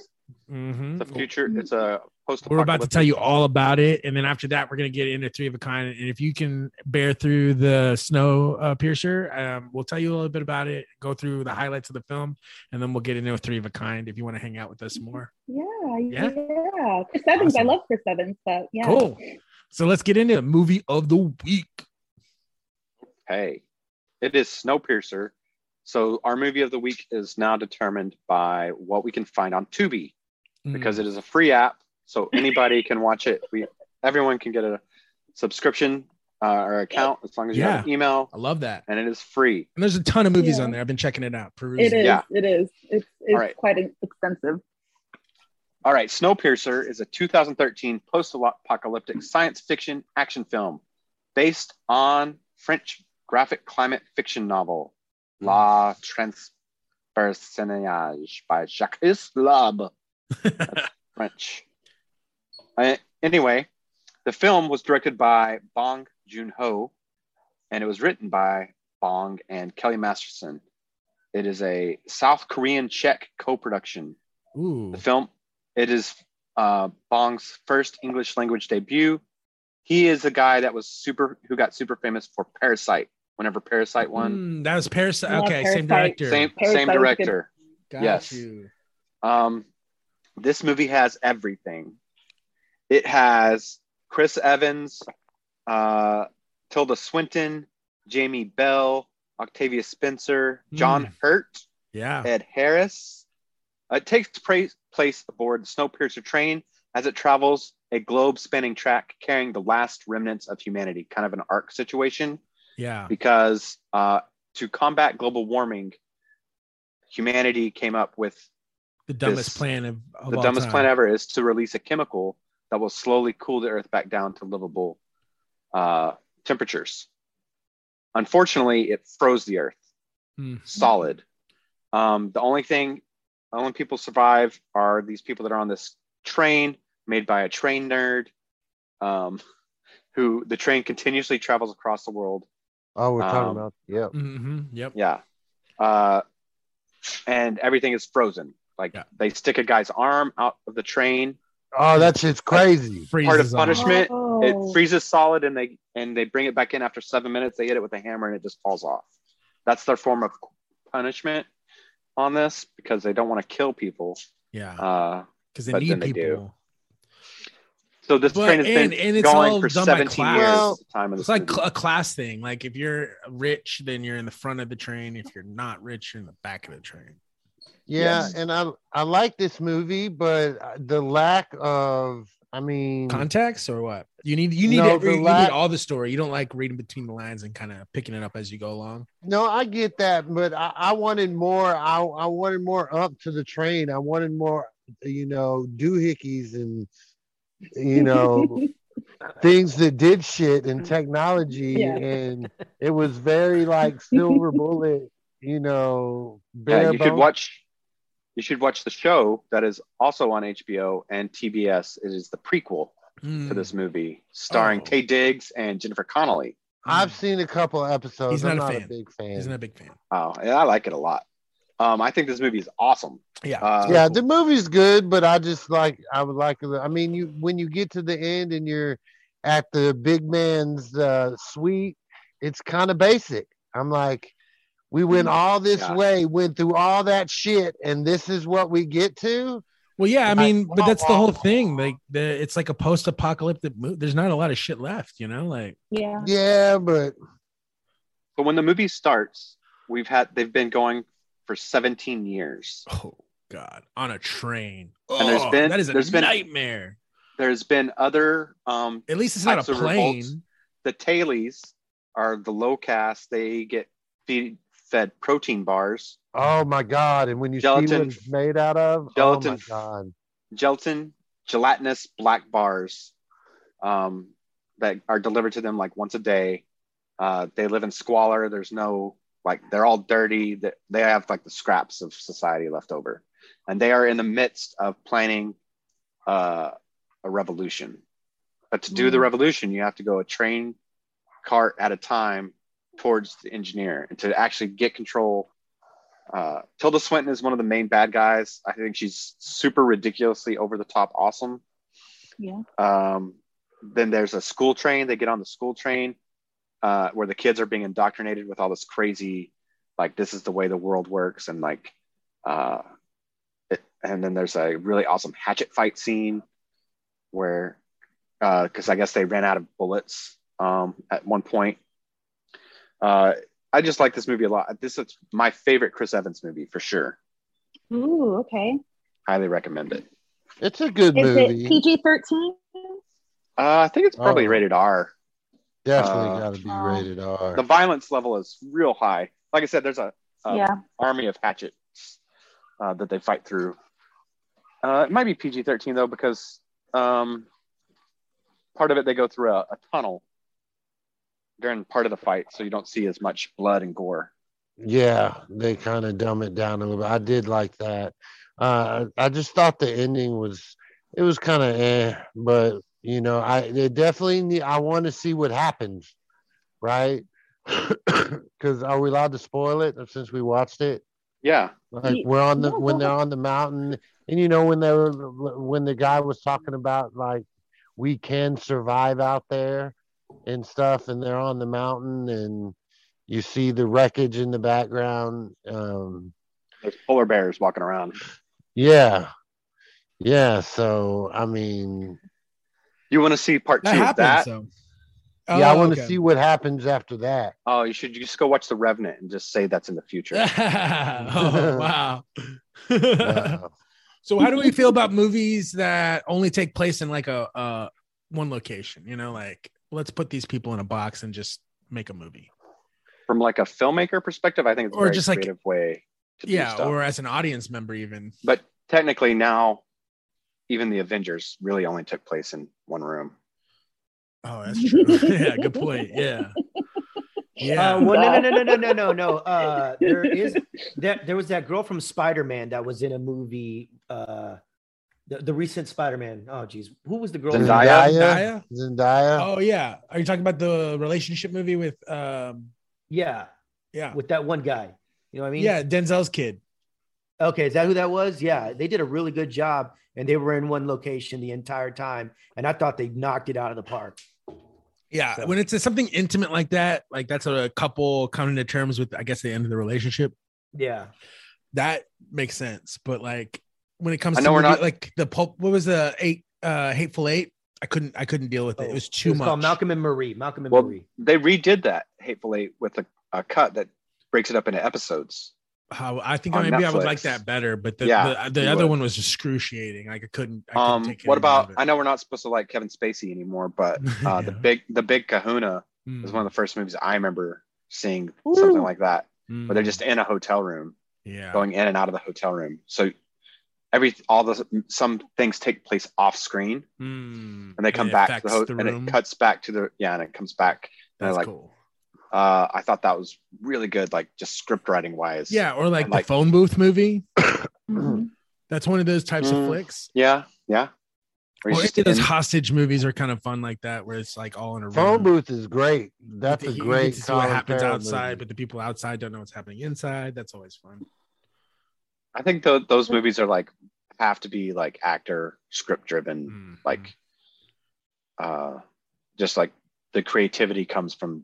[SPEAKER 1] Mm-hmm.
[SPEAKER 3] It's a future. It's a post.
[SPEAKER 1] We're about to tell you all about it, and then after that, we're gonna get into three of a kind. And if you can bear through the snow uh, piercer, um, we'll tell you a little bit about it. Go through the highlights of the film, and then we'll get into a three of a kind. If you want to hang out with us more,
[SPEAKER 9] Yeah,
[SPEAKER 1] Yeah?
[SPEAKER 9] yeah. Chris Evans. I love Chris Evans, but yeah.
[SPEAKER 1] cool. So let's get into the movie of the week.
[SPEAKER 3] Hey, it is Snowpiercer. So our movie of the week is now determined by what we can find on Tubi
[SPEAKER 1] Mm.
[SPEAKER 3] because it is a free app, so anybody can watch it. We everyone can get a subscription uh, or account as long as you have an
[SPEAKER 1] Yeah.
[SPEAKER 3] email.
[SPEAKER 1] I love that,
[SPEAKER 3] and it is free.
[SPEAKER 1] and there's a ton of movies
[SPEAKER 9] Yeah.
[SPEAKER 1] on there. I've been checking it out. Perusing.
[SPEAKER 9] It is. It is. It's, it's
[SPEAKER 3] right.
[SPEAKER 9] quite expensive.
[SPEAKER 3] All right, Snowpiercer is a 2013 post-apocalyptic science fiction action film based on French graphic climate fiction novel La Transpersonnage by Jacques Lob. French. Uh, anyway, the film was directed by Bong Joon-ho, and it was written by Bong and Kelly Masterson. It is a South Korean Czech co-production.
[SPEAKER 1] Ooh.
[SPEAKER 3] The film it is uh, Bong's first English language debut. He is a guy that was super who got super famous for Parasite. Whenever Parasite won,
[SPEAKER 1] Mm, that was Parasite.
[SPEAKER 3] Love
[SPEAKER 1] Okay, same
[SPEAKER 3] Parasite.
[SPEAKER 1] director.
[SPEAKER 3] Same- same Parasite was good. director.
[SPEAKER 1] Got
[SPEAKER 3] Yes.
[SPEAKER 1] you.
[SPEAKER 3] um, this movie has everything. It has Chris Evans, uh, Tilda Swinton, Jamie Bell, Octavia Spencer, John Hurt,
[SPEAKER 1] Yeah.
[SPEAKER 3] Ed Harris. Uh, It takes pra- place aboard the Snowpiercer train as it travels a globe-spanning track carrying the last remnants of humanity, kind of an arc situation
[SPEAKER 1] Yeah.
[SPEAKER 3] because uh, to combat global warming, humanity came up with
[SPEAKER 1] The dumbest
[SPEAKER 3] this-
[SPEAKER 1] plan of, of
[SPEAKER 3] the
[SPEAKER 1] all
[SPEAKER 3] dumbest
[SPEAKER 1] time.
[SPEAKER 3] plan ever is to release a chemical that will slowly cool the Earth back down to livable uh, temperatures. Unfortunately, it froze the Earth
[SPEAKER 1] Mm.
[SPEAKER 3] solid. Um, the only thing, the only people survive are these people that are on this train made by a train nerd, um, who the train continuously travels across the world.
[SPEAKER 4] Oh, we're talking
[SPEAKER 3] Um,
[SPEAKER 4] about yep.
[SPEAKER 1] Mm-hmm. Yep.
[SPEAKER 3] Yeah. Uh, and everything is frozen. Like they stick a guy's arm out of the train.
[SPEAKER 4] Oh, that shit's crazy.
[SPEAKER 3] Part of punishment,
[SPEAKER 4] Oh.
[SPEAKER 3] it freezes solid, and they and they bring it back in after seven minutes. They hit it with a hammer, and it just falls off. That's their form of punishment on this because they don't want to kill people.
[SPEAKER 1] Yeah.
[SPEAKER 3] Because
[SPEAKER 1] 'Cause they need
[SPEAKER 3] do. So this
[SPEAKER 1] But-
[SPEAKER 3] train has
[SPEAKER 1] and,
[SPEAKER 3] been
[SPEAKER 1] and it's
[SPEAKER 3] going
[SPEAKER 1] all
[SPEAKER 3] for
[SPEAKER 1] done by
[SPEAKER 3] 17
[SPEAKER 1] class.
[SPEAKER 3] years. at the time of
[SPEAKER 1] it's
[SPEAKER 3] this
[SPEAKER 1] like
[SPEAKER 3] movie.
[SPEAKER 1] cl- a class thing. Like if you're rich, then you're in the front of the train. If you're not rich, you're in the back of the train.
[SPEAKER 4] Yeah, and I I like this movie, but uh, the lack of I mean
[SPEAKER 1] Context or what? You need you need
[SPEAKER 4] No,
[SPEAKER 1] every,
[SPEAKER 4] the
[SPEAKER 1] you
[SPEAKER 4] la-
[SPEAKER 1] need all the story. You don't like reading between the lines and kind of picking it up as you go along.
[SPEAKER 4] No, I get that, but I, I wanted more. I, I wanted more up to the train. I wanted more, you know, doohickeys and you know things that did shit and technology,
[SPEAKER 3] Yeah.
[SPEAKER 4] and it was very like silver bullet, you know.
[SPEAKER 3] Yeah,
[SPEAKER 4] bare
[SPEAKER 3] you should
[SPEAKER 4] bones.
[SPEAKER 3] watch. You should watch the show that is also on HBO and TBS. It is the prequel
[SPEAKER 1] Hmm,
[SPEAKER 3] to this movie,
[SPEAKER 1] Oh.
[SPEAKER 3] starring Tay Diggs and Jennifer Connelly.
[SPEAKER 4] I've seen a couple episodes.
[SPEAKER 3] He's
[SPEAKER 4] I'm
[SPEAKER 3] not
[SPEAKER 4] not
[SPEAKER 3] a
[SPEAKER 4] a,
[SPEAKER 3] fan.
[SPEAKER 4] big fan.
[SPEAKER 1] He's not a big fan.
[SPEAKER 3] Oh, and I like it a lot. Um, I think this movie is awesome.
[SPEAKER 1] Yeah,
[SPEAKER 3] Uh,
[SPEAKER 4] yeah, the movie's good, but I just like I would like. I mean, you when you get to the end and you're at the big man's uh, suite, it's kind of basic. I'm like, we went all this
[SPEAKER 1] Yeah.
[SPEAKER 4] way, went through all that shit, and this is what we get to.
[SPEAKER 1] Well, yeah, I
[SPEAKER 4] Like,
[SPEAKER 1] mean, but
[SPEAKER 4] wow,
[SPEAKER 1] that's the
[SPEAKER 4] wow.
[SPEAKER 1] whole thing. Like the it's like a post-apocalyptic movie. There's not a lot of shit left, you know. Like
[SPEAKER 9] Yeah.
[SPEAKER 4] Yeah, but
[SPEAKER 3] But when the movie starts, we've had they've been going for 17 years.
[SPEAKER 1] Oh God, on a train.
[SPEAKER 3] And there's
[SPEAKER 1] Oh,
[SPEAKER 3] been-
[SPEAKER 1] that is a
[SPEAKER 3] there's been-
[SPEAKER 1] nightmare.
[SPEAKER 3] There's been other. Um,
[SPEAKER 1] At least it's not
[SPEAKER 3] types
[SPEAKER 1] a
[SPEAKER 3] of revolts.
[SPEAKER 1] plane.
[SPEAKER 3] The tailies are the low caste. They get feed, fed protein bars.
[SPEAKER 4] oh my god! And when you see what
[SPEAKER 3] Gelatin-
[SPEAKER 4] it's made out of, oh
[SPEAKER 3] gelatin-
[SPEAKER 4] my god!
[SPEAKER 3] gelatin, gelatinous black bars um, that are delivered to them like once a day. Uh, they live in squalor. There's no like they're all dirty that they have like the scraps of society left over and they are in the midst of planning uh, a revolution but to do the
[SPEAKER 15] Mm.
[SPEAKER 3] revolution you have to go a train cart at a time towards the engineer and to actually get control uh, tilda swinton is one of the main bad guys i think she's super ridiculously over the top awesome
[SPEAKER 9] Yeah.
[SPEAKER 3] um, then there's a school train. They get on the school train uh, where the kids are being indoctrinated with all this crazy, like this is the way the world works, and like, uh, it, and then there's a really awesome hatchet fight scene where, because I guess they ran out of bullets um, at one point. Uh, I just like this movie a lot. This is my favorite Chris Evans movie for sure.
[SPEAKER 9] Ooh, okay.
[SPEAKER 3] Highly recommend it.
[SPEAKER 4] It's a good
[SPEAKER 9] Is
[SPEAKER 4] movie.
[SPEAKER 9] it PG 13?
[SPEAKER 3] Uh, I think it's probably
[SPEAKER 4] Oh.
[SPEAKER 3] rated R.
[SPEAKER 4] Definitely
[SPEAKER 3] Uh,
[SPEAKER 4] got to be rated R.
[SPEAKER 3] the violence level is real high. Like I said, there's a, a
[SPEAKER 9] Yeah.
[SPEAKER 3] army of hatchets uh, that they fight through. Uh, it might be PG-13 though, because um, part of it they go through a, a tunnel during part of the fight, so you don't see as much blood and gore.
[SPEAKER 4] Yeah, they kind of dumb it down a little bit. I did like that. Uh, I just thought the ending was it was kind of eh, but you know, I they definitely need, I want to see what happens, right? Because are we allowed to spoil it since we watched it?
[SPEAKER 3] Yeah.
[SPEAKER 4] Like
[SPEAKER 3] Ye-
[SPEAKER 4] we're on the
[SPEAKER 3] yeah,
[SPEAKER 4] when
[SPEAKER 3] go
[SPEAKER 4] they're
[SPEAKER 3] ahead.
[SPEAKER 4] on the mountain, and you know when they were when the guy was talking about like we can survive out there and stuff, and they're on the mountain and you see the wreckage in the background. Um,
[SPEAKER 3] There's polar bears walking around.
[SPEAKER 4] yeah, yeah. So I mean,
[SPEAKER 3] You want to see part
[SPEAKER 4] That
[SPEAKER 3] two
[SPEAKER 4] happened,
[SPEAKER 3] of that?
[SPEAKER 4] so- yeah, I
[SPEAKER 3] Oh,
[SPEAKER 4] want to
[SPEAKER 3] okay.
[SPEAKER 4] see what happens after that.
[SPEAKER 3] Oh, you should just go watch The Revenant and just say that's in the future.
[SPEAKER 1] oh, wow. so how do we feel about movies that only take place in like a uh one location? You know, like let's put these people in a box and just make a movie.
[SPEAKER 3] From like a filmmaker perspective, I think it's a
[SPEAKER 1] Or
[SPEAKER 3] very
[SPEAKER 1] just, like-
[SPEAKER 3] creative way to do
[SPEAKER 1] Yeah,
[SPEAKER 3] stuff.
[SPEAKER 1] or as an audience member even.
[SPEAKER 3] but technically now even the avengers really only took place in one room
[SPEAKER 1] Oh, that's true. yeah, good point. Yeah. Yeah.
[SPEAKER 2] Uh, well, no, no, no, no, no, no, no, no. Uh, there is that. There was that girl from Spider Man that was in a movie. Uh, the, the recent Spider Man. Oh, geez, who was the girl?
[SPEAKER 4] Zendaya, Zendaya.
[SPEAKER 1] Oh yeah. Are you talking about the relationship movie with um
[SPEAKER 2] Yeah.
[SPEAKER 1] Yeah.
[SPEAKER 2] With that one guy. You know what I mean?
[SPEAKER 1] yeah, Denzel's kid?
[SPEAKER 2] Okay, is that who that was? Yeah, they did a really good job, and they were in one location the entire time, and I thought they knocked it out of the park.
[SPEAKER 1] Yeah, when it's something intimate like that, like that's a couple coming to terms with, I guess, the end of the relationship.
[SPEAKER 2] Yeah.
[SPEAKER 1] That makes sense. But like when it comes
[SPEAKER 3] I
[SPEAKER 1] to
[SPEAKER 3] know we're
[SPEAKER 1] movie-
[SPEAKER 3] not-
[SPEAKER 1] like the pulp, what was the eight uh hateful eight? I couldn't I couldn't deal with
[SPEAKER 3] Oh,
[SPEAKER 1] it. It was too
[SPEAKER 2] Oh. it was
[SPEAKER 1] much.
[SPEAKER 2] called Malcolm and Marie. Malcolm and
[SPEAKER 3] well
[SPEAKER 2] Marie.
[SPEAKER 3] they redid that hateful eight with a, a cut that breaks it up into episodes
[SPEAKER 1] How I think maybe
[SPEAKER 3] on
[SPEAKER 1] I would
[SPEAKER 3] Netflix.
[SPEAKER 1] like that better, but the
[SPEAKER 3] Yeah,
[SPEAKER 1] the, the
[SPEAKER 3] you
[SPEAKER 1] other
[SPEAKER 3] would.
[SPEAKER 1] one was excruciating. Like I couldn't. I couldn't
[SPEAKER 3] um
[SPEAKER 1] take
[SPEAKER 3] what
[SPEAKER 1] any more of
[SPEAKER 3] about i know we're not supposed to like kevin spacey anymore but uh the big the big kahuna
[SPEAKER 1] Mm.
[SPEAKER 3] is one of the first movies i remember seeing something
[SPEAKER 1] Ooh.
[SPEAKER 3] like that where
[SPEAKER 1] Hmm.
[SPEAKER 3] they're just in a hotel room
[SPEAKER 1] it. Hmm. Yeah.
[SPEAKER 3] going in and out of the hotel room so every all the some things take place off screen
[SPEAKER 1] Mm.
[SPEAKER 3] and they come
[SPEAKER 1] It
[SPEAKER 3] back to the,
[SPEAKER 1] affects
[SPEAKER 3] ho-
[SPEAKER 1] the
[SPEAKER 3] and
[SPEAKER 1] room.
[SPEAKER 3] it cuts back to the yeah and it comes back and
[SPEAKER 1] That's
[SPEAKER 3] like
[SPEAKER 1] cool.
[SPEAKER 3] uh i thought that was really good like just script writing wise
[SPEAKER 1] Yeah, or like
[SPEAKER 3] And,
[SPEAKER 1] the phone booth movie.
[SPEAKER 9] Mm-hmm.
[SPEAKER 3] Mhm.
[SPEAKER 1] That's one of those types
[SPEAKER 3] Mm.
[SPEAKER 1] of flicks.
[SPEAKER 3] yeah yeah Where he's
[SPEAKER 1] Or
[SPEAKER 3] just
[SPEAKER 1] any of those
[SPEAKER 3] in-
[SPEAKER 1] hostage movies are kind of fun like that, where it's like all in a room.
[SPEAKER 4] Phone booth is great.
[SPEAKER 1] You
[SPEAKER 4] That's
[SPEAKER 1] get-
[SPEAKER 4] a
[SPEAKER 1] you get
[SPEAKER 4] great.
[SPEAKER 1] to see what
[SPEAKER 4] Colin
[SPEAKER 1] happens
[SPEAKER 4] Farrell
[SPEAKER 1] outside,
[SPEAKER 4] movie.
[SPEAKER 1] but the people outside don't know what's happening inside. That's always fun.
[SPEAKER 3] i think tho- those movies are like have to be like actor script driven
[SPEAKER 1] Mm-hmm. Hmm.
[SPEAKER 3] like uh just like the creativity comes from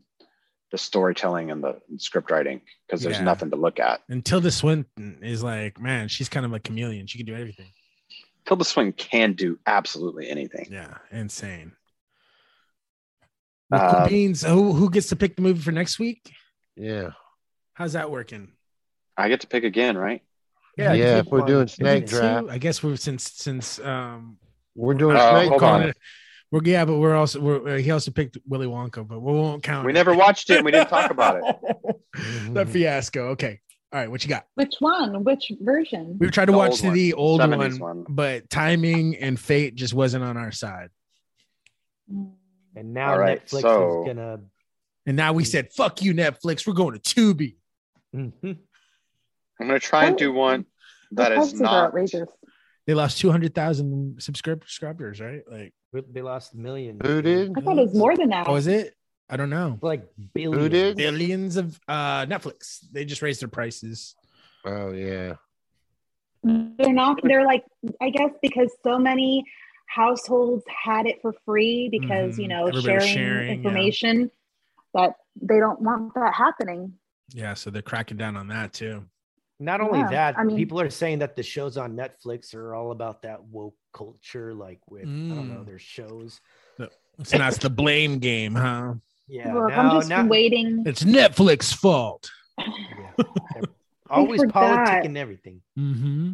[SPEAKER 3] the storytelling and the script writing because there's
[SPEAKER 1] Yeah.
[SPEAKER 3] nothing to look at
[SPEAKER 1] And Tilda Swinton is like, man, she's kind of a chameleon. She can do everything.
[SPEAKER 3] tilda swing can do absolutely anything
[SPEAKER 1] yeah Insane. Well, cool
[SPEAKER 3] uh,
[SPEAKER 1] beans. Who who gets to pick the movie for next week?
[SPEAKER 4] yeah
[SPEAKER 1] How's that working?
[SPEAKER 3] i get to pick again right
[SPEAKER 4] Yeah, Yeah, if we're doing snake
[SPEAKER 1] Isn't it
[SPEAKER 4] draft.
[SPEAKER 1] two? I guess we're since since um
[SPEAKER 4] We're doing
[SPEAKER 3] Uh,
[SPEAKER 4] snake
[SPEAKER 3] hold
[SPEAKER 4] draft.
[SPEAKER 3] on.
[SPEAKER 1] we're yeah, but we're also we're, uh, he also picked Willy Wonka, but we won't count.
[SPEAKER 3] we
[SPEAKER 1] it.
[SPEAKER 3] never watched it and we didn't talk about it
[SPEAKER 1] the fiasco. Okay, all right, what you got?
[SPEAKER 9] Which one? Which version?
[SPEAKER 1] We've tried to
[SPEAKER 9] The
[SPEAKER 1] watch
[SPEAKER 9] old
[SPEAKER 1] the,
[SPEAKER 9] one.
[SPEAKER 1] old
[SPEAKER 3] 70s
[SPEAKER 1] one,
[SPEAKER 3] one.
[SPEAKER 1] but timing and fate just wasn't on our side.
[SPEAKER 2] And now
[SPEAKER 1] All right,
[SPEAKER 9] Mm.
[SPEAKER 2] Netflix
[SPEAKER 1] so-
[SPEAKER 2] is gonna.
[SPEAKER 3] Mm.
[SPEAKER 1] And now we said, "Fuck you, Netflix. We're going to Tubi."
[SPEAKER 3] I'm gonna try
[SPEAKER 9] Oh.
[SPEAKER 3] and do one that is not.
[SPEAKER 9] outrageous.
[SPEAKER 1] They lost two hundred thousand subscrib- subscribers, right? Like
[SPEAKER 2] they lost millions.
[SPEAKER 1] Who did?
[SPEAKER 9] I thought it was more than that.
[SPEAKER 1] Oh, is it? I don't know.
[SPEAKER 2] Like billions.
[SPEAKER 1] Who did? Billions of uh, Netflix. They just raised their prices.
[SPEAKER 4] Oh yeah.
[SPEAKER 9] They're not. They're like, I guess, because so many households had it for free because you know
[SPEAKER 1] Mm-hmm. Everybody was
[SPEAKER 9] sharing,
[SPEAKER 1] sharing, yeah.
[SPEAKER 9] information that they don't want that happening.
[SPEAKER 1] Yeah, so they're cracking down on that too.
[SPEAKER 2] Not only
[SPEAKER 9] Yeah,
[SPEAKER 2] that,
[SPEAKER 9] I mean-
[SPEAKER 2] people are saying that the shows on Netflix are all about that woke culture, like with I don't know
[SPEAKER 1] Mm.
[SPEAKER 2] their shows.
[SPEAKER 1] So now it's the blame game, huh?
[SPEAKER 2] Yeah,
[SPEAKER 9] Look,
[SPEAKER 2] now-
[SPEAKER 9] I'm just
[SPEAKER 2] now-
[SPEAKER 9] waiting.
[SPEAKER 1] It's Netflix's fault.
[SPEAKER 2] always
[SPEAKER 9] forgot.
[SPEAKER 2] politic and everything.
[SPEAKER 1] Mm-hmm.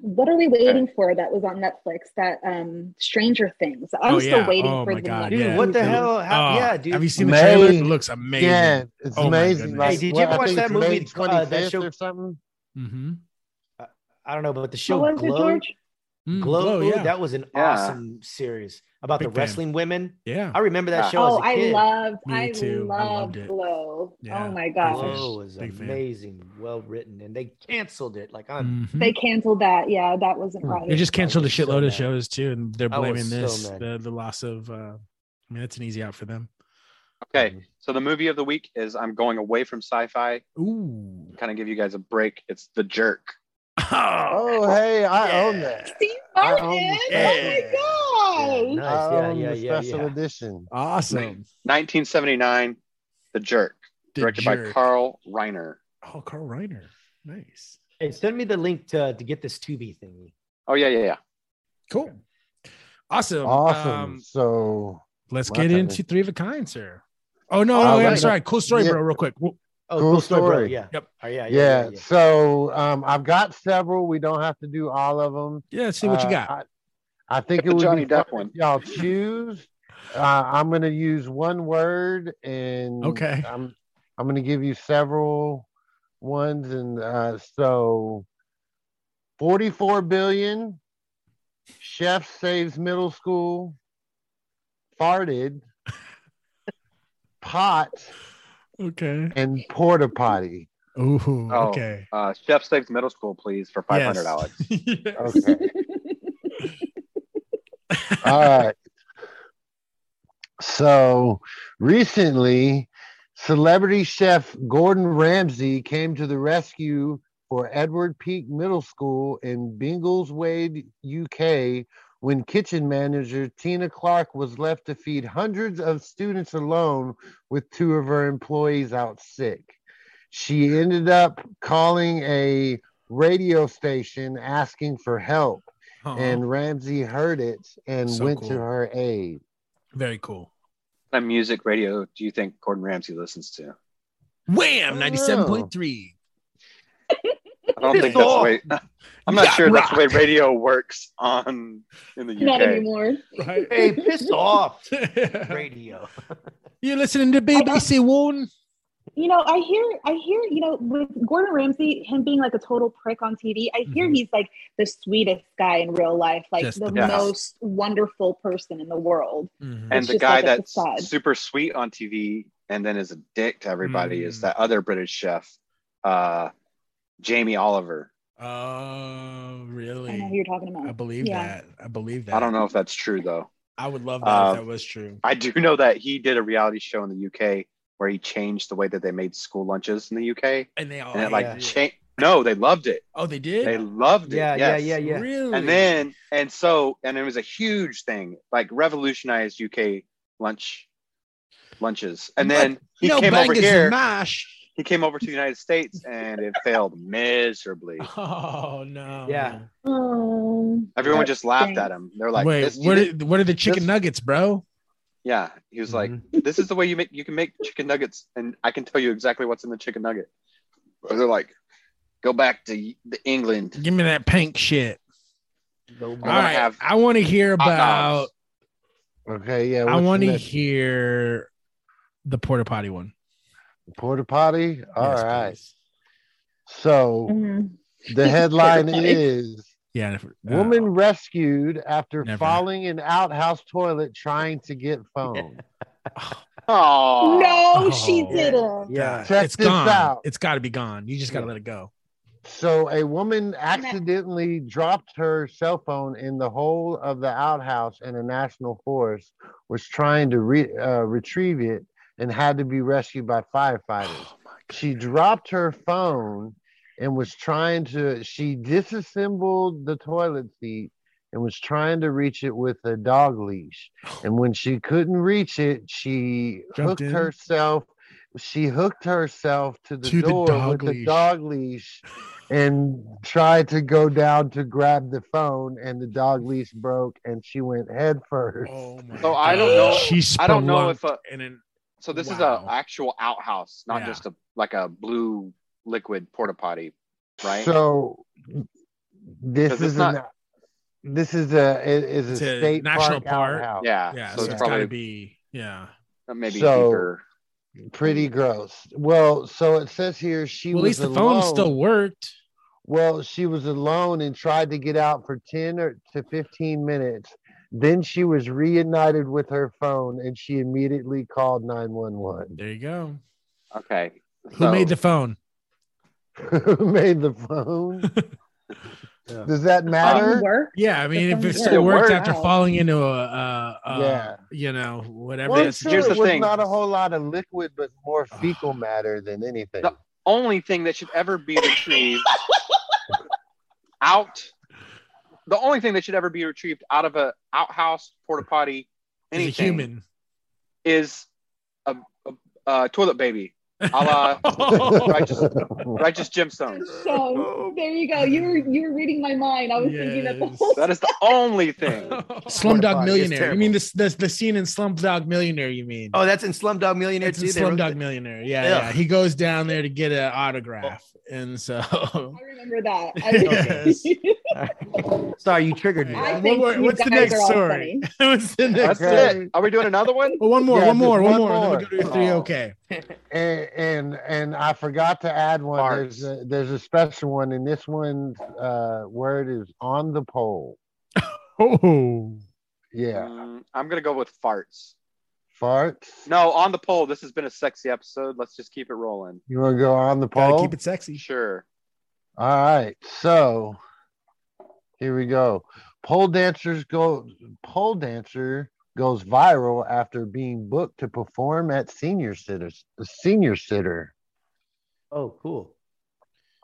[SPEAKER 9] What are we waiting for? That was on Netflix. That um Stranger Things. I'm
[SPEAKER 1] Oh,
[SPEAKER 9] still
[SPEAKER 1] yeah.
[SPEAKER 9] waiting
[SPEAKER 1] Oh,
[SPEAKER 9] for
[SPEAKER 1] my
[SPEAKER 9] the
[SPEAKER 1] God,
[SPEAKER 9] next
[SPEAKER 1] yeah.
[SPEAKER 2] What the
[SPEAKER 1] Dude.
[SPEAKER 2] hell? How,
[SPEAKER 1] Oh,
[SPEAKER 2] Uh, yeah, dude.
[SPEAKER 1] Have you seen the trailer? It looks amazing.
[SPEAKER 4] Yeah, it's
[SPEAKER 1] Oh my
[SPEAKER 4] amazing.
[SPEAKER 1] goodness.
[SPEAKER 4] Like,
[SPEAKER 2] Hey, did you
[SPEAKER 4] well,
[SPEAKER 2] ever
[SPEAKER 4] I
[SPEAKER 2] watch
[SPEAKER 4] think
[SPEAKER 2] that
[SPEAKER 4] it's
[SPEAKER 2] movie,
[SPEAKER 4] May
[SPEAKER 2] uh, that
[SPEAKER 4] 25th
[SPEAKER 2] show-
[SPEAKER 4] or something?
[SPEAKER 1] Mm-hmm.
[SPEAKER 2] I don't know, but the show
[SPEAKER 9] was it,
[SPEAKER 2] Glow,
[SPEAKER 9] George?
[SPEAKER 1] Mm,
[SPEAKER 2] Glow,
[SPEAKER 1] Glow, yeah.
[SPEAKER 2] that was an
[SPEAKER 1] Yeah.
[SPEAKER 2] awesome series about
[SPEAKER 1] Big
[SPEAKER 2] the
[SPEAKER 1] fan.
[SPEAKER 2] wrestling women.
[SPEAKER 1] Yeah.
[SPEAKER 2] I remember that
[SPEAKER 1] Yeah.
[SPEAKER 2] show.
[SPEAKER 9] oh,
[SPEAKER 2] as a
[SPEAKER 9] I
[SPEAKER 2] kid.
[SPEAKER 9] loved.
[SPEAKER 1] Me
[SPEAKER 9] I
[SPEAKER 1] too. I loved
[SPEAKER 9] loved
[SPEAKER 1] it.
[SPEAKER 9] Glow.
[SPEAKER 1] Yeah.
[SPEAKER 9] Oh my gosh.
[SPEAKER 2] Glow was
[SPEAKER 1] Big fan.
[SPEAKER 2] amazing, well written, and they canceled it. Like I'm
[SPEAKER 9] They canceled that. Yeah, that wasn't right.
[SPEAKER 1] Mm-hmm. Hmm. They just canceled a shitload of
[SPEAKER 2] mad.
[SPEAKER 1] shows too, and they're
[SPEAKER 2] I was
[SPEAKER 1] blaming
[SPEAKER 2] so
[SPEAKER 1] this
[SPEAKER 2] mad.
[SPEAKER 1] the, the loss of. Uh, I mean, that's an easy out for them.
[SPEAKER 3] Okay, so the movie of the week is I'm going away from sci-fi.
[SPEAKER 1] Ooh.
[SPEAKER 3] Kind of give you guys a break. It's The Jerk.
[SPEAKER 4] Oh, hey, I own that. I own the special-
[SPEAKER 9] Oh my gosh.
[SPEAKER 4] I
[SPEAKER 2] Yeah,
[SPEAKER 4] own
[SPEAKER 2] yeah,
[SPEAKER 4] the
[SPEAKER 2] yeah,
[SPEAKER 4] special
[SPEAKER 2] yeah.
[SPEAKER 4] edition.
[SPEAKER 1] Awesome.
[SPEAKER 3] 1979, The Jerk,
[SPEAKER 1] The
[SPEAKER 3] directed by
[SPEAKER 1] Jerk.
[SPEAKER 3] Carl Reiner.
[SPEAKER 1] Oh, Carl Reiner. Nice.
[SPEAKER 2] Hey, send me the link to to get this Tubi thingy.
[SPEAKER 3] Oh yeah, yeah, yeah.
[SPEAKER 1] Cool. Awesome.
[SPEAKER 4] Awesome.
[SPEAKER 1] Um,
[SPEAKER 4] so
[SPEAKER 1] let's
[SPEAKER 4] my
[SPEAKER 1] get
[SPEAKER 4] turn.
[SPEAKER 1] into three of a kind, sir. Oh no,
[SPEAKER 4] Oh,
[SPEAKER 1] no, wait, I'm
[SPEAKER 4] wait.
[SPEAKER 1] sorry. Cool story,
[SPEAKER 4] Yeah.
[SPEAKER 1] bro. Real quick. Whoa.
[SPEAKER 2] Oh,
[SPEAKER 4] Cool story.
[SPEAKER 2] Yeah.
[SPEAKER 1] Yep.
[SPEAKER 2] Oh, yeah, yeah, yeah,
[SPEAKER 4] yeah,
[SPEAKER 2] yeah.
[SPEAKER 4] so um, I've got several. We don't have to do all of them.
[SPEAKER 1] Yeah, let's see what you
[SPEAKER 4] Uh,
[SPEAKER 1] got.
[SPEAKER 4] I, I think
[SPEAKER 3] Get
[SPEAKER 4] it
[SPEAKER 3] the
[SPEAKER 4] would
[SPEAKER 3] Johnny
[SPEAKER 4] be fun
[SPEAKER 3] Depp one.
[SPEAKER 4] if y'all choose. Uh, I'm going to use one word, and
[SPEAKER 1] Okay.
[SPEAKER 4] I'm I'm going to give you several ones, and uh, so 44 billion. Chef saves middle school. Farted. Pot
[SPEAKER 1] Okay.
[SPEAKER 4] and porta potty.
[SPEAKER 1] Ooh.
[SPEAKER 3] Oh,
[SPEAKER 1] Okay.
[SPEAKER 3] Uh, Chef Saves Middle School, please, for five hundred dollars. Oh,
[SPEAKER 4] Okay. All right. So recently, celebrity chef Gordon Ramsay came to the rescue for Edward Peak Middle School in Biggleswade, UK, when kitchen manager Tina Clark was left to feed hundreds of students alone with two of her employees out sick she ended up calling a radio station asking for help
[SPEAKER 1] Aw.
[SPEAKER 4] and ramsey heard it and
[SPEAKER 1] Uh-huh. So
[SPEAKER 4] went
[SPEAKER 1] cool.
[SPEAKER 4] to her aid
[SPEAKER 1] Very cool.
[SPEAKER 3] What kind of music radio do you think Gordon Ramsay listens to? Oh.
[SPEAKER 1] Wham! Ninety-seven point three.
[SPEAKER 3] I don't think that's the way. I'm not sure that's the way radio works on in the UK.
[SPEAKER 9] Not anymore.
[SPEAKER 1] Right.
[SPEAKER 2] Hey, piss off radio.
[SPEAKER 1] You're listening to BBC One.
[SPEAKER 9] You know, I hear, I hear, you know, with Gordon Ramsay, him being like a total prick on TV, I hear
[SPEAKER 1] Mm-hmm.
[SPEAKER 9] he's like the sweetest guy in real life, like
[SPEAKER 3] Just
[SPEAKER 9] the
[SPEAKER 3] the best.
[SPEAKER 9] most wonderful person in the world.
[SPEAKER 3] And
[SPEAKER 2] Mm-hmm.
[SPEAKER 9] It's
[SPEAKER 3] the
[SPEAKER 9] just
[SPEAKER 3] guy
[SPEAKER 9] like a
[SPEAKER 3] that's
[SPEAKER 9] facade.
[SPEAKER 3] super sweet on TV and then is a dick to everybody is that other British chef, uh, Jamie Oliver.
[SPEAKER 1] Oh,
[SPEAKER 9] I know who
[SPEAKER 1] really?
[SPEAKER 9] you're talking about.
[SPEAKER 1] I believe
[SPEAKER 9] Yeah.
[SPEAKER 1] that. I believe that.
[SPEAKER 3] I don't know if that's true though.
[SPEAKER 1] I would love that if
[SPEAKER 3] Uh,
[SPEAKER 1] that was true.
[SPEAKER 3] I do know that he did a reality show in the UK where he changed the way that they made school lunches in the UK,
[SPEAKER 1] And they all
[SPEAKER 3] and it
[SPEAKER 1] hated
[SPEAKER 3] like
[SPEAKER 1] it.
[SPEAKER 3] changed. No, they loved it.
[SPEAKER 1] Oh, they did.
[SPEAKER 3] They loved it.
[SPEAKER 2] Yeah,
[SPEAKER 3] yes.
[SPEAKER 2] yeah, yeah, yeah.
[SPEAKER 1] Really?
[SPEAKER 3] And then and so and it was a huge thing, like revolutionized UK lunch lunches. And then he
[SPEAKER 1] no
[SPEAKER 3] came over
[SPEAKER 1] bangers
[SPEAKER 3] here.
[SPEAKER 1] and mash.
[SPEAKER 3] He came over to the United States and it failed miserably.
[SPEAKER 1] Oh no.
[SPEAKER 2] Yeah.
[SPEAKER 9] Oh,
[SPEAKER 3] Everyone
[SPEAKER 9] that
[SPEAKER 3] just laughed
[SPEAKER 9] stinks.
[SPEAKER 3] at him. They're like,
[SPEAKER 1] Wait,
[SPEAKER 3] this, you
[SPEAKER 1] what?
[SPEAKER 3] did-
[SPEAKER 1] Are, what are the chicken nuggets, bro?
[SPEAKER 3] yeah. He was
[SPEAKER 1] Mm-hmm.
[SPEAKER 3] like, this is the way you make you can make chicken nuggets, and I can tell you exactly what's in the chicken nugget. Or they're like, go back to y- the England.
[SPEAKER 1] Give me that pink shit.
[SPEAKER 2] All
[SPEAKER 3] I wanna
[SPEAKER 1] right,
[SPEAKER 3] have
[SPEAKER 1] I want to hear
[SPEAKER 3] hot
[SPEAKER 1] about.
[SPEAKER 3] dogs.
[SPEAKER 4] okay yeah
[SPEAKER 1] I
[SPEAKER 4] what's
[SPEAKER 1] want to
[SPEAKER 4] next?
[SPEAKER 1] hear the porta potty one.
[SPEAKER 4] porta potty All right.
[SPEAKER 1] Yes,
[SPEAKER 4] so
[SPEAKER 9] mm-hmm.
[SPEAKER 4] the
[SPEAKER 9] Porta
[SPEAKER 4] headline
[SPEAKER 9] potty.
[SPEAKER 4] is
[SPEAKER 1] Yeah. if- uh,
[SPEAKER 4] woman rescued after
[SPEAKER 1] Never.
[SPEAKER 4] falling in outhouse toilet trying to get phone
[SPEAKER 3] Oh
[SPEAKER 9] No, she didn't.
[SPEAKER 4] Yeah.
[SPEAKER 1] God,
[SPEAKER 4] Check
[SPEAKER 1] it's
[SPEAKER 4] this
[SPEAKER 1] gone.
[SPEAKER 4] out.
[SPEAKER 1] It's got to be gone. You just got to let it go.
[SPEAKER 4] So a woman accidentally dropped her cell phone in the hole of the outhouse in a national forest. Was trying to re- uh, retrieve it and had to be rescued by firefighters.
[SPEAKER 1] Oh
[SPEAKER 4] she dropped her phone and was trying to. She disassembled the toilet seat and was trying to reach it with a dog leash. And when she couldn't reach it, she
[SPEAKER 1] Oh. Jumped
[SPEAKER 4] hooked
[SPEAKER 1] in.
[SPEAKER 4] herself. She hooked herself to the
[SPEAKER 1] To the
[SPEAKER 4] door
[SPEAKER 1] dog
[SPEAKER 4] with the
[SPEAKER 1] leash.
[SPEAKER 4] dog leash and tried to go down to grab the phone and the dog leash broke and she went head first.
[SPEAKER 3] So I don't know.
[SPEAKER 4] She
[SPEAKER 3] I don't know if a,
[SPEAKER 1] and then,
[SPEAKER 3] so this is a actual outhouse, not
[SPEAKER 4] Yeah.
[SPEAKER 3] just a like a blue liquid porta potty, right?
[SPEAKER 4] So this
[SPEAKER 3] 'Cause
[SPEAKER 4] is
[SPEAKER 3] it's
[SPEAKER 4] an,
[SPEAKER 3] not-
[SPEAKER 4] this is a it is
[SPEAKER 1] It's
[SPEAKER 4] a
[SPEAKER 1] a
[SPEAKER 4] state
[SPEAKER 1] national
[SPEAKER 4] park.
[SPEAKER 1] park.
[SPEAKER 4] outhouse.
[SPEAKER 3] Yeah,
[SPEAKER 1] Oh, Yeah.
[SPEAKER 3] uh, so
[SPEAKER 1] So,
[SPEAKER 3] it's
[SPEAKER 1] it's got
[SPEAKER 3] probably-
[SPEAKER 1] to be. Yeah.
[SPEAKER 3] Uh, maybe
[SPEAKER 4] So-
[SPEAKER 3] deeper.
[SPEAKER 4] Pretty gross. Well, so it says here she
[SPEAKER 1] Well, at
[SPEAKER 4] was
[SPEAKER 1] least the phone
[SPEAKER 4] alone.
[SPEAKER 1] still worked.
[SPEAKER 4] Well, she was alone and tried to get out for 10 or to 15 minutes. Then she was reunited with her phone and she immediately called 911.
[SPEAKER 1] There you go.
[SPEAKER 3] Okay.
[SPEAKER 1] Who made the phone?
[SPEAKER 4] Who made the phone? Does that matter?
[SPEAKER 1] Yeah, I mean, if
[SPEAKER 4] phone
[SPEAKER 1] it still
[SPEAKER 4] worked.
[SPEAKER 1] worked
[SPEAKER 4] It
[SPEAKER 1] after
[SPEAKER 4] worked.
[SPEAKER 1] falling into a, uh, uh,
[SPEAKER 4] Yeah.
[SPEAKER 1] you know, whatever.
[SPEAKER 4] Well, I'm
[SPEAKER 1] that's-
[SPEAKER 4] sure it was not a whole lot of liquid, but more fecal matter than anything.
[SPEAKER 3] Only thing that should ever be retrieved out. The only thing that should ever be retrieved out of a outhouse porta potty,
[SPEAKER 1] Is a
[SPEAKER 3] anything
[SPEAKER 1] human.
[SPEAKER 3] is a, a, a toilet baby, a la righteous, righteous gemstones.
[SPEAKER 9] So there you go. You were you were reading my mind. I was thinking that the
[SPEAKER 1] Oh. Yes.
[SPEAKER 9] whole
[SPEAKER 3] That is the only thing.
[SPEAKER 1] Slumdog
[SPEAKER 15] It's
[SPEAKER 1] Millionaire. You
[SPEAKER 15] terrible.
[SPEAKER 1] mean this, this the scene in Slumdog Millionaire? You mean?
[SPEAKER 15] Oh, that's in Slumdog Millionaire
[SPEAKER 1] It's
[SPEAKER 15] too.
[SPEAKER 1] in
[SPEAKER 15] They wrote
[SPEAKER 1] Slumdog
[SPEAKER 15] that.
[SPEAKER 1] Millionaire. Yeah,
[SPEAKER 15] Yeah.
[SPEAKER 1] yeah, He goes down there to get an autograph, and so.
[SPEAKER 9] I remember that. I was,
[SPEAKER 1] Yes.
[SPEAKER 15] Sorry, you triggered me.
[SPEAKER 9] I
[SPEAKER 1] What
[SPEAKER 9] think
[SPEAKER 1] more-
[SPEAKER 9] you
[SPEAKER 1] what's the
[SPEAKER 9] guys
[SPEAKER 1] next
[SPEAKER 9] are all
[SPEAKER 1] story? What's the
[SPEAKER 3] That's
[SPEAKER 1] next story?
[SPEAKER 3] it. Are we doing another one?
[SPEAKER 1] Well, Oh, one more,
[SPEAKER 4] Yeah,
[SPEAKER 1] one more,
[SPEAKER 4] just
[SPEAKER 1] one
[SPEAKER 4] one
[SPEAKER 1] more, and then we'll
[SPEAKER 4] more.
[SPEAKER 1] go to your three.
[SPEAKER 4] Oh.
[SPEAKER 1] Okay.
[SPEAKER 4] and and and I forgot to add one. There's a, there's a special one, and this one's uh, word is on the pole.
[SPEAKER 1] Oh,
[SPEAKER 4] yeah.
[SPEAKER 3] Mm, I'm gonna go with farts.
[SPEAKER 4] Fart.
[SPEAKER 3] No, on the poll. This has been a sexy episode. Let's just keep it rolling.
[SPEAKER 4] You want to go on the pole?
[SPEAKER 1] keep it sexy.
[SPEAKER 3] Sure.
[SPEAKER 4] All right. So here we go. Pole dancers go. Pole dancer goes viral after being booked to perform at senior sitters. Senior sitter.
[SPEAKER 2] Oh, cool.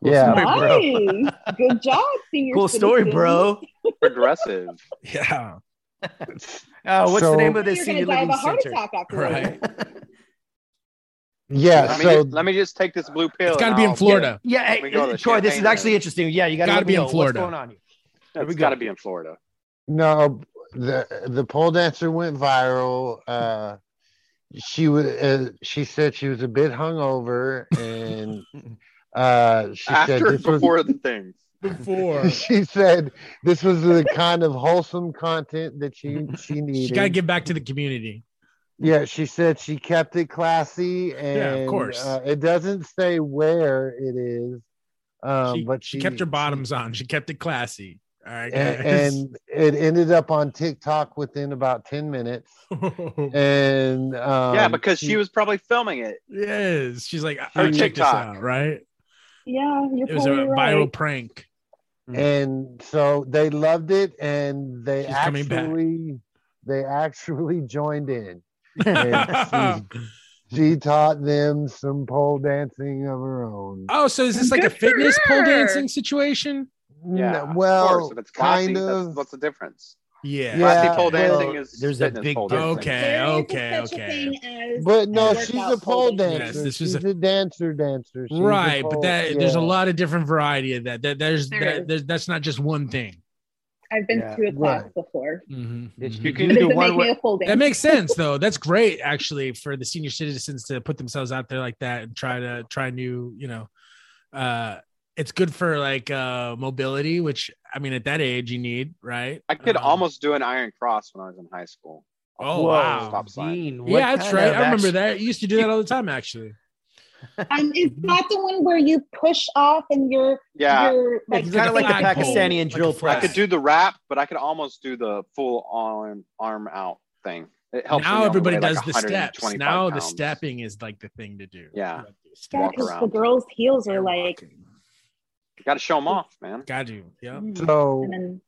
[SPEAKER 4] yeah.
[SPEAKER 9] nice. Good job, senior.
[SPEAKER 15] Cool story,
[SPEAKER 9] citizen.
[SPEAKER 15] bro.
[SPEAKER 3] Progressive.
[SPEAKER 1] Yeah.
[SPEAKER 15] Uh, what's
[SPEAKER 4] So-
[SPEAKER 15] the name of
[SPEAKER 9] You're
[SPEAKER 15] this
[SPEAKER 9] gonna
[SPEAKER 15] senior
[SPEAKER 9] die of
[SPEAKER 15] living
[SPEAKER 9] a heart
[SPEAKER 15] center?
[SPEAKER 9] attack afterwards.
[SPEAKER 4] Yeah.
[SPEAKER 3] Let, me
[SPEAKER 4] so
[SPEAKER 3] just, let me just take this blue pill.
[SPEAKER 1] It's gotta
[SPEAKER 3] and
[SPEAKER 1] be in
[SPEAKER 3] I'll-
[SPEAKER 1] Florida.
[SPEAKER 15] Yeah,
[SPEAKER 3] Let me
[SPEAKER 15] hey,
[SPEAKER 3] go to the
[SPEAKER 15] Troy, this is
[SPEAKER 3] champagne
[SPEAKER 15] actually interesting. Yeah, you got
[SPEAKER 1] Gotta
[SPEAKER 15] to
[SPEAKER 1] be in
[SPEAKER 15] What's
[SPEAKER 1] Florida.
[SPEAKER 15] going on here?
[SPEAKER 3] Yeah, It's got to be in Florida.
[SPEAKER 4] No, the the pole dancer went viral. Uh, she was uh, she said she was a bit hungover, and uh, she said
[SPEAKER 3] After
[SPEAKER 4] this was-
[SPEAKER 3] before the things.
[SPEAKER 1] Before
[SPEAKER 4] she said this was the kind of wholesome content that she she needed.
[SPEAKER 1] she got to give back to the community.
[SPEAKER 4] Yeah, she said she kept it classy, and
[SPEAKER 1] Yeah, of course.
[SPEAKER 4] uh, it doesn't say where it is. Um,
[SPEAKER 1] she,
[SPEAKER 4] but
[SPEAKER 1] she kept her bottoms on. She kept it classy. All right,
[SPEAKER 4] and,
[SPEAKER 1] guys.
[SPEAKER 4] and it ended up on TikTok within about ten minutes. and um,
[SPEAKER 3] yeah, because she was probably filming it.
[SPEAKER 1] yes, she's like,
[SPEAKER 3] Her
[SPEAKER 1] oh, check this
[SPEAKER 3] TikTok.
[SPEAKER 1] out, right?
[SPEAKER 9] Yeah, you're
[SPEAKER 1] It was a
[SPEAKER 9] probably right.
[SPEAKER 1] viral prank.
[SPEAKER 4] and so they loved it and they
[SPEAKER 1] She's coming back.
[SPEAKER 4] actually they actually joined in and she, she taught them some pole dancing of her own
[SPEAKER 1] Oh, so is this like a
[SPEAKER 9] Good for
[SPEAKER 1] fitness pole
[SPEAKER 9] her.
[SPEAKER 1] dancing situation?
[SPEAKER 3] Yeah.
[SPEAKER 4] N-
[SPEAKER 3] of
[SPEAKER 4] well
[SPEAKER 3] course, if it's classy,
[SPEAKER 4] kind
[SPEAKER 3] that's-
[SPEAKER 4] of
[SPEAKER 3] What's the difference?
[SPEAKER 1] Yeah.
[SPEAKER 4] Yeah,
[SPEAKER 3] classy pole
[SPEAKER 4] well,
[SPEAKER 3] dancing is
[SPEAKER 15] there's a
[SPEAKER 3] fitness
[SPEAKER 15] big
[SPEAKER 3] pole dancing.
[SPEAKER 1] difference. Okay,
[SPEAKER 9] There is
[SPEAKER 1] okay,
[SPEAKER 9] such
[SPEAKER 1] okay.
[SPEAKER 9] a thing as
[SPEAKER 4] but no
[SPEAKER 9] workout
[SPEAKER 4] she's a pole
[SPEAKER 9] dancing.
[SPEAKER 4] dancer
[SPEAKER 1] Yes, this was
[SPEAKER 4] she's
[SPEAKER 1] a-
[SPEAKER 4] a, dancer dancer She's a
[SPEAKER 1] right,
[SPEAKER 4] pole-
[SPEAKER 1] but that there's a
[SPEAKER 4] yeah.
[SPEAKER 1] lot of different variety of that. That there's
[SPEAKER 9] There
[SPEAKER 1] that
[SPEAKER 9] is.
[SPEAKER 1] there's, that's not just one thing.
[SPEAKER 9] I've been
[SPEAKER 15] Yeah,
[SPEAKER 9] to a class
[SPEAKER 4] right.
[SPEAKER 9] before.
[SPEAKER 1] Mhm,
[SPEAKER 15] Did
[SPEAKER 1] mhm.
[SPEAKER 15] you
[SPEAKER 9] It
[SPEAKER 15] can do
[SPEAKER 9] doesn't
[SPEAKER 15] one
[SPEAKER 9] make me
[SPEAKER 15] way.
[SPEAKER 9] a pole dancer.
[SPEAKER 1] That makes sense though. That's great actually for the senior citizens to put themselves out there like that and try to try new, you know, uh it's good for like uh mobility, which I mean at that age you need, right?
[SPEAKER 3] I could
[SPEAKER 1] Um,
[SPEAKER 3] almost do an iron cross when I was in high school.
[SPEAKER 1] Oh
[SPEAKER 15] Whoa,
[SPEAKER 1] wow.
[SPEAKER 3] Stop sign.
[SPEAKER 15] Dean, what
[SPEAKER 1] Yeah, that's
[SPEAKER 15] kind
[SPEAKER 1] right.
[SPEAKER 15] of
[SPEAKER 1] I remember
[SPEAKER 15] action-
[SPEAKER 1] that. You used to do that all the time actually.
[SPEAKER 9] Um, is
[SPEAKER 15] Mm-hmm.
[SPEAKER 9] that the one where you push off and you're
[SPEAKER 3] Yeah,
[SPEAKER 9] you're like
[SPEAKER 15] It's kind of like the
[SPEAKER 1] flag pole,
[SPEAKER 15] Pakistani
[SPEAKER 1] like a
[SPEAKER 15] drill
[SPEAKER 1] flag.
[SPEAKER 3] I could do the wrap, but I could almost do the full arm arm out thing. It helps
[SPEAKER 1] now
[SPEAKER 3] when you only
[SPEAKER 1] everybody
[SPEAKER 3] weigh, Oh, like,
[SPEAKER 1] does the steps.
[SPEAKER 3] 125
[SPEAKER 1] Now the
[SPEAKER 3] pounds.
[SPEAKER 1] stepping is like the thing to do.
[SPEAKER 3] Yeah.
[SPEAKER 9] Yeah,
[SPEAKER 3] Walk
[SPEAKER 9] because the
[SPEAKER 3] around.
[SPEAKER 9] girls' heels are like,
[SPEAKER 3] You got to show them off, man.
[SPEAKER 1] Got to. Yeah.
[SPEAKER 4] So
[SPEAKER 9] mm, and then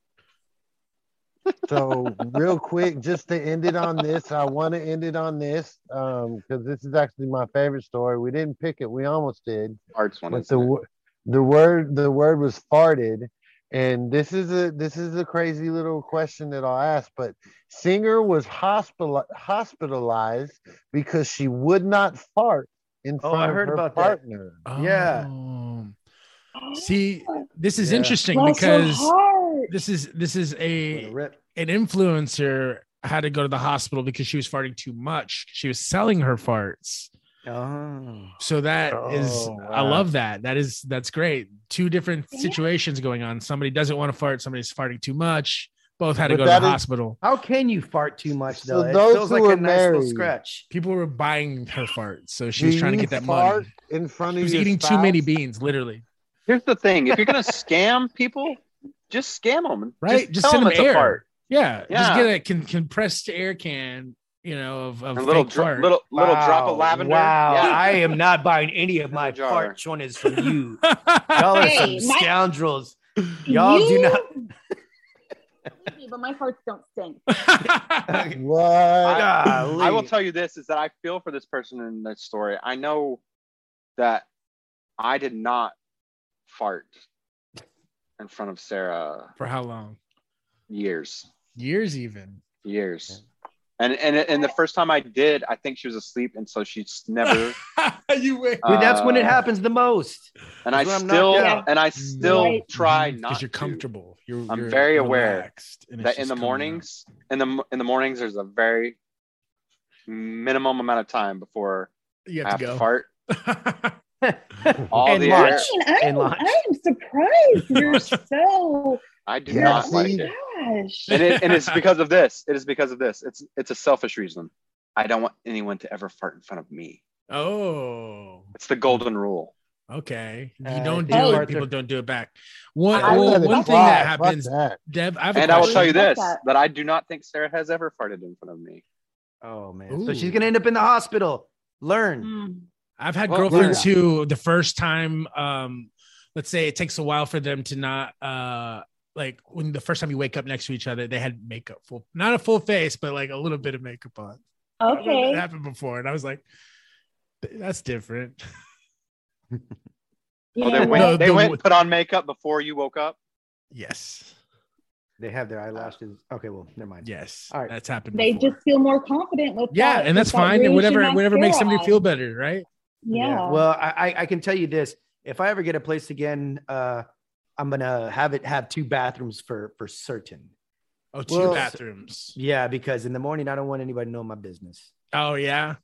[SPEAKER 4] so real quick, just to end it on this, I want to end it on this because this is actually my favorite story. We didn't pick it; we almost did.
[SPEAKER 3] Arts one.
[SPEAKER 4] But the wo- the word the word was farted, and this is a this is a crazy little question that I'll ask. But singer was hospital hospitalized because she would not fart in
[SPEAKER 2] Oh,
[SPEAKER 4] front
[SPEAKER 2] I
[SPEAKER 4] of
[SPEAKER 2] heard
[SPEAKER 4] her
[SPEAKER 2] about that.
[SPEAKER 4] partner.
[SPEAKER 2] Yeah.
[SPEAKER 1] Oh. See, this is
[SPEAKER 4] Yeah.
[SPEAKER 1] interesting
[SPEAKER 4] Bless her
[SPEAKER 1] because this is this is a an influencer had to go to the hospital because she was farting too much. She was selling her farts.
[SPEAKER 2] Oh.
[SPEAKER 1] So that is,
[SPEAKER 2] Oh,
[SPEAKER 1] I
[SPEAKER 2] wow.
[SPEAKER 1] love that. That is, that's great. Two different situations going on. Somebody doesn't want to fart. Somebody's farting too much. Both had to
[SPEAKER 2] But
[SPEAKER 1] go to the
[SPEAKER 2] that is-
[SPEAKER 1] hospital.
[SPEAKER 2] How can you fart too much
[SPEAKER 1] So
[SPEAKER 2] though? it
[SPEAKER 1] those
[SPEAKER 2] feels
[SPEAKER 1] who
[SPEAKER 2] like
[SPEAKER 1] were
[SPEAKER 2] a nice little
[SPEAKER 1] married-
[SPEAKER 2] scratch.
[SPEAKER 1] People were buying her farts, so she
[SPEAKER 4] Do
[SPEAKER 1] was trying to
[SPEAKER 4] you
[SPEAKER 1] get that
[SPEAKER 4] fart
[SPEAKER 1] money.
[SPEAKER 4] in front of
[SPEAKER 1] She was
[SPEAKER 4] your
[SPEAKER 1] eating too many
[SPEAKER 4] spouse?
[SPEAKER 1] beans, literally.
[SPEAKER 3] Here's the thing: if you're gonna scam people, just scam them.
[SPEAKER 1] Right? Just,
[SPEAKER 3] tell
[SPEAKER 1] send
[SPEAKER 3] 'em
[SPEAKER 1] them
[SPEAKER 3] it's a
[SPEAKER 1] air.
[SPEAKER 3] fart.
[SPEAKER 1] Yeah, Just
[SPEAKER 3] Yeah.
[SPEAKER 1] get a con- compressed air can, you know, of, of
[SPEAKER 3] A little
[SPEAKER 1] fake
[SPEAKER 3] dro-
[SPEAKER 1] fart.
[SPEAKER 3] little- little drop of
[SPEAKER 2] Wow,
[SPEAKER 3] lavender.
[SPEAKER 2] Wow,
[SPEAKER 3] Yeah.
[SPEAKER 2] I am not buying any of my
[SPEAKER 3] jar.
[SPEAKER 2] fart chonas from you. Y'all are
[SPEAKER 9] Hey,
[SPEAKER 2] some
[SPEAKER 9] my-
[SPEAKER 2] scoundrels. Y'all do
[SPEAKER 9] You-
[SPEAKER 2] not.
[SPEAKER 9] but my farts don't stink.
[SPEAKER 4] What?
[SPEAKER 3] I,
[SPEAKER 2] Golly.
[SPEAKER 3] I will tell you this: is that I feel for this person in this story. I know that I did not fart in front of Sarah
[SPEAKER 1] For how long?
[SPEAKER 3] years,
[SPEAKER 1] Years, even.
[SPEAKER 3] years. And, and and the first time I did, I think she was asleep, and so she's never.
[SPEAKER 1] you wait.
[SPEAKER 2] Dude, that's when it
[SPEAKER 3] Uh,
[SPEAKER 2] happens the most.
[SPEAKER 3] And I
[SPEAKER 2] That's when I'm
[SPEAKER 3] still
[SPEAKER 2] knocked out.
[SPEAKER 3] and I still
[SPEAKER 2] Right.
[SPEAKER 3] try
[SPEAKER 1] Mhm, 'cause
[SPEAKER 3] not.
[SPEAKER 1] you're
[SPEAKER 3] to.
[SPEAKER 1] comfortable. You're-
[SPEAKER 3] I'm
[SPEAKER 1] you're
[SPEAKER 3] very aware
[SPEAKER 1] relaxed, and it's
[SPEAKER 3] that in
[SPEAKER 1] just
[SPEAKER 3] the
[SPEAKER 1] coming out.
[SPEAKER 3] mornings, in the m- in the mornings, there's a very minimum amount of time before
[SPEAKER 1] You
[SPEAKER 3] I
[SPEAKER 1] have to go.
[SPEAKER 3] fart. All
[SPEAKER 2] And
[SPEAKER 3] the
[SPEAKER 2] march.
[SPEAKER 3] air.
[SPEAKER 9] I mean, I'm, I'm surprised you're so.
[SPEAKER 3] I do
[SPEAKER 9] Yeah,
[SPEAKER 3] not
[SPEAKER 9] see?
[SPEAKER 3] like it.
[SPEAKER 9] Gosh.
[SPEAKER 3] and, it, and it's because of this. It is because of this. It's it's a selfish reason. I don't want anyone to ever fart in front of me.
[SPEAKER 1] Oh,
[SPEAKER 3] It's the golden rule.
[SPEAKER 1] okay. You
[SPEAKER 2] Uh,
[SPEAKER 1] don't
[SPEAKER 2] they
[SPEAKER 1] do
[SPEAKER 2] fart
[SPEAKER 1] it. People
[SPEAKER 2] their-
[SPEAKER 1] don't do it back. One,
[SPEAKER 3] I
[SPEAKER 1] well,
[SPEAKER 3] let it
[SPEAKER 1] one thing
[SPEAKER 3] fly.
[SPEAKER 1] that
[SPEAKER 3] Fuck
[SPEAKER 1] happens,
[SPEAKER 4] that.
[SPEAKER 1] Dev. I have a
[SPEAKER 3] And I will
[SPEAKER 1] question.
[SPEAKER 3] tell you this:
[SPEAKER 9] that.
[SPEAKER 3] that. I do not think Sarah has ever farted in front of me.
[SPEAKER 2] Oh man. So she's
[SPEAKER 1] Ooh.
[SPEAKER 2] gonna end up in the hospital. Learn.
[SPEAKER 9] Mm.
[SPEAKER 1] I've had
[SPEAKER 2] Well,
[SPEAKER 1] girlfriends
[SPEAKER 2] yeah.
[SPEAKER 1] who the first time, um, let's say it takes a while for them to not uh like when the first time you wake up next to each other, they had makeup full not a full face, but like a little bit of makeup on. That
[SPEAKER 9] Okay.
[SPEAKER 1] happened before, and I was like, that's different.
[SPEAKER 9] You
[SPEAKER 3] Oh,
[SPEAKER 9] know
[SPEAKER 3] they
[SPEAKER 9] what?
[SPEAKER 3] went.
[SPEAKER 1] No,
[SPEAKER 3] they
[SPEAKER 1] the-
[SPEAKER 3] went and put on makeup before you woke up.
[SPEAKER 1] Yes.
[SPEAKER 2] They have their eyelashes. Okay, well, never mind.
[SPEAKER 1] Yes.
[SPEAKER 2] All right.
[SPEAKER 1] That's happened
[SPEAKER 9] They
[SPEAKER 1] before.
[SPEAKER 9] just feel more confident with
[SPEAKER 1] yeah,
[SPEAKER 9] that-
[SPEAKER 1] and that's
[SPEAKER 9] with that
[SPEAKER 1] fine. And
[SPEAKER 9] rouge
[SPEAKER 1] whatever
[SPEAKER 9] and
[SPEAKER 1] whatever makes somebody
[SPEAKER 9] mascara
[SPEAKER 1] feel
[SPEAKER 9] on.
[SPEAKER 1] better, right?
[SPEAKER 9] Yeah.
[SPEAKER 2] Well, I, I I can tell you this: if I ever get a place again, uh, I'm gonna have it have two bathrooms for for certain.
[SPEAKER 1] Oh, two
[SPEAKER 2] Well,
[SPEAKER 1] bathrooms.
[SPEAKER 2] Yeah, because in the morning I don't want anybody knowing my business.
[SPEAKER 1] Oh yeah.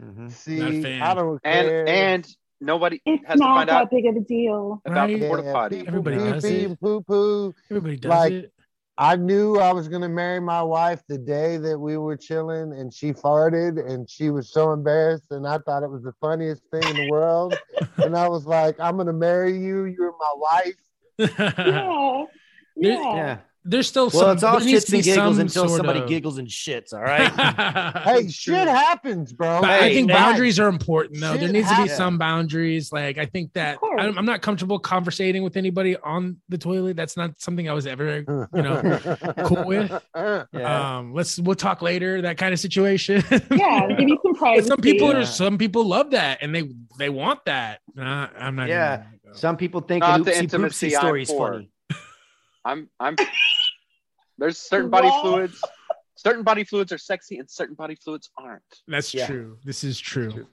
[SPEAKER 4] Mm.
[SPEAKER 2] Mhm.
[SPEAKER 1] Not a
[SPEAKER 4] See,
[SPEAKER 1] fan.
[SPEAKER 4] I don't
[SPEAKER 3] And
[SPEAKER 4] care.
[SPEAKER 3] and nobody
[SPEAKER 9] it's
[SPEAKER 3] has to
[SPEAKER 9] not
[SPEAKER 3] find
[SPEAKER 9] that
[SPEAKER 3] out
[SPEAKER 9] big of a deal.
[SPEAKER 3] about the
[SPEAKER 1] Right?
[SPEAKER 3] porta
[SPEAKER 4] Yeah,
[SPEAKER 3] potty.
[SPEAKER 4] people
[SPEAKER 1] Everybody
[SPEAKER 4] pee
[SPEAKER 1] does
[SPEAKER 4] pee
[SPEAKER 1] it.
[SPEAKER 4] and poo poo.
[SPEAKER 1] Everybody does
[SPEAKER 4] Like,
[SPEAKER 1] it.
[SPEAKER 4] I knew I was gonna marry my wife the day that we were chilling, and she farted, and she was so embarrassed, and I thought it was the funniest thing in the world, and I was like, "I'm gonna marry you. You're my wife."
[SPEAKER 9] Yeah.
[SPEAKER 1] There's-
[SPEAKER 9] Yeah.
[SPEAKER 2] Yeah.
[SPEAKER 1] There's still
[SPEAKER 2] Well,
[SPEAKER 1] some.
[SPEAKER 2] it's all
[SPEAKER 1] there needs
[SPEAKER 2] shits
[SPEAKER 1] to be
[SPEAKER 2] and giggles
[SPEAKER 1] some
[SPEAKER 2] until
[SPEAKER 1] sort
[SPEAKER 2] somebody
[SPEAKER 1] of-
[SPEAKER 2] giggles and shits. All right.
[SPEAKER 4] Hey, shit happens, bro.
[SPEAKER 1] But I
[SPEAKER 2] Hey,
[SPEAKER 1] think
[SPEAKER 2] man.
[SPEAKER 1] boundaries are important, though. there
[SPEAKER 4] Shit
[SPEAKER 1] needs to be
[SPEAKER 4] happens.
[SPEAKER 1] some boundaries. Like I think that
[SPEAKER 9] course.
[SPEAKER 1] I'm, I'm not comfortable conversating with anybody on the toilet. That's not something I was ever, you know, cool with.
[SPEAKER 2] yeah.
[SPEAKER 1] Um, let's we'll talk later. That kind of situation.
[SPEAKER 9] Yeah, give you some
[SPEAKER 1] But
[SPEAKER 9] privacy.
[SPEAKER 1] some people
[SPEAKER 2] Yeah.
[SPEAKER 1] are. Some people love that, and they they want that. Nah, I'm not.
[SPEAKER 2] Yeah.
[SPEAKER 1] doing that.
[SPEAKER 2] Some people think
[SPEAKER 3] Not
[SPEAKER 2] an
[SPEAKER 3] the
[SPEAKER 2] oopsie
[SPEAKER 3] intimacy
[SPEAKER 2] poopsie
[SPEAKER 3] I'm
[SPEAKER 2] story is
[SPEAKER 3] for.
[SPEAKER 2] funny.
[SPEAKER 3] I'm I'm. There's certain body
[SPEAKER 9] What?
[SPEAKER 3] fluids. Certain body fluids are sexy, and certain body fluids aren't.
[SPEAKER 1] That's
[SPEAKER 2] Yeah.
[SPEAKER 1] true. This is true.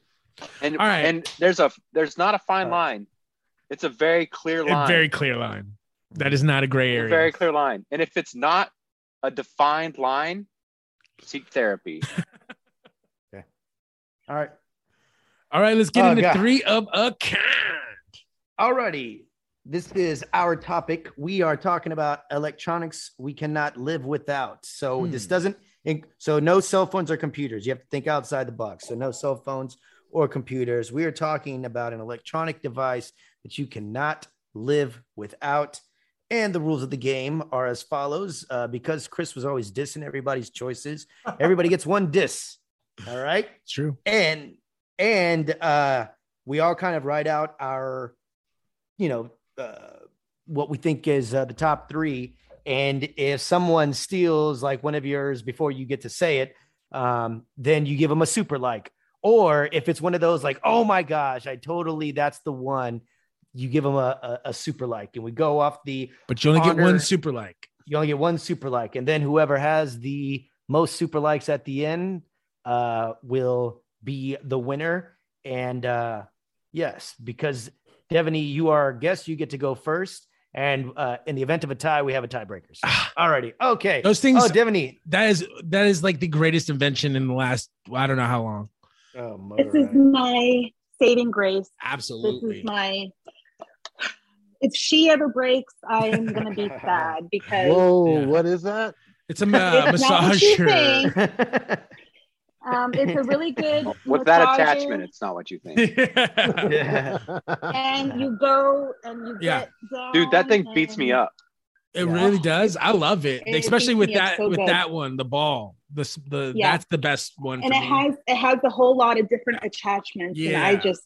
[SPEAKER 3] And
[SPEAKER 1] All right. Uh,
[SPEAKER 3] and there's a there's not a fine
[SPEAKER 2] All
[SPEAKER 3] line. It's a very clear
[SPEAKER 1] A
[SPEAKER 3] line.
[SPEAKER 1] very clear line. That is not a gray
[SPEAKER 3] It's a
[SPEAKER 1] area.
[SPEAKER 3] very clear line. And if it's not a defined line, seek therapy.
[SPEAKER 2] All right.
[SPEAKER 1] All right, let's get
[SPEAKER 2] Oh,
[SPEAKER 1] into
[SPEAKER 2] God.
[SPEAKER 1] three of a kind.
[SPEAKER 2] Alrighty. This is our topic. We are talking about electronics we cannot live without. So this
[SPEAKER 1] Hmm.
[SPEAKER 2] doesn't in- so no cell phones or computers. You have to think outside the box. So no cell phones or computers. We are talking about an electronic device that you cannot live without. And the rules of the game are as follows. Uh, because Chris was always dissing everybody's choices, everybody gets one diss. All right.
[SPEAKER 1] True.
[SPEAKER 2] And and uh, we all kind of write out our, you know, uh, what we think is uh, the top three. And if someone steals like one of yours before you get to say it, um, then you give them a super like. Or if it's one of those like, oh my gosh, I totally that's the one, you give them a, a, a super like, and we go off the.
[SPEAKER 1] But you only get one
[SPEAKER 2] honor-
[SPEAKER 1] super like.
[SPEAKER 2] you only get one super like, and then whoever has the most super likes at the end uh, will be the winner. And uh, yes, because Devaney, you are our guest, you get to go first. And uh, in the event of a tie, we have a tiebreaker. So, alrighty, okay.
[SPEAKER 1] Those things-
[SPEAKER 2] Oh, Devaney.
[SPEAKER 1] That is that is like the greatest invention in the last I don't know how long.
[SPEAKER 2] Oh, mother
[SPEAKER 9] This is
[SPEAKER 2] of-
[SPEAKER 9] my saving grace. This
[SPEAKER 1] Absolutely.
[SPEAKER 9] is my. If she ever breaks, I'm gonna be sad because
[SPEAKER 4] Whoa, what is that?
[SPEAKER 1] It's a
[SPEAKER 9] It's not what you massager. um, it's a really good
[SPEAKER 3] With that
[SPEAKER 9] massager,
[SPEAKER 3] attachment, it's not what you think.
[SPEAKER 9] and you go and you
[SPEAKER 1] Yeah.
[SPEAKER 9] get down.
[SPEAKER 3] Dude, that thing beats me up.
[SPEAKER 1] It really does. I love it,
[SPEAKER 9] It
[SPEAKER 1] especially
[SPEAKER 9] beats
[SPEAKER 1] with
[SPEAKER 9] me up
[SPEAKER 1] that
[SPEAKER 9] so
[SPEAKER 1] with
[SPEAKER 9] good.
[SPEAKER 1] that one, the ball. The s- the
[SPEAKER 9] Yeah.
[SPEAKER 1] that's the best one for
[SPEAKER 9] and it
[SPEAKER 1] me.
[SPEAKER 9] has it has a whole lot of different attachments and i
[SPEAKER 1] Yeah.
[SPEAKER 9] just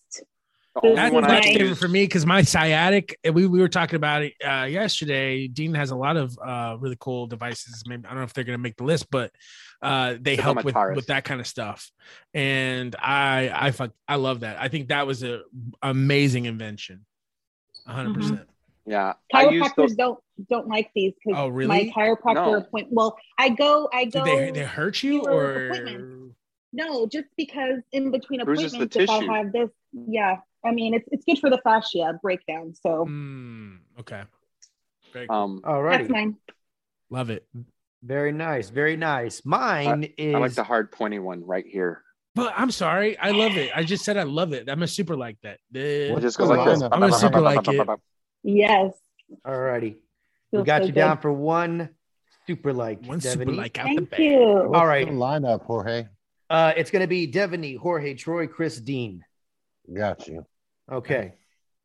[SPEAKER 1] That's
[SPEAKER 9] this is
[SPEAKER 1] my
[SPEAKER 9] my-
[SPEAKER 1] favorite for me because my sciatic. and We we were talking about it uh, yesterday. Dean has a lot of uh, really cool devices. Maybe I don't know if they're going to make the list, but uh, they
[SPEAKER 3] They're
[SPEAKER 1] help
[SPEAKER 3] from
[SPEAKER 1] with,
[SPEAKER 3] Ataris.
[SPEAKER 1] with that kind of stuff. And I I fuck, I love that. I think that was a amazing invention. A hundred percent.
[SPEAKER 3] Yeah. I use
[SPEAKER 9] chiropractors
[SPEAKER 3] those.
[SPEAKER 9] don't don't like these because
[SPEAKER 1] Oh, really?
[SPEAKER 9] my chiropractor
[SPEAKER 1] No.
[SPEAKER 9] appointment well i go i
[SPEAKER 1] Did
[SPEAKER 9] go
[SPEAKER 1] they they hurt you
[SPEAKER 9] fewer
[SPEAKER 1] or?
[SPEAKER 9] appointments. no just because in between
[SPEAKER 1] Bruises the
[SPEAKER 9] appointments if i'll
[SPEAKER 1] tissue.
[SPEAKER 9] have this yeah i mean it's, it's good for the fascia breakdown so
[SPEAKER 1] Mm, Hmm, Okay. Very
[SPEAKER 3] Um,
[SPEAKER 9] that's
[SPEAKER 2] alrighty.
[SPEAKER 9] mine
[SPEAKER 1] Love it.
[SPEAKER 2] Very nice. Very nice. Mine is.
[SPEAKER 3] I like the hard pointy one right here.
[SPEAKER 1] But I'm sorry, I love it. I just said I love it. I'm a super like that.
[SPEAKER 3] It just
[SPEAKER 1] Uh,
[SPEAKER 3] goes like this.
[SPEAKER 1] I'm a super like it.
[SPEAKER 9] yes
[SPEAKER 2] All righty. We
[SPEAKER 1] Feels
[SPEAKER 2] got
[SPEAKER 1] so
[SPEAKER 2] you
[SPEAKER 1] good.
[SPEAKER 2] down for one super like. E. One
[SPEAKER 1] super like out the Thank bag.
[SPEAKER 9] you.
[SPEAKER 2] All right.
[SPEAKER 4] lineup, Jorge.
[SPEAKER 2] Uh, it's going to be Devaney, Jorge, Troy, Chris, Dean.
[SPEAKER 4] Got you.
[SPEAKER 2] Okay.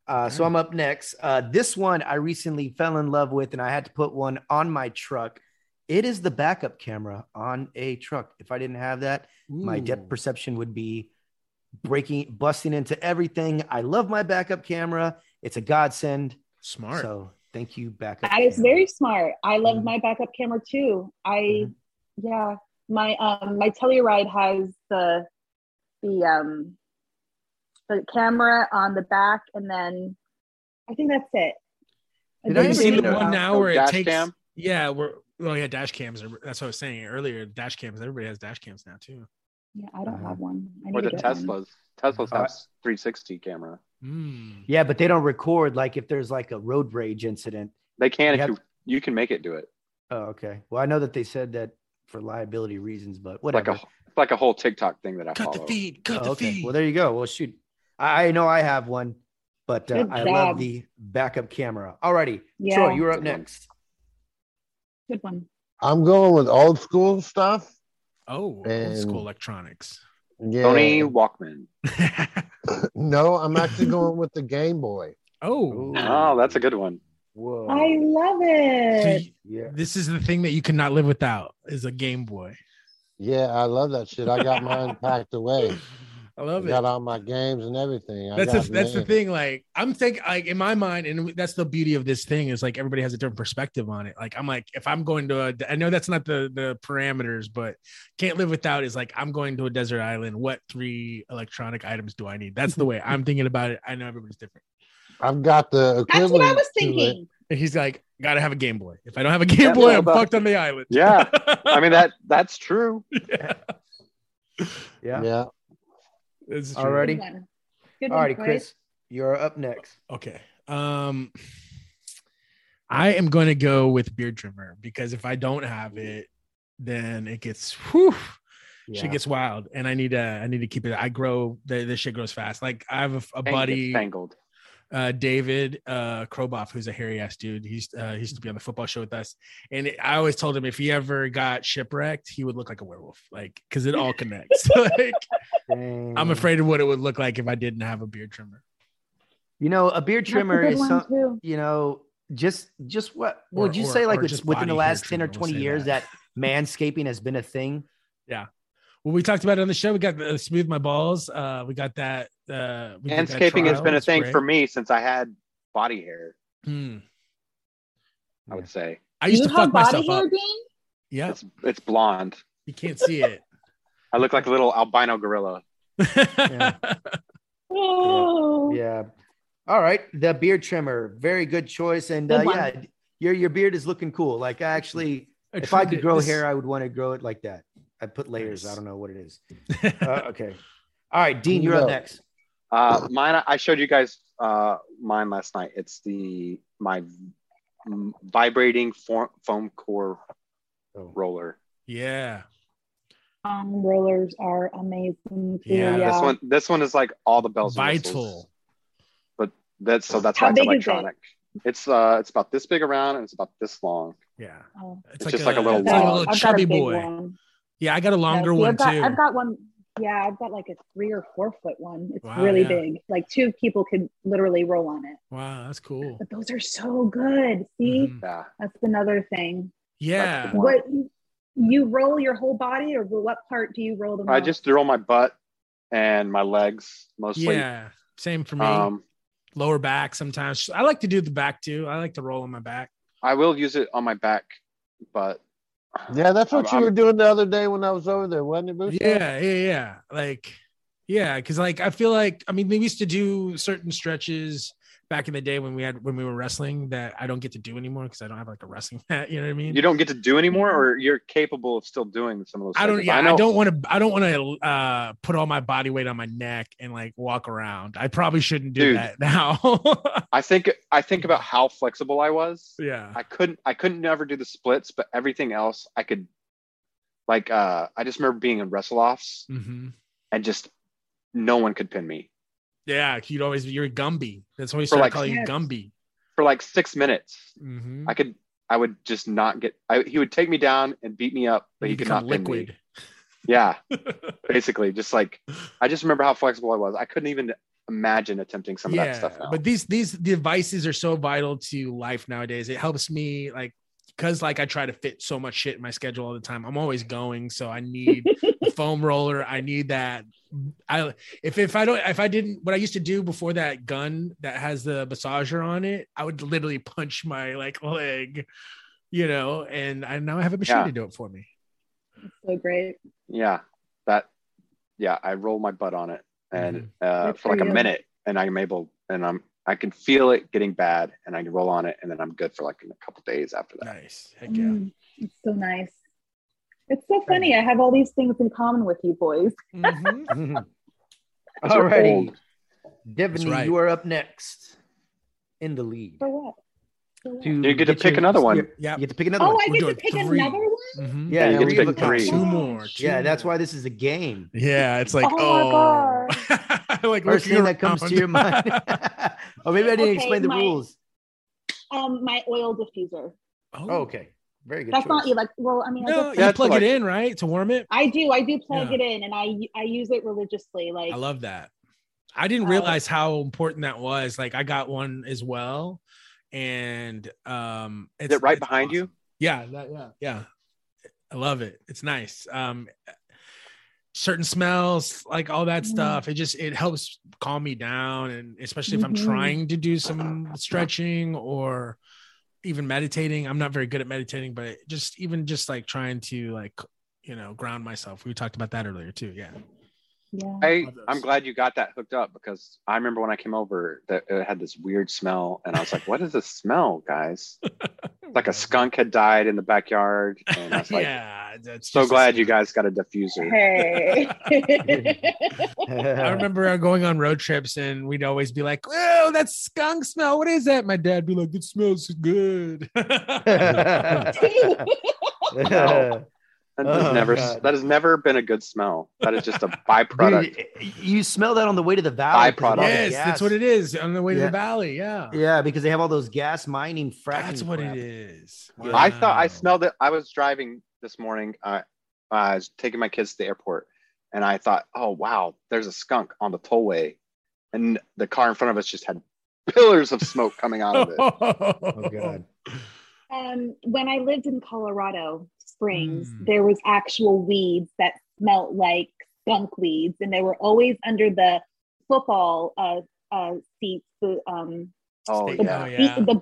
[SPEAKER 2] Uh, so I'm up next. Uh, this one I recently fell in love with, and I had to put one on my truck. It is the backup camera on a truck. If I didn't have that, my depth perception would be breaking, busting into everything. I love my backup camera. It's a godsend.
[SPEAKER 1] Smart.
[SPEAKER 2] So thank you, backup.
[SPEAKER 9] I was very smart. I love my backup camera too. I yeah, my um my Telluride has the the um the camera on the back and then I think that's it. I
[SPEAKER 1] Have you
[SPEAKER 9] didn't
[SPEAKER 1] seen
[SPEAKER 9] do
[SPEAKER 1] the
[SPEAKER 9] anything else.
[SPEAKER 1] one now where it
[SPEAKER 3] dash
[SPEAKER 1] takes?
[SPEAKER 3] cam?
[SPEAKER 1] Yeah, we're oh yeah, dash cams. Are, that's what I was saying earlier. Dash cams. Everybody has dash cams now too.
[SPEAKER 9] Yeah, I don't have one. I
[SPEAKER 3] Or
[SPEAKER 9] need
[SPEAKER 3] the
[SPEAKER 9] to get one.
[SPEAKER 3] Teslas. Teslas have 360 camera.
[SPEAKER 1] Hmm.
[SPEAKER 2] Yeah, but they don't record like if there's like a road rage incident.
[SPEAKER 3] They can
[SPEAKER 2] You
[SPEAKER 3] if
[SPEAKER 2] have-
[SPEAKER 3] you you can make it do it.
[SPEAKER 2] Oh, okay. Well, I know that they said that for liability reasons, but
[SPEAKER 3] Like
[SPEAKER 2] whatever.
[SPEAKER 3] a it's like a whole TikTok thing that I follow.
[SPEAKER 2] Oh, okay. Well, there you go. Well, shoot. I, I know I have one, but uh,
[SPEAKER 3] Good
[SPEAKER 2] I
[SPEAKER 3] job.
[SPEAKER 2] love the backup camera. Alrighty.
[SPEAKER 9] Yeah.
[SPEAKER 2] Troy, you're up next.
[SPEAKER 9] Good one.
[SPEAKER 4] I'm going with old school stuff.
[SPEAKER 1] Oh,
[SPEAKER 4] And-
[SPEAKER 1] old school electronics.
[SPEAKER 4] Yeah.
[SPEAKER 3] Sony Walkman.
[SPEAKER 4] No, I'm actually going with the Game Boy.
[SPEAKER 1] Oh.
[SPEAKER 3] Oh, that's a good one.
[SPEAKER 2] Whoa.
[SPEAKER 9] I love it.
[SPEAKER 2] yeah.
[SPEAKER 1] This is the thing that you cannot live without is a Game Boy.
[SPEAKER 4] Yeah, I love that shit. I got mine packed away.
[SPEAKER 1] I love it.
[SPEAKER 4] Got all my games and everything. I
[SPEAKER 1] That's
[SPEAKER 4] got
[SPEAKER 1] the, that's the
[SPEAKER 4] mine.
[SPEAKER 1] thing. Like I'm thinking, like in my mind, and that's the beauty of this thing is like everybody has a different perspective on it. Like I'm like, if I'm going to, a, I know that's not the the parameters, but can't live without is like I'm going to a desert island. What three electronic items do I need? That's the way I'm thinking about it. I know everybody's different.
[SPEAKER 4] I've got the
[SPEAKER 9] That's
[SPEAKER 4] equivalent.
[SPEAKER 9] what I was
[SPEAKER 4] to it.
[SPEAKER 9] thinking.
[SPEAKER 1] And he's like, gotta have a Game Boy. If I don't have a Game
[SPEAKER 3] Yeah,
[SPEAKER 1] Boy,
[SPEAKER 3] what
[SPEAKER 1] I'm
[SPEAKER 3] about-
[SPEAKER 1] fucked on the island.
[SPEAKER 3] Yeah. I mean that that's true.
[SPEAKER 2] Yeah.
[SPEAKER 4] Yeah.
[SPEAKER 1] It's true.
[SPEAKER 2] Alrighty.
[SPEAKER 9] Good one,
[SPEAKER 2] Alrighty,
[SPEAKER 9] Troy.
[SPEAKER 2] Chris, you're up next.
[SPEAKER 1] Okay. Um, I am going to go with beard trimmer because if I don't have it, then it gets whew,
[SPEAKER 2] Yeah.
[SPEAKER 1] shit gets wild, and I need to I need to keep it. I grow the this shit grows fast. Like I have a, a
[SPEAKER 3] Thing gets
[SPEAKER 1] buddy
[SPEAKER 3] Tangled.
[SPEAKER 1] uh, David uh, Kroboff, who's a hairy ass dude. He's uh, he used to be on the football show with us, and it- I always told him if he ever got shipwrecked, he would look like a werewolf, like because it all connects. like
[SPEAKER 2] Mm.
[SPEAKER 1] I'm afraid of what it would look like if I didn't have a beard trimmer.
[SPEAKER 2] You know, a beard
[SPEAKER 9] That's a
[SPEAKER 2] trimmer
[SPEAKER 9] good
[SPEAKER 2] is
[SPEAKER 9] one,
[SPEAKER 2] some,
[SPEAKER 9] too.
[SPEAKER 2] you know, just just what
[SPEAKER 16] Or-
[SPEAKER 2] would you
[SPEAKER 16] or-
[SPEAKER 2] say like
[SPEAKER 16] or
[SPEAKER 2] it's
[SPEAKER 16] just
[SPEAKER 2] within the
[SPEAKER 16] body hair
[SPEAKER 2] last 10 or
[SPEAKER 16] treatment, we'll
[SPEAKER 2] 20
[SPEAKER 16] say
[SPEAKER 2] years that. manscaping has been a thing
[SPEAKER 1] yeah well we talked about it on the show we got the smooth my balls uh we got that uh we did that
[SPEAKER 3] Landscaping has
[SPEAKER 1] trial.
[SPEAKER 3] been a
[SPEAKER 1] It's
[SPEAKER 3] thing
[SPEAKER 1] great.
[SPEAKER 3] for me since I had body hair.
[SPEAKER 1] Hmm.
[SPEAKER 3] I would say.
[SPEAKER 1] I used
[SPEAKER 9] you
[SPEAKER 1] to
[SPEAKER 9] have
[SPEAKER 1] fuck
[SPEAKER 9] body
[SPEAKER 1] myself
[SPEAKER 9] hair,
[SPEAKER 1] up.
[SPEAKER 9] Dean?
[SPEAKER 1] Yeah,
[SPEAKER 3] it's, it's blonde.
[SPEAKER 1] You can't see it.
[SPEAKER 3] I look like a little albino gorilla.
[SPEAKER 9] Oh.
[SPEAKER 2] Yeah. yeah. All right. The beard trimmer. Very good choice. And uh,
[SPEAKER 16] Good one.
[SPEAKER 2] yeah, your your beard is looking cool. Like I actually,
[SPEAKER 16] I
[SPEAKER 2] if I
[SPEAKER 16] trimmed
[SPEAKER 2] could
[SPEAKER 16] it
[SPEAKER 2] grow
[SPEAKER 16] this-
[SPEAKER 2] hair, I would want to grow it like that. I put layers. I don't know what it is. Uh, okay. All right, Dean, you're up next.
[SPEAKER 3] Uh, mine, I showed you guys uh, mine last night. It's the my mm, vibrating foam, foam core
[SPEAKER 1] Oh.
[SPEAKER 3] roller.
[SPEAKER 1] yeah
[SPEAKER 9] Um, rollers are amazing. Too. Yeah.
[SPEAKER 3] This one, this one is like all the bells. and whistles.
[SPEAKER 1] Vital.
[SPEAKER 3] But that's so that's
[SPEAKER 9] How
[SPEAKER 3] why it's
[SPEAKER 9] big is it?
[SPEAKER 3] electronic. It's uh, it's about this big around and it's about this long.
[SPEAKER 1] Yeah.
[SPEAKER 9] Oh.
[SPEAKER 1] It's,
[SPEAKER 3] just like a little
[SPEAKER 1] it's like a
[SPEAKER 3] log.
[SPEAKER 1] little
[SPEAKER 9] I've got a
[SPEAKER 1] chubby
[SPEAKER 9] big
[SPEAKER 1] boy.
[SPEAKER 9] one.
[SPEAKER 1] Yeah, I got a longer
[SPEAKER 9] Yeah, see,
[SPEAKER 1] one
[SPEAKER 9] I've got,
[SPEAKER 1] too.
[SPEAKER 9] I've got one. Yeah, I've got like a three or four foot one. It's
[SPEAKER 1] Wow,
[SPEAKER 9] really
[SPEAKER 1] yeah.
[SPEAKER 9] big. Like two people could literally roll on it.
[SPEAKER 1] wow, that's cool. Mm-hmm.
[SPEAKER 9] But those are so good. See,
[SPEAKER 3] Yeah.
[SPEAKER 9] that's another thing.
[SPEAKER 1] Yeah.
[SPEAKER 9] What you roll your whole body, or what part do you roll the most?
[SPEAKER 3] I just roll my butt and my legs mostly.
[SPEAKER 1] Yeah. Same for me.
[SPEAKER 3] Um,
[SPEAKER 1] Lower back sometimes. I like to do the back too. I like to roll on my back.
[SPEAKER 3] I will use it on my back, but
[SPEAKER 4] Yeah, that's what
[SPEAKER 1] I'm-
[SPEAKER 4] you
[SPEAKER 1] I'm-
[SPEAKER 4] were doing the other day when I was over there, wasn't it? Booster?
[SPEAKER 1] Yeah, yeah, yeah. Like, yeah, because like I feel like I mean we used to do certain stretches back in the day when we had when we were wrestling that I don't get to do anymore because I don't have like a wrestling hat. You know what I mean?
[SPEAKER 3] you don't get to do anymore, or you're capable of still doing some of those.
[SPEAKER 1] I don't.
[SPEAKER 3] things.
[SPEAKER 1] Yeah, I,
[SPEAKER 3] know-
[SPEAKER 1] don't want to. I don't want to uh, put all my body weight on my neck and like walk around. I probably shouldn't do
[SPEAKER 3] Dude.
[SPEAKER 1] that now.
[SPEAKER 3] I think I think about how flexible I was.
[SPEAKER 1] Yeah.
[SPEAKER 3] I couldn't I couldn't never do the splits, but everything else I could like uh I just remember being in wrestle offs
[SPEAKER 1] hmm
[SPEAKER 3] and just no one could pin me
[SPEAKER 1] Yeah, you'd always you're a Gumby. That's why we
[SPEAKER 3] For,
[SPEAKER 1] started
[SPEAKER 3] like,
[SPEAKER 1] calling you
[SPEAKER 3] Yes.
[SPEAKER 1] Gumby.
[SPEAKER 3] for like six minutes.
[SPEAKER 1] Mm-hmm.
[SPEAKER 3] I could I would just not get I, he would take me down and beat me up, but
[SPEAKER 1] You
[SPEAKER 3] he could
[SPEAKER 1] become
[SPEAKER 3] not pin
[SPEAKER 1] liquid.
[SPEAKER 3] me. Yeah. basically just like I just remember how flexible I was. I couldn't even imagine attempting some of that stuff now.
[SPEAKER 1] But these these devices are so vital to life nowadays. It helps me like because like I try to fit so much shit in my schedule all the time. I'm always going, so I need a foam roller. I need that. I if if I don't if I didn't what I used to do before that gun that has the massager on it, I would literally punch my like leg, you know. And I now I have a machine
[SPEAKER 3] Yeah.
[SPEAKER 1] to do it for me.
[SPEAKER 9] so great.
[SPEAKER 3] Yeah. That yeah, I roll my butt on it and uh
[SPEAKER 9] Good
[SPEAKER 3] for like
[SPEAKER 9] for
[SPEAKER 3] a
[SPEAKER 9] you.
[SPEAKER 3] minute and I'm able and I'm I can feel it getting bad and I can roll on it and then I'm good for like a couple days after that.
[SPEAKER 1] Nice. Heck
[SPEAKER 9] Mm, it's so nice. It's so funny. I have all these things in common with you boys.
[SPEAKER 1] Mm-hmm.
[SPEAKER 2] All righty.
[SPEAKER 3] old.
[SPEAKER 2] Devaney,
[SPEAKER 1] right.
[SPEAKER 2] you are up next in the lead.
[SPEAKER 9] For what? For what?
[SPEAKER 3] You get to pick another one.
[SPEAKER 2] Yeah. You get to pick another
[SPEAKER 9] Oh,
[SPEAKER 2] one.
[SPEAKER 9] I get to pick another one.
[SPEAKER 1] Mhm.
[SPEAKER 2] Yeah,
[SPEAKER 3] Yeah, you get
[SPEAKER 2] three
[SPEAKER 3] to
[SPEAKER 2] of
[SPEAKER 3] pick
[SPEAKER 2] a kind.
[SPEAKER 3] three. Two
[SPEAKER 1] more, two
[SPEAKER 2] yeah, that's why this is a game.
[SPEAKER 1] Yeah, it's like
[SPEAKER 9] oh,
[SPEAKER 1] oh,
[SPEAKER 9] my god.
[SPEAKER 1] like
[SPEAKER 2] First
[SPEAKER 1] looking
[SPEAKER 2] thing that comes to
[SPEAKER 1] around.
[SPEAKER 2] your mind. oh, maybe I didn't
[SPEAKER 9] Okay,
[SPEAKER 2] explain the
[SPEAKER 9] my-
[SPEAKER 2] rules.
[SPEAKER 9] Um, my oil diffuser.
[SPEAKER 2] Oh, okay. Very good.
[SPEAKER 9] That's not
[SPEAKER 2] choice.
[SPEAKER 9] you like. Well, I mean, I,
[SPEAKER 1] No,
[SPEAKER 9] guess
[SPEAKER 1] you plug it in, right? To warm it.
[SPEAKER 9] I do. I do plug
[SPEAKER 1] Yeah.
[SPEAKER 9] it in, and I I use it religiously. Like uh,
[SPEAKER 1] I love that. I didn't realize how important that was. Like I got one as well. And um
[SPEAKER 3] Is
[SPEAKER 1] it's-
[SPEAKER 3] it right
[SPEAKER 1] it's
[SPEAKER 3] behind you?
[SPEAKER 1] Yeah, that- yeah, yeah. I love it. It's nice. Um certain smells, like all that stuff. It just it helps calm me down and especially if I'm
[SPEAKER 16] Mhm.
[SPEAKER 1] trying to do some stretching or even meditating. I'm not very good at meditating, but just even just like trying to like you know ground myself. We talked about that earlier too. Yeah.
[SPEAKER 9] Yeah.
[SPEAKER 3] I, I'm glad you got that hooked up because I remember when I came over that it had this weird smell and I was like, what is this smell, guys? like a skunk had died in the backyard. And I was like,
[SPEAKER 1] yeah, that's
[SPEAKER 3] so
[SPEAKER 1] just a
[SPEAKER 3] glad you guys got a diffuser.
[SPEAKER 9] hey.
[SPEAKER 1] I remember uh, going on road trips and we'd always be like, "Oh, that skunk smell! What is that?" My dad be like, "It smells good."
[SPEAKER 3] No. That has
[SPEAKER 2] Oh,
[SPEAKER 3] never
[SPEAKER 2] God.
[SPEAKER 3] that has never been a good smell. That is just a byproduct.
[SPEAKER 2] You smell that on the way to the valley. 'cause of all the
[SPEAKER 1] yes,
[SPEAKER 2] gas.
[SPEAKER 1] that's what it is on the way to
[SPEAKER 2] Yeah.
[SPEAKER 1] the valley. Yeah,
[SPEAKER 2] Yeah, because they have all those gas mining fracking.
[SPEAKER 1] Uh, that's what
[SPEAKER 2] crap.
[SPEAKER 1] it is.
[SPEAKER 3] I thought I smelled it. I was driving this morning. Uh, I was taking my kids to the airport, and I thought, "Oh wow, there's a skunk on the tollway," and the car in front of us just had pillars of smoke coming out of it.
[SPEAKER 2] oh god.
[SPEAKER 9] Um, when I lived in Colorado Springs,
[SPEAKER 1] Hmm.
[SPEAKER 9] there was actual weeds that smelt like skunk weeds, and they were always under the football uh, uh, seats, the um,
[SPEAKER 3] Oh
[SPEAKER 9] the,
[SPEAKER 3] yeah.
[SPEAKER 9] ble- the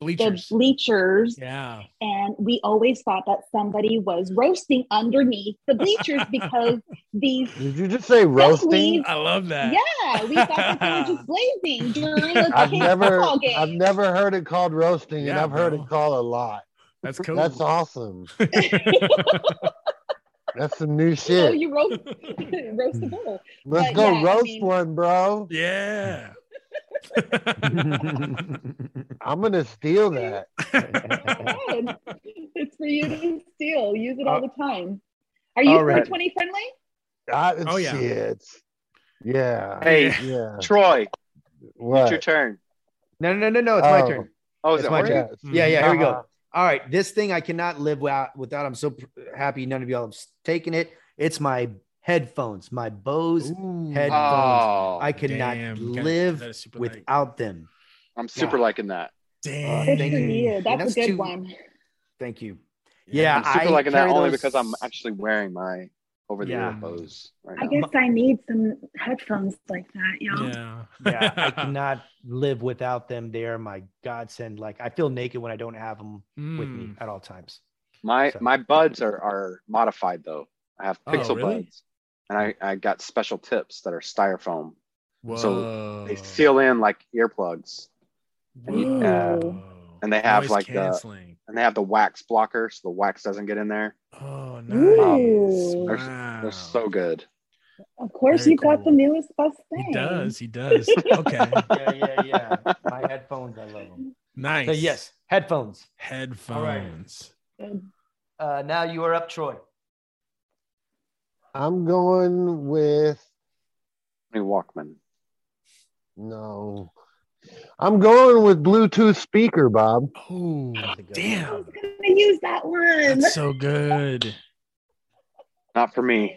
[SPEAKER 1] bleachers.
[SPEAKER 9] the bleachers,
[SPEAKER 1] Yeah.
[SPEAKER 9] and we always thought that somebody was roasting underneath the bleachers because these
[SPEAKER 4] Did you just say roasting?
[SPEAKER 9] weeds- I
[SPEAKER 1] love
[SPEAKER 9] yeah, we thought that they were just blazing during a
[SPEAKER 4] I've
[SPEAKER 9] kid's
[SPEAKER 4] never,
[SPEAKER 9] football game.
[SPEAKER 4] I've never heard it called roasting, and
[SPEAKER 1] Yeah,
[SPEAKER 4] I've heard it called a lot.
[SPEAKER 1] That's cool.
[SPEAKER 4] That's awesome. That's some new shit.
[SPEAKER 9] Oh, you roast roast the bull.
[SPEAKER 4] Let's
[SPEAKER 9] But
[SPEAKER 4] go
[SPEAKER 9] yeah, I
[SPEAKER 4] roast
[SPEAKER 9] mean,
[SPEAKER 4] one, bro.
[SPEAKER 1] Yeah.
[SPEAKER 4] I'm gonna steal that.
[SPEAKER 9] God. It's for you to steal. Use it all the time. Are
[SPEAKER 4] Uh, all
[SPEAKER 9] you
[SPEAKER 4] right.
[SPEAKER 9] 420 friendly?
[SPEAKER 4] I,
[SPEAKER 1] Oh, yeah.
[SPEAKER 4] shit. Yeah.
[SPEAKER 3] Hey,
[SPEAKER 4] Yeah.
[SPEAKER 3] Troy, it's
[SPEAKER 4] What?
[SPEAKER 3] your turn.
[SPEAKER 2] No, no, no, no. It's my
[SPEAKER 4] Oh.
[SPEAKER 2] turn.
[SPEAKER 3] Oh, is
[SPEAKER 2] it's
[SPEAKER 3] it
[SPEAKER 2] my
[SPEAKER 3] my
[SPEAKER 2] turn.
[SPEAKER 4] turn?
[SPEAKER 2] Yeah, yeah. Here we
[SPEAKER 4] Uh-huh.
[SPEAKER 2] go. All right, this thing I cannot live without. Without, I'm so pr- happy none of y'all have s- taken it. It's my headphones, my Bose headphones.
[SPEAKER 3] Oh,
[SPEAKER 2] I cannot
[SPEAKER 1] damn. Got- that is
[SPEAKER 2] live
[SPEAKER 1] super
[SPEAKER 2] without them.
[SPEAKER 3] I'm super
[SPEAKER 2] Yeah.
[SPEAKER 3] liking that.
[SPEAKER 1] Damn.
[SPEAKER 2] Thank
[SPEAKER 9] Good for
[SPEAKER 2] you.
[SPEAKER 9] you. That's,
[SPEAKER 2] That's
[SPEAKER 9] a good
[SPEAKER 2] too-
[SPEAKER 9] one.
[SPEAKER 2] Thank you. Yeah,
[SPEAKER 3] I'm super
[SPEAKER 2] I
[SPEAKER 3] liking that
[SPEAKER 2] carry
[SPEAKER 3] only
[SPEAKER 2] those-
[SPEAKER 3] because I'm actually wearing my over the
[SPEAKER 2] Yeah.
[SPEAKER 3] ear Bose right
[SPEAKER 9] I
[SPEAKER 3] now.
[SPEAKER 9] guess I need some headphones like that, y'all.
[SPEAKER 1] Yeah.
[SPEAKER 2] yeah, I cannot live without them. They are my godsend. Like I feel naked when I don't have them with
[SPEAKER 1] Hmm.
[SPEAKER 2] me at all times.
[SPEAKER 3] My
[SPEAKER 2] So-
[SPEAKER 3] my buds are are modified though. I have
[SPEAKER 1] Oh,
[SPEAKER 3] pixel
[SPEAKER 1] really?
[SPEAKER 3] buds, and I I got special tips that are styrofoam,
[SPEAKER 1] Mm, Whoa.
[SPEAKER 3] So
[SPEAKER 1] Oh.
[SPEAKER 3] they seal in like earplugs, and, you- uh,
[SPEAKER 9] Ooh.
[SPEAKER 3] and they have
[SPEAKER 1] Noise
[SPEAKER 3] like uh, the
[SPEAKER 1] canceling.
[SPEAKER 3] and they have the wax blocker, so the wax doesn't get in there.
[SPEAKER 1] Oh, nice.
[SPEAKER 9] Ooh.
[SPEAKER 3] They're,
[SPEAKER 1] Wow.
[SPEAKER 3] they're so good.
[SPEAKER 9] Of course,
[SPEAKER 1] Very
[SPEAKER 9] you got the
[SPEAKER 1] cool.
[SPEAKER 9] newest best thing.
[SPEAKER 1] He does. He does. Okay.
[SPEAKER 2] Yeah, yeah, yeah. my headphones, I love them.
[SPEAKER 1] nice.
[SPEAKER 2] So yes, headphones.
[SPEAKER 1] Headphones.
[SPEAKER 2] Uh, now you are up, Troy.
[SPEAKER 4] I'm going with
[SPEAKER 3] New Walkman.
[SPEAKER 4] no. I'm going with Bluetooth speaker, Bob.
[SPEAKER 1] Oh,
[SPEAKER 9] I
[SPEAKER 1] damn.
[SPEAKER 9] was gonna use that one.
[SPEAKER 1] That's so good.
[SPEAKER 3] Not for me.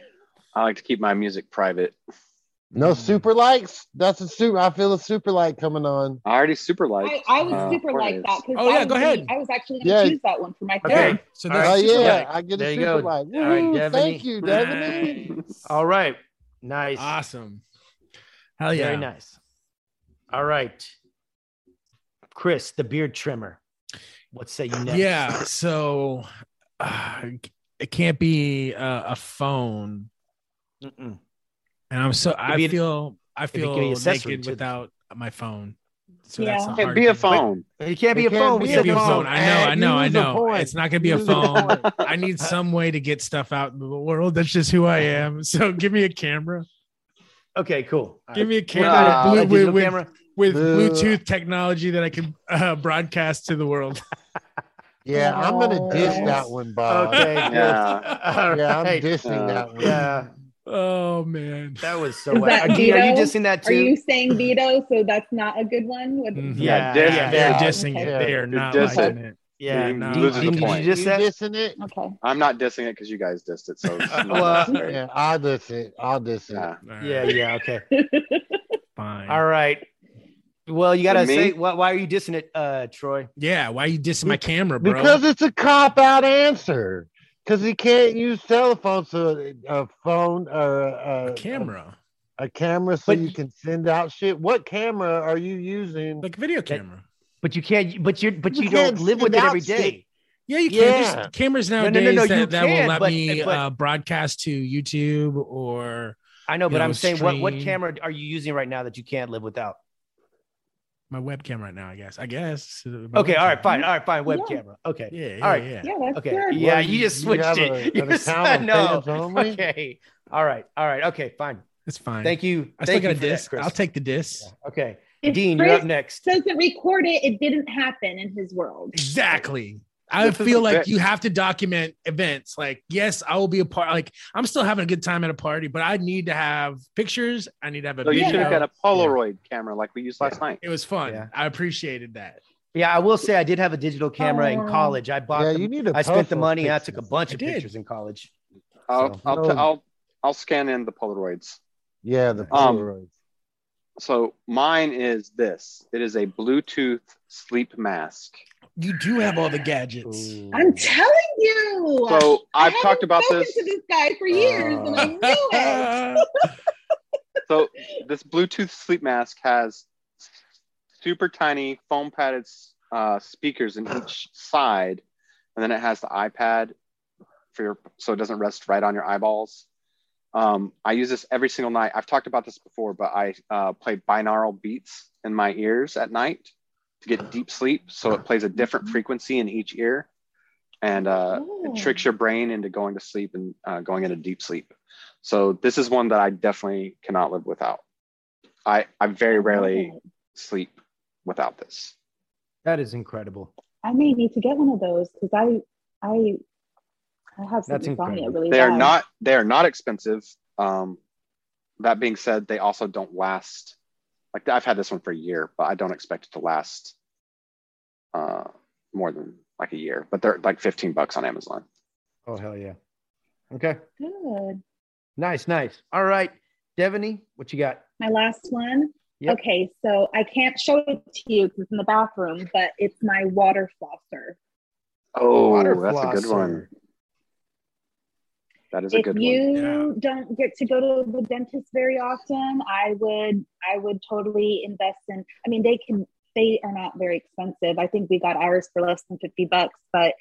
[SPEAKER 3] I like to keep my music private.
[SPEAKER 2] Hmm.
[SPEAKER 4] No super lights. That's a super. I feel a super light coming on.
[SPEAKER 3] I already super like.
[SPEAKER 9] I, I was
[SPEAKER 3] uh,
[SPEAKER 9] super like
[SPEAKER 3] Jorge's.
[SPEAKER 9] that because
[SPEAKER 1] Oh, yeah, go ahead.
[SPEAKER 9] I was actually gonna
[SPEAKER 4] Yeah.
[SPEAKER 9] choose that one for my third.
[SPEAKER 2] Okay.
[SPEAKER 1] So
[SPEAKER 2] All
[SPEAKER 1] that's
[SPEAKER 4] Oh
[SPEAKER 2] right.
[SPEAKER 1] super
[SPEAKER 4] yeah,
[SPEAKER 1] light.
[SPEAKER 4] I get a
[SPEAKER 2] There you
[SPEAKER 4] super
[SPEAKER 2] go.
[SPEAKER 4] light.
[SPEAKER 2] All right,
[SPEAKER 4] Woohoo,
[SPEAKER 2] Devaney.
[SPEAKER 4] thank you, Devaney.
[SPEAKER 2] All right. Nice.
[SPEAKER 1] Awesome. Hell yeah.
[SPEAKER 2] Very nice. All right. Chris, the beard trimmer. What say you next?
[SPEAKER 1] Yeah. So uh, it can't be uh, a phone.
[SPEAKER 2] Mm-mm.
[SPEAKER 1] And I'm so, I
[SPEAKER 2] be an-
[SPEAKER 1] feel, I
[SPEAKER 2] could be an
[SPEAKER 1] feel
[SPEAKER 2] accessory
[SPEAKER 1] naked
[SPEAKER 2] to-
[SPEAKER 1] without my phone. So
[SPEAKER 9] Yeah.
[SPEAKER 1] that's a
[SPEAKER 3] Hey,
[SPEAKER 1] hard
[SPEAKER 3] be a
[SPEAKER 1] thing.
[SPEAKER 3] phone.
[SPEAKER 2] It can't be
[SPEAKER 4] It
[SPEAKER 2] a
[SPEAKER 4] can't
[SPEAKER 2] phone.
[SPEAKER 4] be
[SPEAKER 2] we
[SPEAKER 1] It
[SPEAKER 2] said
[SPEAKER 1] can't be a phone.
[SPEAKER 2] phone.
[SPEAKER 1] I
[SPEAKER 4] Eh,
[SPEAKER 1] know, I know, I
[SPEAKER 4] use a
[SPEAKER 1] know.
[SPEAKER 4] point.
[SPEAKER 1] It's not gonna be a
[SPEAKER 4] Use a
[SPEAKER 1] phone.
[SPEAKER 4] point.
[SPEAKER 1] I need some way to get stuff out in the world. That's just who I am. So give me a camera.
[SPEAKER 2] Okay, cool. All right.
[SPEAKER 1] Give me a
[SPEAKER 2] We're
[SPEAKER 1] camera
[SPEAKER 2] not
[SPEAKER 3] Uh,
[SPEAKER 2] in-
[SPEAKER 1] with,
[SPEAKER 2] like
[SPEAKER 1] blue-
[SPEAKER 2] digital
[SPEAKER 1] with, with,
[SPEAKER 2] camera.
[SPEAKER 1] with
[SPEAKER 4] Blue.
[SPEAKER 1] Bluetooth technology that I can uh, broadcast to the world.
[SPEAKER 4] Yeah, I'm gonna dish
[SPEAKER 9] Oh.
[SPEAKER 4] that one, Bob.
[SPEAKER 2] Okay. good.
[SPEAKER 3] Yeah.
[SPEAKER 2] All
[SPEAKER 4] Yeah, I'm
[SPEAKER 2] right.
[SPEAKER 4] dishing
[SPEAKER 3] Uh,
[SPEAKER 4] that one.
[SPEAKER 2] Yeah.
[SPEAKER 1] Oh man.
[SPEAKER 2] That was so.
[SPEAKER 9] Is
[SPEAKER 2] whack.
[SPEAKER 9] that
[SPEAKER 2] Dean, are you
[SPEAKER 9] Vito?
[SPEAKER 2] dissing that
[SPEAKER 9] Are
[SPEAKER 2] too?
[SPEAKER 9] you saying veto? So that's not a good one. With-
[SPEAKER 1] Mhm.
[SPEAKER 3] Yeah,
[SPEAKER 2] Yeah, yeah,
[SPEAKER 3] dish
[SPEAKER 1] They're
[SPEAKER 4] yeah.
[SPEAKER 1] dissing
[SPEAKER 9] Okay.
[SPEAKER 1] it. They are
[SPEAKER 3] You're
[SPEAKER 1] not
[SPEAKER 3] dissing.
[SPEAKER 1] liking it.
[SPEAKER 2] yeah.
[SPEAKER 1] You're not
[SPEAKER 2] Dean,
[SPEAKER 1] looking
[SPEAKER 2] Dean,
[SPEAKER 1] at the
[SPEAKER 2] did
[SPEAKER 1] point.
[SPEAKER 2] you diss
[SPEAKER 4] You
[SPEAKER 2] that?
[SPEAKER 4] dissing it?
[SPEAKER 9] Okay.
[SPEAKER 3] I'm not dissing it because you guys dissed it, so it's
[SPEAKER 2] Uh,
[SPEAKER 3] not
[SPEAKER 2] well,
[SPEAKER 3] necessary.
[SPEAKER 4] Yeah, I'll diss it. I'll diss it.
[SPEAKER 3] Yeah.
[SPEAKER 1] All right,
[SPEAKER 2] Yeah, yeah. Okay.
[SPEAKER 1] Fine.
[SPEAKER 2] All right. Well, you gotta
[SPEAKER 3] me?
[SPEAKER 2] say why, why are you dissing it, uh, Troy?
[SPEAKER 1] Yeah. Why you dissing my camera, bro?
[SPEAKER 4] Because it's a cop out answer. Because he can't use telephone, so a phone or a,
[SPEAKER 1] a camera,
[SPEAKER 4] a, camera, so
[SPEAKER 2] But-
[SPEAKER 4] you can send out shit. What camera are you using?
[SPEAKER 1] like a video camera.
[SPEAKER 2] But you can't. But you're. But
[SPEAKER 4] You
[SPEAKER 2] you, don't
[SPEAKER 4] can't
[SPEAKER 2] live with it
[SPEAKER 4] send out
[SPEAKER 2] every day.
[SPEAKER 1] Yeah, you can. not
[SPEAKER 4] Yeah.
[SPEAKER 1] There's cameras
[SPEAKER 2] no,
[SPEAKER 1] nowadays
[SPEAKER 2] no, no, you
[SPEAKER 1] that, that will
[SPEAKER 2] can,
[SPEAKER 1] let
[SPEAKER 2] but-
[SPEAKER 1] me
[SPEAKER 2] but-
[SPEAKER 1] uh, broadcast to YouTube or
[SPEAKER 2] I know,
[SPEAKER 1] You
[SPEAKER 2] but
[SPEAKER 1] know,
[SPEAKER 2] I'm saying what what
[SPEAKER 1] stream.
[SPEAKER 2] camera are you using right now that you can't live without?
[SPEAKER 1] my webcam right now. I guess. I guess. uh, My
[SPEAKER 2] Okay. All right.
[SPEAKER 1] webcam.
[SPEAKER 2] Fine. All right. Fine. Web
[SPEAKER 9] Yeah.
[SPEAKER 2] camera. Okay.
[SPEAKER 1] Yeah. yeah
[SPEAKER 2] All right.
[SPEAKER 1] Yeah.
[SPEAKER 9] Yeah, that's
[SPEAKER 2] Okay.
[SPEAKER 9] good.
[SPEAKER 2] Yeah,
[SPEAKER 4] Well,
[SPEAKER 2] you
[SPEAKER 4] you-
[SPEAKER 2] just
[SPEAKER 4] you
[SPEAKER 2] switched
[SPEAKER 4] have a-
[SPEAKER 2] it.
[SPEAKER 4] an
[SPEAKER 2] You just
[SPEAKER 4] account
[SPEAKER 2] said
[SPEAKER 4] with
[SPEAKER 2] no.
[SPEAKER 4] fans only?
[SPEAKER 2] Okay. All right. All right. Okay. Fine.
[SPEAKER 1] It's fine.
[SPEAKER 2] Thank you.
[SPEAKER 1] I still
[SPEAKER 2] Thank
[SPEAKER 1] got
[SPEAKER 2] you
[SPEAKER 1] a
[SPEAKER 2] for that,
[SPEAKER 1] diss.
[SPEAKER 2] Chris.
[SPEAKER 1] I'll take the diss.
[SPEAKER 2] Yeah, Okay.
[SPEAKER 9] If
[SPEAKER 2] Dean,
[SPEAKER 9] Chris
[SPEAKER 2] you're up next.
[SPEAKER 9] doesn't record it, it didn't happen in his world.
[SPEAKER 3] Mm.
[SPEAKER 1] Exactly. I
[SPEAKER 3] This is
[SPEAKER 1] feel
[SPEAKER 3] the
[SPEAKER 1] like
[SPEAKER 3] bit-
[SPEAKER 1] you have to document events. Like, yes, I will be a part. Like, I'm still having a good time at a party, but I need to have pictures. I need to have a
[SPEAKER 2] Oh,
[SPEAKER 3] So you
[SPEAKER 1] video.
[SPEAKER 3] should have got a Polaroid camera like we used last night.
[SPEAKER 1] it was fun.
[SPEAKER 2] Yeah.
[SPEAKER 1] I appreciated that.
[SPEAKER 2] Yeah, I will say I did have a digital camera in
[SPEAKER 9] Oh.
[SPEAKER 2] college. I bought.
[SPEAKER 4] Yeah,
[SPEAKER 2] the-
[SPEAKER 4] you need to
[SPEAKER 2] I spent the
[SPEAKER 4] post those
[SPEAKER 2] money. I took a
[SPEAKER 4] pictures.
[SPEAKER 2] bunch
[SPEAKER 1] I
[SPEAKER 2] of
[SPEAKER 1] did.
[SPEAKER 2] pictures in college.
[SPEAKER 3] I'll
[SPEAKER 2] So-
[SPEAKER 3] I'll, t-
[SPEAKER 4] No.
[SPEAKER 3] I'll I'll scan in the Polaroids.
[SPEAKER 4] Yeah, the
[SPEAKER 3] Um,
[SPEAKER 4] Polaroids.
[SPEAKER 3] so mine is this. It is a Bluetooth sleep mask.
[SPEAKER 1] You do have all the gadgets.
[SPEAKER 17] I'm telling you.
[SPEAKER 3] So
[SPEAKER 17] I
[SPEAKER 3] I've
[SPEAKER 17] haven't
[SPEAKER 3] talked about
[SPEAKER 17] spoken
[SPEAKER 3] this.
[SPEAKER 17] to this guy for years, and
[SPEAKER 3] Uh,
[SPEAKER 17] I knew it.
[SPEAKER 3] so this Bluetooth sleep mask has super tiny foam padded uh, speakers in each side, and then it has the iPad for your so it doesn't rest right on your eyeballs. Um, I use this every single night. I've talked about this before, but I uh, play binaural beats in my ears at night to get deep sleep. So it plays a different frequency in each ear, and uh, it tricks your brain into going to sleep and uh, going into deep sleep. So this is one that I definitely cannot live without. I I very rarely sleep without this.
[SPEAKER 2] That is incredible.
[SPEAKER 9] I may need to get one of those because I, I, I have some
[SPEAKER 3] That's
[SPEAKER 9] insomnia
[SPEAKER 3] incredible.
[SPEAKER 9] really
[SPEAKER 3] they
[SPEAKER 9] bad.
[SPEAKER 3] are not they are not expensive. Um, that being said, they also don't last. Like I've had this one for a year, but I don't expect it to last uh, more than like a year. But they're like fifteen bucks on Amazon.
[SPEAKER 2] Oh hell yeah. Okay.
[SPEAKER 9] Good.
[SPEAKER 2] Nice, nice. All right, Devaney, what you got?
[SPEAKER 9] My last one.
[SPEAKER 2] Yep.
[SPEAKER 9] Okay, so I can't show it to you because it's in the bathroom, but it's my water flosser.
[SPEAKER 3] Oh,
[SPEAKER 2] Water
[SPEAKER 3] that's a good
[SPEAKER 2] flosser.
[SPEAKER 3] one. That is a
[SPEAKER 9] if
[SPEAKER 3] good
[SPEAKER 9] you
[SPEAKER 3] one.
[SPEAKER 9] don't get to go to the dentist very often, I would I would totally invest in. I mean, they can they are not very expensive. I think we got ours for less than fifty bucks, but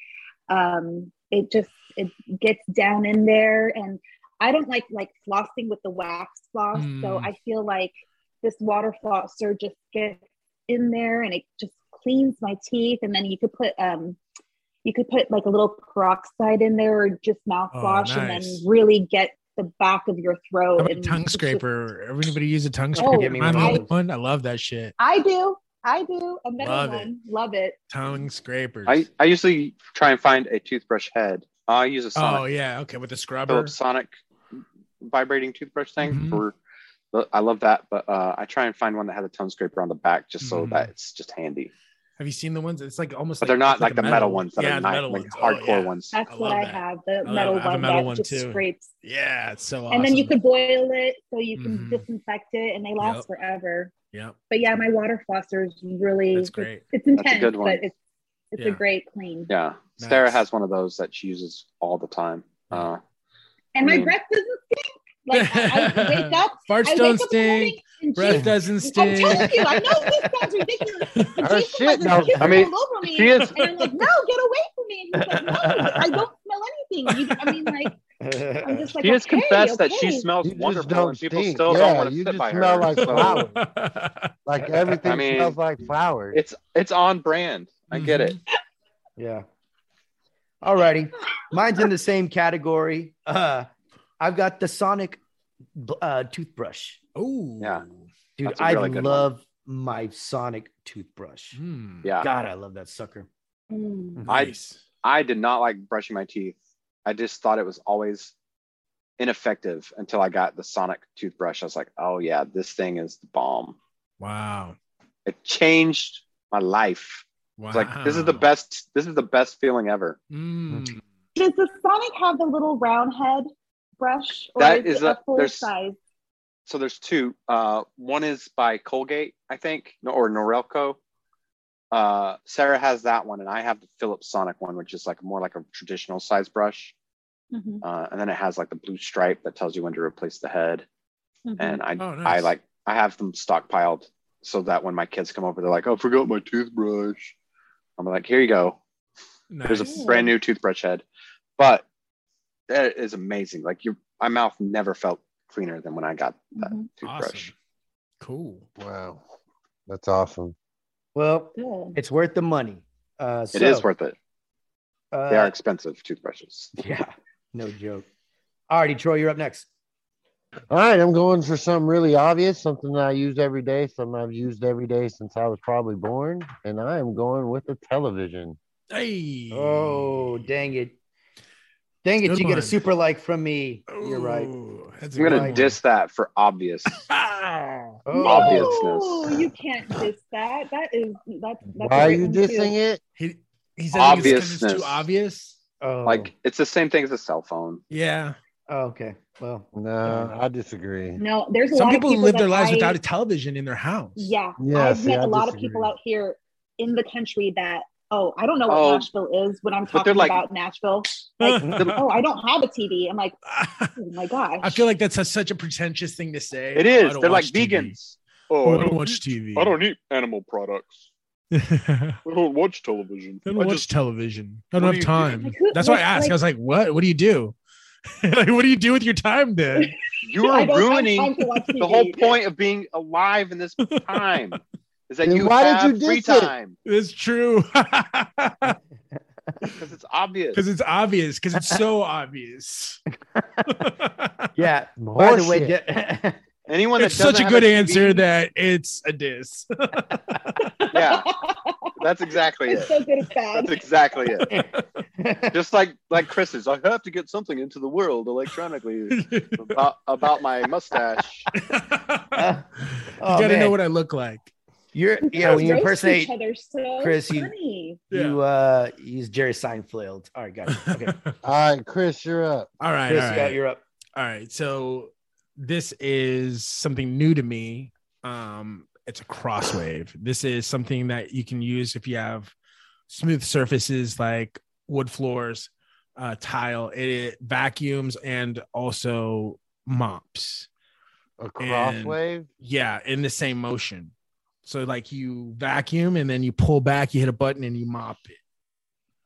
[SPEAKER 9] um, it just it gets down in there, and I don't like like flossing with the wax floss, so
[SPEAKER 14] Mm.
[SPEAKER 9] I feel like this water flosser just gets in there and it just cleans my teeth, and then you could put um you could put like a little peroxide in there or just mouthwash and then
[SPEAKER 1] nice.
[SPEAKER 9] really get the back of your throat
[SPEAKER 1] How about
[SPEAKER 9] and
[SPEAKER 1] tongue
[SPEAKER 9] it's just-
[SPEAKER 1] scraper? Everybody use a tongue
[SPEAKER 9] Oh,
[SPEAKER 1] scraper.
[SPEAKER 9] Get me
[SPEAKER 1] I'm
[SPEAKER 9] one of
[SPEAKER 1] the
[SPEAKER 9] those.
[SPEAKER 1] one. I love that shit.
[SPEAKER 9] I do. I do. A metal
[SPEAKER 1] Love it.
[SPEAKER 9] one. Love it.
[SPEAKER 1] Tongue scrapers.
[SPEAKER 3] I, I usually try and find a toothbrush head. I use a Sonic
[SPEAKER 1] oh yeah, Mm-hmm. okay, with the scrubber.
[SPEAKER 3] Philips Sonic vibrating toothbrush thing for. I love that, but uh, I try and find one that has a tongue scraper on the back just so
[SPEAKER 1] Mhm.
[SPEAKER 3] that it's just handy.
[SPEAKER 1] Have you seen the ones? It's like almost.
[SPEAKER 3] But they're not
[SPEAKER 1] it's
[SPEAKER 3] like
[SPEAKER 1] a
[SPEAKER 3] the metal ones that are
[SPEAKER 1] yeah, the
[SPEAKER 3] nice,
[SPEAKER 1] metal
[SPEAKER 3] like
[SPEAKER 1] ones.
[SPEAKER 3] hardcore
[SPEAKER 1] oh, yeah.
[SPEAKER 3] ones.
[SPEAKER 9] That's what
[SPEAKER 1] love
[SPEAKER 9] I
[SPEAKER 1] that.
[SPEAKER 9] have. The
[SPEAKER 1] love-
[SPEAKER 9] metal
[SPEAKER 1] I have a
[SPEAKER 9] one
[SPEAKER 1] metal
[SPEAKER 9] that
[SPEAKER 1] one,
[SPEAKER 9] just
[SPEAKER 1] too.
[SPEAKER 9] scrapes.
[SPEAKER 1] Yeah, it's so awesome.
[SPEAKER 9] And then you could boil it so you can
[SPEAKER 1] Mhm.
[SPEAKER 9] disinfect it and they last
[SPEAKER 1] Yep.
[SPEAKER 9] forever.
[SPEAKER 1] Yep.
[SPEAKER 9] But yeah, my water flosser is really
[SPEAKER 1] That's great.
[SPEAKER 9] It's, it's
[SPEAKER 3] That's a
[SPEAKER 9] intense,
[SPEAKER 3] good one.
[SPEAKER 9] but it's it's a
[SPEAKER 3] Yeah.
[SPEAKER 9] great clean.
[SPEAKER 3] Yeah, Sarah has one of those that she uses all the time. Uh,
[SPEAKER 9] And my
[SPEAKER 3] Mm.
[SPEAKER 9] breath doesn't stink. Like I, I wake up,
[SPEAKER 1] Farts
[SPEAKER 9] I wake
[SPEAKER 1] don't
[SPEAKER 9] up in the morning
[SPEAKER 1] stink.
[SPEAKER 9] and
[SPEAKER 1] Breath
[SPEAKER 9] Jason-
[SPEAKER 1] doesn't
[SPEAKER 9] I'm
[SPEAKER 1] stink.
[SPEAKER 9] telling you, I know this sounds ridiculous, but
[SPEAKER 1] Oh,
[SPEAKER 9] Jason
[SPEAKER 1] shit,
[SPEAKER 9] has his
[SPEAKER 1] no.
[SPEAKER 9] kids
[SPEAKER 1] I mean,
[SPEAKER 9] all over me,
[SPEAKER 1] she is-
[SPEAKER 9] and I'm like, "No, get away from me!" And he's like, "No, I don't smell anything." You, I mean, like, I'm just like,
[SPEAKER 3] she has
[SPEAKER 9] okay,
[SPEAKER 3] confessed that she
[SPEAKER 9] okay.
[SPEAKER 3] smells
[SPEAKER 4] You just
[SPEAKER 3] wonderful,
[SPEAKER 4] don't
[SPEAKER 3] and people
[SPEAKER 4] stink.
[SPEAKER 3] still
[SPEAKER 4] Yeah,
[SPEAKER 3] don't want to
[SPEAKER 4] you
[SPEAKER 3] sit
[SPEAKER 4] just
[SPEAKER 3] by
[SPEAKER 4] smell
[SPEAKER 3] her.
[SPEAKER 4] like flowers. Like everything
[SPEAKER 3] I mean,
[SPEAKER 4] smells like flowers.
[SPEAKER 3] It's it's on brand. I
[SPEAKER 1] Mm-hmm.
[SPEAKER 3] get it.
[SPEAKER 2] Yeah. All righty. Mine's in the same category. Uh, I've got the Sonic uh, toothbrush.
[SPEAKER 1] Oh,
[SPEAKER 3] yeah.
[SPEAKER 2] Dude,
[SPEAKER 3] That's a
[SPEAKER 2] I
[SPEAKER 3] really good one.
[SPEAKER 2] love my Sonic toothbrush.
[SPEAKER 1] Hmm.
[SPEAKER 3] Yeah.
[SPEAKER 2] God, I love that sucker.
[SPEAKER 3] I I did not like brushing my teeth. I just thought it was always ineffective until I got the Sonic toothbrush. I was like, oh yeah, this thing is the bomb.
[SPEAKER 1] Wow.
[SPEAKER 3] It changed my life. It's like this is the
[SPEAKER 1] Wow. Hmm.
[SPEAKER 3] best. This is the best feeling ever.
[SPEAKER 9] Does the Sonic have the little round head brush, or
[SPEAKER 3] That
[SPEAKER 9] is,
[SPEAKER 3] is
[SPEAKER 9] it a,
[SPEAKER 3] a-
[SPEAKER 9] full
[SPEAKER 3] there's-
[SPEAKER 9] size?
[SPEAKER 3] So there's two. Uh, one is by Colgate, I think, no- or Norelco. Uh, Sarah has that one, and I have the Philips Sonic one, which is like more like a traditional size brush.
[SPEAKER 9] Mhm.
[SPEAKER 3] Uh, and then it has like the blue stripe that tells you when to replace the head.
[SPEAKER 9] Mhm.
[SPEAKER 3] And I,
[SPEAKER 1] Oh,
[SPEAKER 3] I
[SPEAKER 1] nice.
[SPEAKER 3] like, I have them stockpiled so that when my kids come over, they're like, "I forgot my toothbrush." I'm like, "Here you go. There's
[SPEAKER 1] Nice.
[SPEAKER 3] a brand new toothbrush head." But that is amazing. Like your, my mouth never felt cleaner than when I got that
[SPEAKER 1] Mm-hmm.
[SPEAKER 3] toothbrush.
[SPEAKER 1] Cool.
[SPEAKER 4] Wow. That's awesome.
[SPEAKER 2] Well,
[SPEAKER 3] Oh,
[SPEAKER 9] Good.
[SPEAKER 2] it's worth the money. Uh,
[SPEAKER 3] It is worth it. they
[SPEAKER 2] uh,
[SPEAKER 3] are expensive toothbrushes.
[SPEAKER 2] Yeah, no joke. All righty, Troy, you're up next.
[SPEAKER 4] All right, I'm going for something really obvious, something that I use every day, something I've used every day since I was probably born, and I am going with the television.
[SPEAKER 1] Hey.
[SPEAKER 2] Oh, dang it. Dang it,
[SPEAKER 1] Good
[SPEAKER 2] you get
[SPEAKER 1] one.
[SPEAKER 2] a super like from me. You're right.
[SPEAKER 3] I'm gonna diss that for obvious
[SPEAKER 2] Oh.
[SPEAKER 3] obviousness.
[SPEAKER 9] No, you can't diss that. That is that's that's. a
[SPEAKER 3] Why are
[SPEAKER 9] great
[SPEAKER 3] you
[SPEAKER 9] one, too.
[SPEAKER 4] dissing it?
[SPEAKER 1] He, he says it's 'cause it's
[SPEAKER 3] Obviousness.
[SPEAKER 1] too obvious.
[SPEAKER 2] Oh.
[SPEAKER 3] Like it's the same thing as a cell phone.
[SPEAKER 1] Yeah.
[SPEAKER 2] Oh, okay. Well,
[SPEAKER 4] no, I disagree.
[SPEAKER 9] No, there's a
[SPEAKER 1] Some
[SPEAKER 9] lot
[SPEAKER 1] people,
[SPEAKER 9] of people
[SPEAKER 1] live their
[SPEAKER 9] that
[SPEAKER 1] lives
[SPEAKER 9] I-
[SPEAKER 1] without a television in their house.
[SPEAKER 9] Yeah.
[SPEAKER 1] Yeah,
[SPEAKER 9] I've
[SPEAKER 1] see,
[SPEAKER 9] met
[SPEAKER 1] I
[SPEAKER 9] a lot of
[SPEAKER 1] disagree.
[SPEAKER 9] people out here in the country that, oh, I don't know what
[SPEAKER 3] Oh,
[SPEAKER 9] Nashville is when I'm
[SPEAKER 3] but they're
[SPEAKER 9] talking
[SPEAKER 3] like-
[SPEAKER 9] about Nashville. Like, oh, I don't have a TV. I'm like, oh my gosh.
[SPEAKER 1] I feel like that's a, such a pretentious thing to say.
[SPEAKER 3] It
[SPEAKER 1] Oh, I
[SPEAKER 3] is.
[SPEAKER 1] don't
[SPEAKER 3] They're like
[SPEAKER 1] watch TV.
[SPEAKER 3] vegans.
[SPEAKER 1] Oh, I don't
[SPEAKER 3] eat-
[SPEAKER 1] watch TV.
[SPEAKER 3] I don't eat animal products. I don't watch television.
[SPEAKER 1] I don't watch
[SPEAKER 3] just-
[SPEAKER 1] television. I don't
[SPEAKER 3] What
[SPEAKER 1] have
[SPEAKER 3] do you do?
[SPEAKER 1] time.
[SPEAKER 3] Like, who-
[SPEAKER 1] That's why I
[SPEAKER 3] like-
[SPEAKER 1] asked. I was like, "What? What do you do? like, what do you do with your time then?"
[SPEAKER 3] You
[SPEAKER 1] I
[SPEAKER 3] are
[SPEAKER 1] don't have
[SPEAKER 3] ruining
[SPEAKER 1] time to watch
[SPEAKER 3] the
[SPEAKER 1] TV.
[SPEAKER 3] whole point of being alive in this time. Is that
[SPEAKER 1] Then
[SPEAKER 3] you
[SPEAKER 1] why did
[SPEAKER 3] have
[SPEAKER 1] you
[SPEAKER 3] free
[SPEAKER 1] diss it?
[SPEAKER 3] time?
[SPEAKER 1] It's true.
[SPEAKER 3] Because it's obvious.
[SPEAKER 1] Because it's obvious. Because it's so obvious.
[SPEAKER 2] yeah. By the way,
[SPEAKER 1] Horseshit.
[SPEAKER 2] de-
[SPEAKER 3] Anyone
[SPEAKER 1] it's such a good answer that it's a diss.
[SPEAKER 3] yeah, that's exactly
[SPEAKER 9] It's
[SPEAKER 3] it.
[SPEAKER 9] so good it's bad.
[SPEAKER 3] That's exactly it. Just like like Chris's, I have to get something into the world electronically about, about my mustache.
[SPEAKER 1] you
[SPEAKER 2] Oh,
[SPEAKER 1] got to know
[SPEAKER 2] man.
[SPEAKER 1] what I look like.
[SPEAKER 2] you're yeah.
[SPEAKER 9] Guys
[SPEAKER 2] When you
[SPEAKER 9] roast
[SPEAKER 2] impersonate
[SPEAKER 9] each other so
[SPEAKER 2] Chris, you-
[SPEAKER 9] funny.
[SPEAKER 2] you uh use Jerry Seinfeld. All right, guys. Okay.
[SPEAKER 4] All right, Chris, you're up.
[SPEAKER 1] All right,
[SPEAKER 2] Chris,
[SPEAKER 1] all
[SPEAKER 2] you
[SPEAKER 1] right.
[SPEAKER 2] got- you're up.
[SPEAKER 1] All right, so this is something new to me. Um, it's a crosswave. This is something that you can use if you have smooth surfaces like wood floors, uh, tile, it, it vacuums, and also mops.
[SPEAKER 4] A
[SPEAKER 1] crosswave. Yeah, in the same motion. So like you vacuum and then you pull back, you hit a button, and you mop it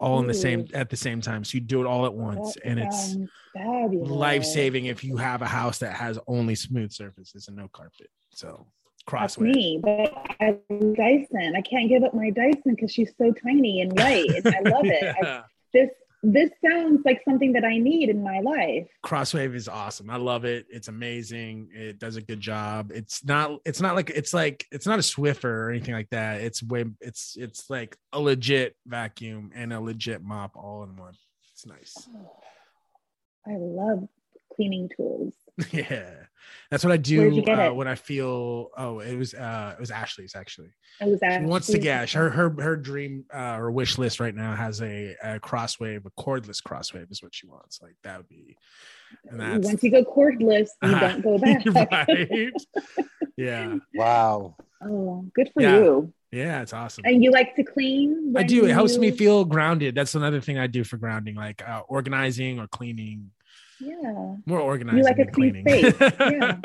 [SPEAKER 1] all in the same at the same time. So you do it all at once, and it's
[SPEAKER 9] Um, fabulous.
[SPEAKER 1] life saving if you have a house that has only smooth surfaces and no carpet. So
[SPEAKER 9] That's
[SPEAKER 1] crossway.
[SPEAKER 9] me, but I love Dyson. I can't give up my Dyson because she's so tiny and light, and I love it. I-
[SPEAKER 1] Yeah.
[SPEAKER 9] this this sounds like something that I need in my life.
[SPEAKER 1] Crosswave is awesome. I love it. It's amazing. It does a good job. It's not it's not like it's like it's not a Swiffer or anything like that. It's way it's it's like a legit vacuum and a legit mop all in one. It's nice.
[SPEAKER 9] I love cleaning tools.
[SPEAKER 1] Yeah. That's what I
[SPEAKER 9] Where'd
[SPEAKER 1] do
[SPEAKER 9] you get
[SPEAKER 1] uh,
[SPEAKER 9] it?
[SPEAKER 1] when I feel oh it was uh it was Ashley's actually.
[SPEAKER 9] I was
[SPEAKER 1] She
[SPEAKER 9] actually
[SPEAKER 1] wants to gash her her her dream uh, or wish list right now has a, a crosswave, a cordless crosswave is what she wants. Like that would be, and that's
[SPEAKER 9] Once you go cordless, you don't go back.
[SPEAKER 1] Uh-huh. Right. yeah.
[SPEAKER 4] Wow.
[SPEAKER 9] Oh, good for
[SPEAKER 1] Yeah.
[SPEAKER 9] you.
[SPEAKER 1] Yeah, it's awesome.
[SPEAKER 9] And you like to clean?
[SPEAKER 1] I
[SPEAKER 9] when
[SPEAKER 1] do. It helps me
[SPEAKER 9] you-
[SPEAKER 1] feel grounded. That's another thing I do for grounding, like uh, organizing or cleaning.
[SPEAKER 9] Yeah.
[SPEAKER 1] More organizing
[SPEAKER 9] You like a
[SPEAKER 1] than
[SPEAKER 9] clean
[SPEAKER 1] cleaning.
[SPEAKER 9] space. Yeah.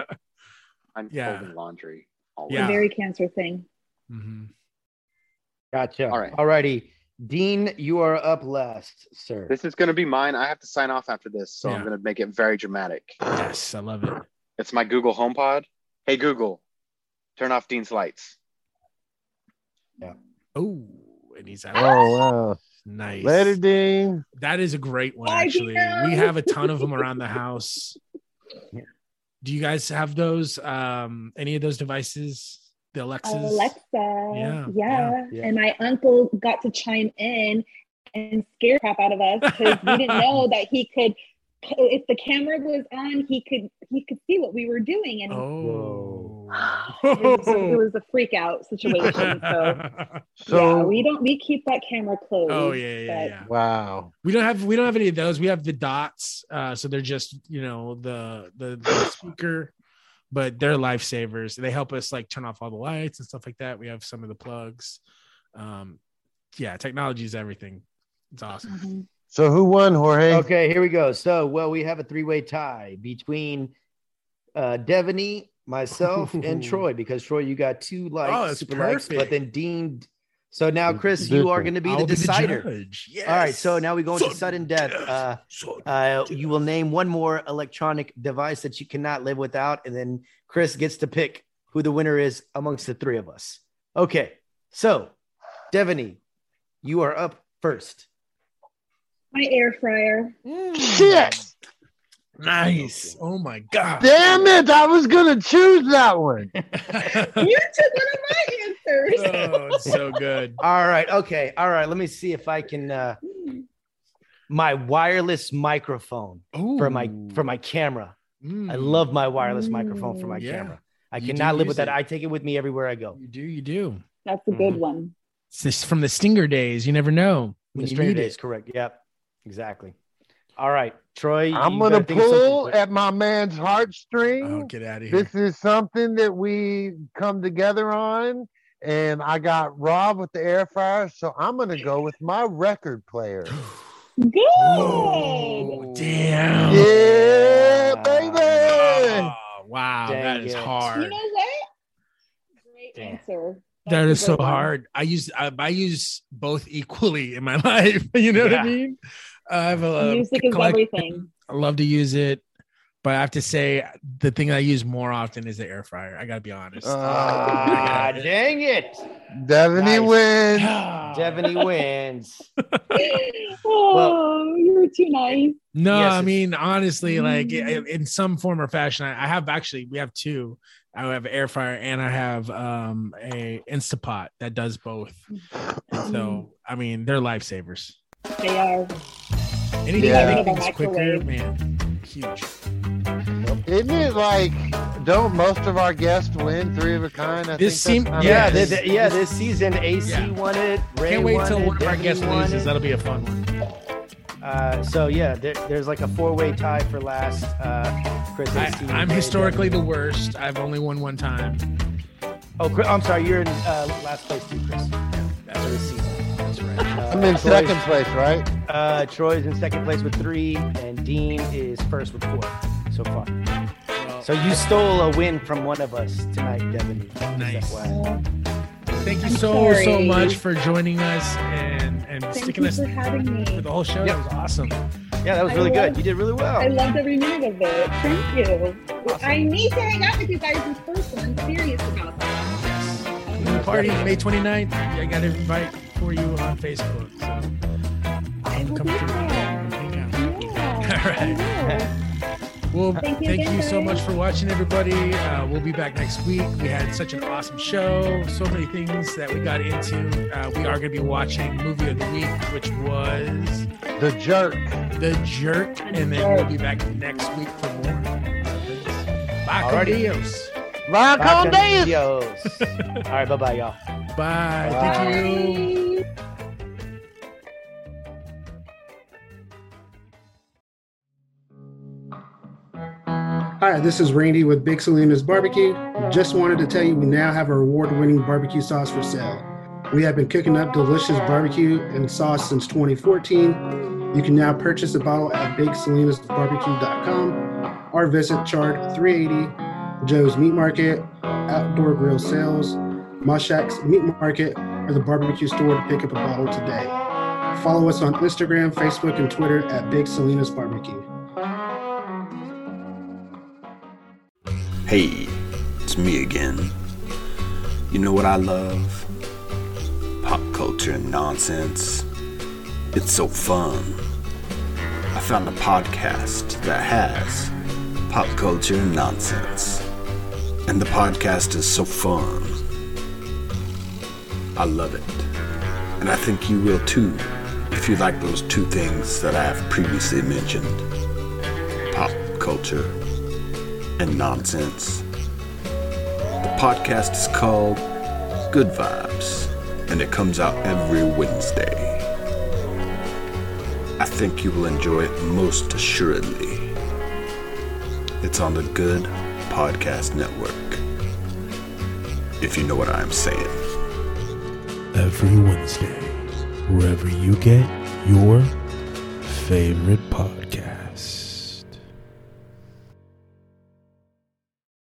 [SPEAKER 3] I'm
[SPEAKER 1] Yeah.
[SPEAKER 3] folding laundry.
[SPEAKER 9] It's
[SPEAKER 3] Always.
[SPEAKER 1] Yeah.
[SPEAKER 9] a very cancer thing.
[SPEAKER 1] Mm-hmm.
[SPEAKER 2] Gotcha.
[SPEAKER 3] All right.
[SPEAKER 2] All righty. Dean, you are up last, sir.
[SPEAKER 3] This is going to be mine. I have to sign off after this, so
[SPEAKER 2] Yeah.
[SPEAKER 3] I'm going to make it very dramatic.
[SPEAKER 1] Yes, I love it.
[SPEAKER 3] It's my Google HomePod. Hey Google, turn off Dean's lights.
[SPEAKER 1] Oh, and he's out.
[SPEAKER 4] Oh wow.
[SPEAKER 1] Nice.
[SPEAKER 4] Later, Dean.
[SPEAKER 1] That is a great one,
[SPEAKER 4] Bye,
[SPEAKER 1] actually.
[SPEAKER 4] Dino.
[SPEAKER 1] We have a ton of them around the house. Do you guys have those? Um, any of those devices? The Alexas?
[SPEAKER 9] Alexa.
[SPEAKER 1] Yeah,
[SPEAKER 9] Yeah,
[SPEAKER 1] yeah, yeah.
[SPEAKER 9] And my uncle got to chime in and scare crap out of us because we didn't know that he could. If the camera was on, he could he could see what we were doing, and
[SPEAKER 1] Oh.
[SPEAKER 9] it, was a, it was a freak out situation. So, yeah, we don't we keep that camera closed.
[SPEAKER 1] Oh yeah, yeah, yeah.
[SPEAKER 4] Wow.
[SPEAKER 1] We don't have we don't have any of those. We have the dots, uh, so they're just you know the the, the speaker, but they're lifesavers. They help us like turn off all the lights and stuff like that. We have some of the plugs. Um, yeah, technology is everything. It's awesome.
[SPEAKER 4] So who won, Jorge?
[SPEAKER 2] Okay, here we go. So, well, we have a three-way tie between uh Devaney, myself, and Troy because Troy, you got two likes,
[SPEAKER 1] Oh, that's
[SPEAKER 2] super likes, but
[SPEAKER 1] perfect.
[SPEAKER 2] then Dean. So now, Chris, you are going to be
[SPEAKER 1] I'll
[SPEAKER 2] the decider.
[SPEAKER 1] judge.
[SPEAKER 2] All right, so now we go into sudden death. Uh, uh, you will name one more electronic device that you cannot live without, and then Chris gets to pick who the winner is amongst the three of us. Okay, so Devaney, you are up first.
[SPEAKER 9] My air fryer.
[SPEAKER 4] Shit.
[SPEAKER 1] Nice. Oh my god.
[SPEAKER 4] Damn it! I was gonna choose that one.
[SPEAKER 9] You took one of my answers.
[SPEAKER 1] Oh, it's so good.
[SPEAKER 2] All right, okay, all right. Let me see if I can. Uh, my wireless microphone for my for my camera. I
[SPEAKER 1] Mm.
[SPEAKER 2] love my wireless microphone for my
[SPEAKER 1] Yeah.
[SPEAKER 2] camera. I
[SPEAKER 1] You
[SPEAKER 2] cannot
[SPEAKER 1] do
[SPEAKER 2] live
[SPEAKER 1] use
[SPEAKER 2] without.
[SPEAKER 1] it.
[SPEAKER 2] It. I take it with me everywhere I go.
[SPEAKER 1] You do. You do.
[SPEAKER 9] That's a
[SPEAKER 1] mm.
[SPEAKER 9] good one.
[SPEAKER 1] It's this from the Stinger days. You never know
[SPEAKER 2] The
[SPEAKER 1] when you
[SPEAKER 2] strainer
[SPEAKER 1] need
[SPEAKER 2] days,
[SPEAKER 1] it.
[SPEAKER 2] correct? Yep, exactly. All right, Troy.
[SPEAKER 4] I'm
[SPEAKER 2] you
[SPEAKER 4] gonna
[SPEAKER 2] better think of something
[SPEAKER 4] pull
[SPEAKER 2] quick.
[SPEAKER 4] at my man's heartstring.
[SPEAKER 1] Oh, get out of
[SPEAKER 4] This is something that we come together on, and I got Rob with the air fryer, so I'm gonna go with my record player.
[SPEAKER 9] Good.
[SPEAKER 1] Damn.
[SPEAKER 4] Yeah, baby.
[SPEAKER 1] Oh, wow, that
[SPEAKER 4] Dang
[SPEAKER 1] is
[SPEAKER 4] it.
[SPEAKER 1] hard.
[SPEAKER 9] You know what? Great answer.
[SPEAKER 1] that
[SPEAKER 9] That's
[SPEAKER 1] is
[SPEAKER 9] a
[SPEAKER 1] so
[SPEAKER 9] great one.
[SPEAKER 1] hard. I use I, I use both equally in my life. You know what I
[SPEAKER 9] Yeah.
[SPEAKER 1] mean? I have a
[SPEAKER 9] Music is
[SPEAKER 1] Uh, collect-
[SPEAKER 9] everything.
[SPEAKER 1] I love to use it, but I have to say the thing I use more often is the air fryer. I gotta be honest.
[SPEAKER 2] Ah, dang it.
[SPEAKER 4] Devaney wins.
[SPEAKER 2] Devaney wins.
[SPEAKER 9] Oh, you're too nice.
[SPEAKER 1] No,
[SPEAKER 2] Yes,
[SPEAKER 1] I
[SPEAKER 2] it's- Mm.
[SPEAKER 1] mean honestly, like i- i- in some form or fashion, I, I have actually we have two. I have air fryer and I have um a Instapot that does both. And so I mean they're lifesavers.
[SPEAKER 9] They are.
[SPEAKER 1] Anything
[SPEAKER 4] Yeah.
[SPEAKER 1] that make
[SPEAKER 4] They
[SPEAKER 1] things
[SPEAKER 4] have a
[SPEAKER 1] quicker,
[SPEAKER 4] microwave.
[SPEAKER 1] man, huge.
[SPEAKER 4] Isn't it like? Don't most of our guests win three of a kind? I
[SPEAKER 1] This
[SPEAKER 4] think
[SPEAKER 1] seem-
[SPEAKER 4] that's kinda-
[SPEAKER 2] Yeah, th- th- yeah. This season, AC won it. Ray
[SPEAKER 1] Can't wait
[SPEAKER 2] won
[SPEAKER 1] till
[SPEAKER 2] it,
[SPEAKER 1] one of our
[SPEAKER 2] Devaney
[SPEAKER 1] guests
[SPEAKER 2] won
[SPEAKER 1] loses.
[SPEAKER 2] it.
[SPEAKER 1] That'll be a fun one.
[SPEAKER 2] Uh, so yeah, there, there's like a four-way tie for last. Uh, Chris,
[SPEAKER 1] I,
[SPEAKER 2] AC,
[SPEAKER 1] I'm
[SPEAKER 2] Ray,
[SPEAKER 1] historically
[SPEAKER 2] Devaney.
[SPEAKER 1] the worst. I've only won one time.
[SPEAKER 2] Oh, Chris, I'm sorry. You're in uh, last place too, Chris. That's for the season. That's right.
[SPEAKER 4] I'm in second place, right?
[SPEAKER 2] Uh, Troy's in second place with three, and Dean is first with four so far. So you stole a win from one of us tonight, Devin. Nice.
[SPEAKER 1] Thank you
[SPEAKER 2] I'm
[SPEAKER 1] so so
[SPEAKER 2] sorry.
[SPEAKER 1] much for joining us and and
[SPEAKER 9] Thank
[SPEAKER 1] sticking
[SPEAKER 9] you
[SPEAKER 1] us
[SPEAKER 9] for having me.
[SPEAKER 1] for the whole show. That was awesome.
[SPEAKER 2] Yeah, that was really
[SPEAKER 9] I
[SPEAKER 2] good.
[SPEAKER 9] love-
[SPEAKER 2] You did really well.
[SPEAKER 9] I loved every minute of it. Thank you. I need to hang out with you guys in person. I'm serious about that.
[SPEAKER 1] The party May 29th. I got an invite for you on Facebook. So
[SPEAKER 9] I will be
[SPEAKER 1] there. Well,
[SPEAKER 9] Thank you
[SPEAKER 1] thank
[SPEAKER 9] again,
[SPEAKER 1] you so
[SPEAKER 9] guys.
[SPEAKER 1] much for watching, everybody. Uh, we'll be back next week. We had such an awesome show, so many things that we got into. Uh, we are going to be watching movie of the week, which was
[SPEAKER 4] The Jerk.
[SPEAKER 1] The Jerk, and then we'll be back next week for more. Bye,
[SPEAKER 2] Alrighty.
[SPEAKER 1] Cordios.
[SPEAKER 4] Bye,
[SPEAKER 2] Bye,
[SPEAKER 4] Condeus.
[SPEAKER 2] Condeus. All right, bye bye, y'all.
[SPEAKER 1] Bye.
[SPEAKER 2] Thank
[SPEAKER 1] you.
[SPEAKER 15] Hi, this is Randy with Big Salinas Barbecue. Just wanted to tell you we now have our award winning barbecue sauce for sale. We have been cooking up delicious barbecue and sauce since 2014. You can now purchase a bottle at BigSalinasBarbecue.com or visit Chard 380, Joe's Meat Market, Outdoor Grill Sales, Mushak's Meat Market, or the barbecue store to pick up a bottle today. Follow us on Instagram, Facebook, and Twitter at Big Salinas Barbecue.
[SPEAKER 7] Hey, it's me again. You know what I love? Pop culture and nonsense. It's so fun. I found a podcast that has pop culture and nonsense. And the podcast is so fun. I love it. And I think you will too if you like those two things that I have previously mentioned pop culture and nonsense. The podcast is called Good Vibes, and it comes out every Wednesday. I think you will enjoy it most assuredly. It's on the Good Podcast Network, if you know what I'm saying.
[SPEAKER 18] every Wednesday, wherever you get your favorite podcast.